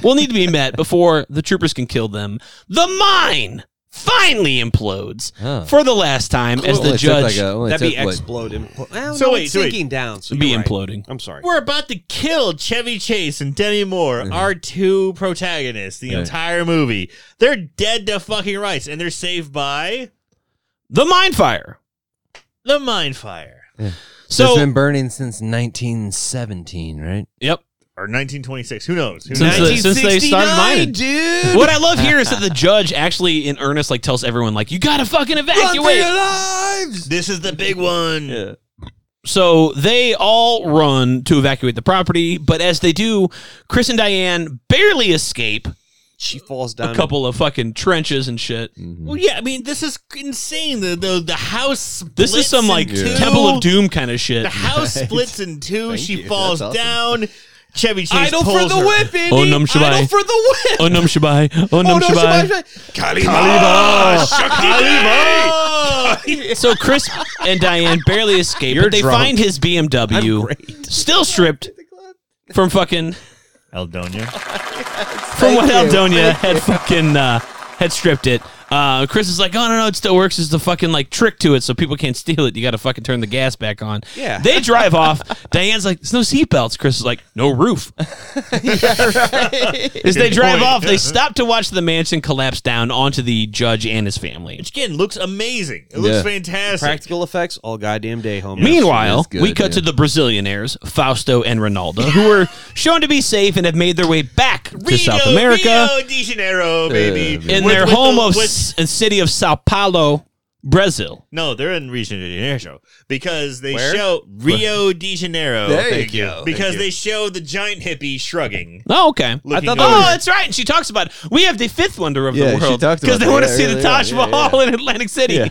Speaker 4: will need to be met before the troopers can kill them. The mine finally implodes
Speaker 5: Huh.
Speaker 4: for the last time as
Speaker 5: Only
Speaker 4: the
Speaker 5: took
Speaker 4: judge
Speaker 5: like a- only
Speaker 1: That'd be
Speaker 5: took, like-
Speaker 1: exploding. Well,
Speaker 3: So
Speaker 1: no,
Speaker 3: wait,
Speaker 1: it's
Speaker 3: so wait.
Speaker 1: sinking down. So
Speaker 4: be
Speaker 1: you're right.
Speaker 4: imploding.
Speaker 1: I'm sorry.
Speaker 3: We're about to kill Chevy Chase and Demi Moore, our two protagonists, the
Speaker 5: Right.
Speaker 3: entire movie. They're dead to fucking rights, and they're saved by
Speaker 4: The mine fire.
Speaker 3: the mine fire.
Speaker 5: it's
Speaker 4: So
Speaker 5: been burning since 1917, right?
Speaker 4: yep.
Speaker 3: Or 1926. Who knows? Who
Speaker 4: Since,
Speaker 3: knows?
Speaker 4: the, since they started
Speaker 1: 1969,
Speaker 4: mining,
Speaker 1: dude.
Speaker 4: What I love here is that the judge actually, in earnest, like tells everyone, like, "You gotta fucking
Speaker 1: Run for your
Speaker 4: evacuate."
Speaker 1: lives.
Speaker 3: This is the big one.
Speaker 4: So they all run to evacuate the property, but as they do, Chris and Diane barely escape
Speaker 1: She falls down.
Speaker 4: a couple of fucking trenches and shit.
Speaker 3: Well, yeah, I mean, this is insane. The the, the house splits
Speaker 4: This is some
Speaker 3: in
Speaker 4: like
Speaker 3: two.
Speaker 4: Temple of Doom kind of shit.
Speaker 3: The house splits in two. she
Speaker 5: you.
Speaker 3: falls
Speaker 5: That's
Speaker 3: down. Chevy Chase
Speaker 1: Idle for
Speaker 3: pulls
Speaker 1: the
Speaker 3: her.
Speaker 1: whip, Indy.
Speaker 4: Oh, num shabai.
Speaker 1: Idle for the whip.
Speaker 4: Onum Oh, Shabai. Onum
Speaker 1: Oh, no,
Speaker 4: Shabai.
Speaker 1: Shabai.
Speaker 4: So Chris and Diane barely escape, but they find his BMW, still stripped from fucking
Speaker 3: Eldonia.
Speaker 4: from what Aldonia had fucking uh, had stripped it. Uh, Chris is like, oh no no, it still works. It's the fucking like trick to it, so people can't steal it. You got to fucking turn the gas back on.
Speaker 1: Yeah.
Speaker 4: They drive off. Diane's like, there's no seatbelts. Chris is like, no roof. As they
Speaker 3: Good
Speaker 4: drive
Speaker 3: point.
Speaker 4: off, they stop to watch the mansion collapse down onto the judge and his family.
Speaker 3: Which again looks amazing. It looks
Speaker 5: Yeah.
Speaker 3: fantastic.
Speaker 1: Practical effects all goddamn day, homie.
Speaker 4: Meanwhile,
Speaker 5: that's good,
Speaker 4: we cut to
Speaker 5: yeah.
Speaker 4: the Brazilianaires, Fausto and Ronaldo, who were shown to be safe and have made their way back to
Speaker 3: Rio,
Speaker 4: South America.
Speaker 3: Rio de Janeiro, baby.
Speaker 5: man.
Speaker 4: in
Speaker 3: With-
Speaker 4: their
Speaker 3: with
Speaker 4: home
Speaker 3: the-
Speaker 4: of
Speaker 3: with-
Speaker 4: s- and city of Sao Paulo, Brazil.
Speaker 3: no, they're in Rio de Janeiro because they show Rio de Janeiro.
Speaker 5: There you
Speaker 3: Thank
Speaker 5: go.
Speaker 3: Because they show the giant hippie shrugging.
Speaker 4: Oh, okay.
Speaker 3: Looking
Speaker 4: I thought,
Speaker 3: over.
Speaker 4: oh, that's right. And she talks about we have the fifth wonder of
Speaker 5: Yeah,
Speaker 4: the
Speaker 5: she
Speaker 4: world
Speaker 5: talked about
Speaker 4: they
Speaker 5: that
Speaker 4: want to see the
Speaker 5: earlier on.
Speaker 4: Taj
Speaker 5: Yeah, yeah.
Speaker 4: Mahal in Atlantic City.
Speaker 5: Yeah.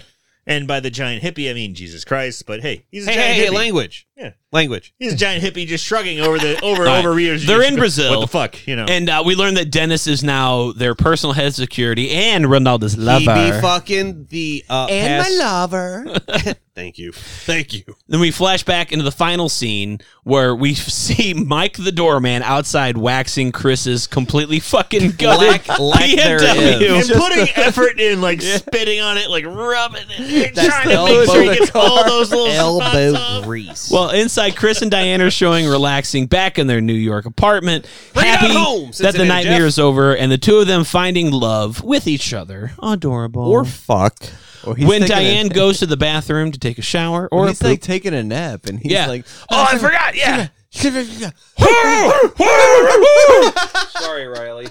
Speaker 3: And by the giant hippie, I mean Jesus Christ. But hey, he's a
Speaker 1: Hey,
Speaker 3: giant
Speaker 1: hey, hey,
Speaker 3: hippie.
Speaker 1: language.
Speaker 3: Yeah.
Speaker 1: Language.
Speaker 3: He's a giant hippie just shrugging over the over
Speaker 4: All right.
Speaker 3: over Rio. de
Speaker 4: They're in
Speaker 3: Janeiro.
Speaker 4: Brazil.
Speaker 3: What the fuck, you know?
Speaker 4: And uh, we learned that Dennis is now their personal head of security and Ronaldo's
Speaker 1: He be
Speaker 4: lover.
Speaker 1: fucking the uh,
Speaker 7: And
Speaker 1: past-
Speaker 7: my lover.
Speaker 1: Thank you. Thank you.
Speaker 4: then we flash back into the final scene where we see Mike the doorman outside waxing Chris's completely fucking gutted
Speaker 1: Black- black there
Speaker 4: BMW.
Speaker 3: and putting effort in, like spitting on it, like rubbing it,
Speaker 1: That's
Speaker 3: trying
Speaker 1: the
Speaker 3: to make sure he
Speaker 1: elbow.
Speaker 3: gets all those little spots
Speaker 1: Elbow
Speaker 3: off.
Speaker 1: grease.
Speaker 4: Well, inside, Chris and Diane are showing relaxing back in their New York apartment,
Speaker 1: Bring it
Speaker 4: happy
Speaker 1: on home,
Speaker 4: that the
Speaker 1: Cincinnati
Speaker 4: nightmare
Speaker 1: Jeff.
Speaker 4: is over, and the two of them finding love with each other. Adorable.
Speaker 5: Or fuck. Or he's
Speaker 4: when
Speaker 5: taking a-
Speaker 4: Diane goes to the bathroom to take a shower, or
Speaker 5: or
Speaker 4: a
Speaker 5: he's like
Speaker 4: poop.
Speaker 5: taking a nap, and he's
Speaker 4: yeah.
Speaker 5: like,
Speaker 4: oh, I forgot. Yeah.
Speaker 1: sorry, Riley.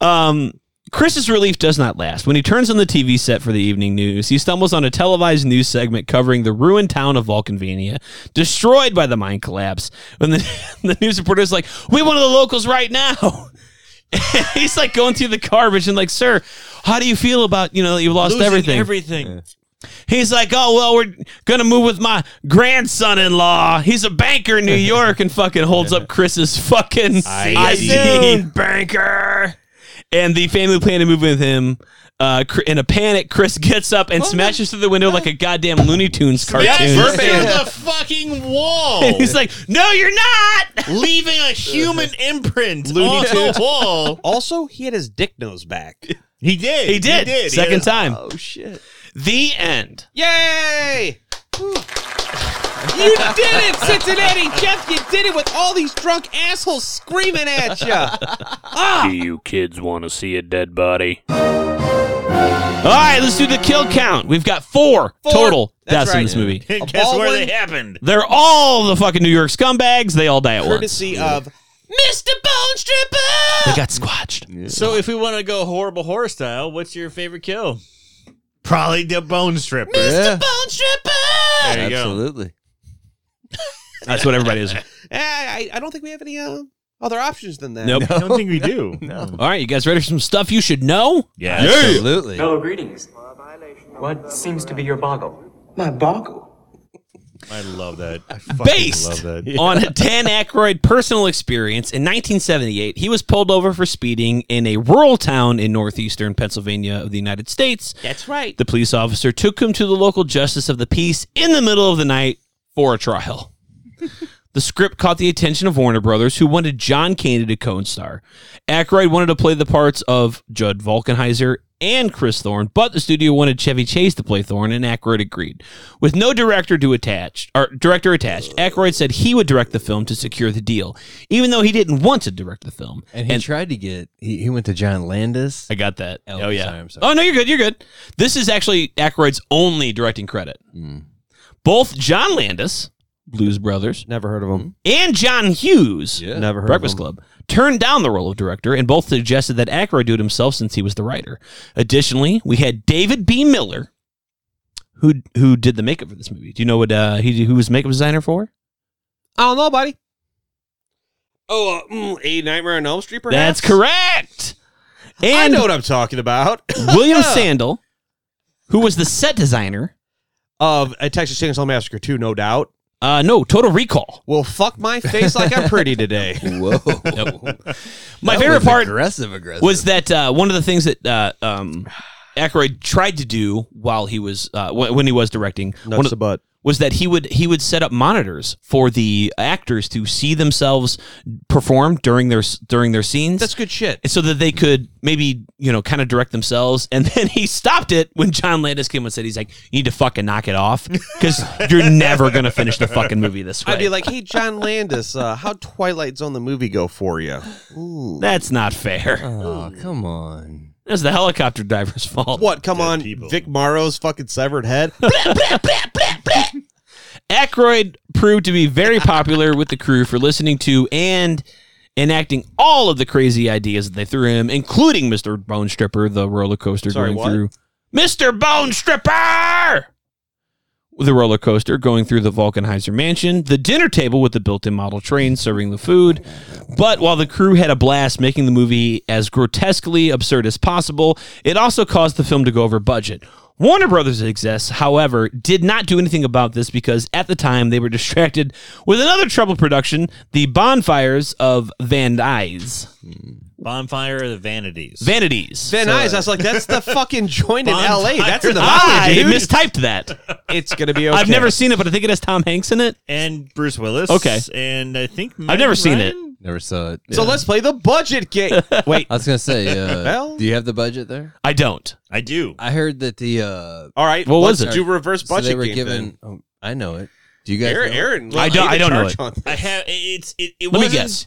Speaker 4: Um, Chris's relief does not last. When he turns on the TV set for the evening news, he stumbles on a televised news segment covering the ruined town of Vulcanvania, destroyed by the mine collapse. When the, the news reporter is like, "We one of the locals right now." He's like going through the garbage and like, "Sir, how do you feel about you know that you lost
Speaker 3: Losing
Speaker 4: everything?"
Speaker 3: everything.
Speaker 4: He's like, "Oh well, we're gonna move with my grandson-in-law. He's a banker in New York," and fucking holds up Chris's fucking ID banker. And the family plan to move with him. Uh, Cr- in a panic, Chris gets up and smashes through the window like a goddamn Looney Tunes cartoon.
Speaker 3: Yes, through the fucking
Speaker 4: And
Speaker 3: wall,
Speaker 4: he's like, "No, you're not."
Speaker 3: leaving a human imprint on the wall.
Speaker 1: Also, he had his dick nose back.
Speaker 3: He did.
Speaker 4: He did, second
Speaker 3: had-
Speaker 4: time.
Speaker 5: "Oh shit!"
Speaker 4: The end.
Speaker 1: Yay! you did it, Cincinnati Jeff. You did it with all these drunk assholes screaming at you.
Speaker 4: All right, let's do the kill count. We've got four,
Speaker 1: Four.
Speaker 4: total
Speaker 1: That's
Speaker 4: deaths in
Speaker 1: right.
Speaker 4: this movie.
Speaker 3: And
Speaker 1: A
Speaker 3: guess
Speaker 1: ball
Speaker 3: where
Speaker 1: one-
Speaker 3: they happened?
Speaker 4: They're all the fucking New York scumbags. They all die at once.
Speaker 1: Courtesy of Mr. Bone Stripper.
Speaker 4: They got squashed.
Speaker 3: So, if we want to go horrible horror style, what's your favorite kill? Probably the bone stripper.
Speaker 5: Yeah,
Speaker 1: Bone Stripper.
Speaker 3: There you go.
Speaker 5: absolutely.
Speaker 4: That's what everybody is.
Speaker 1: Eh, I, I don't think we have any uh, other options than that.
Speaker 4: Nope.
Speaker 3: I don't think we do. no.
Speaker 4: All right, you guys ready for some stuff you should know?
Speaker 3: Yeah.
Speaker 5: Absolutely.
Speaker 9: Fellow greetings. What seems to be your boggle? My boggle?
Speaker 3: I love that. I fucking
Speaker 4: Based
Speaker 3: love that.
Speaker 4: on a Dan Aykroyd personal experience in 1978, he was pulled over for speeding in a rural town in northeastern Pennsylvania of the United States.
Speaker 9: That's right.
Speaker 4: The police officer took him to the local justice of the peace in the middle of the night for a trial. the script caught the attention of Warner Brothers, who wanted John Candy to co-star. Aykroyd wanted to play the parts of Judd Vulcanheiser and Chris Thorne, but the studio wanted Chevy Chase to play Thorne, and Aykroyd agreed. With no director to attach, or director attached, Aykroyd said he would direct the film to secure the deal, even though he didn't want to direct the film.
Speaker 5: And he tried to get. He, he went to John Landis.
Speaker 4: I got that. Oh,
Speaker 5: Oh,
Speaker 4: yeah.
Speaker 5: sorry, I'm sorry.
Speaker 4: Oh no, you're good. You're good. This is actually Aykroyd's only directing credit. Both John Landis, Blues Brothers,
Speaker 1: Never heard of them.
Speaker 4: and John Hughes,
Speaker 5: Yeah.
Speaker 1: Never heard
Speaker 4: Breakfast
Speaker 1: of them.
Speaker 4: Club, turned down the role of director, and both suggested that Aykroyd do it himself since he was the writer. Additionally, we had David B. Miller, who who did the makeup for this movie. Do you know what uh, he who was makeup designer for?
Speaker 1: I don't know, buddy. Oh, uh, mm, a Nightmare on Elm Street. Perhaps?
Speaker 4: That's correct. And
Speaker 1: I know what I'm talking about.
Speaker 4: William Sandel, who was the set designer.
Speaker 1: of a Texas Chainsaw Massacre 2, no doubt.
Speaker 4: Uh, no, Total Recall.
Speaker 1: Well, fuck my face like I'm pretty today.
Speaker 5: Whoa.
Speaker 4: My
Speaker 5: That
Speaker 4: favorite
Speaker 5: was
Speaker 4: part
Speaker 5: Aggressive, aggressive.
Speaker 4: was that uh, one of the things that uh, um, Aykroyd tried to do while he was uh, wh- when he was directing one
Speaker 1: Nuts
Speaker 4: of-
Speaker 1: the butt.
Speaker 4: was that he would he would set up monitors for the actors to see themselves perform during their s- during their scenes.
Speaker 1: That's good shit.
Speaker 4: so that they could maybe you know kind of direct themselves, and then he stopped it when John Landis came and said, "He's like, you need to fucking knock it off because you're never gonna finish the fucking movie this way."
Speaker 1: I'd be like, hey, John Landis, uh, how'd Twilight Zone the movie go for you? Ooh.
Speaker 4: "That's not
Speaker 1: uh.
Speaker 4: fair.
Speaker 5: Oh, come on.
Speaker 4: That's the helicopter driver's fault."
Speaker 1: What? Come
Speaker 3: Dead
Speaker 1: on,
Speaker 3: people.
Speaker 1: Vic Morrow's fucking severed head.
Speaker 4: Aykroyd proved to be very popular with the crew for listening to and enacting all of the crazy ideas that they threw him, including Mr. Bone Stripper, the roller coaster
Speaker 1: Sorry,
Speaker 4: going
Speaker 1: what?
Speaker 4: through. Mr. Bone Stripper! The roller coaster going through the Vulcanheiser mansion, the dinner table with the built in model train serving the food. But while the crew had a blast making the movie as grotesquely absurd as possible, it also caused the film to go over budget. Warner Brothers exists, however, did not do anything about this because at the time they were distracted with another troubled production, The Bonfires of Van Dyes.
Speaker 3: Bonfire of the Vanities.
Speaker 4: Vanities.
Speaker 1: Van Nuys, I was like, that's the fucking joint in L.A. That's in the valley,
Speaker 4: I
Speaker 1: dude.
Speaker 4: mistyped that.
Speaker 1: it's gonna be okay.
Speaker 4: I've never seen it, but I think it has Tom Hanks in it.
Speaker 3: and Bruce Willis.
Speaker 4: Okay.
Speaker 3: And I think
Speaker 4: I've never seen it.
Speaker 5: Never saw it.
Speaker 1: So
Speaker 5: Yeah.
Speaker 1: let's play the budget game. Wait.
Speaker 5: I was gonna say, uh,
Speaker 1: Well-
Speaker 5: do you have the budget there?
Speaker 4: I don't.
Speaker 3: I do.
Speaker 5: I heard that the uh,
Speaker 1: All right.
Speaker 4: What was
Speaker 1: let's
Speaker 4: it?
Speaker 1: Do reverse
Speaker 5: so
Speaker 1: budget
Speaker 5: they were
Speaker 1: game. then.
Speaker 5: given. Oh, I know it. Do you guys?
Speaker 1: Aaron, Aaron
Speaker 5: know it?
Speaker 4: I don't-
Speaker 1: lead
Speaker 4: I
Speaker 1: the
Speaker 4: don't know
Speaker 1: charge
Speaker 4: it.
Speaker 1: on this.
Speaker 3: I have. It's. It, it
Speaker 4: Let me
Speaker 3: wasn't-
Speaker 4: guess.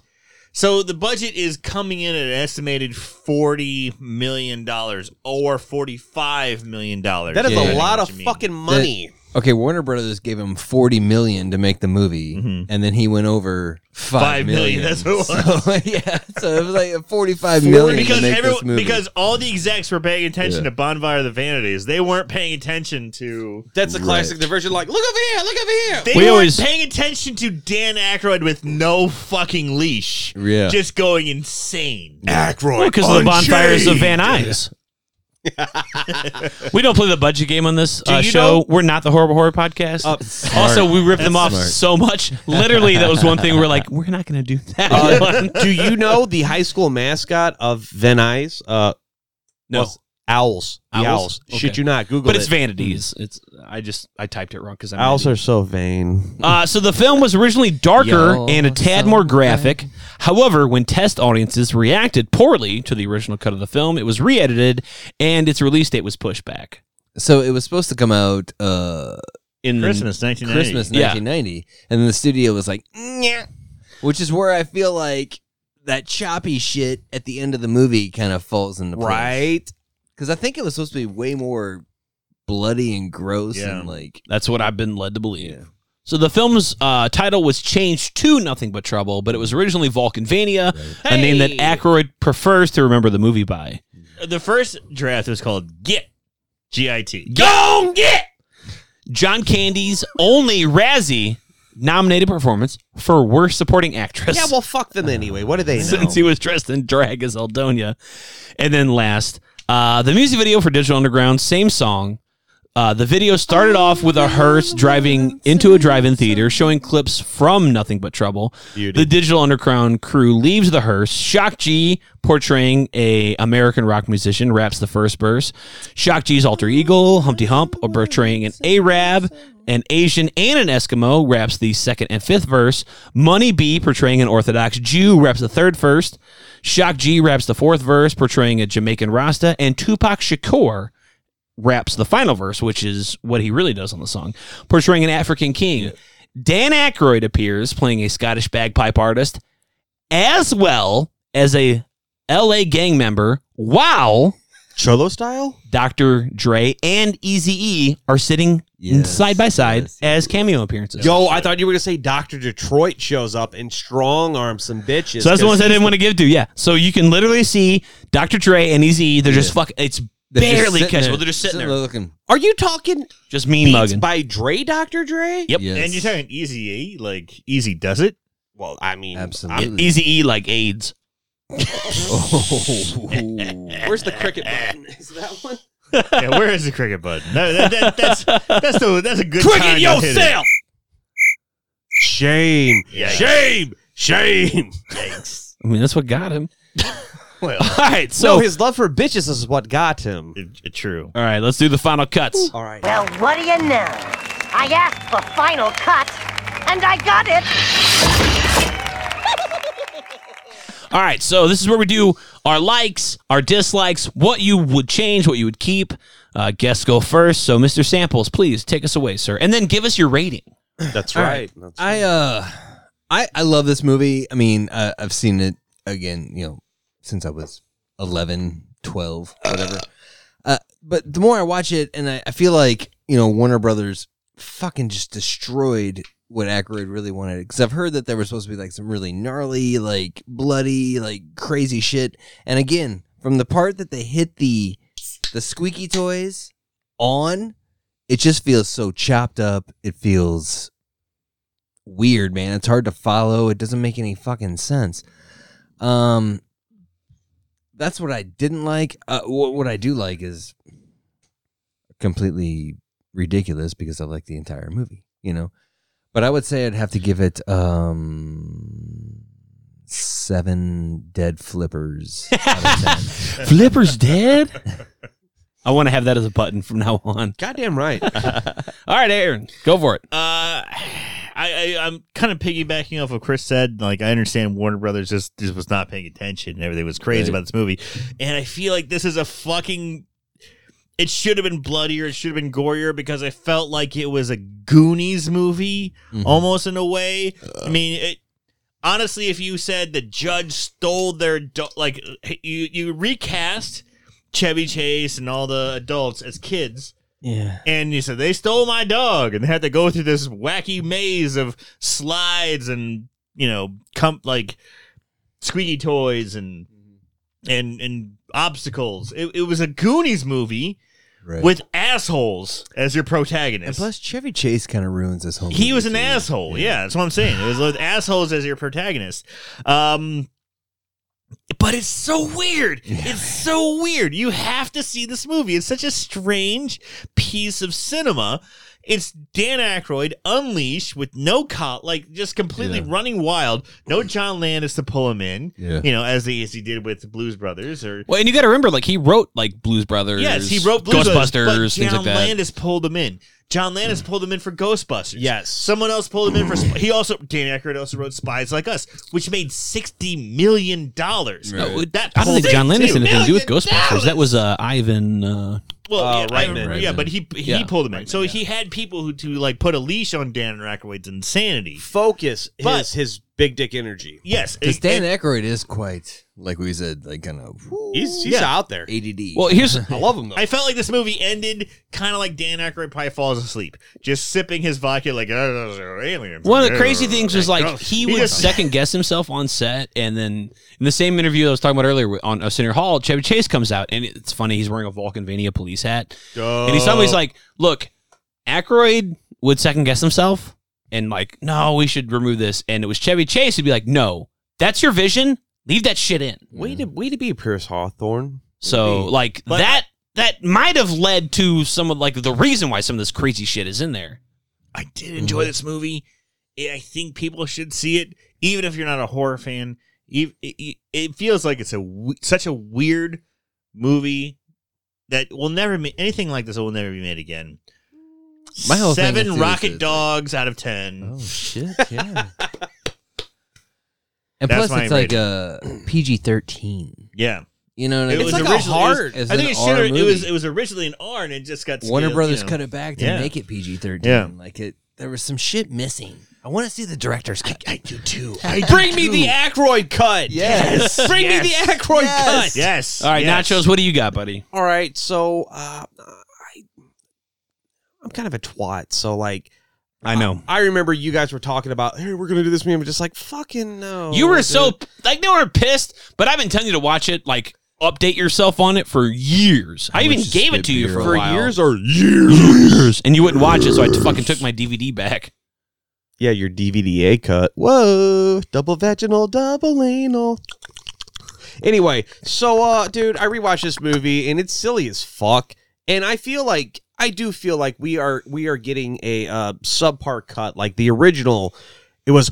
Speaker 3: So the budget is coming in at an estimated forty million dollars or forty-five million dollars.
Speaker 1: That is
Speaker 5: Yeah.
Speaker 1: a lot of
Speaker 3: What you mean.
Speaker 1: fucking money.
Speaker 5: Okay, Warner Brothers gave him forty million to make the movie, and then he went over
Speaker 3: Five
Speaker 5: five
Speaker 3: million,
Speaker 5: million.
Speaker 3: that's what it
Speaker 5: So, yeah, so it was like forty-five million
Speaker 3: because
Speaker 5: to make
Speaker 3: everyone,
Speaker 5: this movie.
Speaker 3: because all the execs were paying attention
Speaker 5: Yeah.
Speaker 3: to Bonfire of the Vanities. They weren't paying attention to.
Speaker 1: That's a classic
Speaker 5: Right.
Speaker 1: diversion. Like, look over here, look over here.
Speaker 3: They
Speaker 4: We
Speaker 3: weren't
Speaker 4: always-
Speaker 3: paying attention to Dan Aykroyd with no fucking leash,
Speaker 5: Yeah.
Speaker 3: just going insane.
Speaker 4: Well,
Speaker 1: Ackroyd,
Speaker 4: because of the bonfires of Van Nuys. we don't play the budget game on this uh,
Speaker 3: you
Speaker 4: show.
Speaker 3: know-
Speaker 4: We're not the horrible horror podcast. also, we ripped them off
Speaker 5: smart.
Speaker 4: so much. Literally, that was one thing we're like, we're not going to do that. one.
Speaker 1: Do you know the high school mascot of Van Nuys? Uh,
Speaker 4: No,
Speaker 1: was owls. The
Speaker 4: Owls?
Speaker 1: owls.
Speaker 4: Okay.
Speaker 1: Should you not Google
Speaker 4: but it's
Speaker 1: it.
Speaker 4: vanities. It's I just I typed it wrong because I'm an
Speaker 1: Owls
Speaker 4: idiot.
Speaker 1: are so vain.
Speaker 4: Uh, so the film was originally darker
Speaker 5: Yo,
Speaker 4: and a tad
Speaker 5: so
Speaker 4: more graphic. However, when test audiences reacted poorly to the original cut of the film, it was re-edited and its release date was pushed back.
Speaker 5: so it was supposed to come out uh,
Speaker 4: In the-
Speaker 3: Christmas, nineteen ninety.
Speaker 5: Christmas
Speaker 4: Yeah.
Speaker 5: 1990, and then the studio was like, "Nyeh," which is where I feel like that choppy shit at the end of the movie kind of falls into place.
Speaker 1: right?
Speaker 5: Because I think it was supposed to be way more bloody and gross
Speaker 3: Yeah.
Speaker 5: and like
Speaker 4: That's what I've been led to believe. So the film's uh, title was changed to Nothing But Trouble, but it was originally Vulcanvania, a name that Aykroyd prefers to remember the movie by.
Speaker 3: The first draft was called Git, G I T.
Speaker 4: Go get John Candy's only Razzie nominated performance for worst supporting actress.
Speaker 1: Yeah, well, fuck them anyway. What do they know?
Speaker 4: since he was dressed in drag as Eldonia. And then last, uh, the music video for Digital Underground, same song. Uh, the video started off with a hearse driving into a drive-in theater, showing clips from Nothing But Trouble. The Digital Underground crew leaves the hearse. Shock G, portraying a American rock musician, raps the first verse. Shock G's alter ego, Humpty Hump, portraying an Arab, an Asian, and an Eskimo, raps the second and fifth verse. Money B, portraying an Orthodox Jew, raps the third verse. Shock G raps the fourth verse, portraying a Jamaican Rasta, and Tupac Shakur raps the final verse, which is what he really does on the song, portraying an African king. Dan Aykroyd appears playing a Scottish bagpipe artist, as well as a LA gang member. Wow.
Speaker 1: Cholo style?
Speaker 4: Dr. Dre and Easy E are sitting
Speaker 5: Yes,
Speaker 4: side by side
Speaker 5: yes,
Speaker 4: as cameo appearances.
Speaker 1: Yo, I thought you were gonna say Doctor Detroit shows up and strong arms some bitches.
Speaker 4: So that's the ones I
Speaker 1: 'cause
Speaker 4: didn't want to give to. Yeah. So you can literally see Dr. Dre and Easy E. They're just fuck. It's
Speaker 5: They're just
Speaker 4: barely
Speaker 5: sitting
Speaker 4: catchable.
Speaker 5: there-
Speaker 4: They're just sitting there.
Speaker 5: looking.
Speaker 1: Are you talking
Speaker 4: Just mean
Speaker 1: beats
Speaker 4: mugging.
Speaker 1: by Dre, Doctor Dre?
Speaker 4: Yep.
Speaker 5: Yes.
Speaker 3: And you're talking easy, eh? like easy does it?
Speaker 1: Well, I mean,
Speaker 5: Absolutely.
Speaker 1: I'm-
Speaker 4: Easy E like AIDS.
Speaker 1: where's the cricket button? Is that one?
Speaker 3: yeah, where is the cricket button? No, that, that, that's that's the that's a good time to hit it.
Speaker 1: Shame,
Speaker 3: Yeah,
Speaker 1: shame, shame.
Speaker 4: I mean, that's what got him.
Speaker 3: Well,
Speaker 4: All right. So,
Speaker 1: So his love for bitches is what got him.
Speaker 3: it- it- true.
Speaker 4: all right, let's do the final cuts.
Speaker 1: All right.
Speaker 10: Well, what do you know? I asked for final cut, and I got it.
Speaker 4: All right. So, this is where we do our likes, our dislikes, what you would change, what you would keep. Uh, guests go first. So, Mr. Samples, please take us away, sir. And then give us your rating.
Speaker 1: That's
Speaker 5: All
Speaker 1: right.
Speaker 5: right. I uh, I I love this movie. I mean, uh, I've seen it again, you know, since I was 11, 12, whatever. Uh, but the more I watch it, and I, I feel like you know Warner Brothers fucking just destroyed what Aykroyd really wanted. Because I've heard that there was supposed to be like some really gnarly, like bloody, like crazy shit. And again, from the part that they hit the the squeaky toys on, it just feels so chopped up. It feels weird, man. It's hard to follow. It doesn't make any fucking sense. Um, that's what I didn't like. Uh, what what I do like is completely ridiculous because I like the entire movie, you know. But I would say I'd have to give it um seven dead flippers out of ten.
Speaker 4: Flipper's dead. I want to have that as a button from now on.
Speaker 1: Goddamn right.
Speaker 4: All right, Aaron, go for it.
Speaker 3: Uh, I, I I'm kind of piggybacking off what Chris said. Like I understand Warner Brothers just just was not paying attention and everything was crazy about this movie, and I feel like this is a fucking. It should have been bloodier. It should have been gorier because I felt like it was a Goonies movie almost in a way. I mean, it, honestly, if you said the judge stole their do- like you you recast Chevy Chase and all the adults as kids.
Speaker 5: Yeah.
Speaker 3: And you said they stole my dog, and they had to go through this wacky maze of slides and you know, com- like squeaky toys and and and obstacles. It, it was a Goonies movie
Speaker 5: Right.
Speaker 3: with assholes as your protagonist.
Speaker 5: and plus Chevy Chase kind of ruins this whole.
Speaker 3: He
Speaker 5: movie,
Speaker 3: was an
Speaker 5: too.
Speaker 3: asshole. Yeah. that's what I'm saying. It was with assholes as your protagonist. Um, but it's so weird. It's so weird. You have to see this movie. It's such a strange piece of cinema. It's Dan Aykroyd unleashed with no cop, like just completely
Speaker 5: Yeah.
Speaker 3: running wild. No John Landis to pull him in.
Speaker 5: Yeah.
Speaker 3: You know, as he as he did with the Blues Brothers or
Speaker 4: Well, and you got to remember, like, he wrote, like, Blues Brothers.
Speaker 3: Yes, he wrote Blues Brothers,
Speaker 4: Ghostbusters,
Speaker 3: but
Speaker 4: things like
Speaker 3: John
Speaker 4: that. Hmm.
Speaker 3: Landis pulled him in. John Landis pulled him in for Ghostbusters.
Speaker 1: Yes.
Speaker 3: someone else pulled him in for. Sp- He also Dan Aykroyd also wrote Spies Like Us, which made sixty million dollars.
Speaker 4: No, it- I don't think John Landis had anything to do with Ghostbusters. That was uh, Ivan. Uh,
Speaker 3: well,
Speaker 1: Uh,
Speaker 3: yeah, I-
Speaker 1: Reitman.
Speaker 3: yeah, but he he
Speaker 4: Yeah,
Speaker 3: pulled him in. So he had people who to like put a leash on Dan Aykroyd's insanity.
Speaker 1: Focus
Speaker 3: But-
Speaker 1: is his big dick energy.
Speaker 3: Yes,
Speaker 5: Because
Speaker 3: it-
Speaker 5: Dan
Speaker 3: it-
Speaker 5: Aykroyd is quite, like we said, like kind of
Speaker 1: He's he's
Speaker 3: Yeah.
Speaker 1: out there.
Speaker 5: ADD.
Speaker 4: well, here's
Speaker 1: I love him though.
Speaker 3: I felt like this movie ended kind of like Dan Aykroyd probably falls asleep, just sipping his vodka like "Oh, alien.
Speaker 4: One of the crazy things was like he would
Speaker 3: just-
Speaker 4: second guess himself on set, and then in the same interview I was talking about earlier with- on a Center Hall, Chevy Chase comes out, and it's funny he's wearing a Vulcanvania
Speaker 3: Oh.
Speaker 4: police hat, and he's always like, "Look, Aykroyd would second guess himself, and like, no, we should remove this. And it was Chevy Chase who'd be like, no, that's your vision. Leave that shit in.
Speaker 1: Way to way to be Pierce Hawthorne.
Speaker 4: So like
Speaker 1: But-
Speaker 4: that that might have led to some of like the reason why some of this crazy shit is in there.
Speaker 3: I did enjoy this movie. I I think people should see it, even if you're not a horror fan. Ev- It it- it feels like it's a we- such a weird movie that will never ma- anything like this will never be made again.
Speaker 5: My whole thing
Speaker 3: Seven
Speaker 5: is-
Speaker 3: rocket dogs out of ten.
Speaker 5: Oh shit! Yeah. and
Speaker 3: That's
Speaker 5: plus,
Speaker 3: my
Speaker 5: it's like
Speaker 3: rating.
Speaker 5: a PG thirteen.
Speaker 3: Yeah.
Speaker 5: You know, what I
Speaker 3: It
Speaker 5: mean?
Speaker 3: was originally- it was- I think it, should have- it was it was originally an R and it just got
Speaker 5: Warner
Speaker 3: scaled,
Speaker 5: Brothers
Speaker 3: you know.
Speaker 5: cut it back to
Speaker 3: Yeah.
Speaker 5: make it PG thirteen.
Speaker 3: Yeah.
Speaker 5: Like it, there was some shit missing. I want to see the director's cut.
Speaker 3: I do too.
Speaker 4: Bring me the Ackroyd cut.
Speaker 5: Yes.
Speaker 4: Bring me the Ackroyd cut.
Speaker 3: Yes.
Speaker 4: All right,
Speaker 3: yes.
Speaker 4: Nachos, what do you got, buddy?
Speaker 1: All right, so uh, I I'm kind of a twat. So like
Speaker 4: I know.
Speaker 1: I remember you guys were talking about, hey, we're gonna do this movie. I'm just like, fucking no.
Speaker 4: You were
Speaker 1: Oh, dude.
Speaker 4: so like they were pissed, but I've been telling you to watch it. Like update yourself on it for years. I, even gave it to you for,
Speaker 1: for
Speaker 4: a while.
Speaker 1: years or
Speaker 4: years, and you wouldn't watch it, so I fucking took my DVD back.
Speaker 1: yeah, your DVDA cut. Whoa, double vaginal, double anal. Anyway, so uh, dude, I rewatched this movie and it's silly as fuck, and I feel like I do feel like we are we are getting a uh, subpar cut. Like the original, it was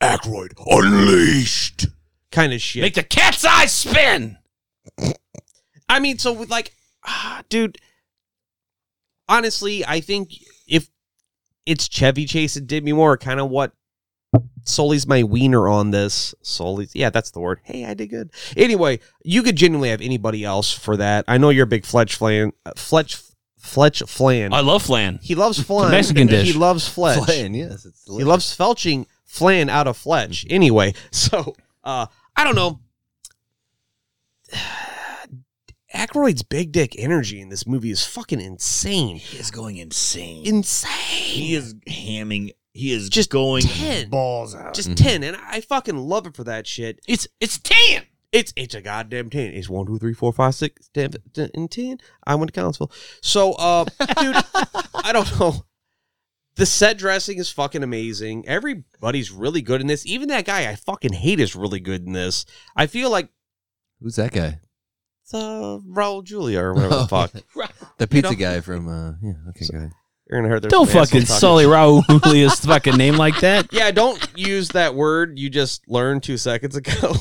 Speaker 1: Ackroyd Unleashed kind of shit.
Speaker 4: Make the cat's eyes spin.
Speaker 1: I mean, so with like, ah, dude. Honestly, I think if it's Chevy Chase that did me more, kind of what Sully's my wiener on this. Sully's, yeah, that's the word. Hey, I did good. Anyway, you could genuinely have anybody else for that. I know you're a big Fletch Flan, uh, Fletch Fletch Flan.
Speaker 4: I love Flan.
Speaker 1: he loves flan.
Speaker 4: Uh, Mexican dish.
Speaker 1: He loves Fletch.
Speaker 5: Flan, yes, it's
Speaker 1: He loves felching flan out of fletch. Anyway, so uh, I don't know. Aykroyd's big dick energy in this movie is fucking insane.
Speaker 3: He is going insane.
Speaker 1: Insane.
Speaker 3: he is hamming. He is
Speaker 1: Just
Speaker 3: just going
Speaker 1: 10.
Speaker 3: balls out.
Speaker 1: Just ten, and I fucking love it for that shit.
Speaker 4: Mm-hmm. It's it's tan.
Speaker 1: It's it's a goddamn ten. It's one, two, three, four, five, six, ten, ten, and ten. I went to Collinsville. So, uh, dude, I don't know. The set dressing is fucking amazing. Everybody's really good in this. Even that guy I fucking hate is really good in this. I feel like
Speaker 5: Who's that guy?
Speaker 1: uh, Raul Julia or
Speaker 4: Oh,
Speaker 1: whatever the fuck.
Speaker 5: The pizza
Speaker 1: don't-
Speaker 5: guy from. Uh, yeah. Okay. Go ahead.
Speaker 1: You're gonna hurt their
Speaker 4: Don't
Speaker 1: asshole
Speaker 4: fucking
Speaker 1: talking
Speaker 4: sully
Speaker 1: shit.
Speaker 4: Raul Julia's fucking name like that.
Speaker 1: Yeah, don't use that word you just learned two seconds ago.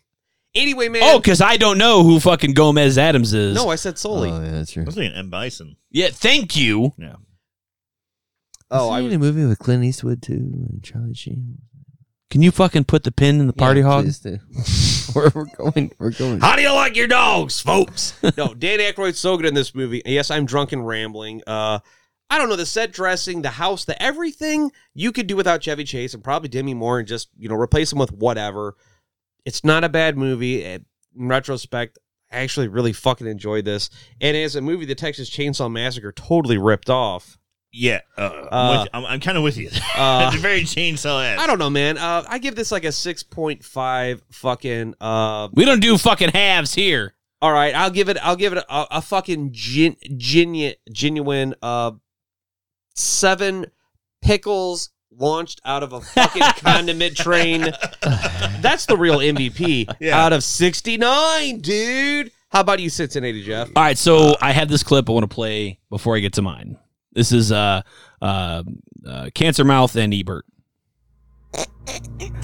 Speaker 1: anyway, man.
Speaker 4: Oh, because I don't know who fucking Gomez Adams is.
Speaker 1: no, I said solely.
Speaker 5: Oh yeah, that's true.
Speaker 3: Must be an M Bison.
Speaker 4: yeah, thank you.
Speaker 3: Yeah.
Speaker 1: oh,
Speaker 5: Isn't
Speaker 1: I
Speaker 5: he in
Speaker 1: was-
Speaker 5: a movie with Clint Eastwood too and Charlie Sheen.
Speaker 4: Can you fucking put the pin in the party
Speaker 5: Yeah,
Speaker 4: hog?
Speaker 5: please do. we're, we're going. We're going.
Speaker 3: How do you like your dogs, folks?
Speaker 1: no, Dan Aykroyd's so good in this movie. Yes, I'm drunk and rambling. Uh, I don't know the set dressing, the house, the everything you could do without Chevy Chase and probably Demi Moore and just you know replace him with whatever. It's not a bad movie. Eh, In retrospect, I actually really fucking enjoyed this. And as a movie, the Texas Chainsaw Massacre totally ripped off.
Speaker 3: yeah, uh, I'm,
Speaker 1: Uh,
Speaker 3: with- I'm, kind of with you.
Speaker 1: Uh,
Speaker 3: It's very chainsaw ass.
Speaker 1: I don't know, man. Uh, I give this like a six point five fucking. Uh,
Speaker 4: We don't do fucking halves here.
Speaker 1: all right, I'll give it. I'll give it a, a fucking gen, genu, genuine uh, seven pickles launched out of a fucking condiment train. That's the real MVP
Speaker 3: Yeah.
Speaker 1: out of sixty nine, dude. How about you, Cincinnati Jeff?
Speaker 4: All right, so I have this clip I want to play before I get to mine. This is uh, uh, uh, Cancer Mouth and Ebert.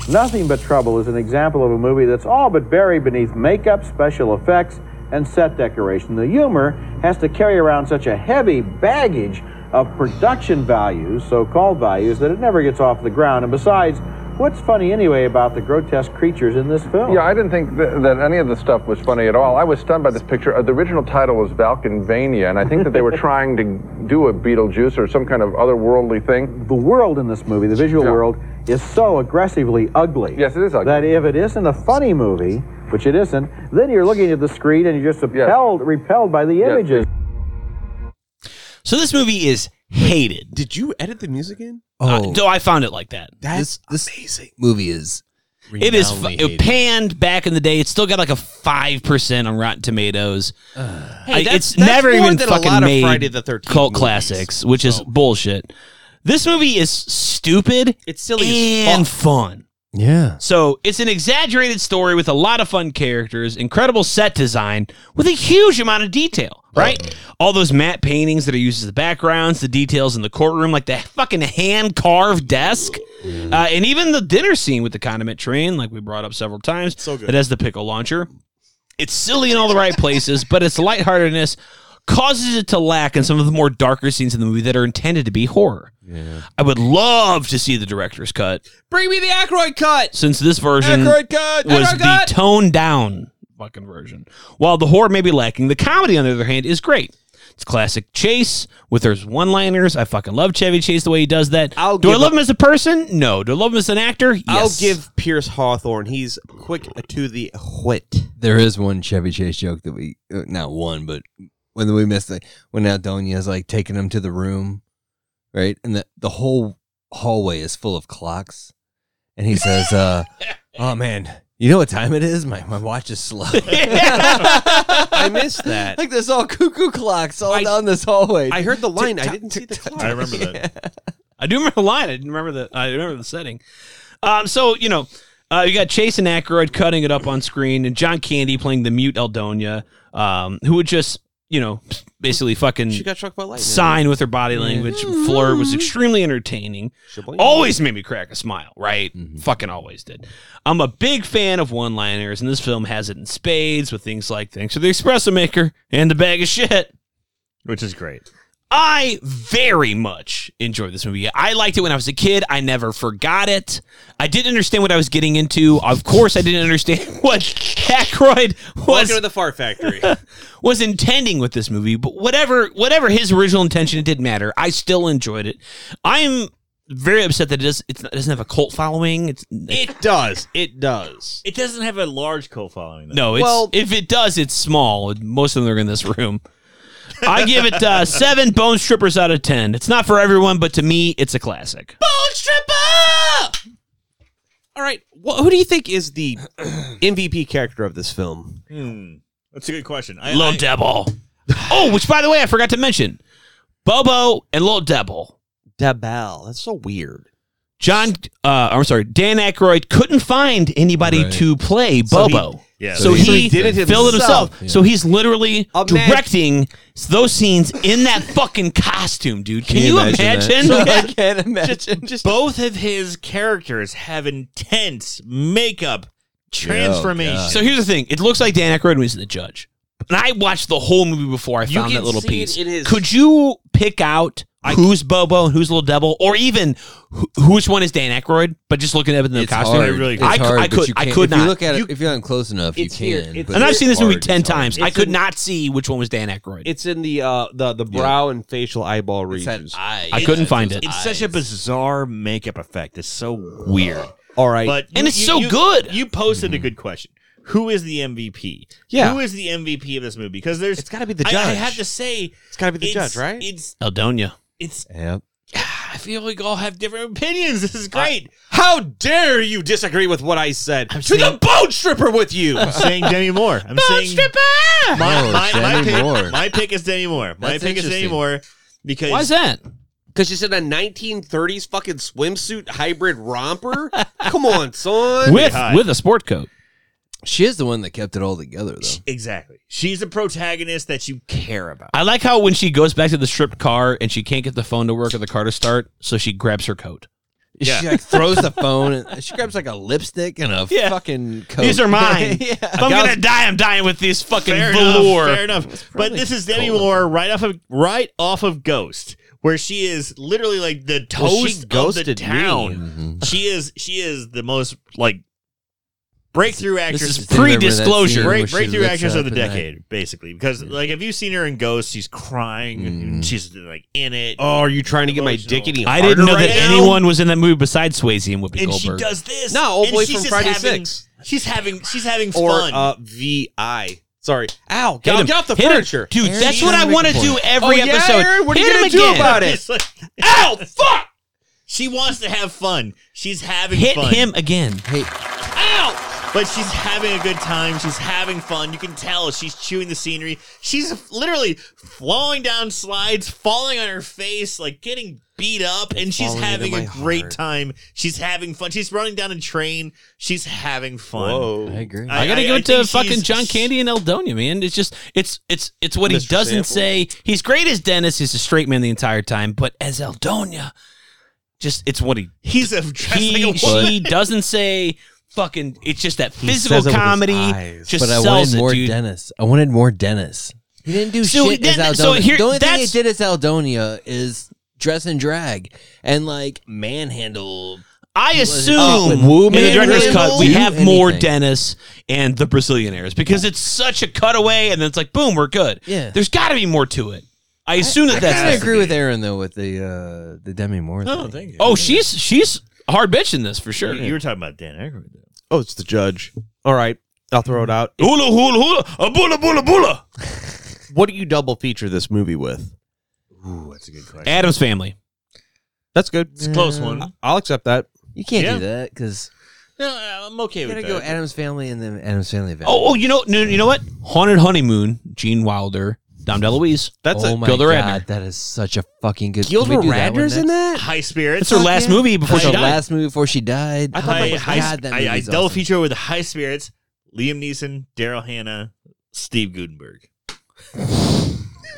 Speaker 11: Nothing But Trouble is an example of a movie that's all but buried beneath makeup, special effects, and set decoration. The humor has to carry around such a heavy baggage of production values, so called values, that it never gets off the ground. And besides, what's funny anyway about the grotesque creatures in this film?
Speaker 12: Yeah, I didn't think th- that any of the stuff was funny at all. I was stunned by this picture. Uh, the original title was Valkenvania, and I think that they were trying to do a Beetlejuice or some kind of otherworldly thing.
Speaker 11: the world in this movie, the visual
Speaker 12: Yeah.
Speaker 11: world, is so aggressively ugly.
Speaker 12: Yes, it is ugly.
Speaker 11: That if it isn't a funny movie, which it isn't, then you're looking at the screen and you're just repelled, repelled by the images.
Speaker 4: So this movie is hated.
Speaker 1: Did you edit the music in?
Speaker 5: Oh,
Speaker 4: Uh, though I found it like that.
Speaker 1: That's
Speaker 5: this-
Speaker 1: amazing.
Speaker 5: movie is.
Speaker 4: It is fu-
Speaker 5: renownedly
Speaker 4: it
Speaker 5: hated.
Speaker 4: panned back in the day. It's still got like a five percent on Rotten Tomatoes. I-
Speaker 1: that's-
Speaker 4: it's
Speaker 1: that's
Speaker 4: never
Speaker 1: more
Speaker 4: even
Speaker 1: than a
Speaker 4: fucking
Speaker 1: lot of
Speaker 4: made
Speaker 1: Friday the 13th
Speaker 4: cult
Speaker 1: movies.
Speaker 4: classics, which is bullshit. This movie is stupid.
Speaker 1: It's silly
Speaker 4: as and fun.
Speaker 5: Yeah.
Speaker 4: So it's an exaggerated story with a lot of fun characters, incredible set design with a huge amount of detail. Right, all those matte paintings that are used as the backgrounds, the details in the courtroom, like the fucking hand carved desk, uh, and even the dinner scene with the condiment train, like we brought up several times. So
Speaker 3: good.
Speaker 4: That has the pickle launcher. It's silly in all the right places, but its lightheartedness causes it to lack in some of the more darker scenes in the movie that are intended to be horror. I would love to see the director's cut
Speaker 1: Bring me the Aykroyd cut.
Speaker 4: since this version
Speaker 1: Aykroyd cut.
Speaker 4: was
Speaker 1: Aykroyd
Speaker 4: the
Speaker 1: cut.
Speaker 4: toned down fucking version. While the horror may be lacking, the comedy, on the other hand, is great. It's classic Chase with his one liners. I fucking love Chevy Chase the way he does that. Do I
Speaker 1: give
Speaker 4: love
Speaker 1: a-
Speaker 4: him as a person? No. Do I love him as an actor? Yes.
Speaker 1: I'll give Pierce Hawthorne. He's quick to the wit.
Speaker 5: There is one Chevy Chase joke that we uh, not one, but when we missed the when Aldonia is like taking him to the room, right? And the the whole hallway is full of clocks, and he says, uh, "Oh man, you know what time it is? My my watch is slow."
Speaker 1: I missed that.
Speaker 5: like there's all cuckoo clocks all
Speaker 1: I-
Speaker 5: down this hallway.
Speaker 1: I heard the line. I didn't see the clock.
Speaker 3: I remember that.
Speaker 4: I do remember the line. I didn't remember the. I remember the setting. Um, so you know, uh, you got Chase and Aykroyd cutting it up on screen, and John Candy playing the mute Eldonia, um, who would just you know basically fucking
Speaker 1: She got struck by lightning.
Speaker 4: sign with her body language and flirt was extremely entertaining.
Speaker 1: Shaboing.
Speaker 4: Always made me crack a smile, right?
Speaker 1: Mm-hmm.
Speaker 4: Fucking always did. I'm a big fan of one liners, and this film has it in spades with things like thanks to the espresso maker and the bag of shit.
Speaker 3: which is great.
Speaker 4: I very much enjoyed this movie. I liked it when I was a kid. I never forgot it. I didn't understand what I was getting into. Of course, I didn't understand what Aykroyd was
Speaker 1: Welcome to the fart factory.
Speaker 4: was intending with this movie, but whatever whatever his original intention, it didn't matter. I still enjoyed it. I'm very upset that it does it's, it doesn't have a cult following. It's
Speaker 1: it does. It does.
Speaker 3: It doesn't have a large cult following. Though.
Speaker 4: no. It's,
Speaker 1: Well-
Speaker 4: if it does, it's small. Most of them are in this room. I give it uh, seven bone strippers out of ten. It's not for everyone, but to me, it's a classic.
Speaker 1: All right. Wh- who do you think is the MVP character of this film?
Speaker 3: Hmm. That's a good question. I,
Speaker 4: Little
Speaker 3: I-
Speaker 4: Devil. Oh, which by the way, I forgot to mention, Bobo and Little Devil.
Speaker 1: Dabal. That's so weird.
Speaker 4: John, uh, I'm sorry, Dan Aykroyd couldn't find anybody
Speaker 5: Right.
Speaker 4: to play
Speaker 1: So he-
Speaker 4: Bobo.
Speaker 3: yeah,
Speaker 4: so, he, did it filled it himself.
Speaker 5: himself. Yeah.
Speaker 4: So he's literally
Speaker 1: Imagine-
Speaker 4: directing those scenes in that fucking costume, dude. Can, you imagine?
Speaker 5: I can't imagine.
Speaker 3: both of his characters have intense makeup transformation.
Speaker 4: so here's the thing: it looks like Dan Aykroyd was the judge, and I watched the whole movie before I found
Speaker 1: can
Speaker 4: that little
Speaker 1: see it
Speaker 4: piece.
Speaker 1: in his-
Speaker 4: Could you pick out who's Bobo and who's Little Devil, or even who, which one is Dan Aykroyd? But just looking at it in the
Speaker 5: it's
Speaker 4: costume,
Speaker 5: hard.
Speaker 3: I really-
Speaker 5: it's
Speaker 4: I cou-
Speaker 5: hard,
Speaker 4: I
Speaker 5: but
Speaker 4: could-
Speaker 5: you
Speaker 4: I
Speaker 5: can't-
Speaker 4: could
Speaker 5: if
Speaker 4: not.
Speaker 5: You look at
Speaker 1: You-
Speaker 5: it, if you're not close enough, you
Speaker 1: it's here.
Speaker 5: can.
Speaker 1: It's-
Speaker 5: but
Speaker 4: and I've
Speaker 5: it's
Speaker 4: seen this movie
Speaker 5: hard,
Speaker 4: ten
Speaker 5: it's hard.
Speaker 4: times. I
Speaker 1: It's
Speaker 4: could
Speaker 1: in-
Speaker 4: not see which one was Dan Aykroyd.
Speaker 1: It's in the uh, the the brow and facial eyeball
Speaker 5: It's that
Speaker 1: regions.
Speaker 5: eye.
Speaker 4: I couldn't find it.
Speaker 3: It's such a bizarre makeup effect. It's so weird.
Speaker 1: All right.
Speaker 3: But
Speaker 4: And it's so good.
Speaker 3: You posted a good question. Who is the MVP?
Speaker 1: Yeah.
Speaker 3: Who is the MVP of this movie? Because there's
Speaker 1: it's got to be the
Speaker 3: I-
Speaker 1: judge.
Speaker 3: I, have to say
Speaker 1: it's got to be the
Speaker 3: it's-
Speaker 1: judge, right?
Speaker 3: It's
Speaker 4: Eldonia.
Speaker 3: it's
Speaker 5: Yep.
Speaker 3: I feel like all have different opinions. This is great.
Speaker 1: How dare you disagree with what I said? to the bone stripper with you.
Speaker 3: I'm saying Demi Moore. I'm saying my, my,
Speaker 5: No,
Speaker 3: my,
Speaker 5: Demi
Speaker 3: pick,
Speaker 5: Moore.
Speaker 3: my pick is Demi Moore. My
Speaker 5: That's
Speaker 3: pick is Demi
Speaker 5: interesting.
Speaker 3: Moore because
Speaker 4: Why is that?
Speaker 1: Because she's in a 1930s fucking swimsuit hybrid romper. Come on, son.
Speaker 4: With
Speaker 3: high.
Speaker 4: with a sport coat.
Speaker 5: She is the one that kept it all together, though.
Speaker 3: exactly she's the protagonist that you care about.
Speaker 4: I like how when she goes back to the stripped car and she can't get the phone to work or the car to start, so she grabs her coat.
Speaker 3: Yeah.
Speaker 5: She like throws the phone. And she grabs like a lipstick and a
Speaker 4: Yeah.
Speaker 5: fucking coat.
Speaker 4: These are mine.
Speaker 5: yeah.
Speaker 4: If I'm gonna die, I'm dying with these fucking
Speaker 3: fair
Speaker 4: velour.
Speaker 3: Enough, fair enough. But
Speaker 5: probably
Speaker 3: this is Demi
Speaker 5: cool.
Speaker 3: Moore right off of right off of Ghost, where she is literally like the
Speaker 1: Well, she
Speaker 3: toast of the
Speaker 1: ghosted me. Mm-hmm.
Speaker 3: town.
Speaker 5: Mhm.
Speaker 3: She is she is the most like breakthrough
Speaker 4: This
Speaker 3: actress.
Speaker 4: is
Speaker 5: Just remember that
Speaker 4: pre-disclosure.
Speaker 5: scene where
Speaker 3: Break,
Speaker 5: she
Speaker 3: breakthrough
Speaker 5: looks
Speaker 3: actress of
Speaker 5: up
Speaker 3: the
Speaker 5: and, like,
Speaker 3: decade, basically, because like if you've seen her in Ghost, she's crying, and
Speaker 1: Mm-hmm.
Speaker 5: Mhm.
Speaker 3: she's like in it.
Speaker 1: Oh, are you trying to get my
Speaker 3: Emotional.
Speaker 1: dick any
Speaker 4: I didn't know
Speaker 1: harder
Speaker 4: that
Speaker 1: right now?
Speaker 4: anyone was in that movie besides Swayze and Whoopi
Speaker 3: and
Speaker 4: Goldberg.
Speaker 3: she does this.
Speaker 1: No, old
Speaker 3: and
Speaker 1: boy
Speaker 3: she's
Speaker 1: from
Speaker 3: just
Speaker 1: Friday
Speaker 3: having,
Speaker 1: Six.
Speaker 3: She's having she's having
Speaker 1: Or
Speaker 3: fun.
Speaker 1: uh, VI. Sorry. Ow,
Speaker 4: Hit
Speaker 1: get,
Speaker 4: him.
Speaker 1: get off the
Speaker 4: Hit him.
Speaker 1: furniture.
Speaker 4: dude.
Speaker 5: Aaron,
Speaker 4: that's
Speaker 5: you
Speaker 4: what I
Speaker 5: gotta
Speaker 4: want to
Speaker 5: make a
Speaker 4: do
Speaker 5: point.
Speaker 4: every
Speaker 1: Oh, yeah,
Speaker 4: episode.
Speaker 1: Aaron? What are you
Speaker 4: Hit him
Speaker 1: gonna do
Speaker 4: again.
Speaker 1: about it?
Speaker 3: It's like, Ow, fuck! She wants to have fun. She's having
Speaker 4: Hit
Speaker 3: fun.
Speaker 4: him again.
Speaker 5: Hey,
Speaker 3: Ow! But she's having a good time. She's having fun. You can tell she's chewing the scenery. She's literally flowing down slides, falling on her face, like getting beat up, and she's
Speaker 6: falling into
Speaker 3: having
Speaker 6: my
Speaker 3: a great
Speaker 6: heart.
Speaker 3: time. She's having fun. She's running down a train. She's having fun.
Speaker 4: Whoa.
Speaker 5: I agree.
Speaker 4: I, gotta
Speaker 3: I-
Speaker 4: go
Speaker 3: I
Speaker 4: to
Speaker 3: think
Speaker 4: fucking
Speaker 3: she's-
Speaker 4: John Candy and Eldonia, man. It's just it's it's it's what he
Speaker 3: Mr.
Speaker 4: doesn't say.
Speaker 3: Sample.
Speaker 4: He's great as Dennis. He's a straight man the entire time, but as Eldonia, just it's what he
Speaker 3: he's a
Speaker 4: he, she doesn't say fucking. It's just that
Speaker 5: He
Speaker 4: physical
Speaker 5: says it with his
Speaker 4: comedy.
Speaker 5: eyes.
Speaker 4: just
Speaker 5: but I
Speaker 4: sells
Speaker 5: wanted
Speaker 4: it,
Speaker 5: more
Speaker 4: dude.
Speaker 5: Dennis. I wanted more Dennis. He didn't do
Speaker 4: So
Speaker 5: shit
Speaker 4: then-
Speaker 5: as Aldonia.
Speaker 4: so here-
Speaker 5: the only thing he
Speaker 4: that's-
Speaker 5: did as Aldonia is dress and drag and like manhandle.
Speaker 4: I
Speaker 5: He wasn't
Speaker 4: assume
Speaker 5: up with-
Speaker 4: in the director's cut we
Speaker 5: Do
Speaker 4: have more
Speaker 5: anything.
Speaker 4: Dennis and the Brazilianaires because it's such a cutaway, and then it's like boom, we're good.
Speaker 5: Yeah.
Speaker 4: there's got to be more to it. I assume that
Speaker 5: I
Speaker 4: that's
Speaker 5: kind of agree with Aaron though with the uh, the Demi Moore. thing.
Speaker 4: Oh, she's she's a hard bitch in this for sure.
Speaker 3: You were talking about Dan Aykroyd.
Speaker 1: Oh, it's the judge. All right, I'll throw it out.
Speaker 4: Hula hula hula, a bula bula bula.
Speaker 1: What do you double feature this movie with?
Speaker 3: Ooh, that's a good question.
Speaker 4: Adam's family.
Speaker 1: That's good. It's
Speaker 3: a close one.
Speaker 1: I'll accept that.
Speaker 5: You can't
Speaker 3: Yeah.
Speaker 5: do that because
Speaker 3: No, I'm okay
Speaker 5: you
Speaker 3: with
Speaker 5: gotta
Speaker 3: that.
Speaker 5: go Adam's family and then Adam's family. Event.
Speaker 4: Oh, oh, you know, no, you know what? Haunted honeymoon, Gene Wilder, Dom DeLuise.
Speaker 1: That's
Speaker 5: oh
Speaker 1: it.
Speaker 5: my
Speaker 4: Gilda
Speaker 5: god,
Speaker 4: Radner.
Speaker 5: that is such a fucking good.
Speaker 1: Gilda
Speaker 5: Can we do that one
Speaker 1: Radner's in
Speaker 5: next?
Speaker 1: that?
Speaker 3: High spirits.
Speaker 4: It's her last movie before
Speaker 5: That's
Speaker 4: she
Speaker 5: her
Speaker 4: died.
Speaker 5: last movie before she died.
Speaker 1: I thought
Speaker 3: High,
Speaker 1: that was
Speaker 3: high,
Speaker 5: God, that
Speaker 3: I, I
Speaker 5: movie's
Speaker 3: double
Speaker 5: awesome.
Speaker 3: feature with High Spirits, Liam Neeson, Daryl Hannah, Steve Gutenberg.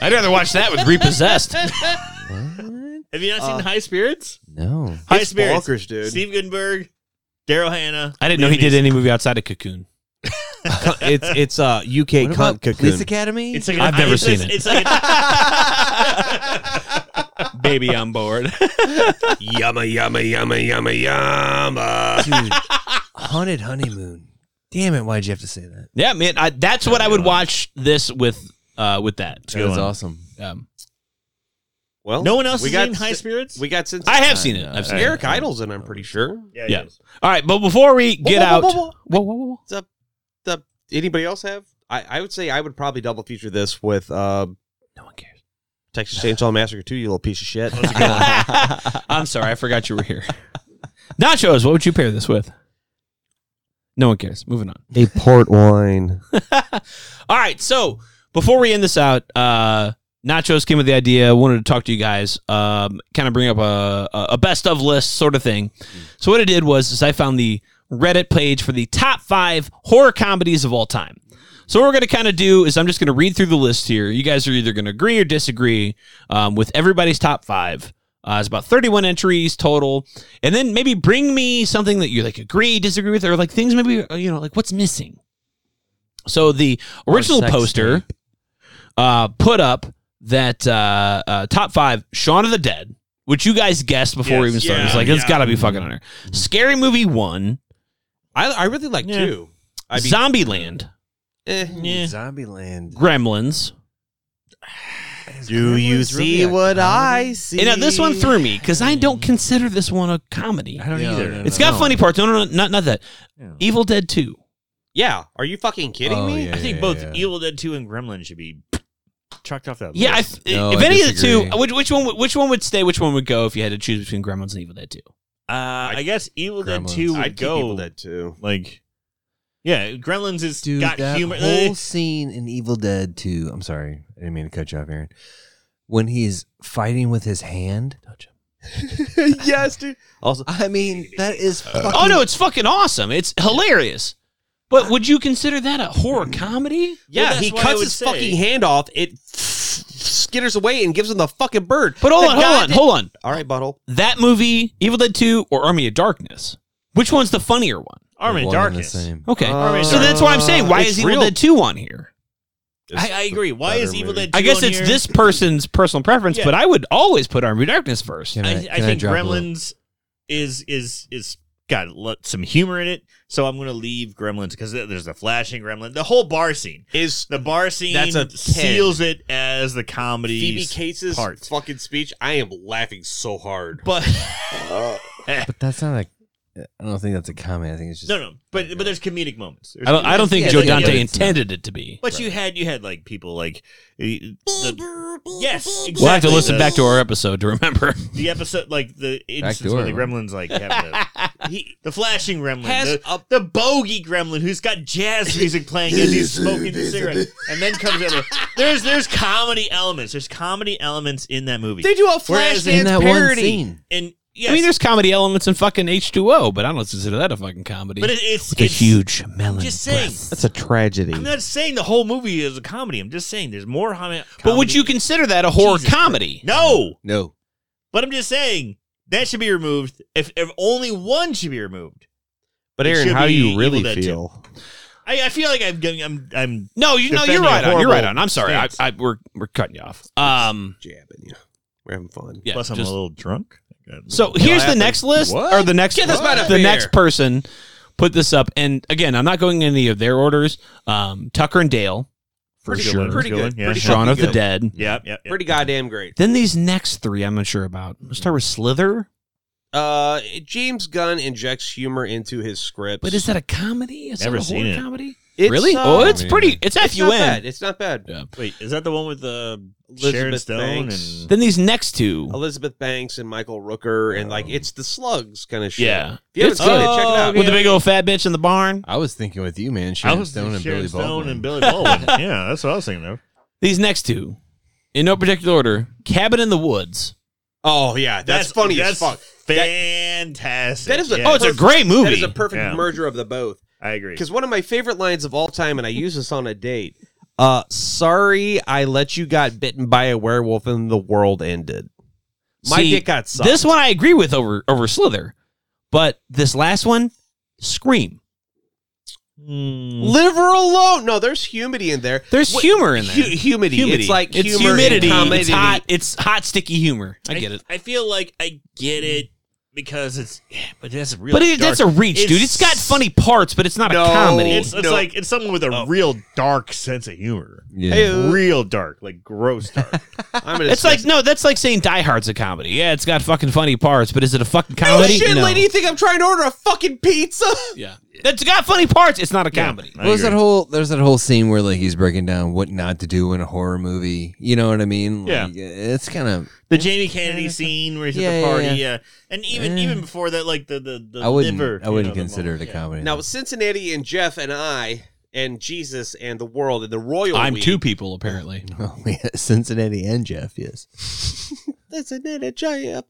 Speaker 4: I'd rather watch that with Repossessed.
Speaker 3: Have you not
Speaker 5: Uh,
Speaker 3: seen High Spirits?
Speaker 5: No,
Speaker 3: High
Speaker 1: It's
Speaker 3: Spirits,
Speaker 1: bonkers, dude.
Speaker 3: Steve Gutenberg, Daryl Hannah.
Speaker 4: I didn't know
Speaker 3: Liam
Speaker 4: he did
Speaker 3: Neeson.
Speaker 4: any movie outside of Cocoon.
Speaker 1: it's it's uh UK
Speaker 5: What about
Speaker 1: cunt cocoon.
Speaker 5: Police Academy?
Speaker 3: It's like
Speaker 4: I've never
Speaker 3: it's-
Speaker 4: seen
Speaker 3: it's-
Speaker 4: it.
Speaker 3: It's like a,
Speaker 4: Baby on board.
Speaker 1: yumma yumma yumma yumma yumma.
Speaker 5: Dude, haunted honeymoon. Damn it! Why'd you have to say that?
Speaker 4: yeah, man. I, that's what I would watch this with. Uh, with that,
Speaker 3: a good
Speaker 5: That was
Speaker 3: one.
Speaker 5: awesome.
Speaker 4: um,
Speaker 1: Well,
Speaker 3: no one else
Speaker 1: we
Speaker 3: has
Speaker 1: got
Speaker 3: seen High
Speaker 1: s-
Speaker 3: Spirits.
Speaker 1: We got since
Speaker 4: I have seen it. I've seen it.
Speaker 1: Eric Idle's in. I'm pretty sure.
Speaker 3: he
Speaker 4: Yeah.
Speaker 3: is.
Speaker 4: All right, but before we get
Speaker 1: Whoa,
Speaker 4: out,
Speaker 1: whoa, whoa,
Speaker 4: Whoa, whoa, whoa.
Speaker 1: whoa. The- anybody else have? I, I would say I would probably double feature this with uh,
Speaker 4: no one cares.
Speaker 1: Texas Chainsaw Massacre 2, you little piece of shit.
Speaker 4: I'm sorry, I forgot you were here. Nachos. What would you pair this with? No one cares. Moving on.
Speaker 1: A port wine.
Speaker 4: All right. So before we end this out, uh, Nachos came with the idea. Wanted to talk to you guys, um, kind of bring up a, a a best of list sort of thing. So what I did was is I found the Reddit page for the top five horror comedies of all time. So what we're going to kind of do is I'm just going to read through the list here. You guys are either going to agree or disagree um, with everybody's top five. Uh, it's about 31 entries total, and then maybe bring me something that you like agree, disagree with, or like things maybe uh, you know like what's missing. So the original
Speaker 5: sex
Speaker 4: poster uh, put up that uh, uh, top five Shaun of the Dead, which you guys guessed before we
Speaker 3: Yes.
Speaker 4: even started. It's
Speaker 3: Yeah,
Speaker 4: like it's
Speaker 3: yeah.
Speaker 4: got to be fucking on there. Scary Movie One,
Speaker 1: I, I really like
Speaker 3: Yeah.
Speaker 1: two. I be,
Speaker 4: Zombieland,
Speaker 5: Yeah. Zombieland.
Speaker 4: Gremlins.
Speaker 1: Do you
Speaker 5: It's really
Speaker 1: see
Speaker 5: a
Speaker 1: what
Speaker 5: comedy?
Speaker 1: I see?
Speaker 4: And now this one threw me because I don't consider this one a comedy.
Speaker 5: I don't
Speaker 3: Yeah,
Speaker 5: either.
Speaker 3: no, no,
Speaker 4: It's got funny parts. No, no, no, not not that. Evil Dead Two.
Speaker 1: Yeah. Are you fucking kidding
Speaker 5: Oh,
Speaker 1: me?
Speaker 5: yeah.
Speaker 3: I think both Evil Dead Two and Gremlin should be chucked off that.
Speaker 4: Yeah, I,
Speaker 3: list.
Speaker 5: No,
Speaker 4: if
Speaker 5: I
Speaker 4: any of the
Speaker 5: disagree.
Speaker 4: two, which which one would- which one would stay, which one would go if you had to choose between Gremlins and Evil Dead Two?
Speaker 3: I, uh, I guess Evil Dead
Speaker 5: Gremlins.
Speaker 3: Two would
Speaker 1: I'd keep
Speaker 3: go
Speaker 1: Evil Dead too.
Speaker 3: like. Yeah, Gremlins is
Speaker 5: Dude,
Speaker 3: got
Speaker 5: that
Speaker 3: humor. Eh.
Speaker 5: whole scene in Evil Dead 2. I'm sorry. I didn't mean to cut you off, Aaron. When he's fighting with his hand.
Speaker 1: yes, dude. Also,
Speaker 5: I mean, that is fucking.
Speaker 4: Oh no, it's fucking awesome. It's hilarious. But would you consider that a horror comedy?
Speaker 1: yeah,
Speaker 3: that's
Speaker 1: he
Speaker 3: why I
Speaker 1: cuts
Speaker 3: would
Speaker 1: his
Speaker 3: say-
Speaker 1: fucking hand off. It skitters away and gives him the fucking bird.
Speaker 4: But hold
Speaker 1: The
Speaker 4: on, hold on,
Speaker 1: goddamn-
Speaker 4: hold on.
Speaker 1: All right, butthole.
Speaker 4: That movie, Evil Dead Two or Army of Darkness, which one's the funnier one?
Speaker 3: Army
Speaker 5: They're
Speaker 3: of
Speaker 5: one and the
Speaker 3: Darkness. Oh.
Speaker 5: same.
Speaker 4: Okay,
Speaker 1: Uh,
Speaker 4: so that's why I'm saying why
Speaker 1: it's
Speaker 4: is Evil
Speaker 1: real.
Speaker 4: Dead Two on here?
Speaker 3: I, I agree. Why is Evil Dead? 2
Speaker 4: I guess
Speaker 3: on
Speaker 4: it's
Speaker 3: here?
Speaker 4: this person's personal preference,
Speaker 3: Yeah.
Speaker 4: but I would always put Army of Darkness first.
Speaker 5: Can
Speaker 3: I,
Speaker 5: I,
Speaker 3: I
Speaker 5: can I
Speaker 3: think
Speaker 5: drop a little-
Speaker 3: Gremlins is is is got lo- some humor in it, so I'm gonna leave Gremlins because there's a flashing Gremlin. The whole bar scene,
Speaker 1: Is
Speaker 3: the bar scene,
Speaker 1: That's a 10.
Speaker 3: seals it as the comedy.
Speaker 1: Phoebe Cates'
Speaker 3: part.
Speaker 1: fucking speech? I am laughing so hard.
Speaker 3: but
Speaker 5: But that's not a. I don't think that's a comment. I think it's just
Speaker 3: no, no, but but there's comedic moments. There's
Speaker 4: I don't. I don't think
Speaker 3: comedic
Speaker 4: Joe
Speaker 3: moments.
Speaker 4: Dante intended it to be.
Speaker 3: But you had you had like people like eh, the, yes, exactly.
Speaker 4: We'll have to listen
Speaker 3: the-
Speaker 4: back to our episode to remember.
Speaker 3: the episode like the instance
Speaker 4: door.
Speaker 3: where the gremlins like have the, he- the flashing gremlin,
Speaker 4: Has
Speaker 3: the, the bogey gremlin who's got jazz music playing as he's smoking a cigarette, and then comes out. There's there's comedy elements. There's comedy elements in that movie.
Speaker 4: They do a Flashdance
Speaker 3: Whereas
Speaker 4: In that one parody. scene.
Speaker 3: And
Speaker 4: I mean, there's comedy elements in fucking H two O, but I don't consider that a fucking comedy.
Speaker 3: But it- it's-
Speaker 4: With a
Speaker 3: it's-
Speaker 4: huge melon.
Speaker 3: just saying.
Speaker 4: That's a tragedy.
Speaker 3: I'm not saying the whole movie is a comedy. I'm just saying there's more. Hum-
Speaker 4: But would you consider that a horror comedy?
Speaker 3: No.
Speaker 5: No.
Speaker 3: But I'm just saying that should be removed. If, if only one should be removed.
Speaker 1: But
Speaker 3: It
Speaker 1: Aaron,
Speaker 3: should
Speaker 1: how
Speaker 3: be
Speaker 1: do you
Speaker 3: Evil
Speaker 1: really
Speaker 3: Dead 2.
Speaker 1: feel?
Speaker 3: I, I feel like I'm getting. I'm. I'm
Speaker 4: No, you know you're
Speaker 3: defending a
Speaker 4: right on. You're
Speaker 3: horrible
Speaker 4: right on. I'm sorry. I,
Speaker 3: stance.
Speaker 4: I, we're we're cutting you off. Um,
Speaker 1: jabbing you. We're having fun.
Speaker 4: Yeah,
Speaker 3: Plus, I'm
Speaker 4: just-
Speaker 3: a little drunk.
Speaker 4: So here's the
Speaker 3: Laughing.
Speaker 4: next list,
Speaker 3: What?
Speaker 4: or the next
Speaker 3: Yeah, that's not
Speaker 4: the
Speaker 3: fair.
Speaker 4: next person put this up. And again, I'm not going in any of their orders. Um, Tucker and Dale for
Speaker 1: Pretty good
Speaker 4: sure.
Speaker 1: one. Pretty good.
Speaker 4: Yeah.
Speaker 1: Pretty
Speaker 4: Shaun
Speaker 1: fucking
Speaker 4: of the
Speaker 1: good.
Speaker 4: Dead.
Speaker 3: Yep, yep.
Speaker 1: Pretty goddamn great.
Speaker 4: Then these next three, I'm unsure about. Let's start with Slither.
Speaker 1: Uh, James Gunn injects humor into his scripts.
Speaker 4: But is that a comedy? Is
Speaker 3: Never
Speaker 4: that a
Speaker 3: seen
Speaker 4: horror
Speaker 3: it.
Speaker 4: comedy?
Speaker 1: It's,
Speaker 4: really?
Speaker 1: uh,
Speaker 4: oh, it's pretty. It's
Speaker 1: It's not bad.
Speaker 4: FUN.
Speaker 1: It's not bad.
Speaker 3: Wait, is that the one with the
Speaker 1: Elizabeth
Speaker 3: Sharon Stone
Speaker 1: Banks.
Speaker 3: and
Speaker 4: Then these next two.
Speaker 1: Elizabeth Banks and Michael Rooker, and like it's the slugs kind of shit.
Speaker 4: Yeah.
Speaker 1: if you haven't
Speaker 4: It's
Speaker 1: seen it,
Speaker 4: good.
Speaker 1: check it out.
Speaker 4: With the big old fat bitch in the barn.
Speaker 5: I was thinking with you, man. Sharon Stone and
Speaker 3: Sharon
Speaker 5: Billy
Speaker 3: Stone
Speaker 5: Baldwin.
Speaker 3: and Billy Baldwin? yeah, that's what I was thinking of.
Speaker 4: These next two, in no particular order, Cabin in the Woods.
Speaker 1: Oh yeah, that's, funny as fuck. That-
Speaker 3: Fantastic.
Speaker 1: that is a
Speaker 3: Yeah.
Speaker 4: Oh, it's a
Speaker 1: perfect-
Speaker 4: great movie.
Speaker 1: That is a perfect
Speaker 3: Yeah.
Speaker 1: merger of the both.
Speaker 3: I agree.
Speaker 1: Because one of my favorite lines of all time, and I use this on a date. Uh, sorry, I let you got bitten by a werewolf and the world ended. My
Speaker 4: See,
Speaker 1: dick got sucked.
Speaker 4: This one I agree with over over Slither, but this last one, Scream. Mm.
Speaker 1: Live her alone. No, there's humidity in there.
Speaker 4: There's
Speaker 1: What-
Speaker 4: humor in there.
Speaker 1: hu- humidity. It's like
Speaker 4: it's
Speaker 1: humor and
Speaker 4: humidity.
Speaker 1: comedy.
Speaker 4: It's hot. It's hot, sticky humor. I get it.
Speaker 3: I feel like I get it because it's. Yeah, but that's a real.
Speaker 4: But it,
Speaker 3: dark-
Speaker 4: that's a reach, dude. It's got funny Oh, parts, but it's not a comedy.
Speaker 3: It's, it's
Speaker 1: No.
Speaker 3: like it's someone with a real dark sense of humor.
Speaker 5: Yeah.
Speaker 1: Hey-o.
Speaker 3: real dark, like gross dark.
Speaker 1: I'm gonna
Speaker 4: It's like no, that's like saying Die Hard's a comedy. Yeah, it's got fucking funny parts, but is it a fucking
Speaker 1: Oh
Speaker 4: comedy?
Speaker 1: shit,
Speaker 4: No.
Speaker 1: lady, you think I'm trying to order a fucking pizza?
Speaker 4: Yeah, that's got funny parts. It's not a comedy.
Speaker 5: Well, there's that whole there's that whole scene where like he's breaking down what not to do in a horror movie. You know what I mean?
Speaker 3: Yeah.
Speaker 5: Like, it's kind of
Speaker 3: the Jamie Kennedy scene where he's
Speaker 5: Yeah,
Speaker 3: at
Speaker 5: yeah,
Speaker 3: the party, yeah,
Speaker 5: yeah.
Speaker 3: and even
Speaker 5: Yeah.
Speaker 3: even before that, like the the, the
Speaker 5: I wouldn't
Speaker 3: liver,
Speaker 5: I wouldn't
Speaker 3: you know, the
Speaker 5: consider it a
Speaker 3: moment.
Speaker 5: comedy.
Speaker 1: Now Cincinnati and Jeff and I and Jesus and the world and the royal.
Speaker 4: I'm
Speaker 1: we.
Speaker 4: two people apparently.
Speaker 5: Oh, yeah, Cincinnati and Jeff, yes.
Speaker 1: Cincinnati Jeff.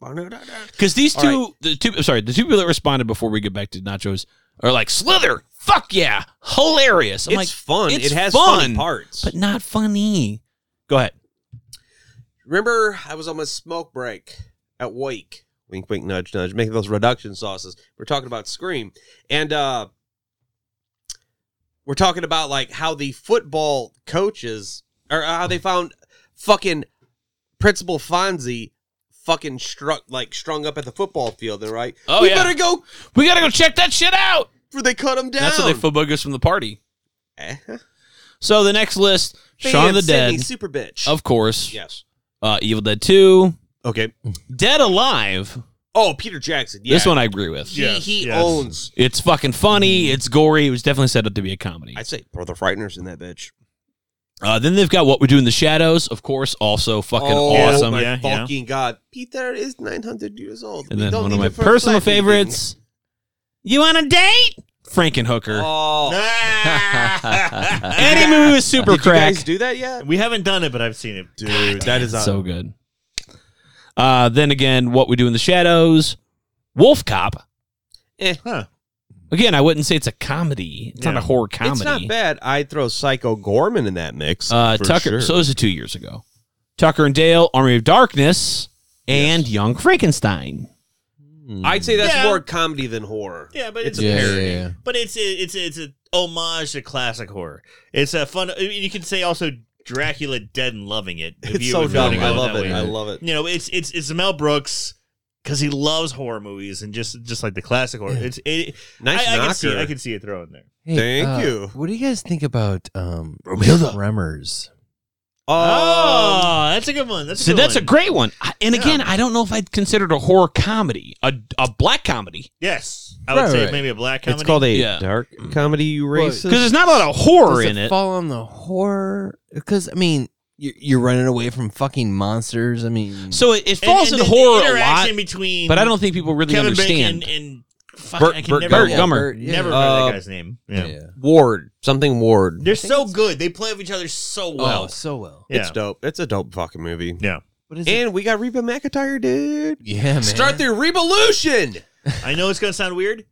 Speaker 4: Because these
Speaker 1: All
Speaker 4: two, the two, I'm sorry, the two people that responded before we get back to nachos are like Slither. Fuck yeah, hilarious. I'm
Speaker 1: It's
Speaker 4: like,
Speaker 1: fun.
Speaker 4: It's
Speaker 1: it has
Speaker 4: fun,
Speaker 1: funny parts.
Speaker 4: but not funny. Go ahead.
Speaker 1: Remember, I was on my smoke break at Wake. Wink, wink, nudge, nudge. Making those reduction sauces. We're talking about Scream, and uh, we're talking about like how the football coaches or uh, how they found fucking Principal Fonzie fucking struck like strung up at the football field. They're right.
Speaker 4: Oh,
Speaker 1: we
Speaker 4: yeah.
Speaker 1: better go.
Speaker 4: We gotta go check that shit out.
Speaker 1: For they cut him down.
Speaker 4: That's what they fubug from the party.
Speaker 1: Eh?
Speaker 4: So the next list: Shaun of the
Speaker 1: Sydney,
Speaker 4: Dead,
Speaker 1: super bitch.
Speaker 4: of course.
Speaker 1: yes.
Speaker 4: Uh, Evil Dead Two,
Speaker 1: Okay.
Speaker 4: Dead Alive.
Speaker 1: Oh, Peter Jackson. Yeah.
Speaker 4: This one I agree with.
Speaker 1: He, he
Speaker 3: yes.
Speaker 1: owns.
Speaker 4: It's fucking funny. It's gory. It was definitely set up to be a comedy.
Speaker 1: I say throw the frighteners in that bitch.
Speaker 4: Uh, then they've got What We Do in the Shadows, of course, also fucking
Speaker 1: oh,
Speaker 4: awesome.
Speaker 1: My
Speaker 3: Yeah, yeah.
Speaker 1: fucking god, Peter is nine hundred years old.
Speaker 4: And
Speaker 1: We
Speaker 4: then
Speaker 1: don't
Speaker 4: one of
Speaker 1: need
Speaker 4: my
Speaker 1: to first
Speaker 4: personal
Speaker 1: light anything.
Speaker 4: favorites. You on a date? Frankenhooker.
Speaker 1: Oh,
Speaker 3: Ah!
Speaker 4: Any movie with super
Speaker 1: did you
Speaker 4: crack.
Speaker 1: guys do that yet?
Speaker 3: We haven't done it, but I've seen it,
Speaker 1: Dude, that is
Speaker 4: so good. Uh, then again, What We Do in the Shadows, Wolf Cop.
Speaker 1: Eh,
Speaker 3: Huh?
Speaker 4: Again, I wouldn't say it's a comedy. It's
Speaker 3: Yeah.
Speaker 4: not a horror comedy.
Speaker 1: It's not bad. I throw Psycho Gorman in that mix.
Speaker 4: Uh,
Speaker 1: for
Speaker 4: Tucker.
Speaker 1: sure.
Speaker 4: So those are two years ago. Tucker and Dale, Army of Darkness, and Young Frankenstein.
Speaker 1: I'd say that's
Speaker 3: Yeah.
Speaker 1: more comedy than horror.
Speaker 3: Yeah, but it's
Speaker 5: Yeah,
Speaker 3: a
Speaker 5: yeah,
Speaker 3: parody.
Speaker 5: yeah.
Speaker 3: But it's a, it's a, it's a homage to classic horror. It's a fun. I mean, You could say also Dracula Dead and Loving It. if
Speaker 1: It's
Speaker 3: you
Speaker 1: so
Speaker 3: would wanna
Speaker 1: dumb.
Speaker 3: go
Speaker 1: I
Speaker 3: that
Speaker 1: love it.
Speaker 3: way.
Speaker 1: I love it.
Speaker 3: You know, it's it's it's Mel Brooks because he loves horror movies and just just like the classic horror. It's it.
Speaker 1: Nice
Speaker 3: I, I can
Speaker 1: knocker.
Speaker 3: see I can see it thrown there.
Speaker 5: Hey,
Speaker 1: Thank
Speaker 5: uh,
Speaker 1: you.
Speaker 5: What do you guys think about um
Speaker 3: Bromhilda.
Speaker 5: Tremors?
Speaker 3: Oh, that's a good one. That's a
Speaker 4: so
Speaker 3: good
Speaker 4: that's
Speaker 3: one.
Speaker 4: a great one. I- And again, I don't know if I'd consider it a horror comedy, a, a black comedy.
Speaker 3: Yes, I would
Speaker 4: Right,
Speaker 3: say
Speaker 4: right.
Speaker 3: maybe a black comedy.
Speaker 1: It's called a
Speaker 4: Yeah.
Speaker 1: dark comedy, you racist.
Speaker 4: Because there's not a lot of horror in it.
Speaker 5: Fall on the horror because I mean you're, you're running away from fucking monsters. I mean,
Speaker 4: So it, it
Speaker 3: And-
Speaker 4: falls
Speaker 3: and
Speaker 4: in
Speaker 3: the- the
Speaker 4: horror a lot.
Speaker 3: interaction between
Speaker 4: but I don't think people really
Speaker 3: Kevin
Speaker 4: understand.
Speaker 3: Bacon and fuck,
Speaker 4: Bert-
Speaker 3: I can
Speaker 4: Bert
Speaker 3: never,
Speaker 4: Gummer. Yeah, Bert,
Speaker 1: yeah.
Speaker 3: never remember
Speaker 1: Uh,
Speaker 3: that guy's name. Yeah.
Speaker 1: Ward, something Ward.
Speaker 3: They're so good. They play with each other
Speaker 5: Oh,
Speaker 3: so well.
Speaker 5: so well.
Speaker 3: Yeah.
Speaker 1: It's dope. It's a dope fucking movie.
Speaker 3: Yeah.
Speaker 5: What is
Speaker 1: and we got Reba McIntyre, dude.
Speaker 5: Yeah, man.
Speaker 1: Start the revolution.
Speaker 3: I know it's gonna sound weird.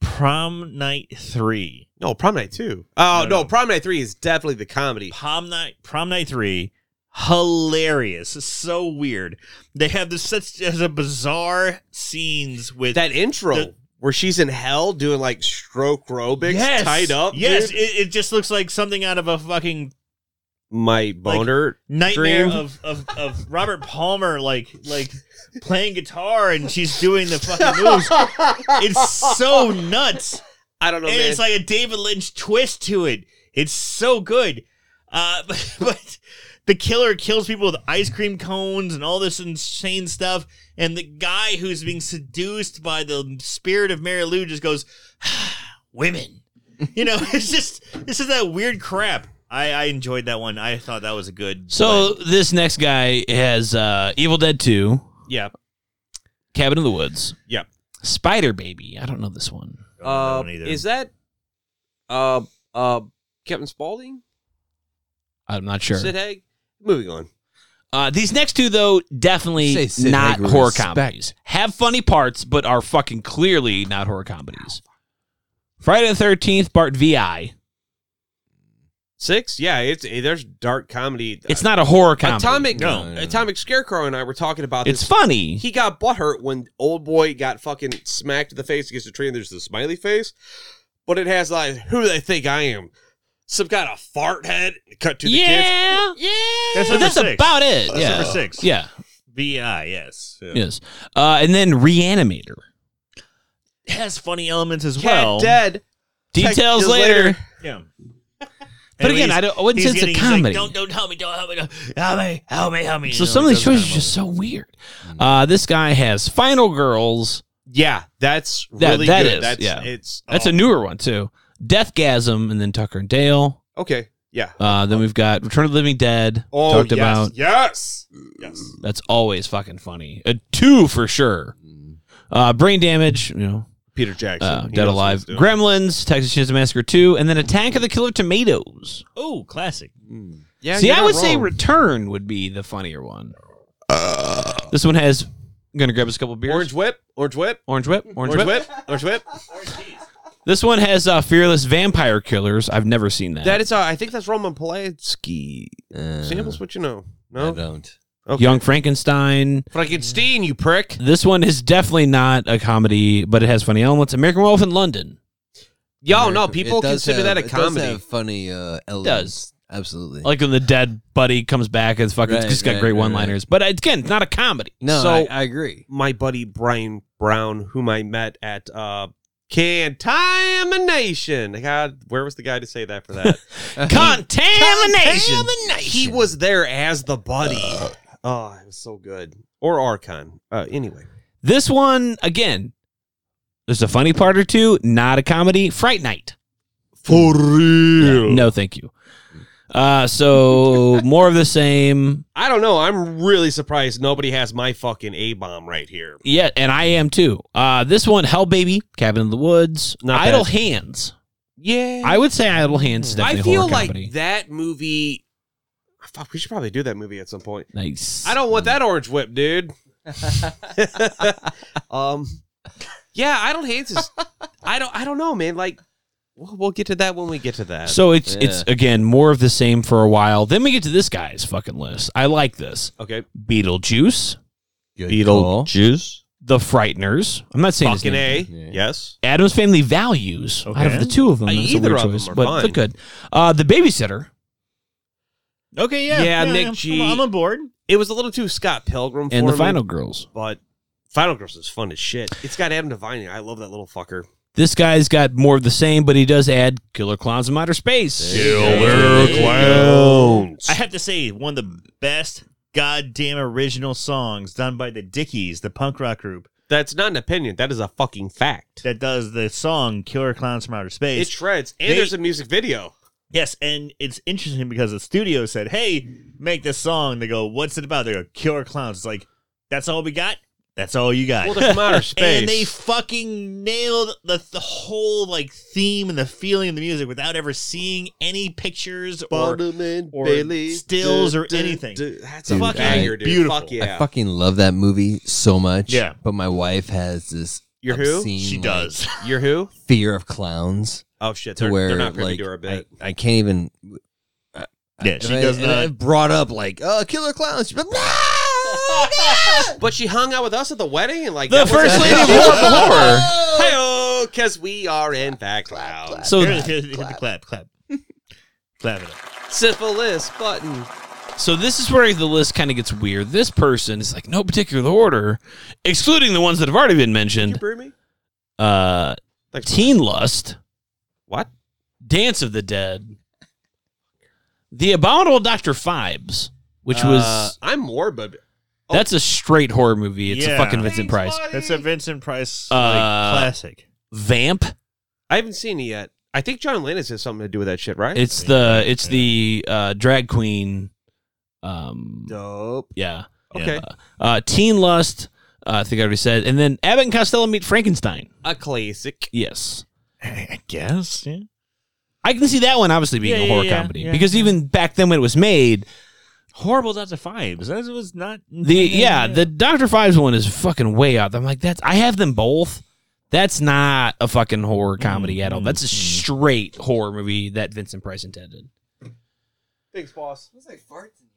Speaker 3: Prom night three.
Speaker 1: No, prom night two. Oh
Speaker 3: No,
Speaker 1: no,
Speaker 3: no.
Speaker 1: prom night three is definitely the comedy.
Speaker 3: Prom night. Prom night three. Hilarious. So weird. They have this such as a bizarre scenes with
Speaker 1: That intro
Speaker 3: The-
Speaker 1: where she's in hell doing like stroke aerobics
Speaker 3: yes,
Speaker 1: tied up.
Speaker 3: Yes, it,
Speaker 1: dude.
Speaker 3: it just looks like something out of a fucking
Speaker 1: my boner
Speaker 3: nightmare
Speaker 1: dream.
Speaker 3: of, of, of Robert Palmer like like playing guitar and she's doing the fucking moves. It's so nuts.
Speaker 1: I don't know.
Speaker 3: and
Speaker 1: Oh, man.
Speaker 3: it's like a David Lynch twist to it. It's so good. Uh, but, but the killer kills people with ice cream cones and all this insane stuff. And the guy who's being seduced by the spirit of Mary Lou just goes, "Women," you know. It's just this is that weird crap. I, I enjoyed that one. I thought that was a good.
Speaker 4: So this next guy has uh, Evil Dead 2,
Speaker 1: yeah,
Speaker 4: Cabin in the Woods,
Speaker 1: yeah.
Speaker 4: Spider Baby. I don't know this one.
Speaker 1: Uh,
Speaker 3: one either.
Speaker 4: Um,
Speaker 1: is that uh uh Captain Spaulding?
Speaker 4: I'm not sure.
Speaker 1: Sid Haig? Moving on.
Speaker 4: Uh, these next two, though,
Speaker 5: Say
Speaker 4: definitely
Speaker 5: Sid
Speaker 4: not
Speaker 5: Haig with
Speaker 4: horror
Speaker 5: respect.
Speaker 4: comedies. Have funny parts, but are fucking clearly not horror comedies. Friday the Thirteenth, Part VI.
Speaker 1: Six? Yeah, it's eh, there's dark comedy.
Speaker 4: It's not a horror comedy.
Speaker 1: Atomic
Speaker 3: No, no, no.
Speaker 1: Atomic Scarecrow and I were talking about
Speaker 4: It's
Speaker 1: this.
Speaker 4: funny.
Speaker 1: He got butthurt when old boy got fucking smacked in the face against a tree and there's the smiley face. But it has like, who do they think I am? Some kind of fart head cut to the kids.
Speaker 4: Yeah, yeah.
Speaker 3: That's
Speaker 4: But
Speaker 3: number
Speaker 4: that's
Speaker 3: six.
Speaker 4: about it.
Speaker 3: That's
Speaker 4: yeah.
Speaker 3: number six.
Speaker 4: Yeah.
Speaker 3: VI. Yes. Yeah.
Speaker 4: Yes. Uh, and then Reanimator.
Speaker 3: It has funny elements as
Speaker 1: Cat
Speaker 3: well.
Speaker 1: dead.
Speaker 4: Details
Speaker 1: Detectives
Speaker 4: later.
Speaker 3: Yeah.
Speaker 4: But again, I don't- I wouldn't
Speaker 3: he's
Speaker 4: say it's a
Speaker 3: getting- he's like,
Speaker 4: comedy.
Speaker 3: don't don't help me, don't help me, don't help me, help me, help me.
Speaker 4: So
Speaker 3: You know,
Speaker 4: some of
Speaker 3: it
Speaker 4: these
Speaker 3: doesn't
Speaker 4: choices are just so weird. Uh, this guy has Final Girls.
Speaker 1: Yeah, that's
Speaker 4: That
Speaker 1: really
Speaker 4: that
Speaker 1: good.
Speaker 4: is,
Speaker 1: that's
Speaker 4: yeah.
Speaker 1: it's oh,
Speaker 4: That's
Speaker 3: Oh.
Speaker 4: a newer one too. Deathgasm, and then Tucker and Dale.
Speaker 1: Okay. Yeah.
Speaker 4: Uh, then we've got Return of the Living Dead.
Speaker 1: Oh
Speaker 4: talked
Speaker 1: yes.
Speaker 4: about. uh,
Speaker 1: Yes. Yes.
Speaker 4: That's always fucking funny. A two for sure.
Speaker 3: Mm.
Speaker 4: Uh, brain damage, you know,
Speaker 1: Peter Jackson.
Speaker 4: uh,
Speaker 1: He
Speaker 4: dead
Speaker 1: knows what
Speaker 4: alive.
Speaker 1: he's doing.
Speaker 4: Gremlins, Texas Chainsaw Massacre two, and then Attack of the Killer Tomatoes.
Speaker 3: Oh, classic.
Speaker 1: Yeah,
Speaker 4: See,
Speaker 1: you're
Speaker 4: I
Speaker 1: not
Speaker 4: would say
Speaker 1: wrong.
Speaker 4: Return would be the funnier one. this one has. I'm gonna grab us a couple beers.
Speaker 1: Orange Whip. Orange Whip.
Speaker 4: Orange whip. Orange,
Speaker 1: Orange
Speaker 4: whip.
Speaker 1: Whip. Orange Whip.
Speaker 4: This one has uh, Fearless Vampire Killers. I've never seen that.
Speaker 1: That is, uh, I think that's Roman Polanski. Samples, what you know?
Speaker 5: I
Speaker 1: No,
Speaker 5: don't.
Speaker 1: okay.
Speaker 4: Young Frankenstein.
Speaker 1: Frankenstein, you prick.
Speaker 4: This one is definitely not a comedy, but it has funny elements. American Werewolf in London.
Speaker 1: Yo, no,
Speaker 5: America-
Speaker 1: people
Speaker 5: it does
Speaker 1: consider that
Speaker 5: have-
Speaker 1: a
Speaker 5: it
Speaker 1: comedy.
Speaker 5: Does have funny uh, elements.
Speaker 4: does.
Speaker 5: absolutely.
Speaker 4: Like when the dead buddy comes back and it's fucking,
Speaker 5: Right,
Speaker 4: it's got
Speaker 5: right,
Speaker 4: great
Speaker 5: right,
Speaker 4: one-liners. But again, it's not a comedy.
Speaker 5: no,
Speaker 1: so-
Speaker 5: I, I agree.
Speaker 1: My buddy Brian Brown, whom I met at uh, Contamination. God, where was the guy to say that for that?
Speaker 4: Contamination.
Speaker 1: He was there as the buddy.
Speaker 5: Uh.
Speaker 1: oh, it was so good. Or Archon. Uh, anyway,
Speaker 4: This one, again, there's a funny part or two, not a comedy. Fright Night.
Speaker 8: For real.
Speaker 4: No, thank you. Uh, so more of the same.
Speaker 1: I don't know. I'm really surprised nobody has my fucking a bomb right here.
Speaker 4: Yeah, and I am too. Uh, this one, Hell Baby, Cabin in the Woods,
Speaker 1: Not
Speaker 4: Idle
Speaker 1: bad.
Speaker 4: Hands.
Speaker 1: Yeah, Hmm.
Speaker 4: I would say Idle Hands is definitely
Speaker 1: I feel
Speaker 4: horror
Speaker 1: like
Speaker 4: comedy.
Speaker 1: that movie. Fuck, we should probably do that movie at some point.
Speaker 4: Nice.
Speaker 1: I don't want that orange whip, dude. um, yeah, I don't hate this. I don't. I don't know, man. Like, we'll, we'll get to that when we get to that.
Speaker 4: So it's
Speaker 5: Yeah.
Speaker 4: it's again more of the same for a while. Then we get to this guy's fucking list. I like this.
Speaker 1: okay,
Speaker 4: Beetlejuice,
Speaker 1: Juice,
Speaker 4: The Frighteners. I'm not saying his
Speaker 1: fucking
Speaker 4: name.
Speaker 1: a,
Speaker 5: Yeah.
Speaker 1: yes.
Speaker 4: Adam's Family Values. Out
Speaker 3: Okay.
Speaker 4: of the two of them,
Speaker 1: Uh,
Speaker 4: that's
Speaker 1: either
Speaker 4: a weird
Speaker 1: of them
Speaker 4: choice,
Speaker 1: are
Speaker 4: but
Speaker 1: fine.
Speaker 4: they're good. Uh, the Babysitter.
Speaker 3: Okay, yeah,
Speaker 1: Yeah, Nick
Speaker 3: I'm-
Speaker 1: G.
Speaker 3: I'm, on board.
Speaker 1: It was a little too Scott Pilgrim for
Speaker 4: and the
Speaker 1: me,
Speaker 4: Final Girls.
Speaker 1: but Final Girls is fun as shit. It's got Adam Devine. in it. I love that little fucker.
Speaker 4: This guy's got more of the same, but he does add killer clowns from outer space.
Speaker 3: Killer clowns. I have to say, one of the best goddamn original songs done by the Dickies, the punk rock group.
Speaker 1: That's not an opinion. That is a fucking fact.
Speaker 3: That does the song "Killer Clowns from Outer Space."
Speaker 1: It shreds, and
Speaker 3: They-
Speaker 1: there's a music video.
Speaker 3: Yes, and it's interesting because the studio said, "Hey, make this song." They go, "What's it about?" They go, "Killer clowns." It's like that's all we got. That's all you got.
Speaker 1: Well, they're from outer space.
Speaker 3: and they fucking nailed the, the whole like theme and the feeling of the music without ever seeing any pictures or, or stills or anything.
Speaker 1: that's
Speaker 5: Dude,
Speaker 1: a fucking
Speaker 5: I-
Speaker 1: banger, dude.
Speaker 3: beautiful.
Speaker 1: Fuck yeah.
Speaker 5: I fucking love that movie so much.
Speaker 3: Yeah.
Speaker 5: But my wife has this
Speaker 1: You're who?
Speaker 5: obscene,
Speaker 1: She
Speaker 5: like,
Speaker 1: does. You're who?
Speaker 5: fear of clowns.
Speaker 1: Oh, shit.
Speaker 5: To
Speaker 1: They're-
Speaker 5: where
Speaker 1: they're not privy
Speaker 5: like
Speaker 1: to our bit.
Speaker 5: I, I can't even. I-
Speaker 3: Yeah,
Speaker 5: if
Speaker 3: she
Speaker 5: I-
Speaker 3: does
Speaker 5: if
Speaker 3: not-
Speaker 5: I brought up like oh killer clowns. She's like, "Nah!"
Speaker 1: But she hung out with us at the wedding and like
Speaker 4: The
Speaker 1: that was-
Speaker 4: first lady of horror- horror.
Speaker 1: Hey-oh, cause we are in fact loud.
Speaker 4: So-
Speaker 3: Here, here, here, clap, clap, clap, it up.
Speaker 1: syphilis button.
Speaker 4: So this is where the list kind of gets weird. This person is like no particular order, excluding the ones that have already been mentioned.
Speaker 1: brew me?
Speaker 4: Uh, Teen Lust.
Speaker 1: What?
Speaker 4: Dance of the Dead. The Abominable Dr. Fibes, which
Speaker 1: Uh,
Speaker 4: was
Speaker 1: I'm morbid.
Speaker 4: that's a straight horror movie. It's
Speaker 3: Oh. Yeah.
Speaker 4: a fucking Vincent Price.
Speaker 3: That's a Vincent Price
Speaker 4: Uh,
Speaker 3: like, classic.
Speaker 4: Vamp.
Speaker 1: I haven't seen it yet. I think John Landis has something to do with that shit, right?
Speaker 4: It's the it's the uh, drag queen. Um,
Speaker 1: dope.
Speaker 4: Yeah.
Speaker 1: Okay.
Speaker 4: Uh, uh, Teen Lust. Uh, I think I already said, and then Abbott and Costello meet Frankenstein.
Speaker 1: a classic.
Speaker 4: Yes.
Speaker 3: I guess. Yeah.
Speaker 4: I can see that one obviously being
Speaker 3: Yeah,
Speaker 4: a
Speaker 3: yeah,
Speaker 4: horror
Speaker 3: yeah,
Speaker 4: comedy
Speaker 3: yeah.
Speaker 4: because even back then when it was made,
Speaker 3: Horrible Dr. Fives. That was not
Speaker 4: the yeah, the Doctor Fives one is fucking way out. I'm like that's I have them both. That's not a fucking horror comedy at
Speaker 3: Mm-hmm.
Speaker 4: all. That's a straight horror movie that Vincent Price intended.
Speaker 1: Thanks, boss.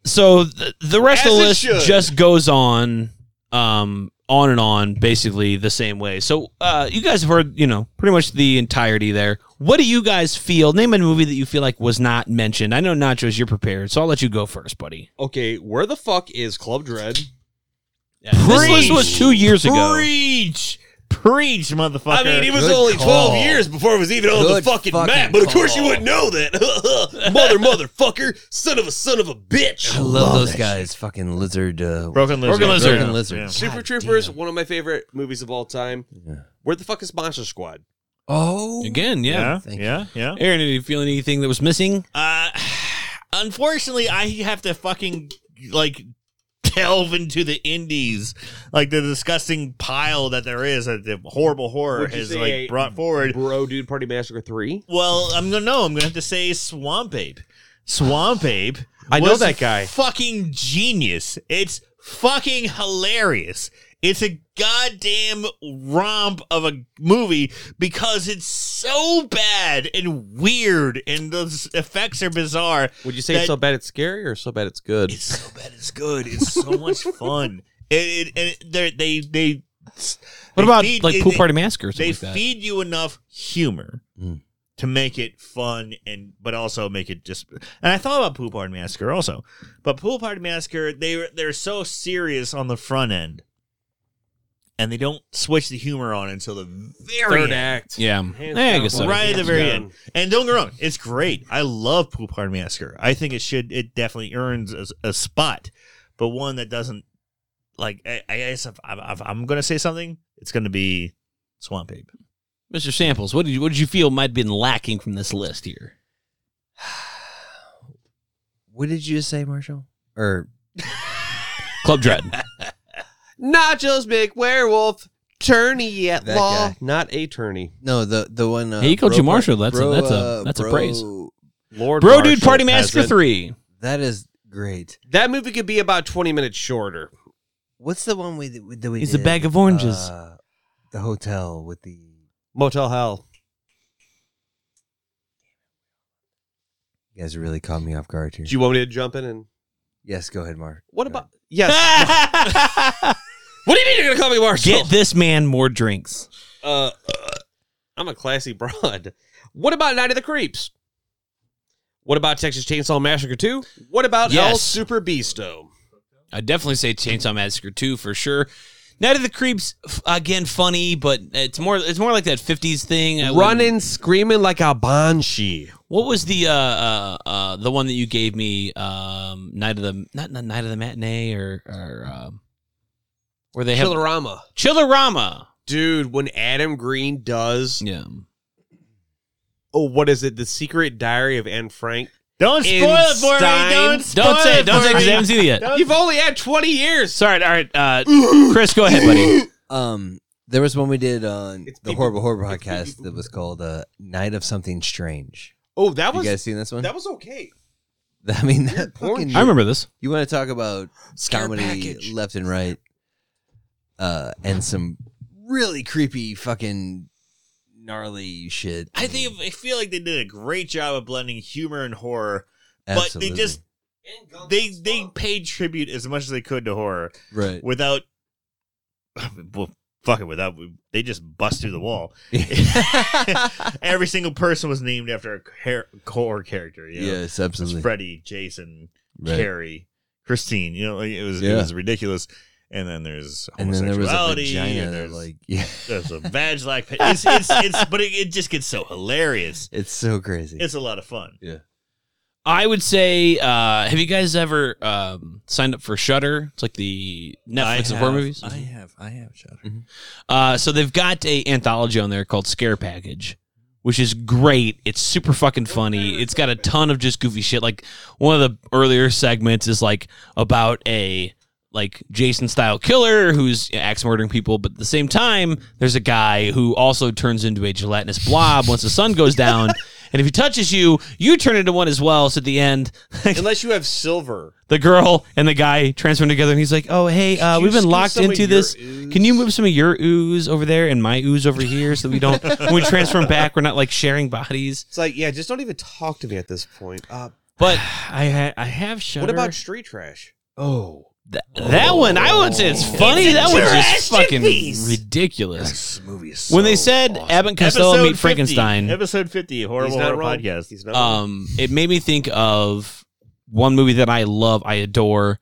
Speaker 4: So the, the rest
Speaker 1: As
Speaker 4: of the
Speaker 1: it
Speaker 4: list
Speaker 1: should.
Speaker 4: just goes on, um, on and on, basically the same way. So uh, you guys have heard, you know, pretty much the entirety there. What do you guys feel? Name a movie that you feel like was not mentioned. I know Nachos, you're prepared, so I'll let you go first, buddy.
Speaker 1: Okay, where the fuck is Club Dread?
Speaker 4: This list was two years ago.
Speaker 3: Preach, preach, motherfucker.
Speaker 1: I mean, it was only 12 years before it was even on the fucking, map, but of course you wouldn't know that. Mother, motherfucker, son of a son of a bitch.
Speaker 5: I love those guys. Fucking lizard. Uh,
Speaker 3: Broken Lizard.
Speaker 5: Broken
Speaker 3: Broken
Speaker 5: lizard.
Speaker 3: Lizard.
Speaker 5: Broken
Speaker 3: Yeah.
Speaker 5: lizard.
Speaker 3: Yeah.
Speaker 1: Super Troopers, one of my favorite movies of all time. Where the fuck is Monster Squad?
Speaker 5: Oh.
Speaker 4: Again, yeah.
Speaker 3: Yeah, yeah, yeah.
Speaker 4: Aaron, did you feel anything that was missing?
Speaker 3: Uh, unfortunately, I have to fucking like delve into the indies, like the disgusting pile that there is that the horrible horror
Speaker 1: Would you
Speaker 3: has
Speaker 1: say a
Speaker 3: like brought forward.
Speaker 1: Bro, Dude, Party Massacre 3?
Speaker 3: Well, I'm gonna know. I'm gonna have to say Swamp Ape. Swamp Ape.
Speaker 1: I know
Speaker 3: was
Speaker 1: that guy.
Speaker 3: Fucking genius. It's fucking hilarious. It's a goddamn romp of a movie because it's so bad and weird, and those effects are bizarre.
Speaker 1: Would you say
Speaker 3: That-
Speaker 1: it's so bad it's scary or so bad it's good?
Speaker 3: It's so bad it's good. It's so much fun. It, it, and they're- they they.
Speaker 4: What
Speaker 3: they
Speaker 4: about,
Speaker 3: feed-
Speaker 4: like,
Speaker 3: they-
Speaker 4: Pool
Speaker 3: they-
Speaker 4: Party Massacre or something
Speaker 3: They
Speaker 4: like that? Mm.
Speaker 3: feed you enough humor to make it fun and but also make it just and I thought about Pool Party Massacre also. But Pool Party Massacre, they were- they're so serious on the front end. And they don't switch the humor on until the very
Speaker 1: Third
Speaker 3: end.
Speaker 1: act.
Speaker 4: Yeah.
Speaker 1: Hands
Speaker 4: Yeah, I
Speaker 1: down,
Speaker 4: guess so.
Speaker 1: buddy,
Speaker 3: Right at the
Speaker 1: hands
Speaker 3: very
Speaker 1: down.
Speaker 3: end. And don't get me wrong, it's great. I love Pool Party Massacre. I think it should it definitely earns a, a spot, but one that doesn't like I, I guess if, I'm- if I'm gonna say something, it's gonna be Swamp Ape.
Speaker 4: Mr. Samples, what did you what did you feel might have been lacking from this list here?
Speaker 5: What did you say, Marshall? Or
Speaker 4: Club Dread.
Speaker 1: Nachos make werewolf. Tourney at
Speaker 5: That
Speaker 1: law.
Speaker 5: guy.
Speaker 1: Not a tourney.
Speaker 5: no, the the one. Uh,
Speaker 4: Hey, he called
Speaker 5: bro
Speaker 4: you
Speaker 5: par-
Speaker 4: Marshall. That's a-
Speaker 5: bro,
Speaker 4: that's a-
Speaker 5: uh,
Speaker 4: that's a
Speaker 5: bro-
Speaker 4: praise.
Speaker 1: Lord
Speaker 4: Bro Dude
Speaker 1: Marshall
Speaker 4: Party Massacre
Speaker 1: peasant.
Speaker 4: 3.
Speaker 5: That is great.
Speaker 1: That movie could be about 20 minutes shorter.
Speaker 5: What's the one we that we?
Speaker 4: It's a
Speaker 5: did,
Speaker 4: bag of oranges.
Speaker 5: uh, the hotel with the
Speaker 1: Motel Hell.
Speaker 5: you guys really caught me off guard here.
Speaker 1: Do you want me to jump in and.
Speaker 5: yes, go ahead, Mark.
Speaker 1: What about. Yes. what do you mean you're going to call me Marshall?
Speaker 4: Get this man more drinks.
Speaker 1: uh, uh, I'm a classy broad. What about Night of the Creeps? What about Texas Chainsaw Massacre 2? What about
Speaker 4: Yes.
Speaker 1: El Super Beasto?
Speaker 4: I definitely say Chainsaw Massacre 2 for sure. Night of the Creeps f- again funny, but it's more it's more like that '50s thing. I wouldn't-
Speaker 1: Running, screaming like a banshee.
Speaker 4: What was the uh, uh, uh, the one that you gave me? Um, night of the not, not night of the matinee or or um, where they have
Speaker 1: Chillerama.
Speaker 4: Chillerama.
Speaker 1: Dude, when Adam Green does.
Speaker 4: Yeah.
Speaker 1: Oh, what is it? The Secret Diary of Anne Frank.
Speaker 3: Don't
Speaker 4: spoil it for me, don't spoil Don't say it, it don't for say it, 'cause me. I haven't seen it yet. Don't-
Speaker 1: You've only had 20 years.
Speaker 4: Sorry. All right. Uh, Chris, go ahead, buddy.
Speaker 5: Um, there was one we did on the Horrible Horror podcast that was called uh, "Night of Something Strange."
Speaker 1: Oh, that
Speaker 5: You
Speaker 1: was.
Speaker 5: guys seen this one?
Speaker 1: That was okay.
Speaker 5: I mean, that
Speaker 1: porn
Speaker 5: fucking,
Speaker 1: shit. I remember
Speaker 4: this.
Speaker 5: You want to talk about
Speaker 1: Scare
Speaker 5: comedy
Speaker 1: package.
Speaker 5: left and right, uh, and some really creepy fucking gnarly shit.
Speaker 3: I think I feel like they did a great job of blending humor and horror, but
Speaker 5: Absolutely.
Speaker 3: they just they they paid tribute as much as they could to horror,
Speaker 5: Right.
Speaker 3: Without well, fuck it, without they just bust through the wall. Every single person was named after a hair, horror character. You know?
Speaker 5: Yes,
Speaker 3: It was
Speaker 5: absolutely.
Speaker 3: Freddy, Jason,
Speaker 5: Right.
Speaker 3: Carrie, Christine. You know, like, it was it
Speaker 5: Yeah.
Speaker 3: was ridiculous. And then there's
Speaker 5: And then there was a
Speaker 3: homosexuality,
Speaker 5: vagina
Speaker 3: and
Speaker 5: that,
Speaker 3: there's,
Speaker 5: like- yeah.
Speaker 3: there's a vag like it's it's it's but it, it just gets so hilarious.
Speaker 5: It's so crazy.
Speaker 3: It's a lot of fun.
Speaker 5: Yeah.
Speaker 4: I would say, uh, have you guys ever um, signed up for Shutter? It's like the Netflix of horror movies.
Speaker 2: I have. I have Shutter.
Speaker 5: Mm-hmm.
Speaker 4: Uh, so they've got a anthology on there called Scare Package, which is great. It's super fucking funny. It's got a ton of just goofy shit. Like one of the earlier segments is like about a like Jason style killer who's axe murdering people, but at the same time, there's a guy who also turns into a gelatinous blob once the sun goes down. And if he touches you, you turn into one as well. So at the end,
Speaker 1: Unless you have silver.
Speaker 4: the girl and the guy transform together, and he's like, "Oh, hey, uh,
Speaker 1: you
Speaker 4: we've been
Speaker 1: scoot
Speaker 4: locked
Speaker 1: some of
Speaker 4: into
Speaker 1: your
Speaker 4: this. Can you move some of your ooze over there and my ooze over here so that we don't when we transform back, we're not like sharing bodies."
Speaker 1: It's like, yeah, just don't even talk to me at this point. Uh,
Speaker 4: But I ha- I have Shudder.
Speaker 1: what about street trash?
Speaker 4: oh that, that one? I would say it's funny.
Speaker 1: It's a
Speaker 4: that one's just
Speaker 1: Jurassic
Speaker 4: fucking
Speaker 1: piece.
Speaker 4: ridiculous.
Speaker 3: This movie is
Speaker 4: when they said Abbott and Costello meet Frankenstein,
Speaker 3: Episode 50, Horrible
Speaker 1: not
Speaker 3: Horror
Speaker 1: wrong.
Speaker 3: Podcast.
Speaker 1: He's not wrong.
Speaker 4: um, it made me think of one movie that I love, I adore.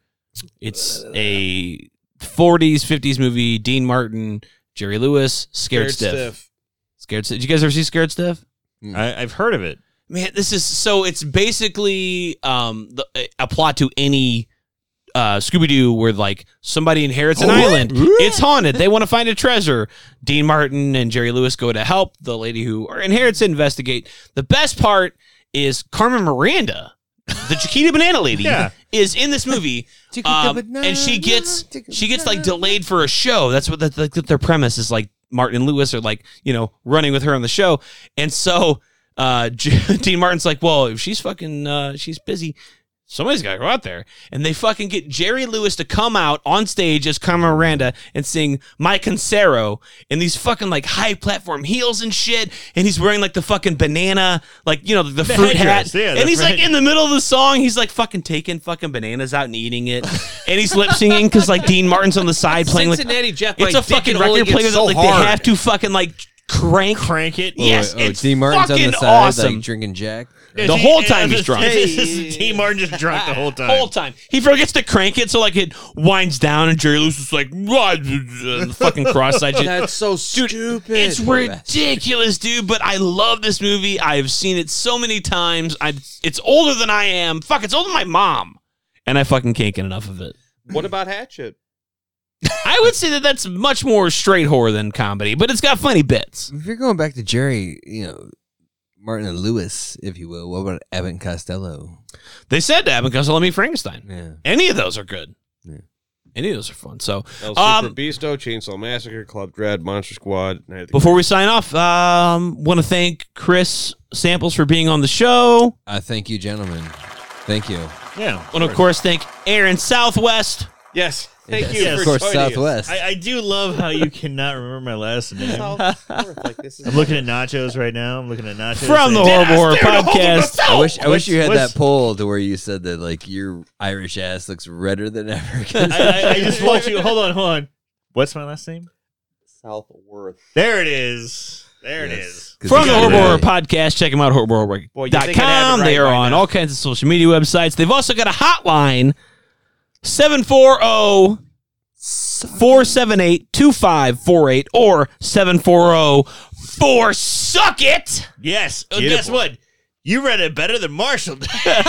Speaker 4: It's a 40s, 50s movie. Dean Martin, Jerry Lewis, Scared, Stiff. Scared Stiff. Did you guys ever see Scared Stiff?
Speaker 3: I, I've heard of it.
Speaker 4: Man, this is so. It's basically um the, a plot to any uh Scooby Doo where like somebody inherits an island. It's haunted. They want to find a treasure. Dean Martin and Jerry Lewis go to help the lady who inherits it investigate. The best part is Carmen Miranda, the Chiquita Banana Lady,
Speaker 3: Yeah.
Speaker 4: is in this movie, um, and she gets she gets like delayed for a show. That's what the, the, their premise is. Like Martin and Lewis are like you know running with her on the show, and so uh, Dean Martin's like, well, if she's fucking uh, she's busy. Somebody's got to go out there. And they fucking get Jerry Lewis to come out on stage as Carmen Miranda and sing My Concero in these fucking like high platform heels and shit. And he's wearing like the fucking banana, like, you know, the,
Speaker 3: The
Speaker 4: fruit hat.
Speaker 3: headdress, yeah, the
Speaker 4: and he's
Speaker 3: fruit-
Speaker 4: like in the middle of the song, he's like fucking taking fucking bananas out and eating it. And he's lip singing because like Dean Martin's on the side playing like
Speaker 1: Cincinnati Jeff,
Speaker 4: it's
Speaker 1: my
Speaker 4: a fucking
Speaker 1: dick and only
Speaker 4: record
Speaker 1: gets
Speaker 4: player that
Speaker 1: so
Speaker 4: like
Speaker 1: hard.
Speaker 4: they have to fucking like crank
Speaker 3: Crank it.
Speaker 4: Yes,
Speaker 5: oh,
Speaker 4: it's
Speaker 5: Dean Martin's on
Speaker 4: fucking
Speaker 5: the side,
Speaker 4: awesome.
Speaker 5: like drinking Jack.
Speaker 4: the whole time he's drunk.
Speaker 3: T. Martin just drunk the whole time.
Speaker 4: whole time. He forgets to crank it, so like it winds down, and Jerry Lewis is like, "Wah," and the fucking cross-eyed. shit.
Speaker 1: That's so stupid.
Speaker 4: It's ridiculous, dude. But I love this movie. I've seen it so many times. I it's older than I am. Fuck, it's older than my mom, and I fucking can't get enough of it.
Speaker 1: What about Hatchet?
Speaker 4: I would say that that's much more straight horror than comedy, but it's got funny bits.
Speaker 5: If you're going back to Jerry, you know, Martin and Lewis, if you will, what about Evan Costello?
Speaker 4: They said to Abbott Costello meet Frankenstein.
Speaker 5: Yeah.
Speaker 4: Any of those are good. Any of those are fun. So,
Speaker 1: El Super
Speaker 4: um,
Speaker 1: Beasto, Chainsaw Massacre, Club Dread, Monster Squad. Night of the
Speaker 4: Before we sign off, um, want to thank Chris Samples for being on the show.
Speaker 5: Uh, thank you, gentlemen. Thank you.
Speaker 3: Yeah.
Speaker 4: And of course, thank Aaron Southwest.
Speaker 1: Yes. Thank
Speaker 5: Yes.
Speaker 1: you
Speaker 5: Of
Speaker 1: for
Speaker 5: course,
Speaker 1: joining us.
Speaker 5: Southwest.
Speaker 3: I, I do love how you cannot remember my last name. I'm
Speaker 1: Southwest, like, this is-
Speaker 3: looking at nachos right now. I'm looking at nachos.
Speaker 4: From the
Speaker 3: saying,
Speaker 4: Horrible Horror
Speaker 3: "Did I steal the whole of
Speaker 4: Podcast."
Speaker 3: myself?"
Speaker 5: I wish I wish you had
Speaker 3: What's-
Speaker 5: that poll to where you said that like your Irish ass looks redder than ever. 'Cause-
Speaker 3: I, I, I just want you. Hold on, hold on. What's my last name?
Speaker 1: Southworth.
Speaker 3: There it is. There it
Speaker 5: Yes.
Speaker 3: is.
Speaker 5: 'cause
Speaker 4: From
Speaker 5: you
Speaker 4: the
Speaker 5: got
Speaker 4: Horrible
Speaker 5: it
Speaker 4: Horror
Speaker 5: right.
Speaker 4: Podcast, check them out,
Speaker 1: Boy, you think I'd have it
Speaker 4: horriblehorror.com.
Speaker 1: right
Speaker 4: They are
Speaker 1: by
Speaker 4: on
Speaker 1: now.
Speaker 4: all kinds of social media oh, websites. They've also got a hotline, 740 478 2548 or 740 4 Suck It.
Speaker 3: Yes. Uh,
Speaker 4: Beautiful.
Speaker 3: guess what? You read it better than Marshall. did.
Speaker 1: One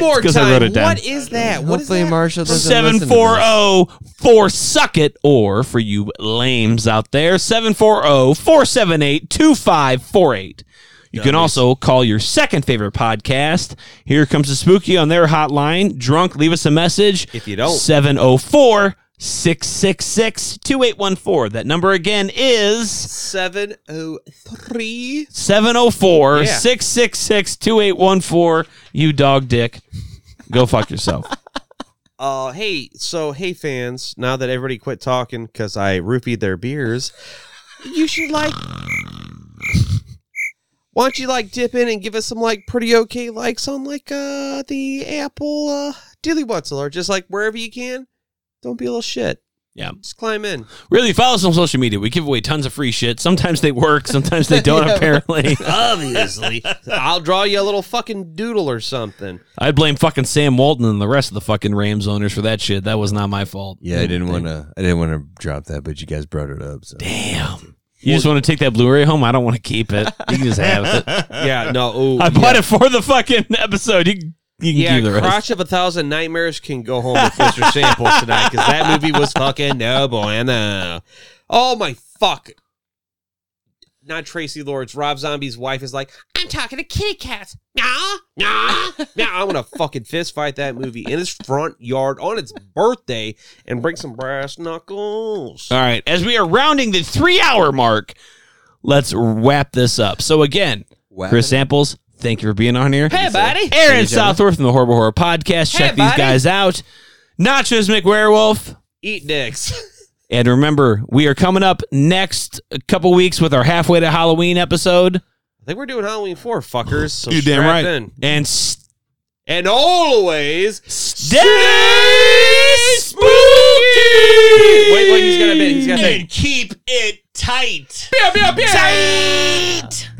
Speaker 1: more
Speaker 4: 'cause I
Speaker 1: time.
Speaker 4: wrote it down.
Speaker 1: What is that? What is
Speaker 5: Hopefully, Marshall doesn't listen to this.
Speaker 4: 740 4 oh, Suck It or for you lames out there oh, 740 478 2548. You can also call your second favorite podcast. Here comes the spooky on their hotline. Drunk, leave us a message. oh If you
Speaker 1: don't.
Speaker 4: 704 666 2814. That number again is
Speaker 1: 703.
Speaker 4: 704
Speaker 1: Yeah.
Speaker 4: 666 2814. You dog dick. Go fuck yourself.
Speaker 1: Uh, hey, so hey fans, now that everybody quit talking because I roofied their beers, you should like. Why don't you like dip in and give us some like pretty okay likes on like uh the Apple uh Dilly Wetzel or just like wherever you can? Don't be a little shit.
Speaker 4: Yeah.
Speaker 1: Just climb in.
Speaker 4: Really, follow us on social media. We give away tons of free shit. Sometimes they work, sometimes they don't,
Speaker 1: Yeah.
Speaker 4: apparently.
Speaker 1: Obviously. I'll draw you a little fucking doodle or something.
Speaker 4: I blame fucking Sam Walton and the rest of the fucking Rams owners for that shit. That was not my fault.
Speaker 5: Yeah, I didn't want to. I didn't want to drop that, but you guys brought it up. So.
Speaker 4: Damn. You just want to take that Blu-ray home? I don't want to keep it. You can just have it.
Speaker 1: Yeah, no. Ooh,
Speaker 4: I bought
Speaker 1: yeah.
Speaker 4: it for the fucking episode. You, can- you can
Speaker 1: Yeah,
Speaker 4: keep the rest.
Speaker 1: Crotch of a Thousand Nightmares can go home with Mr. Samples tonight because that movie was fucking no bueno. Oh my fuck. Not Tracy Lords. Rob Zombie's wife is like, I'm talking to kitty cats. Nah, nah, nah. I'm gonna fucking fist fight that movie in its front yard on its birthday and bring some brass knuckles.
Speaker 4: All right. As we are rounding the three-hour mark, let's wrap this up. So again, Chris Samples, thank you for being on here.
Speaker 1: Hey, buddy.
Speaker 4: Aaron Southworth from the Horrible Horror Podcast. Check these
Speaker 1: buddy.
Speaker 4: guys out. Nachos McWerewolf.
Speaker 1: Eat dicks.
Speaker 4: And remember, we are coming up next couple weeks with our halfway to Halloween episode.
Speaker 1: I think we're doing Halloween 4, fuckers. So
Speaker 4: you damn
Speaker 1: strap
Speaker 4: right.
Speaker 1: in.
Speaker 4: And stay
Speaker 1: And always
Speaker 4: spooky.
Speaker 1: Wait, wait, he's got a bit. He's got a bit.
Speaker 3: Keep it tight.
Speaker 4: Tight.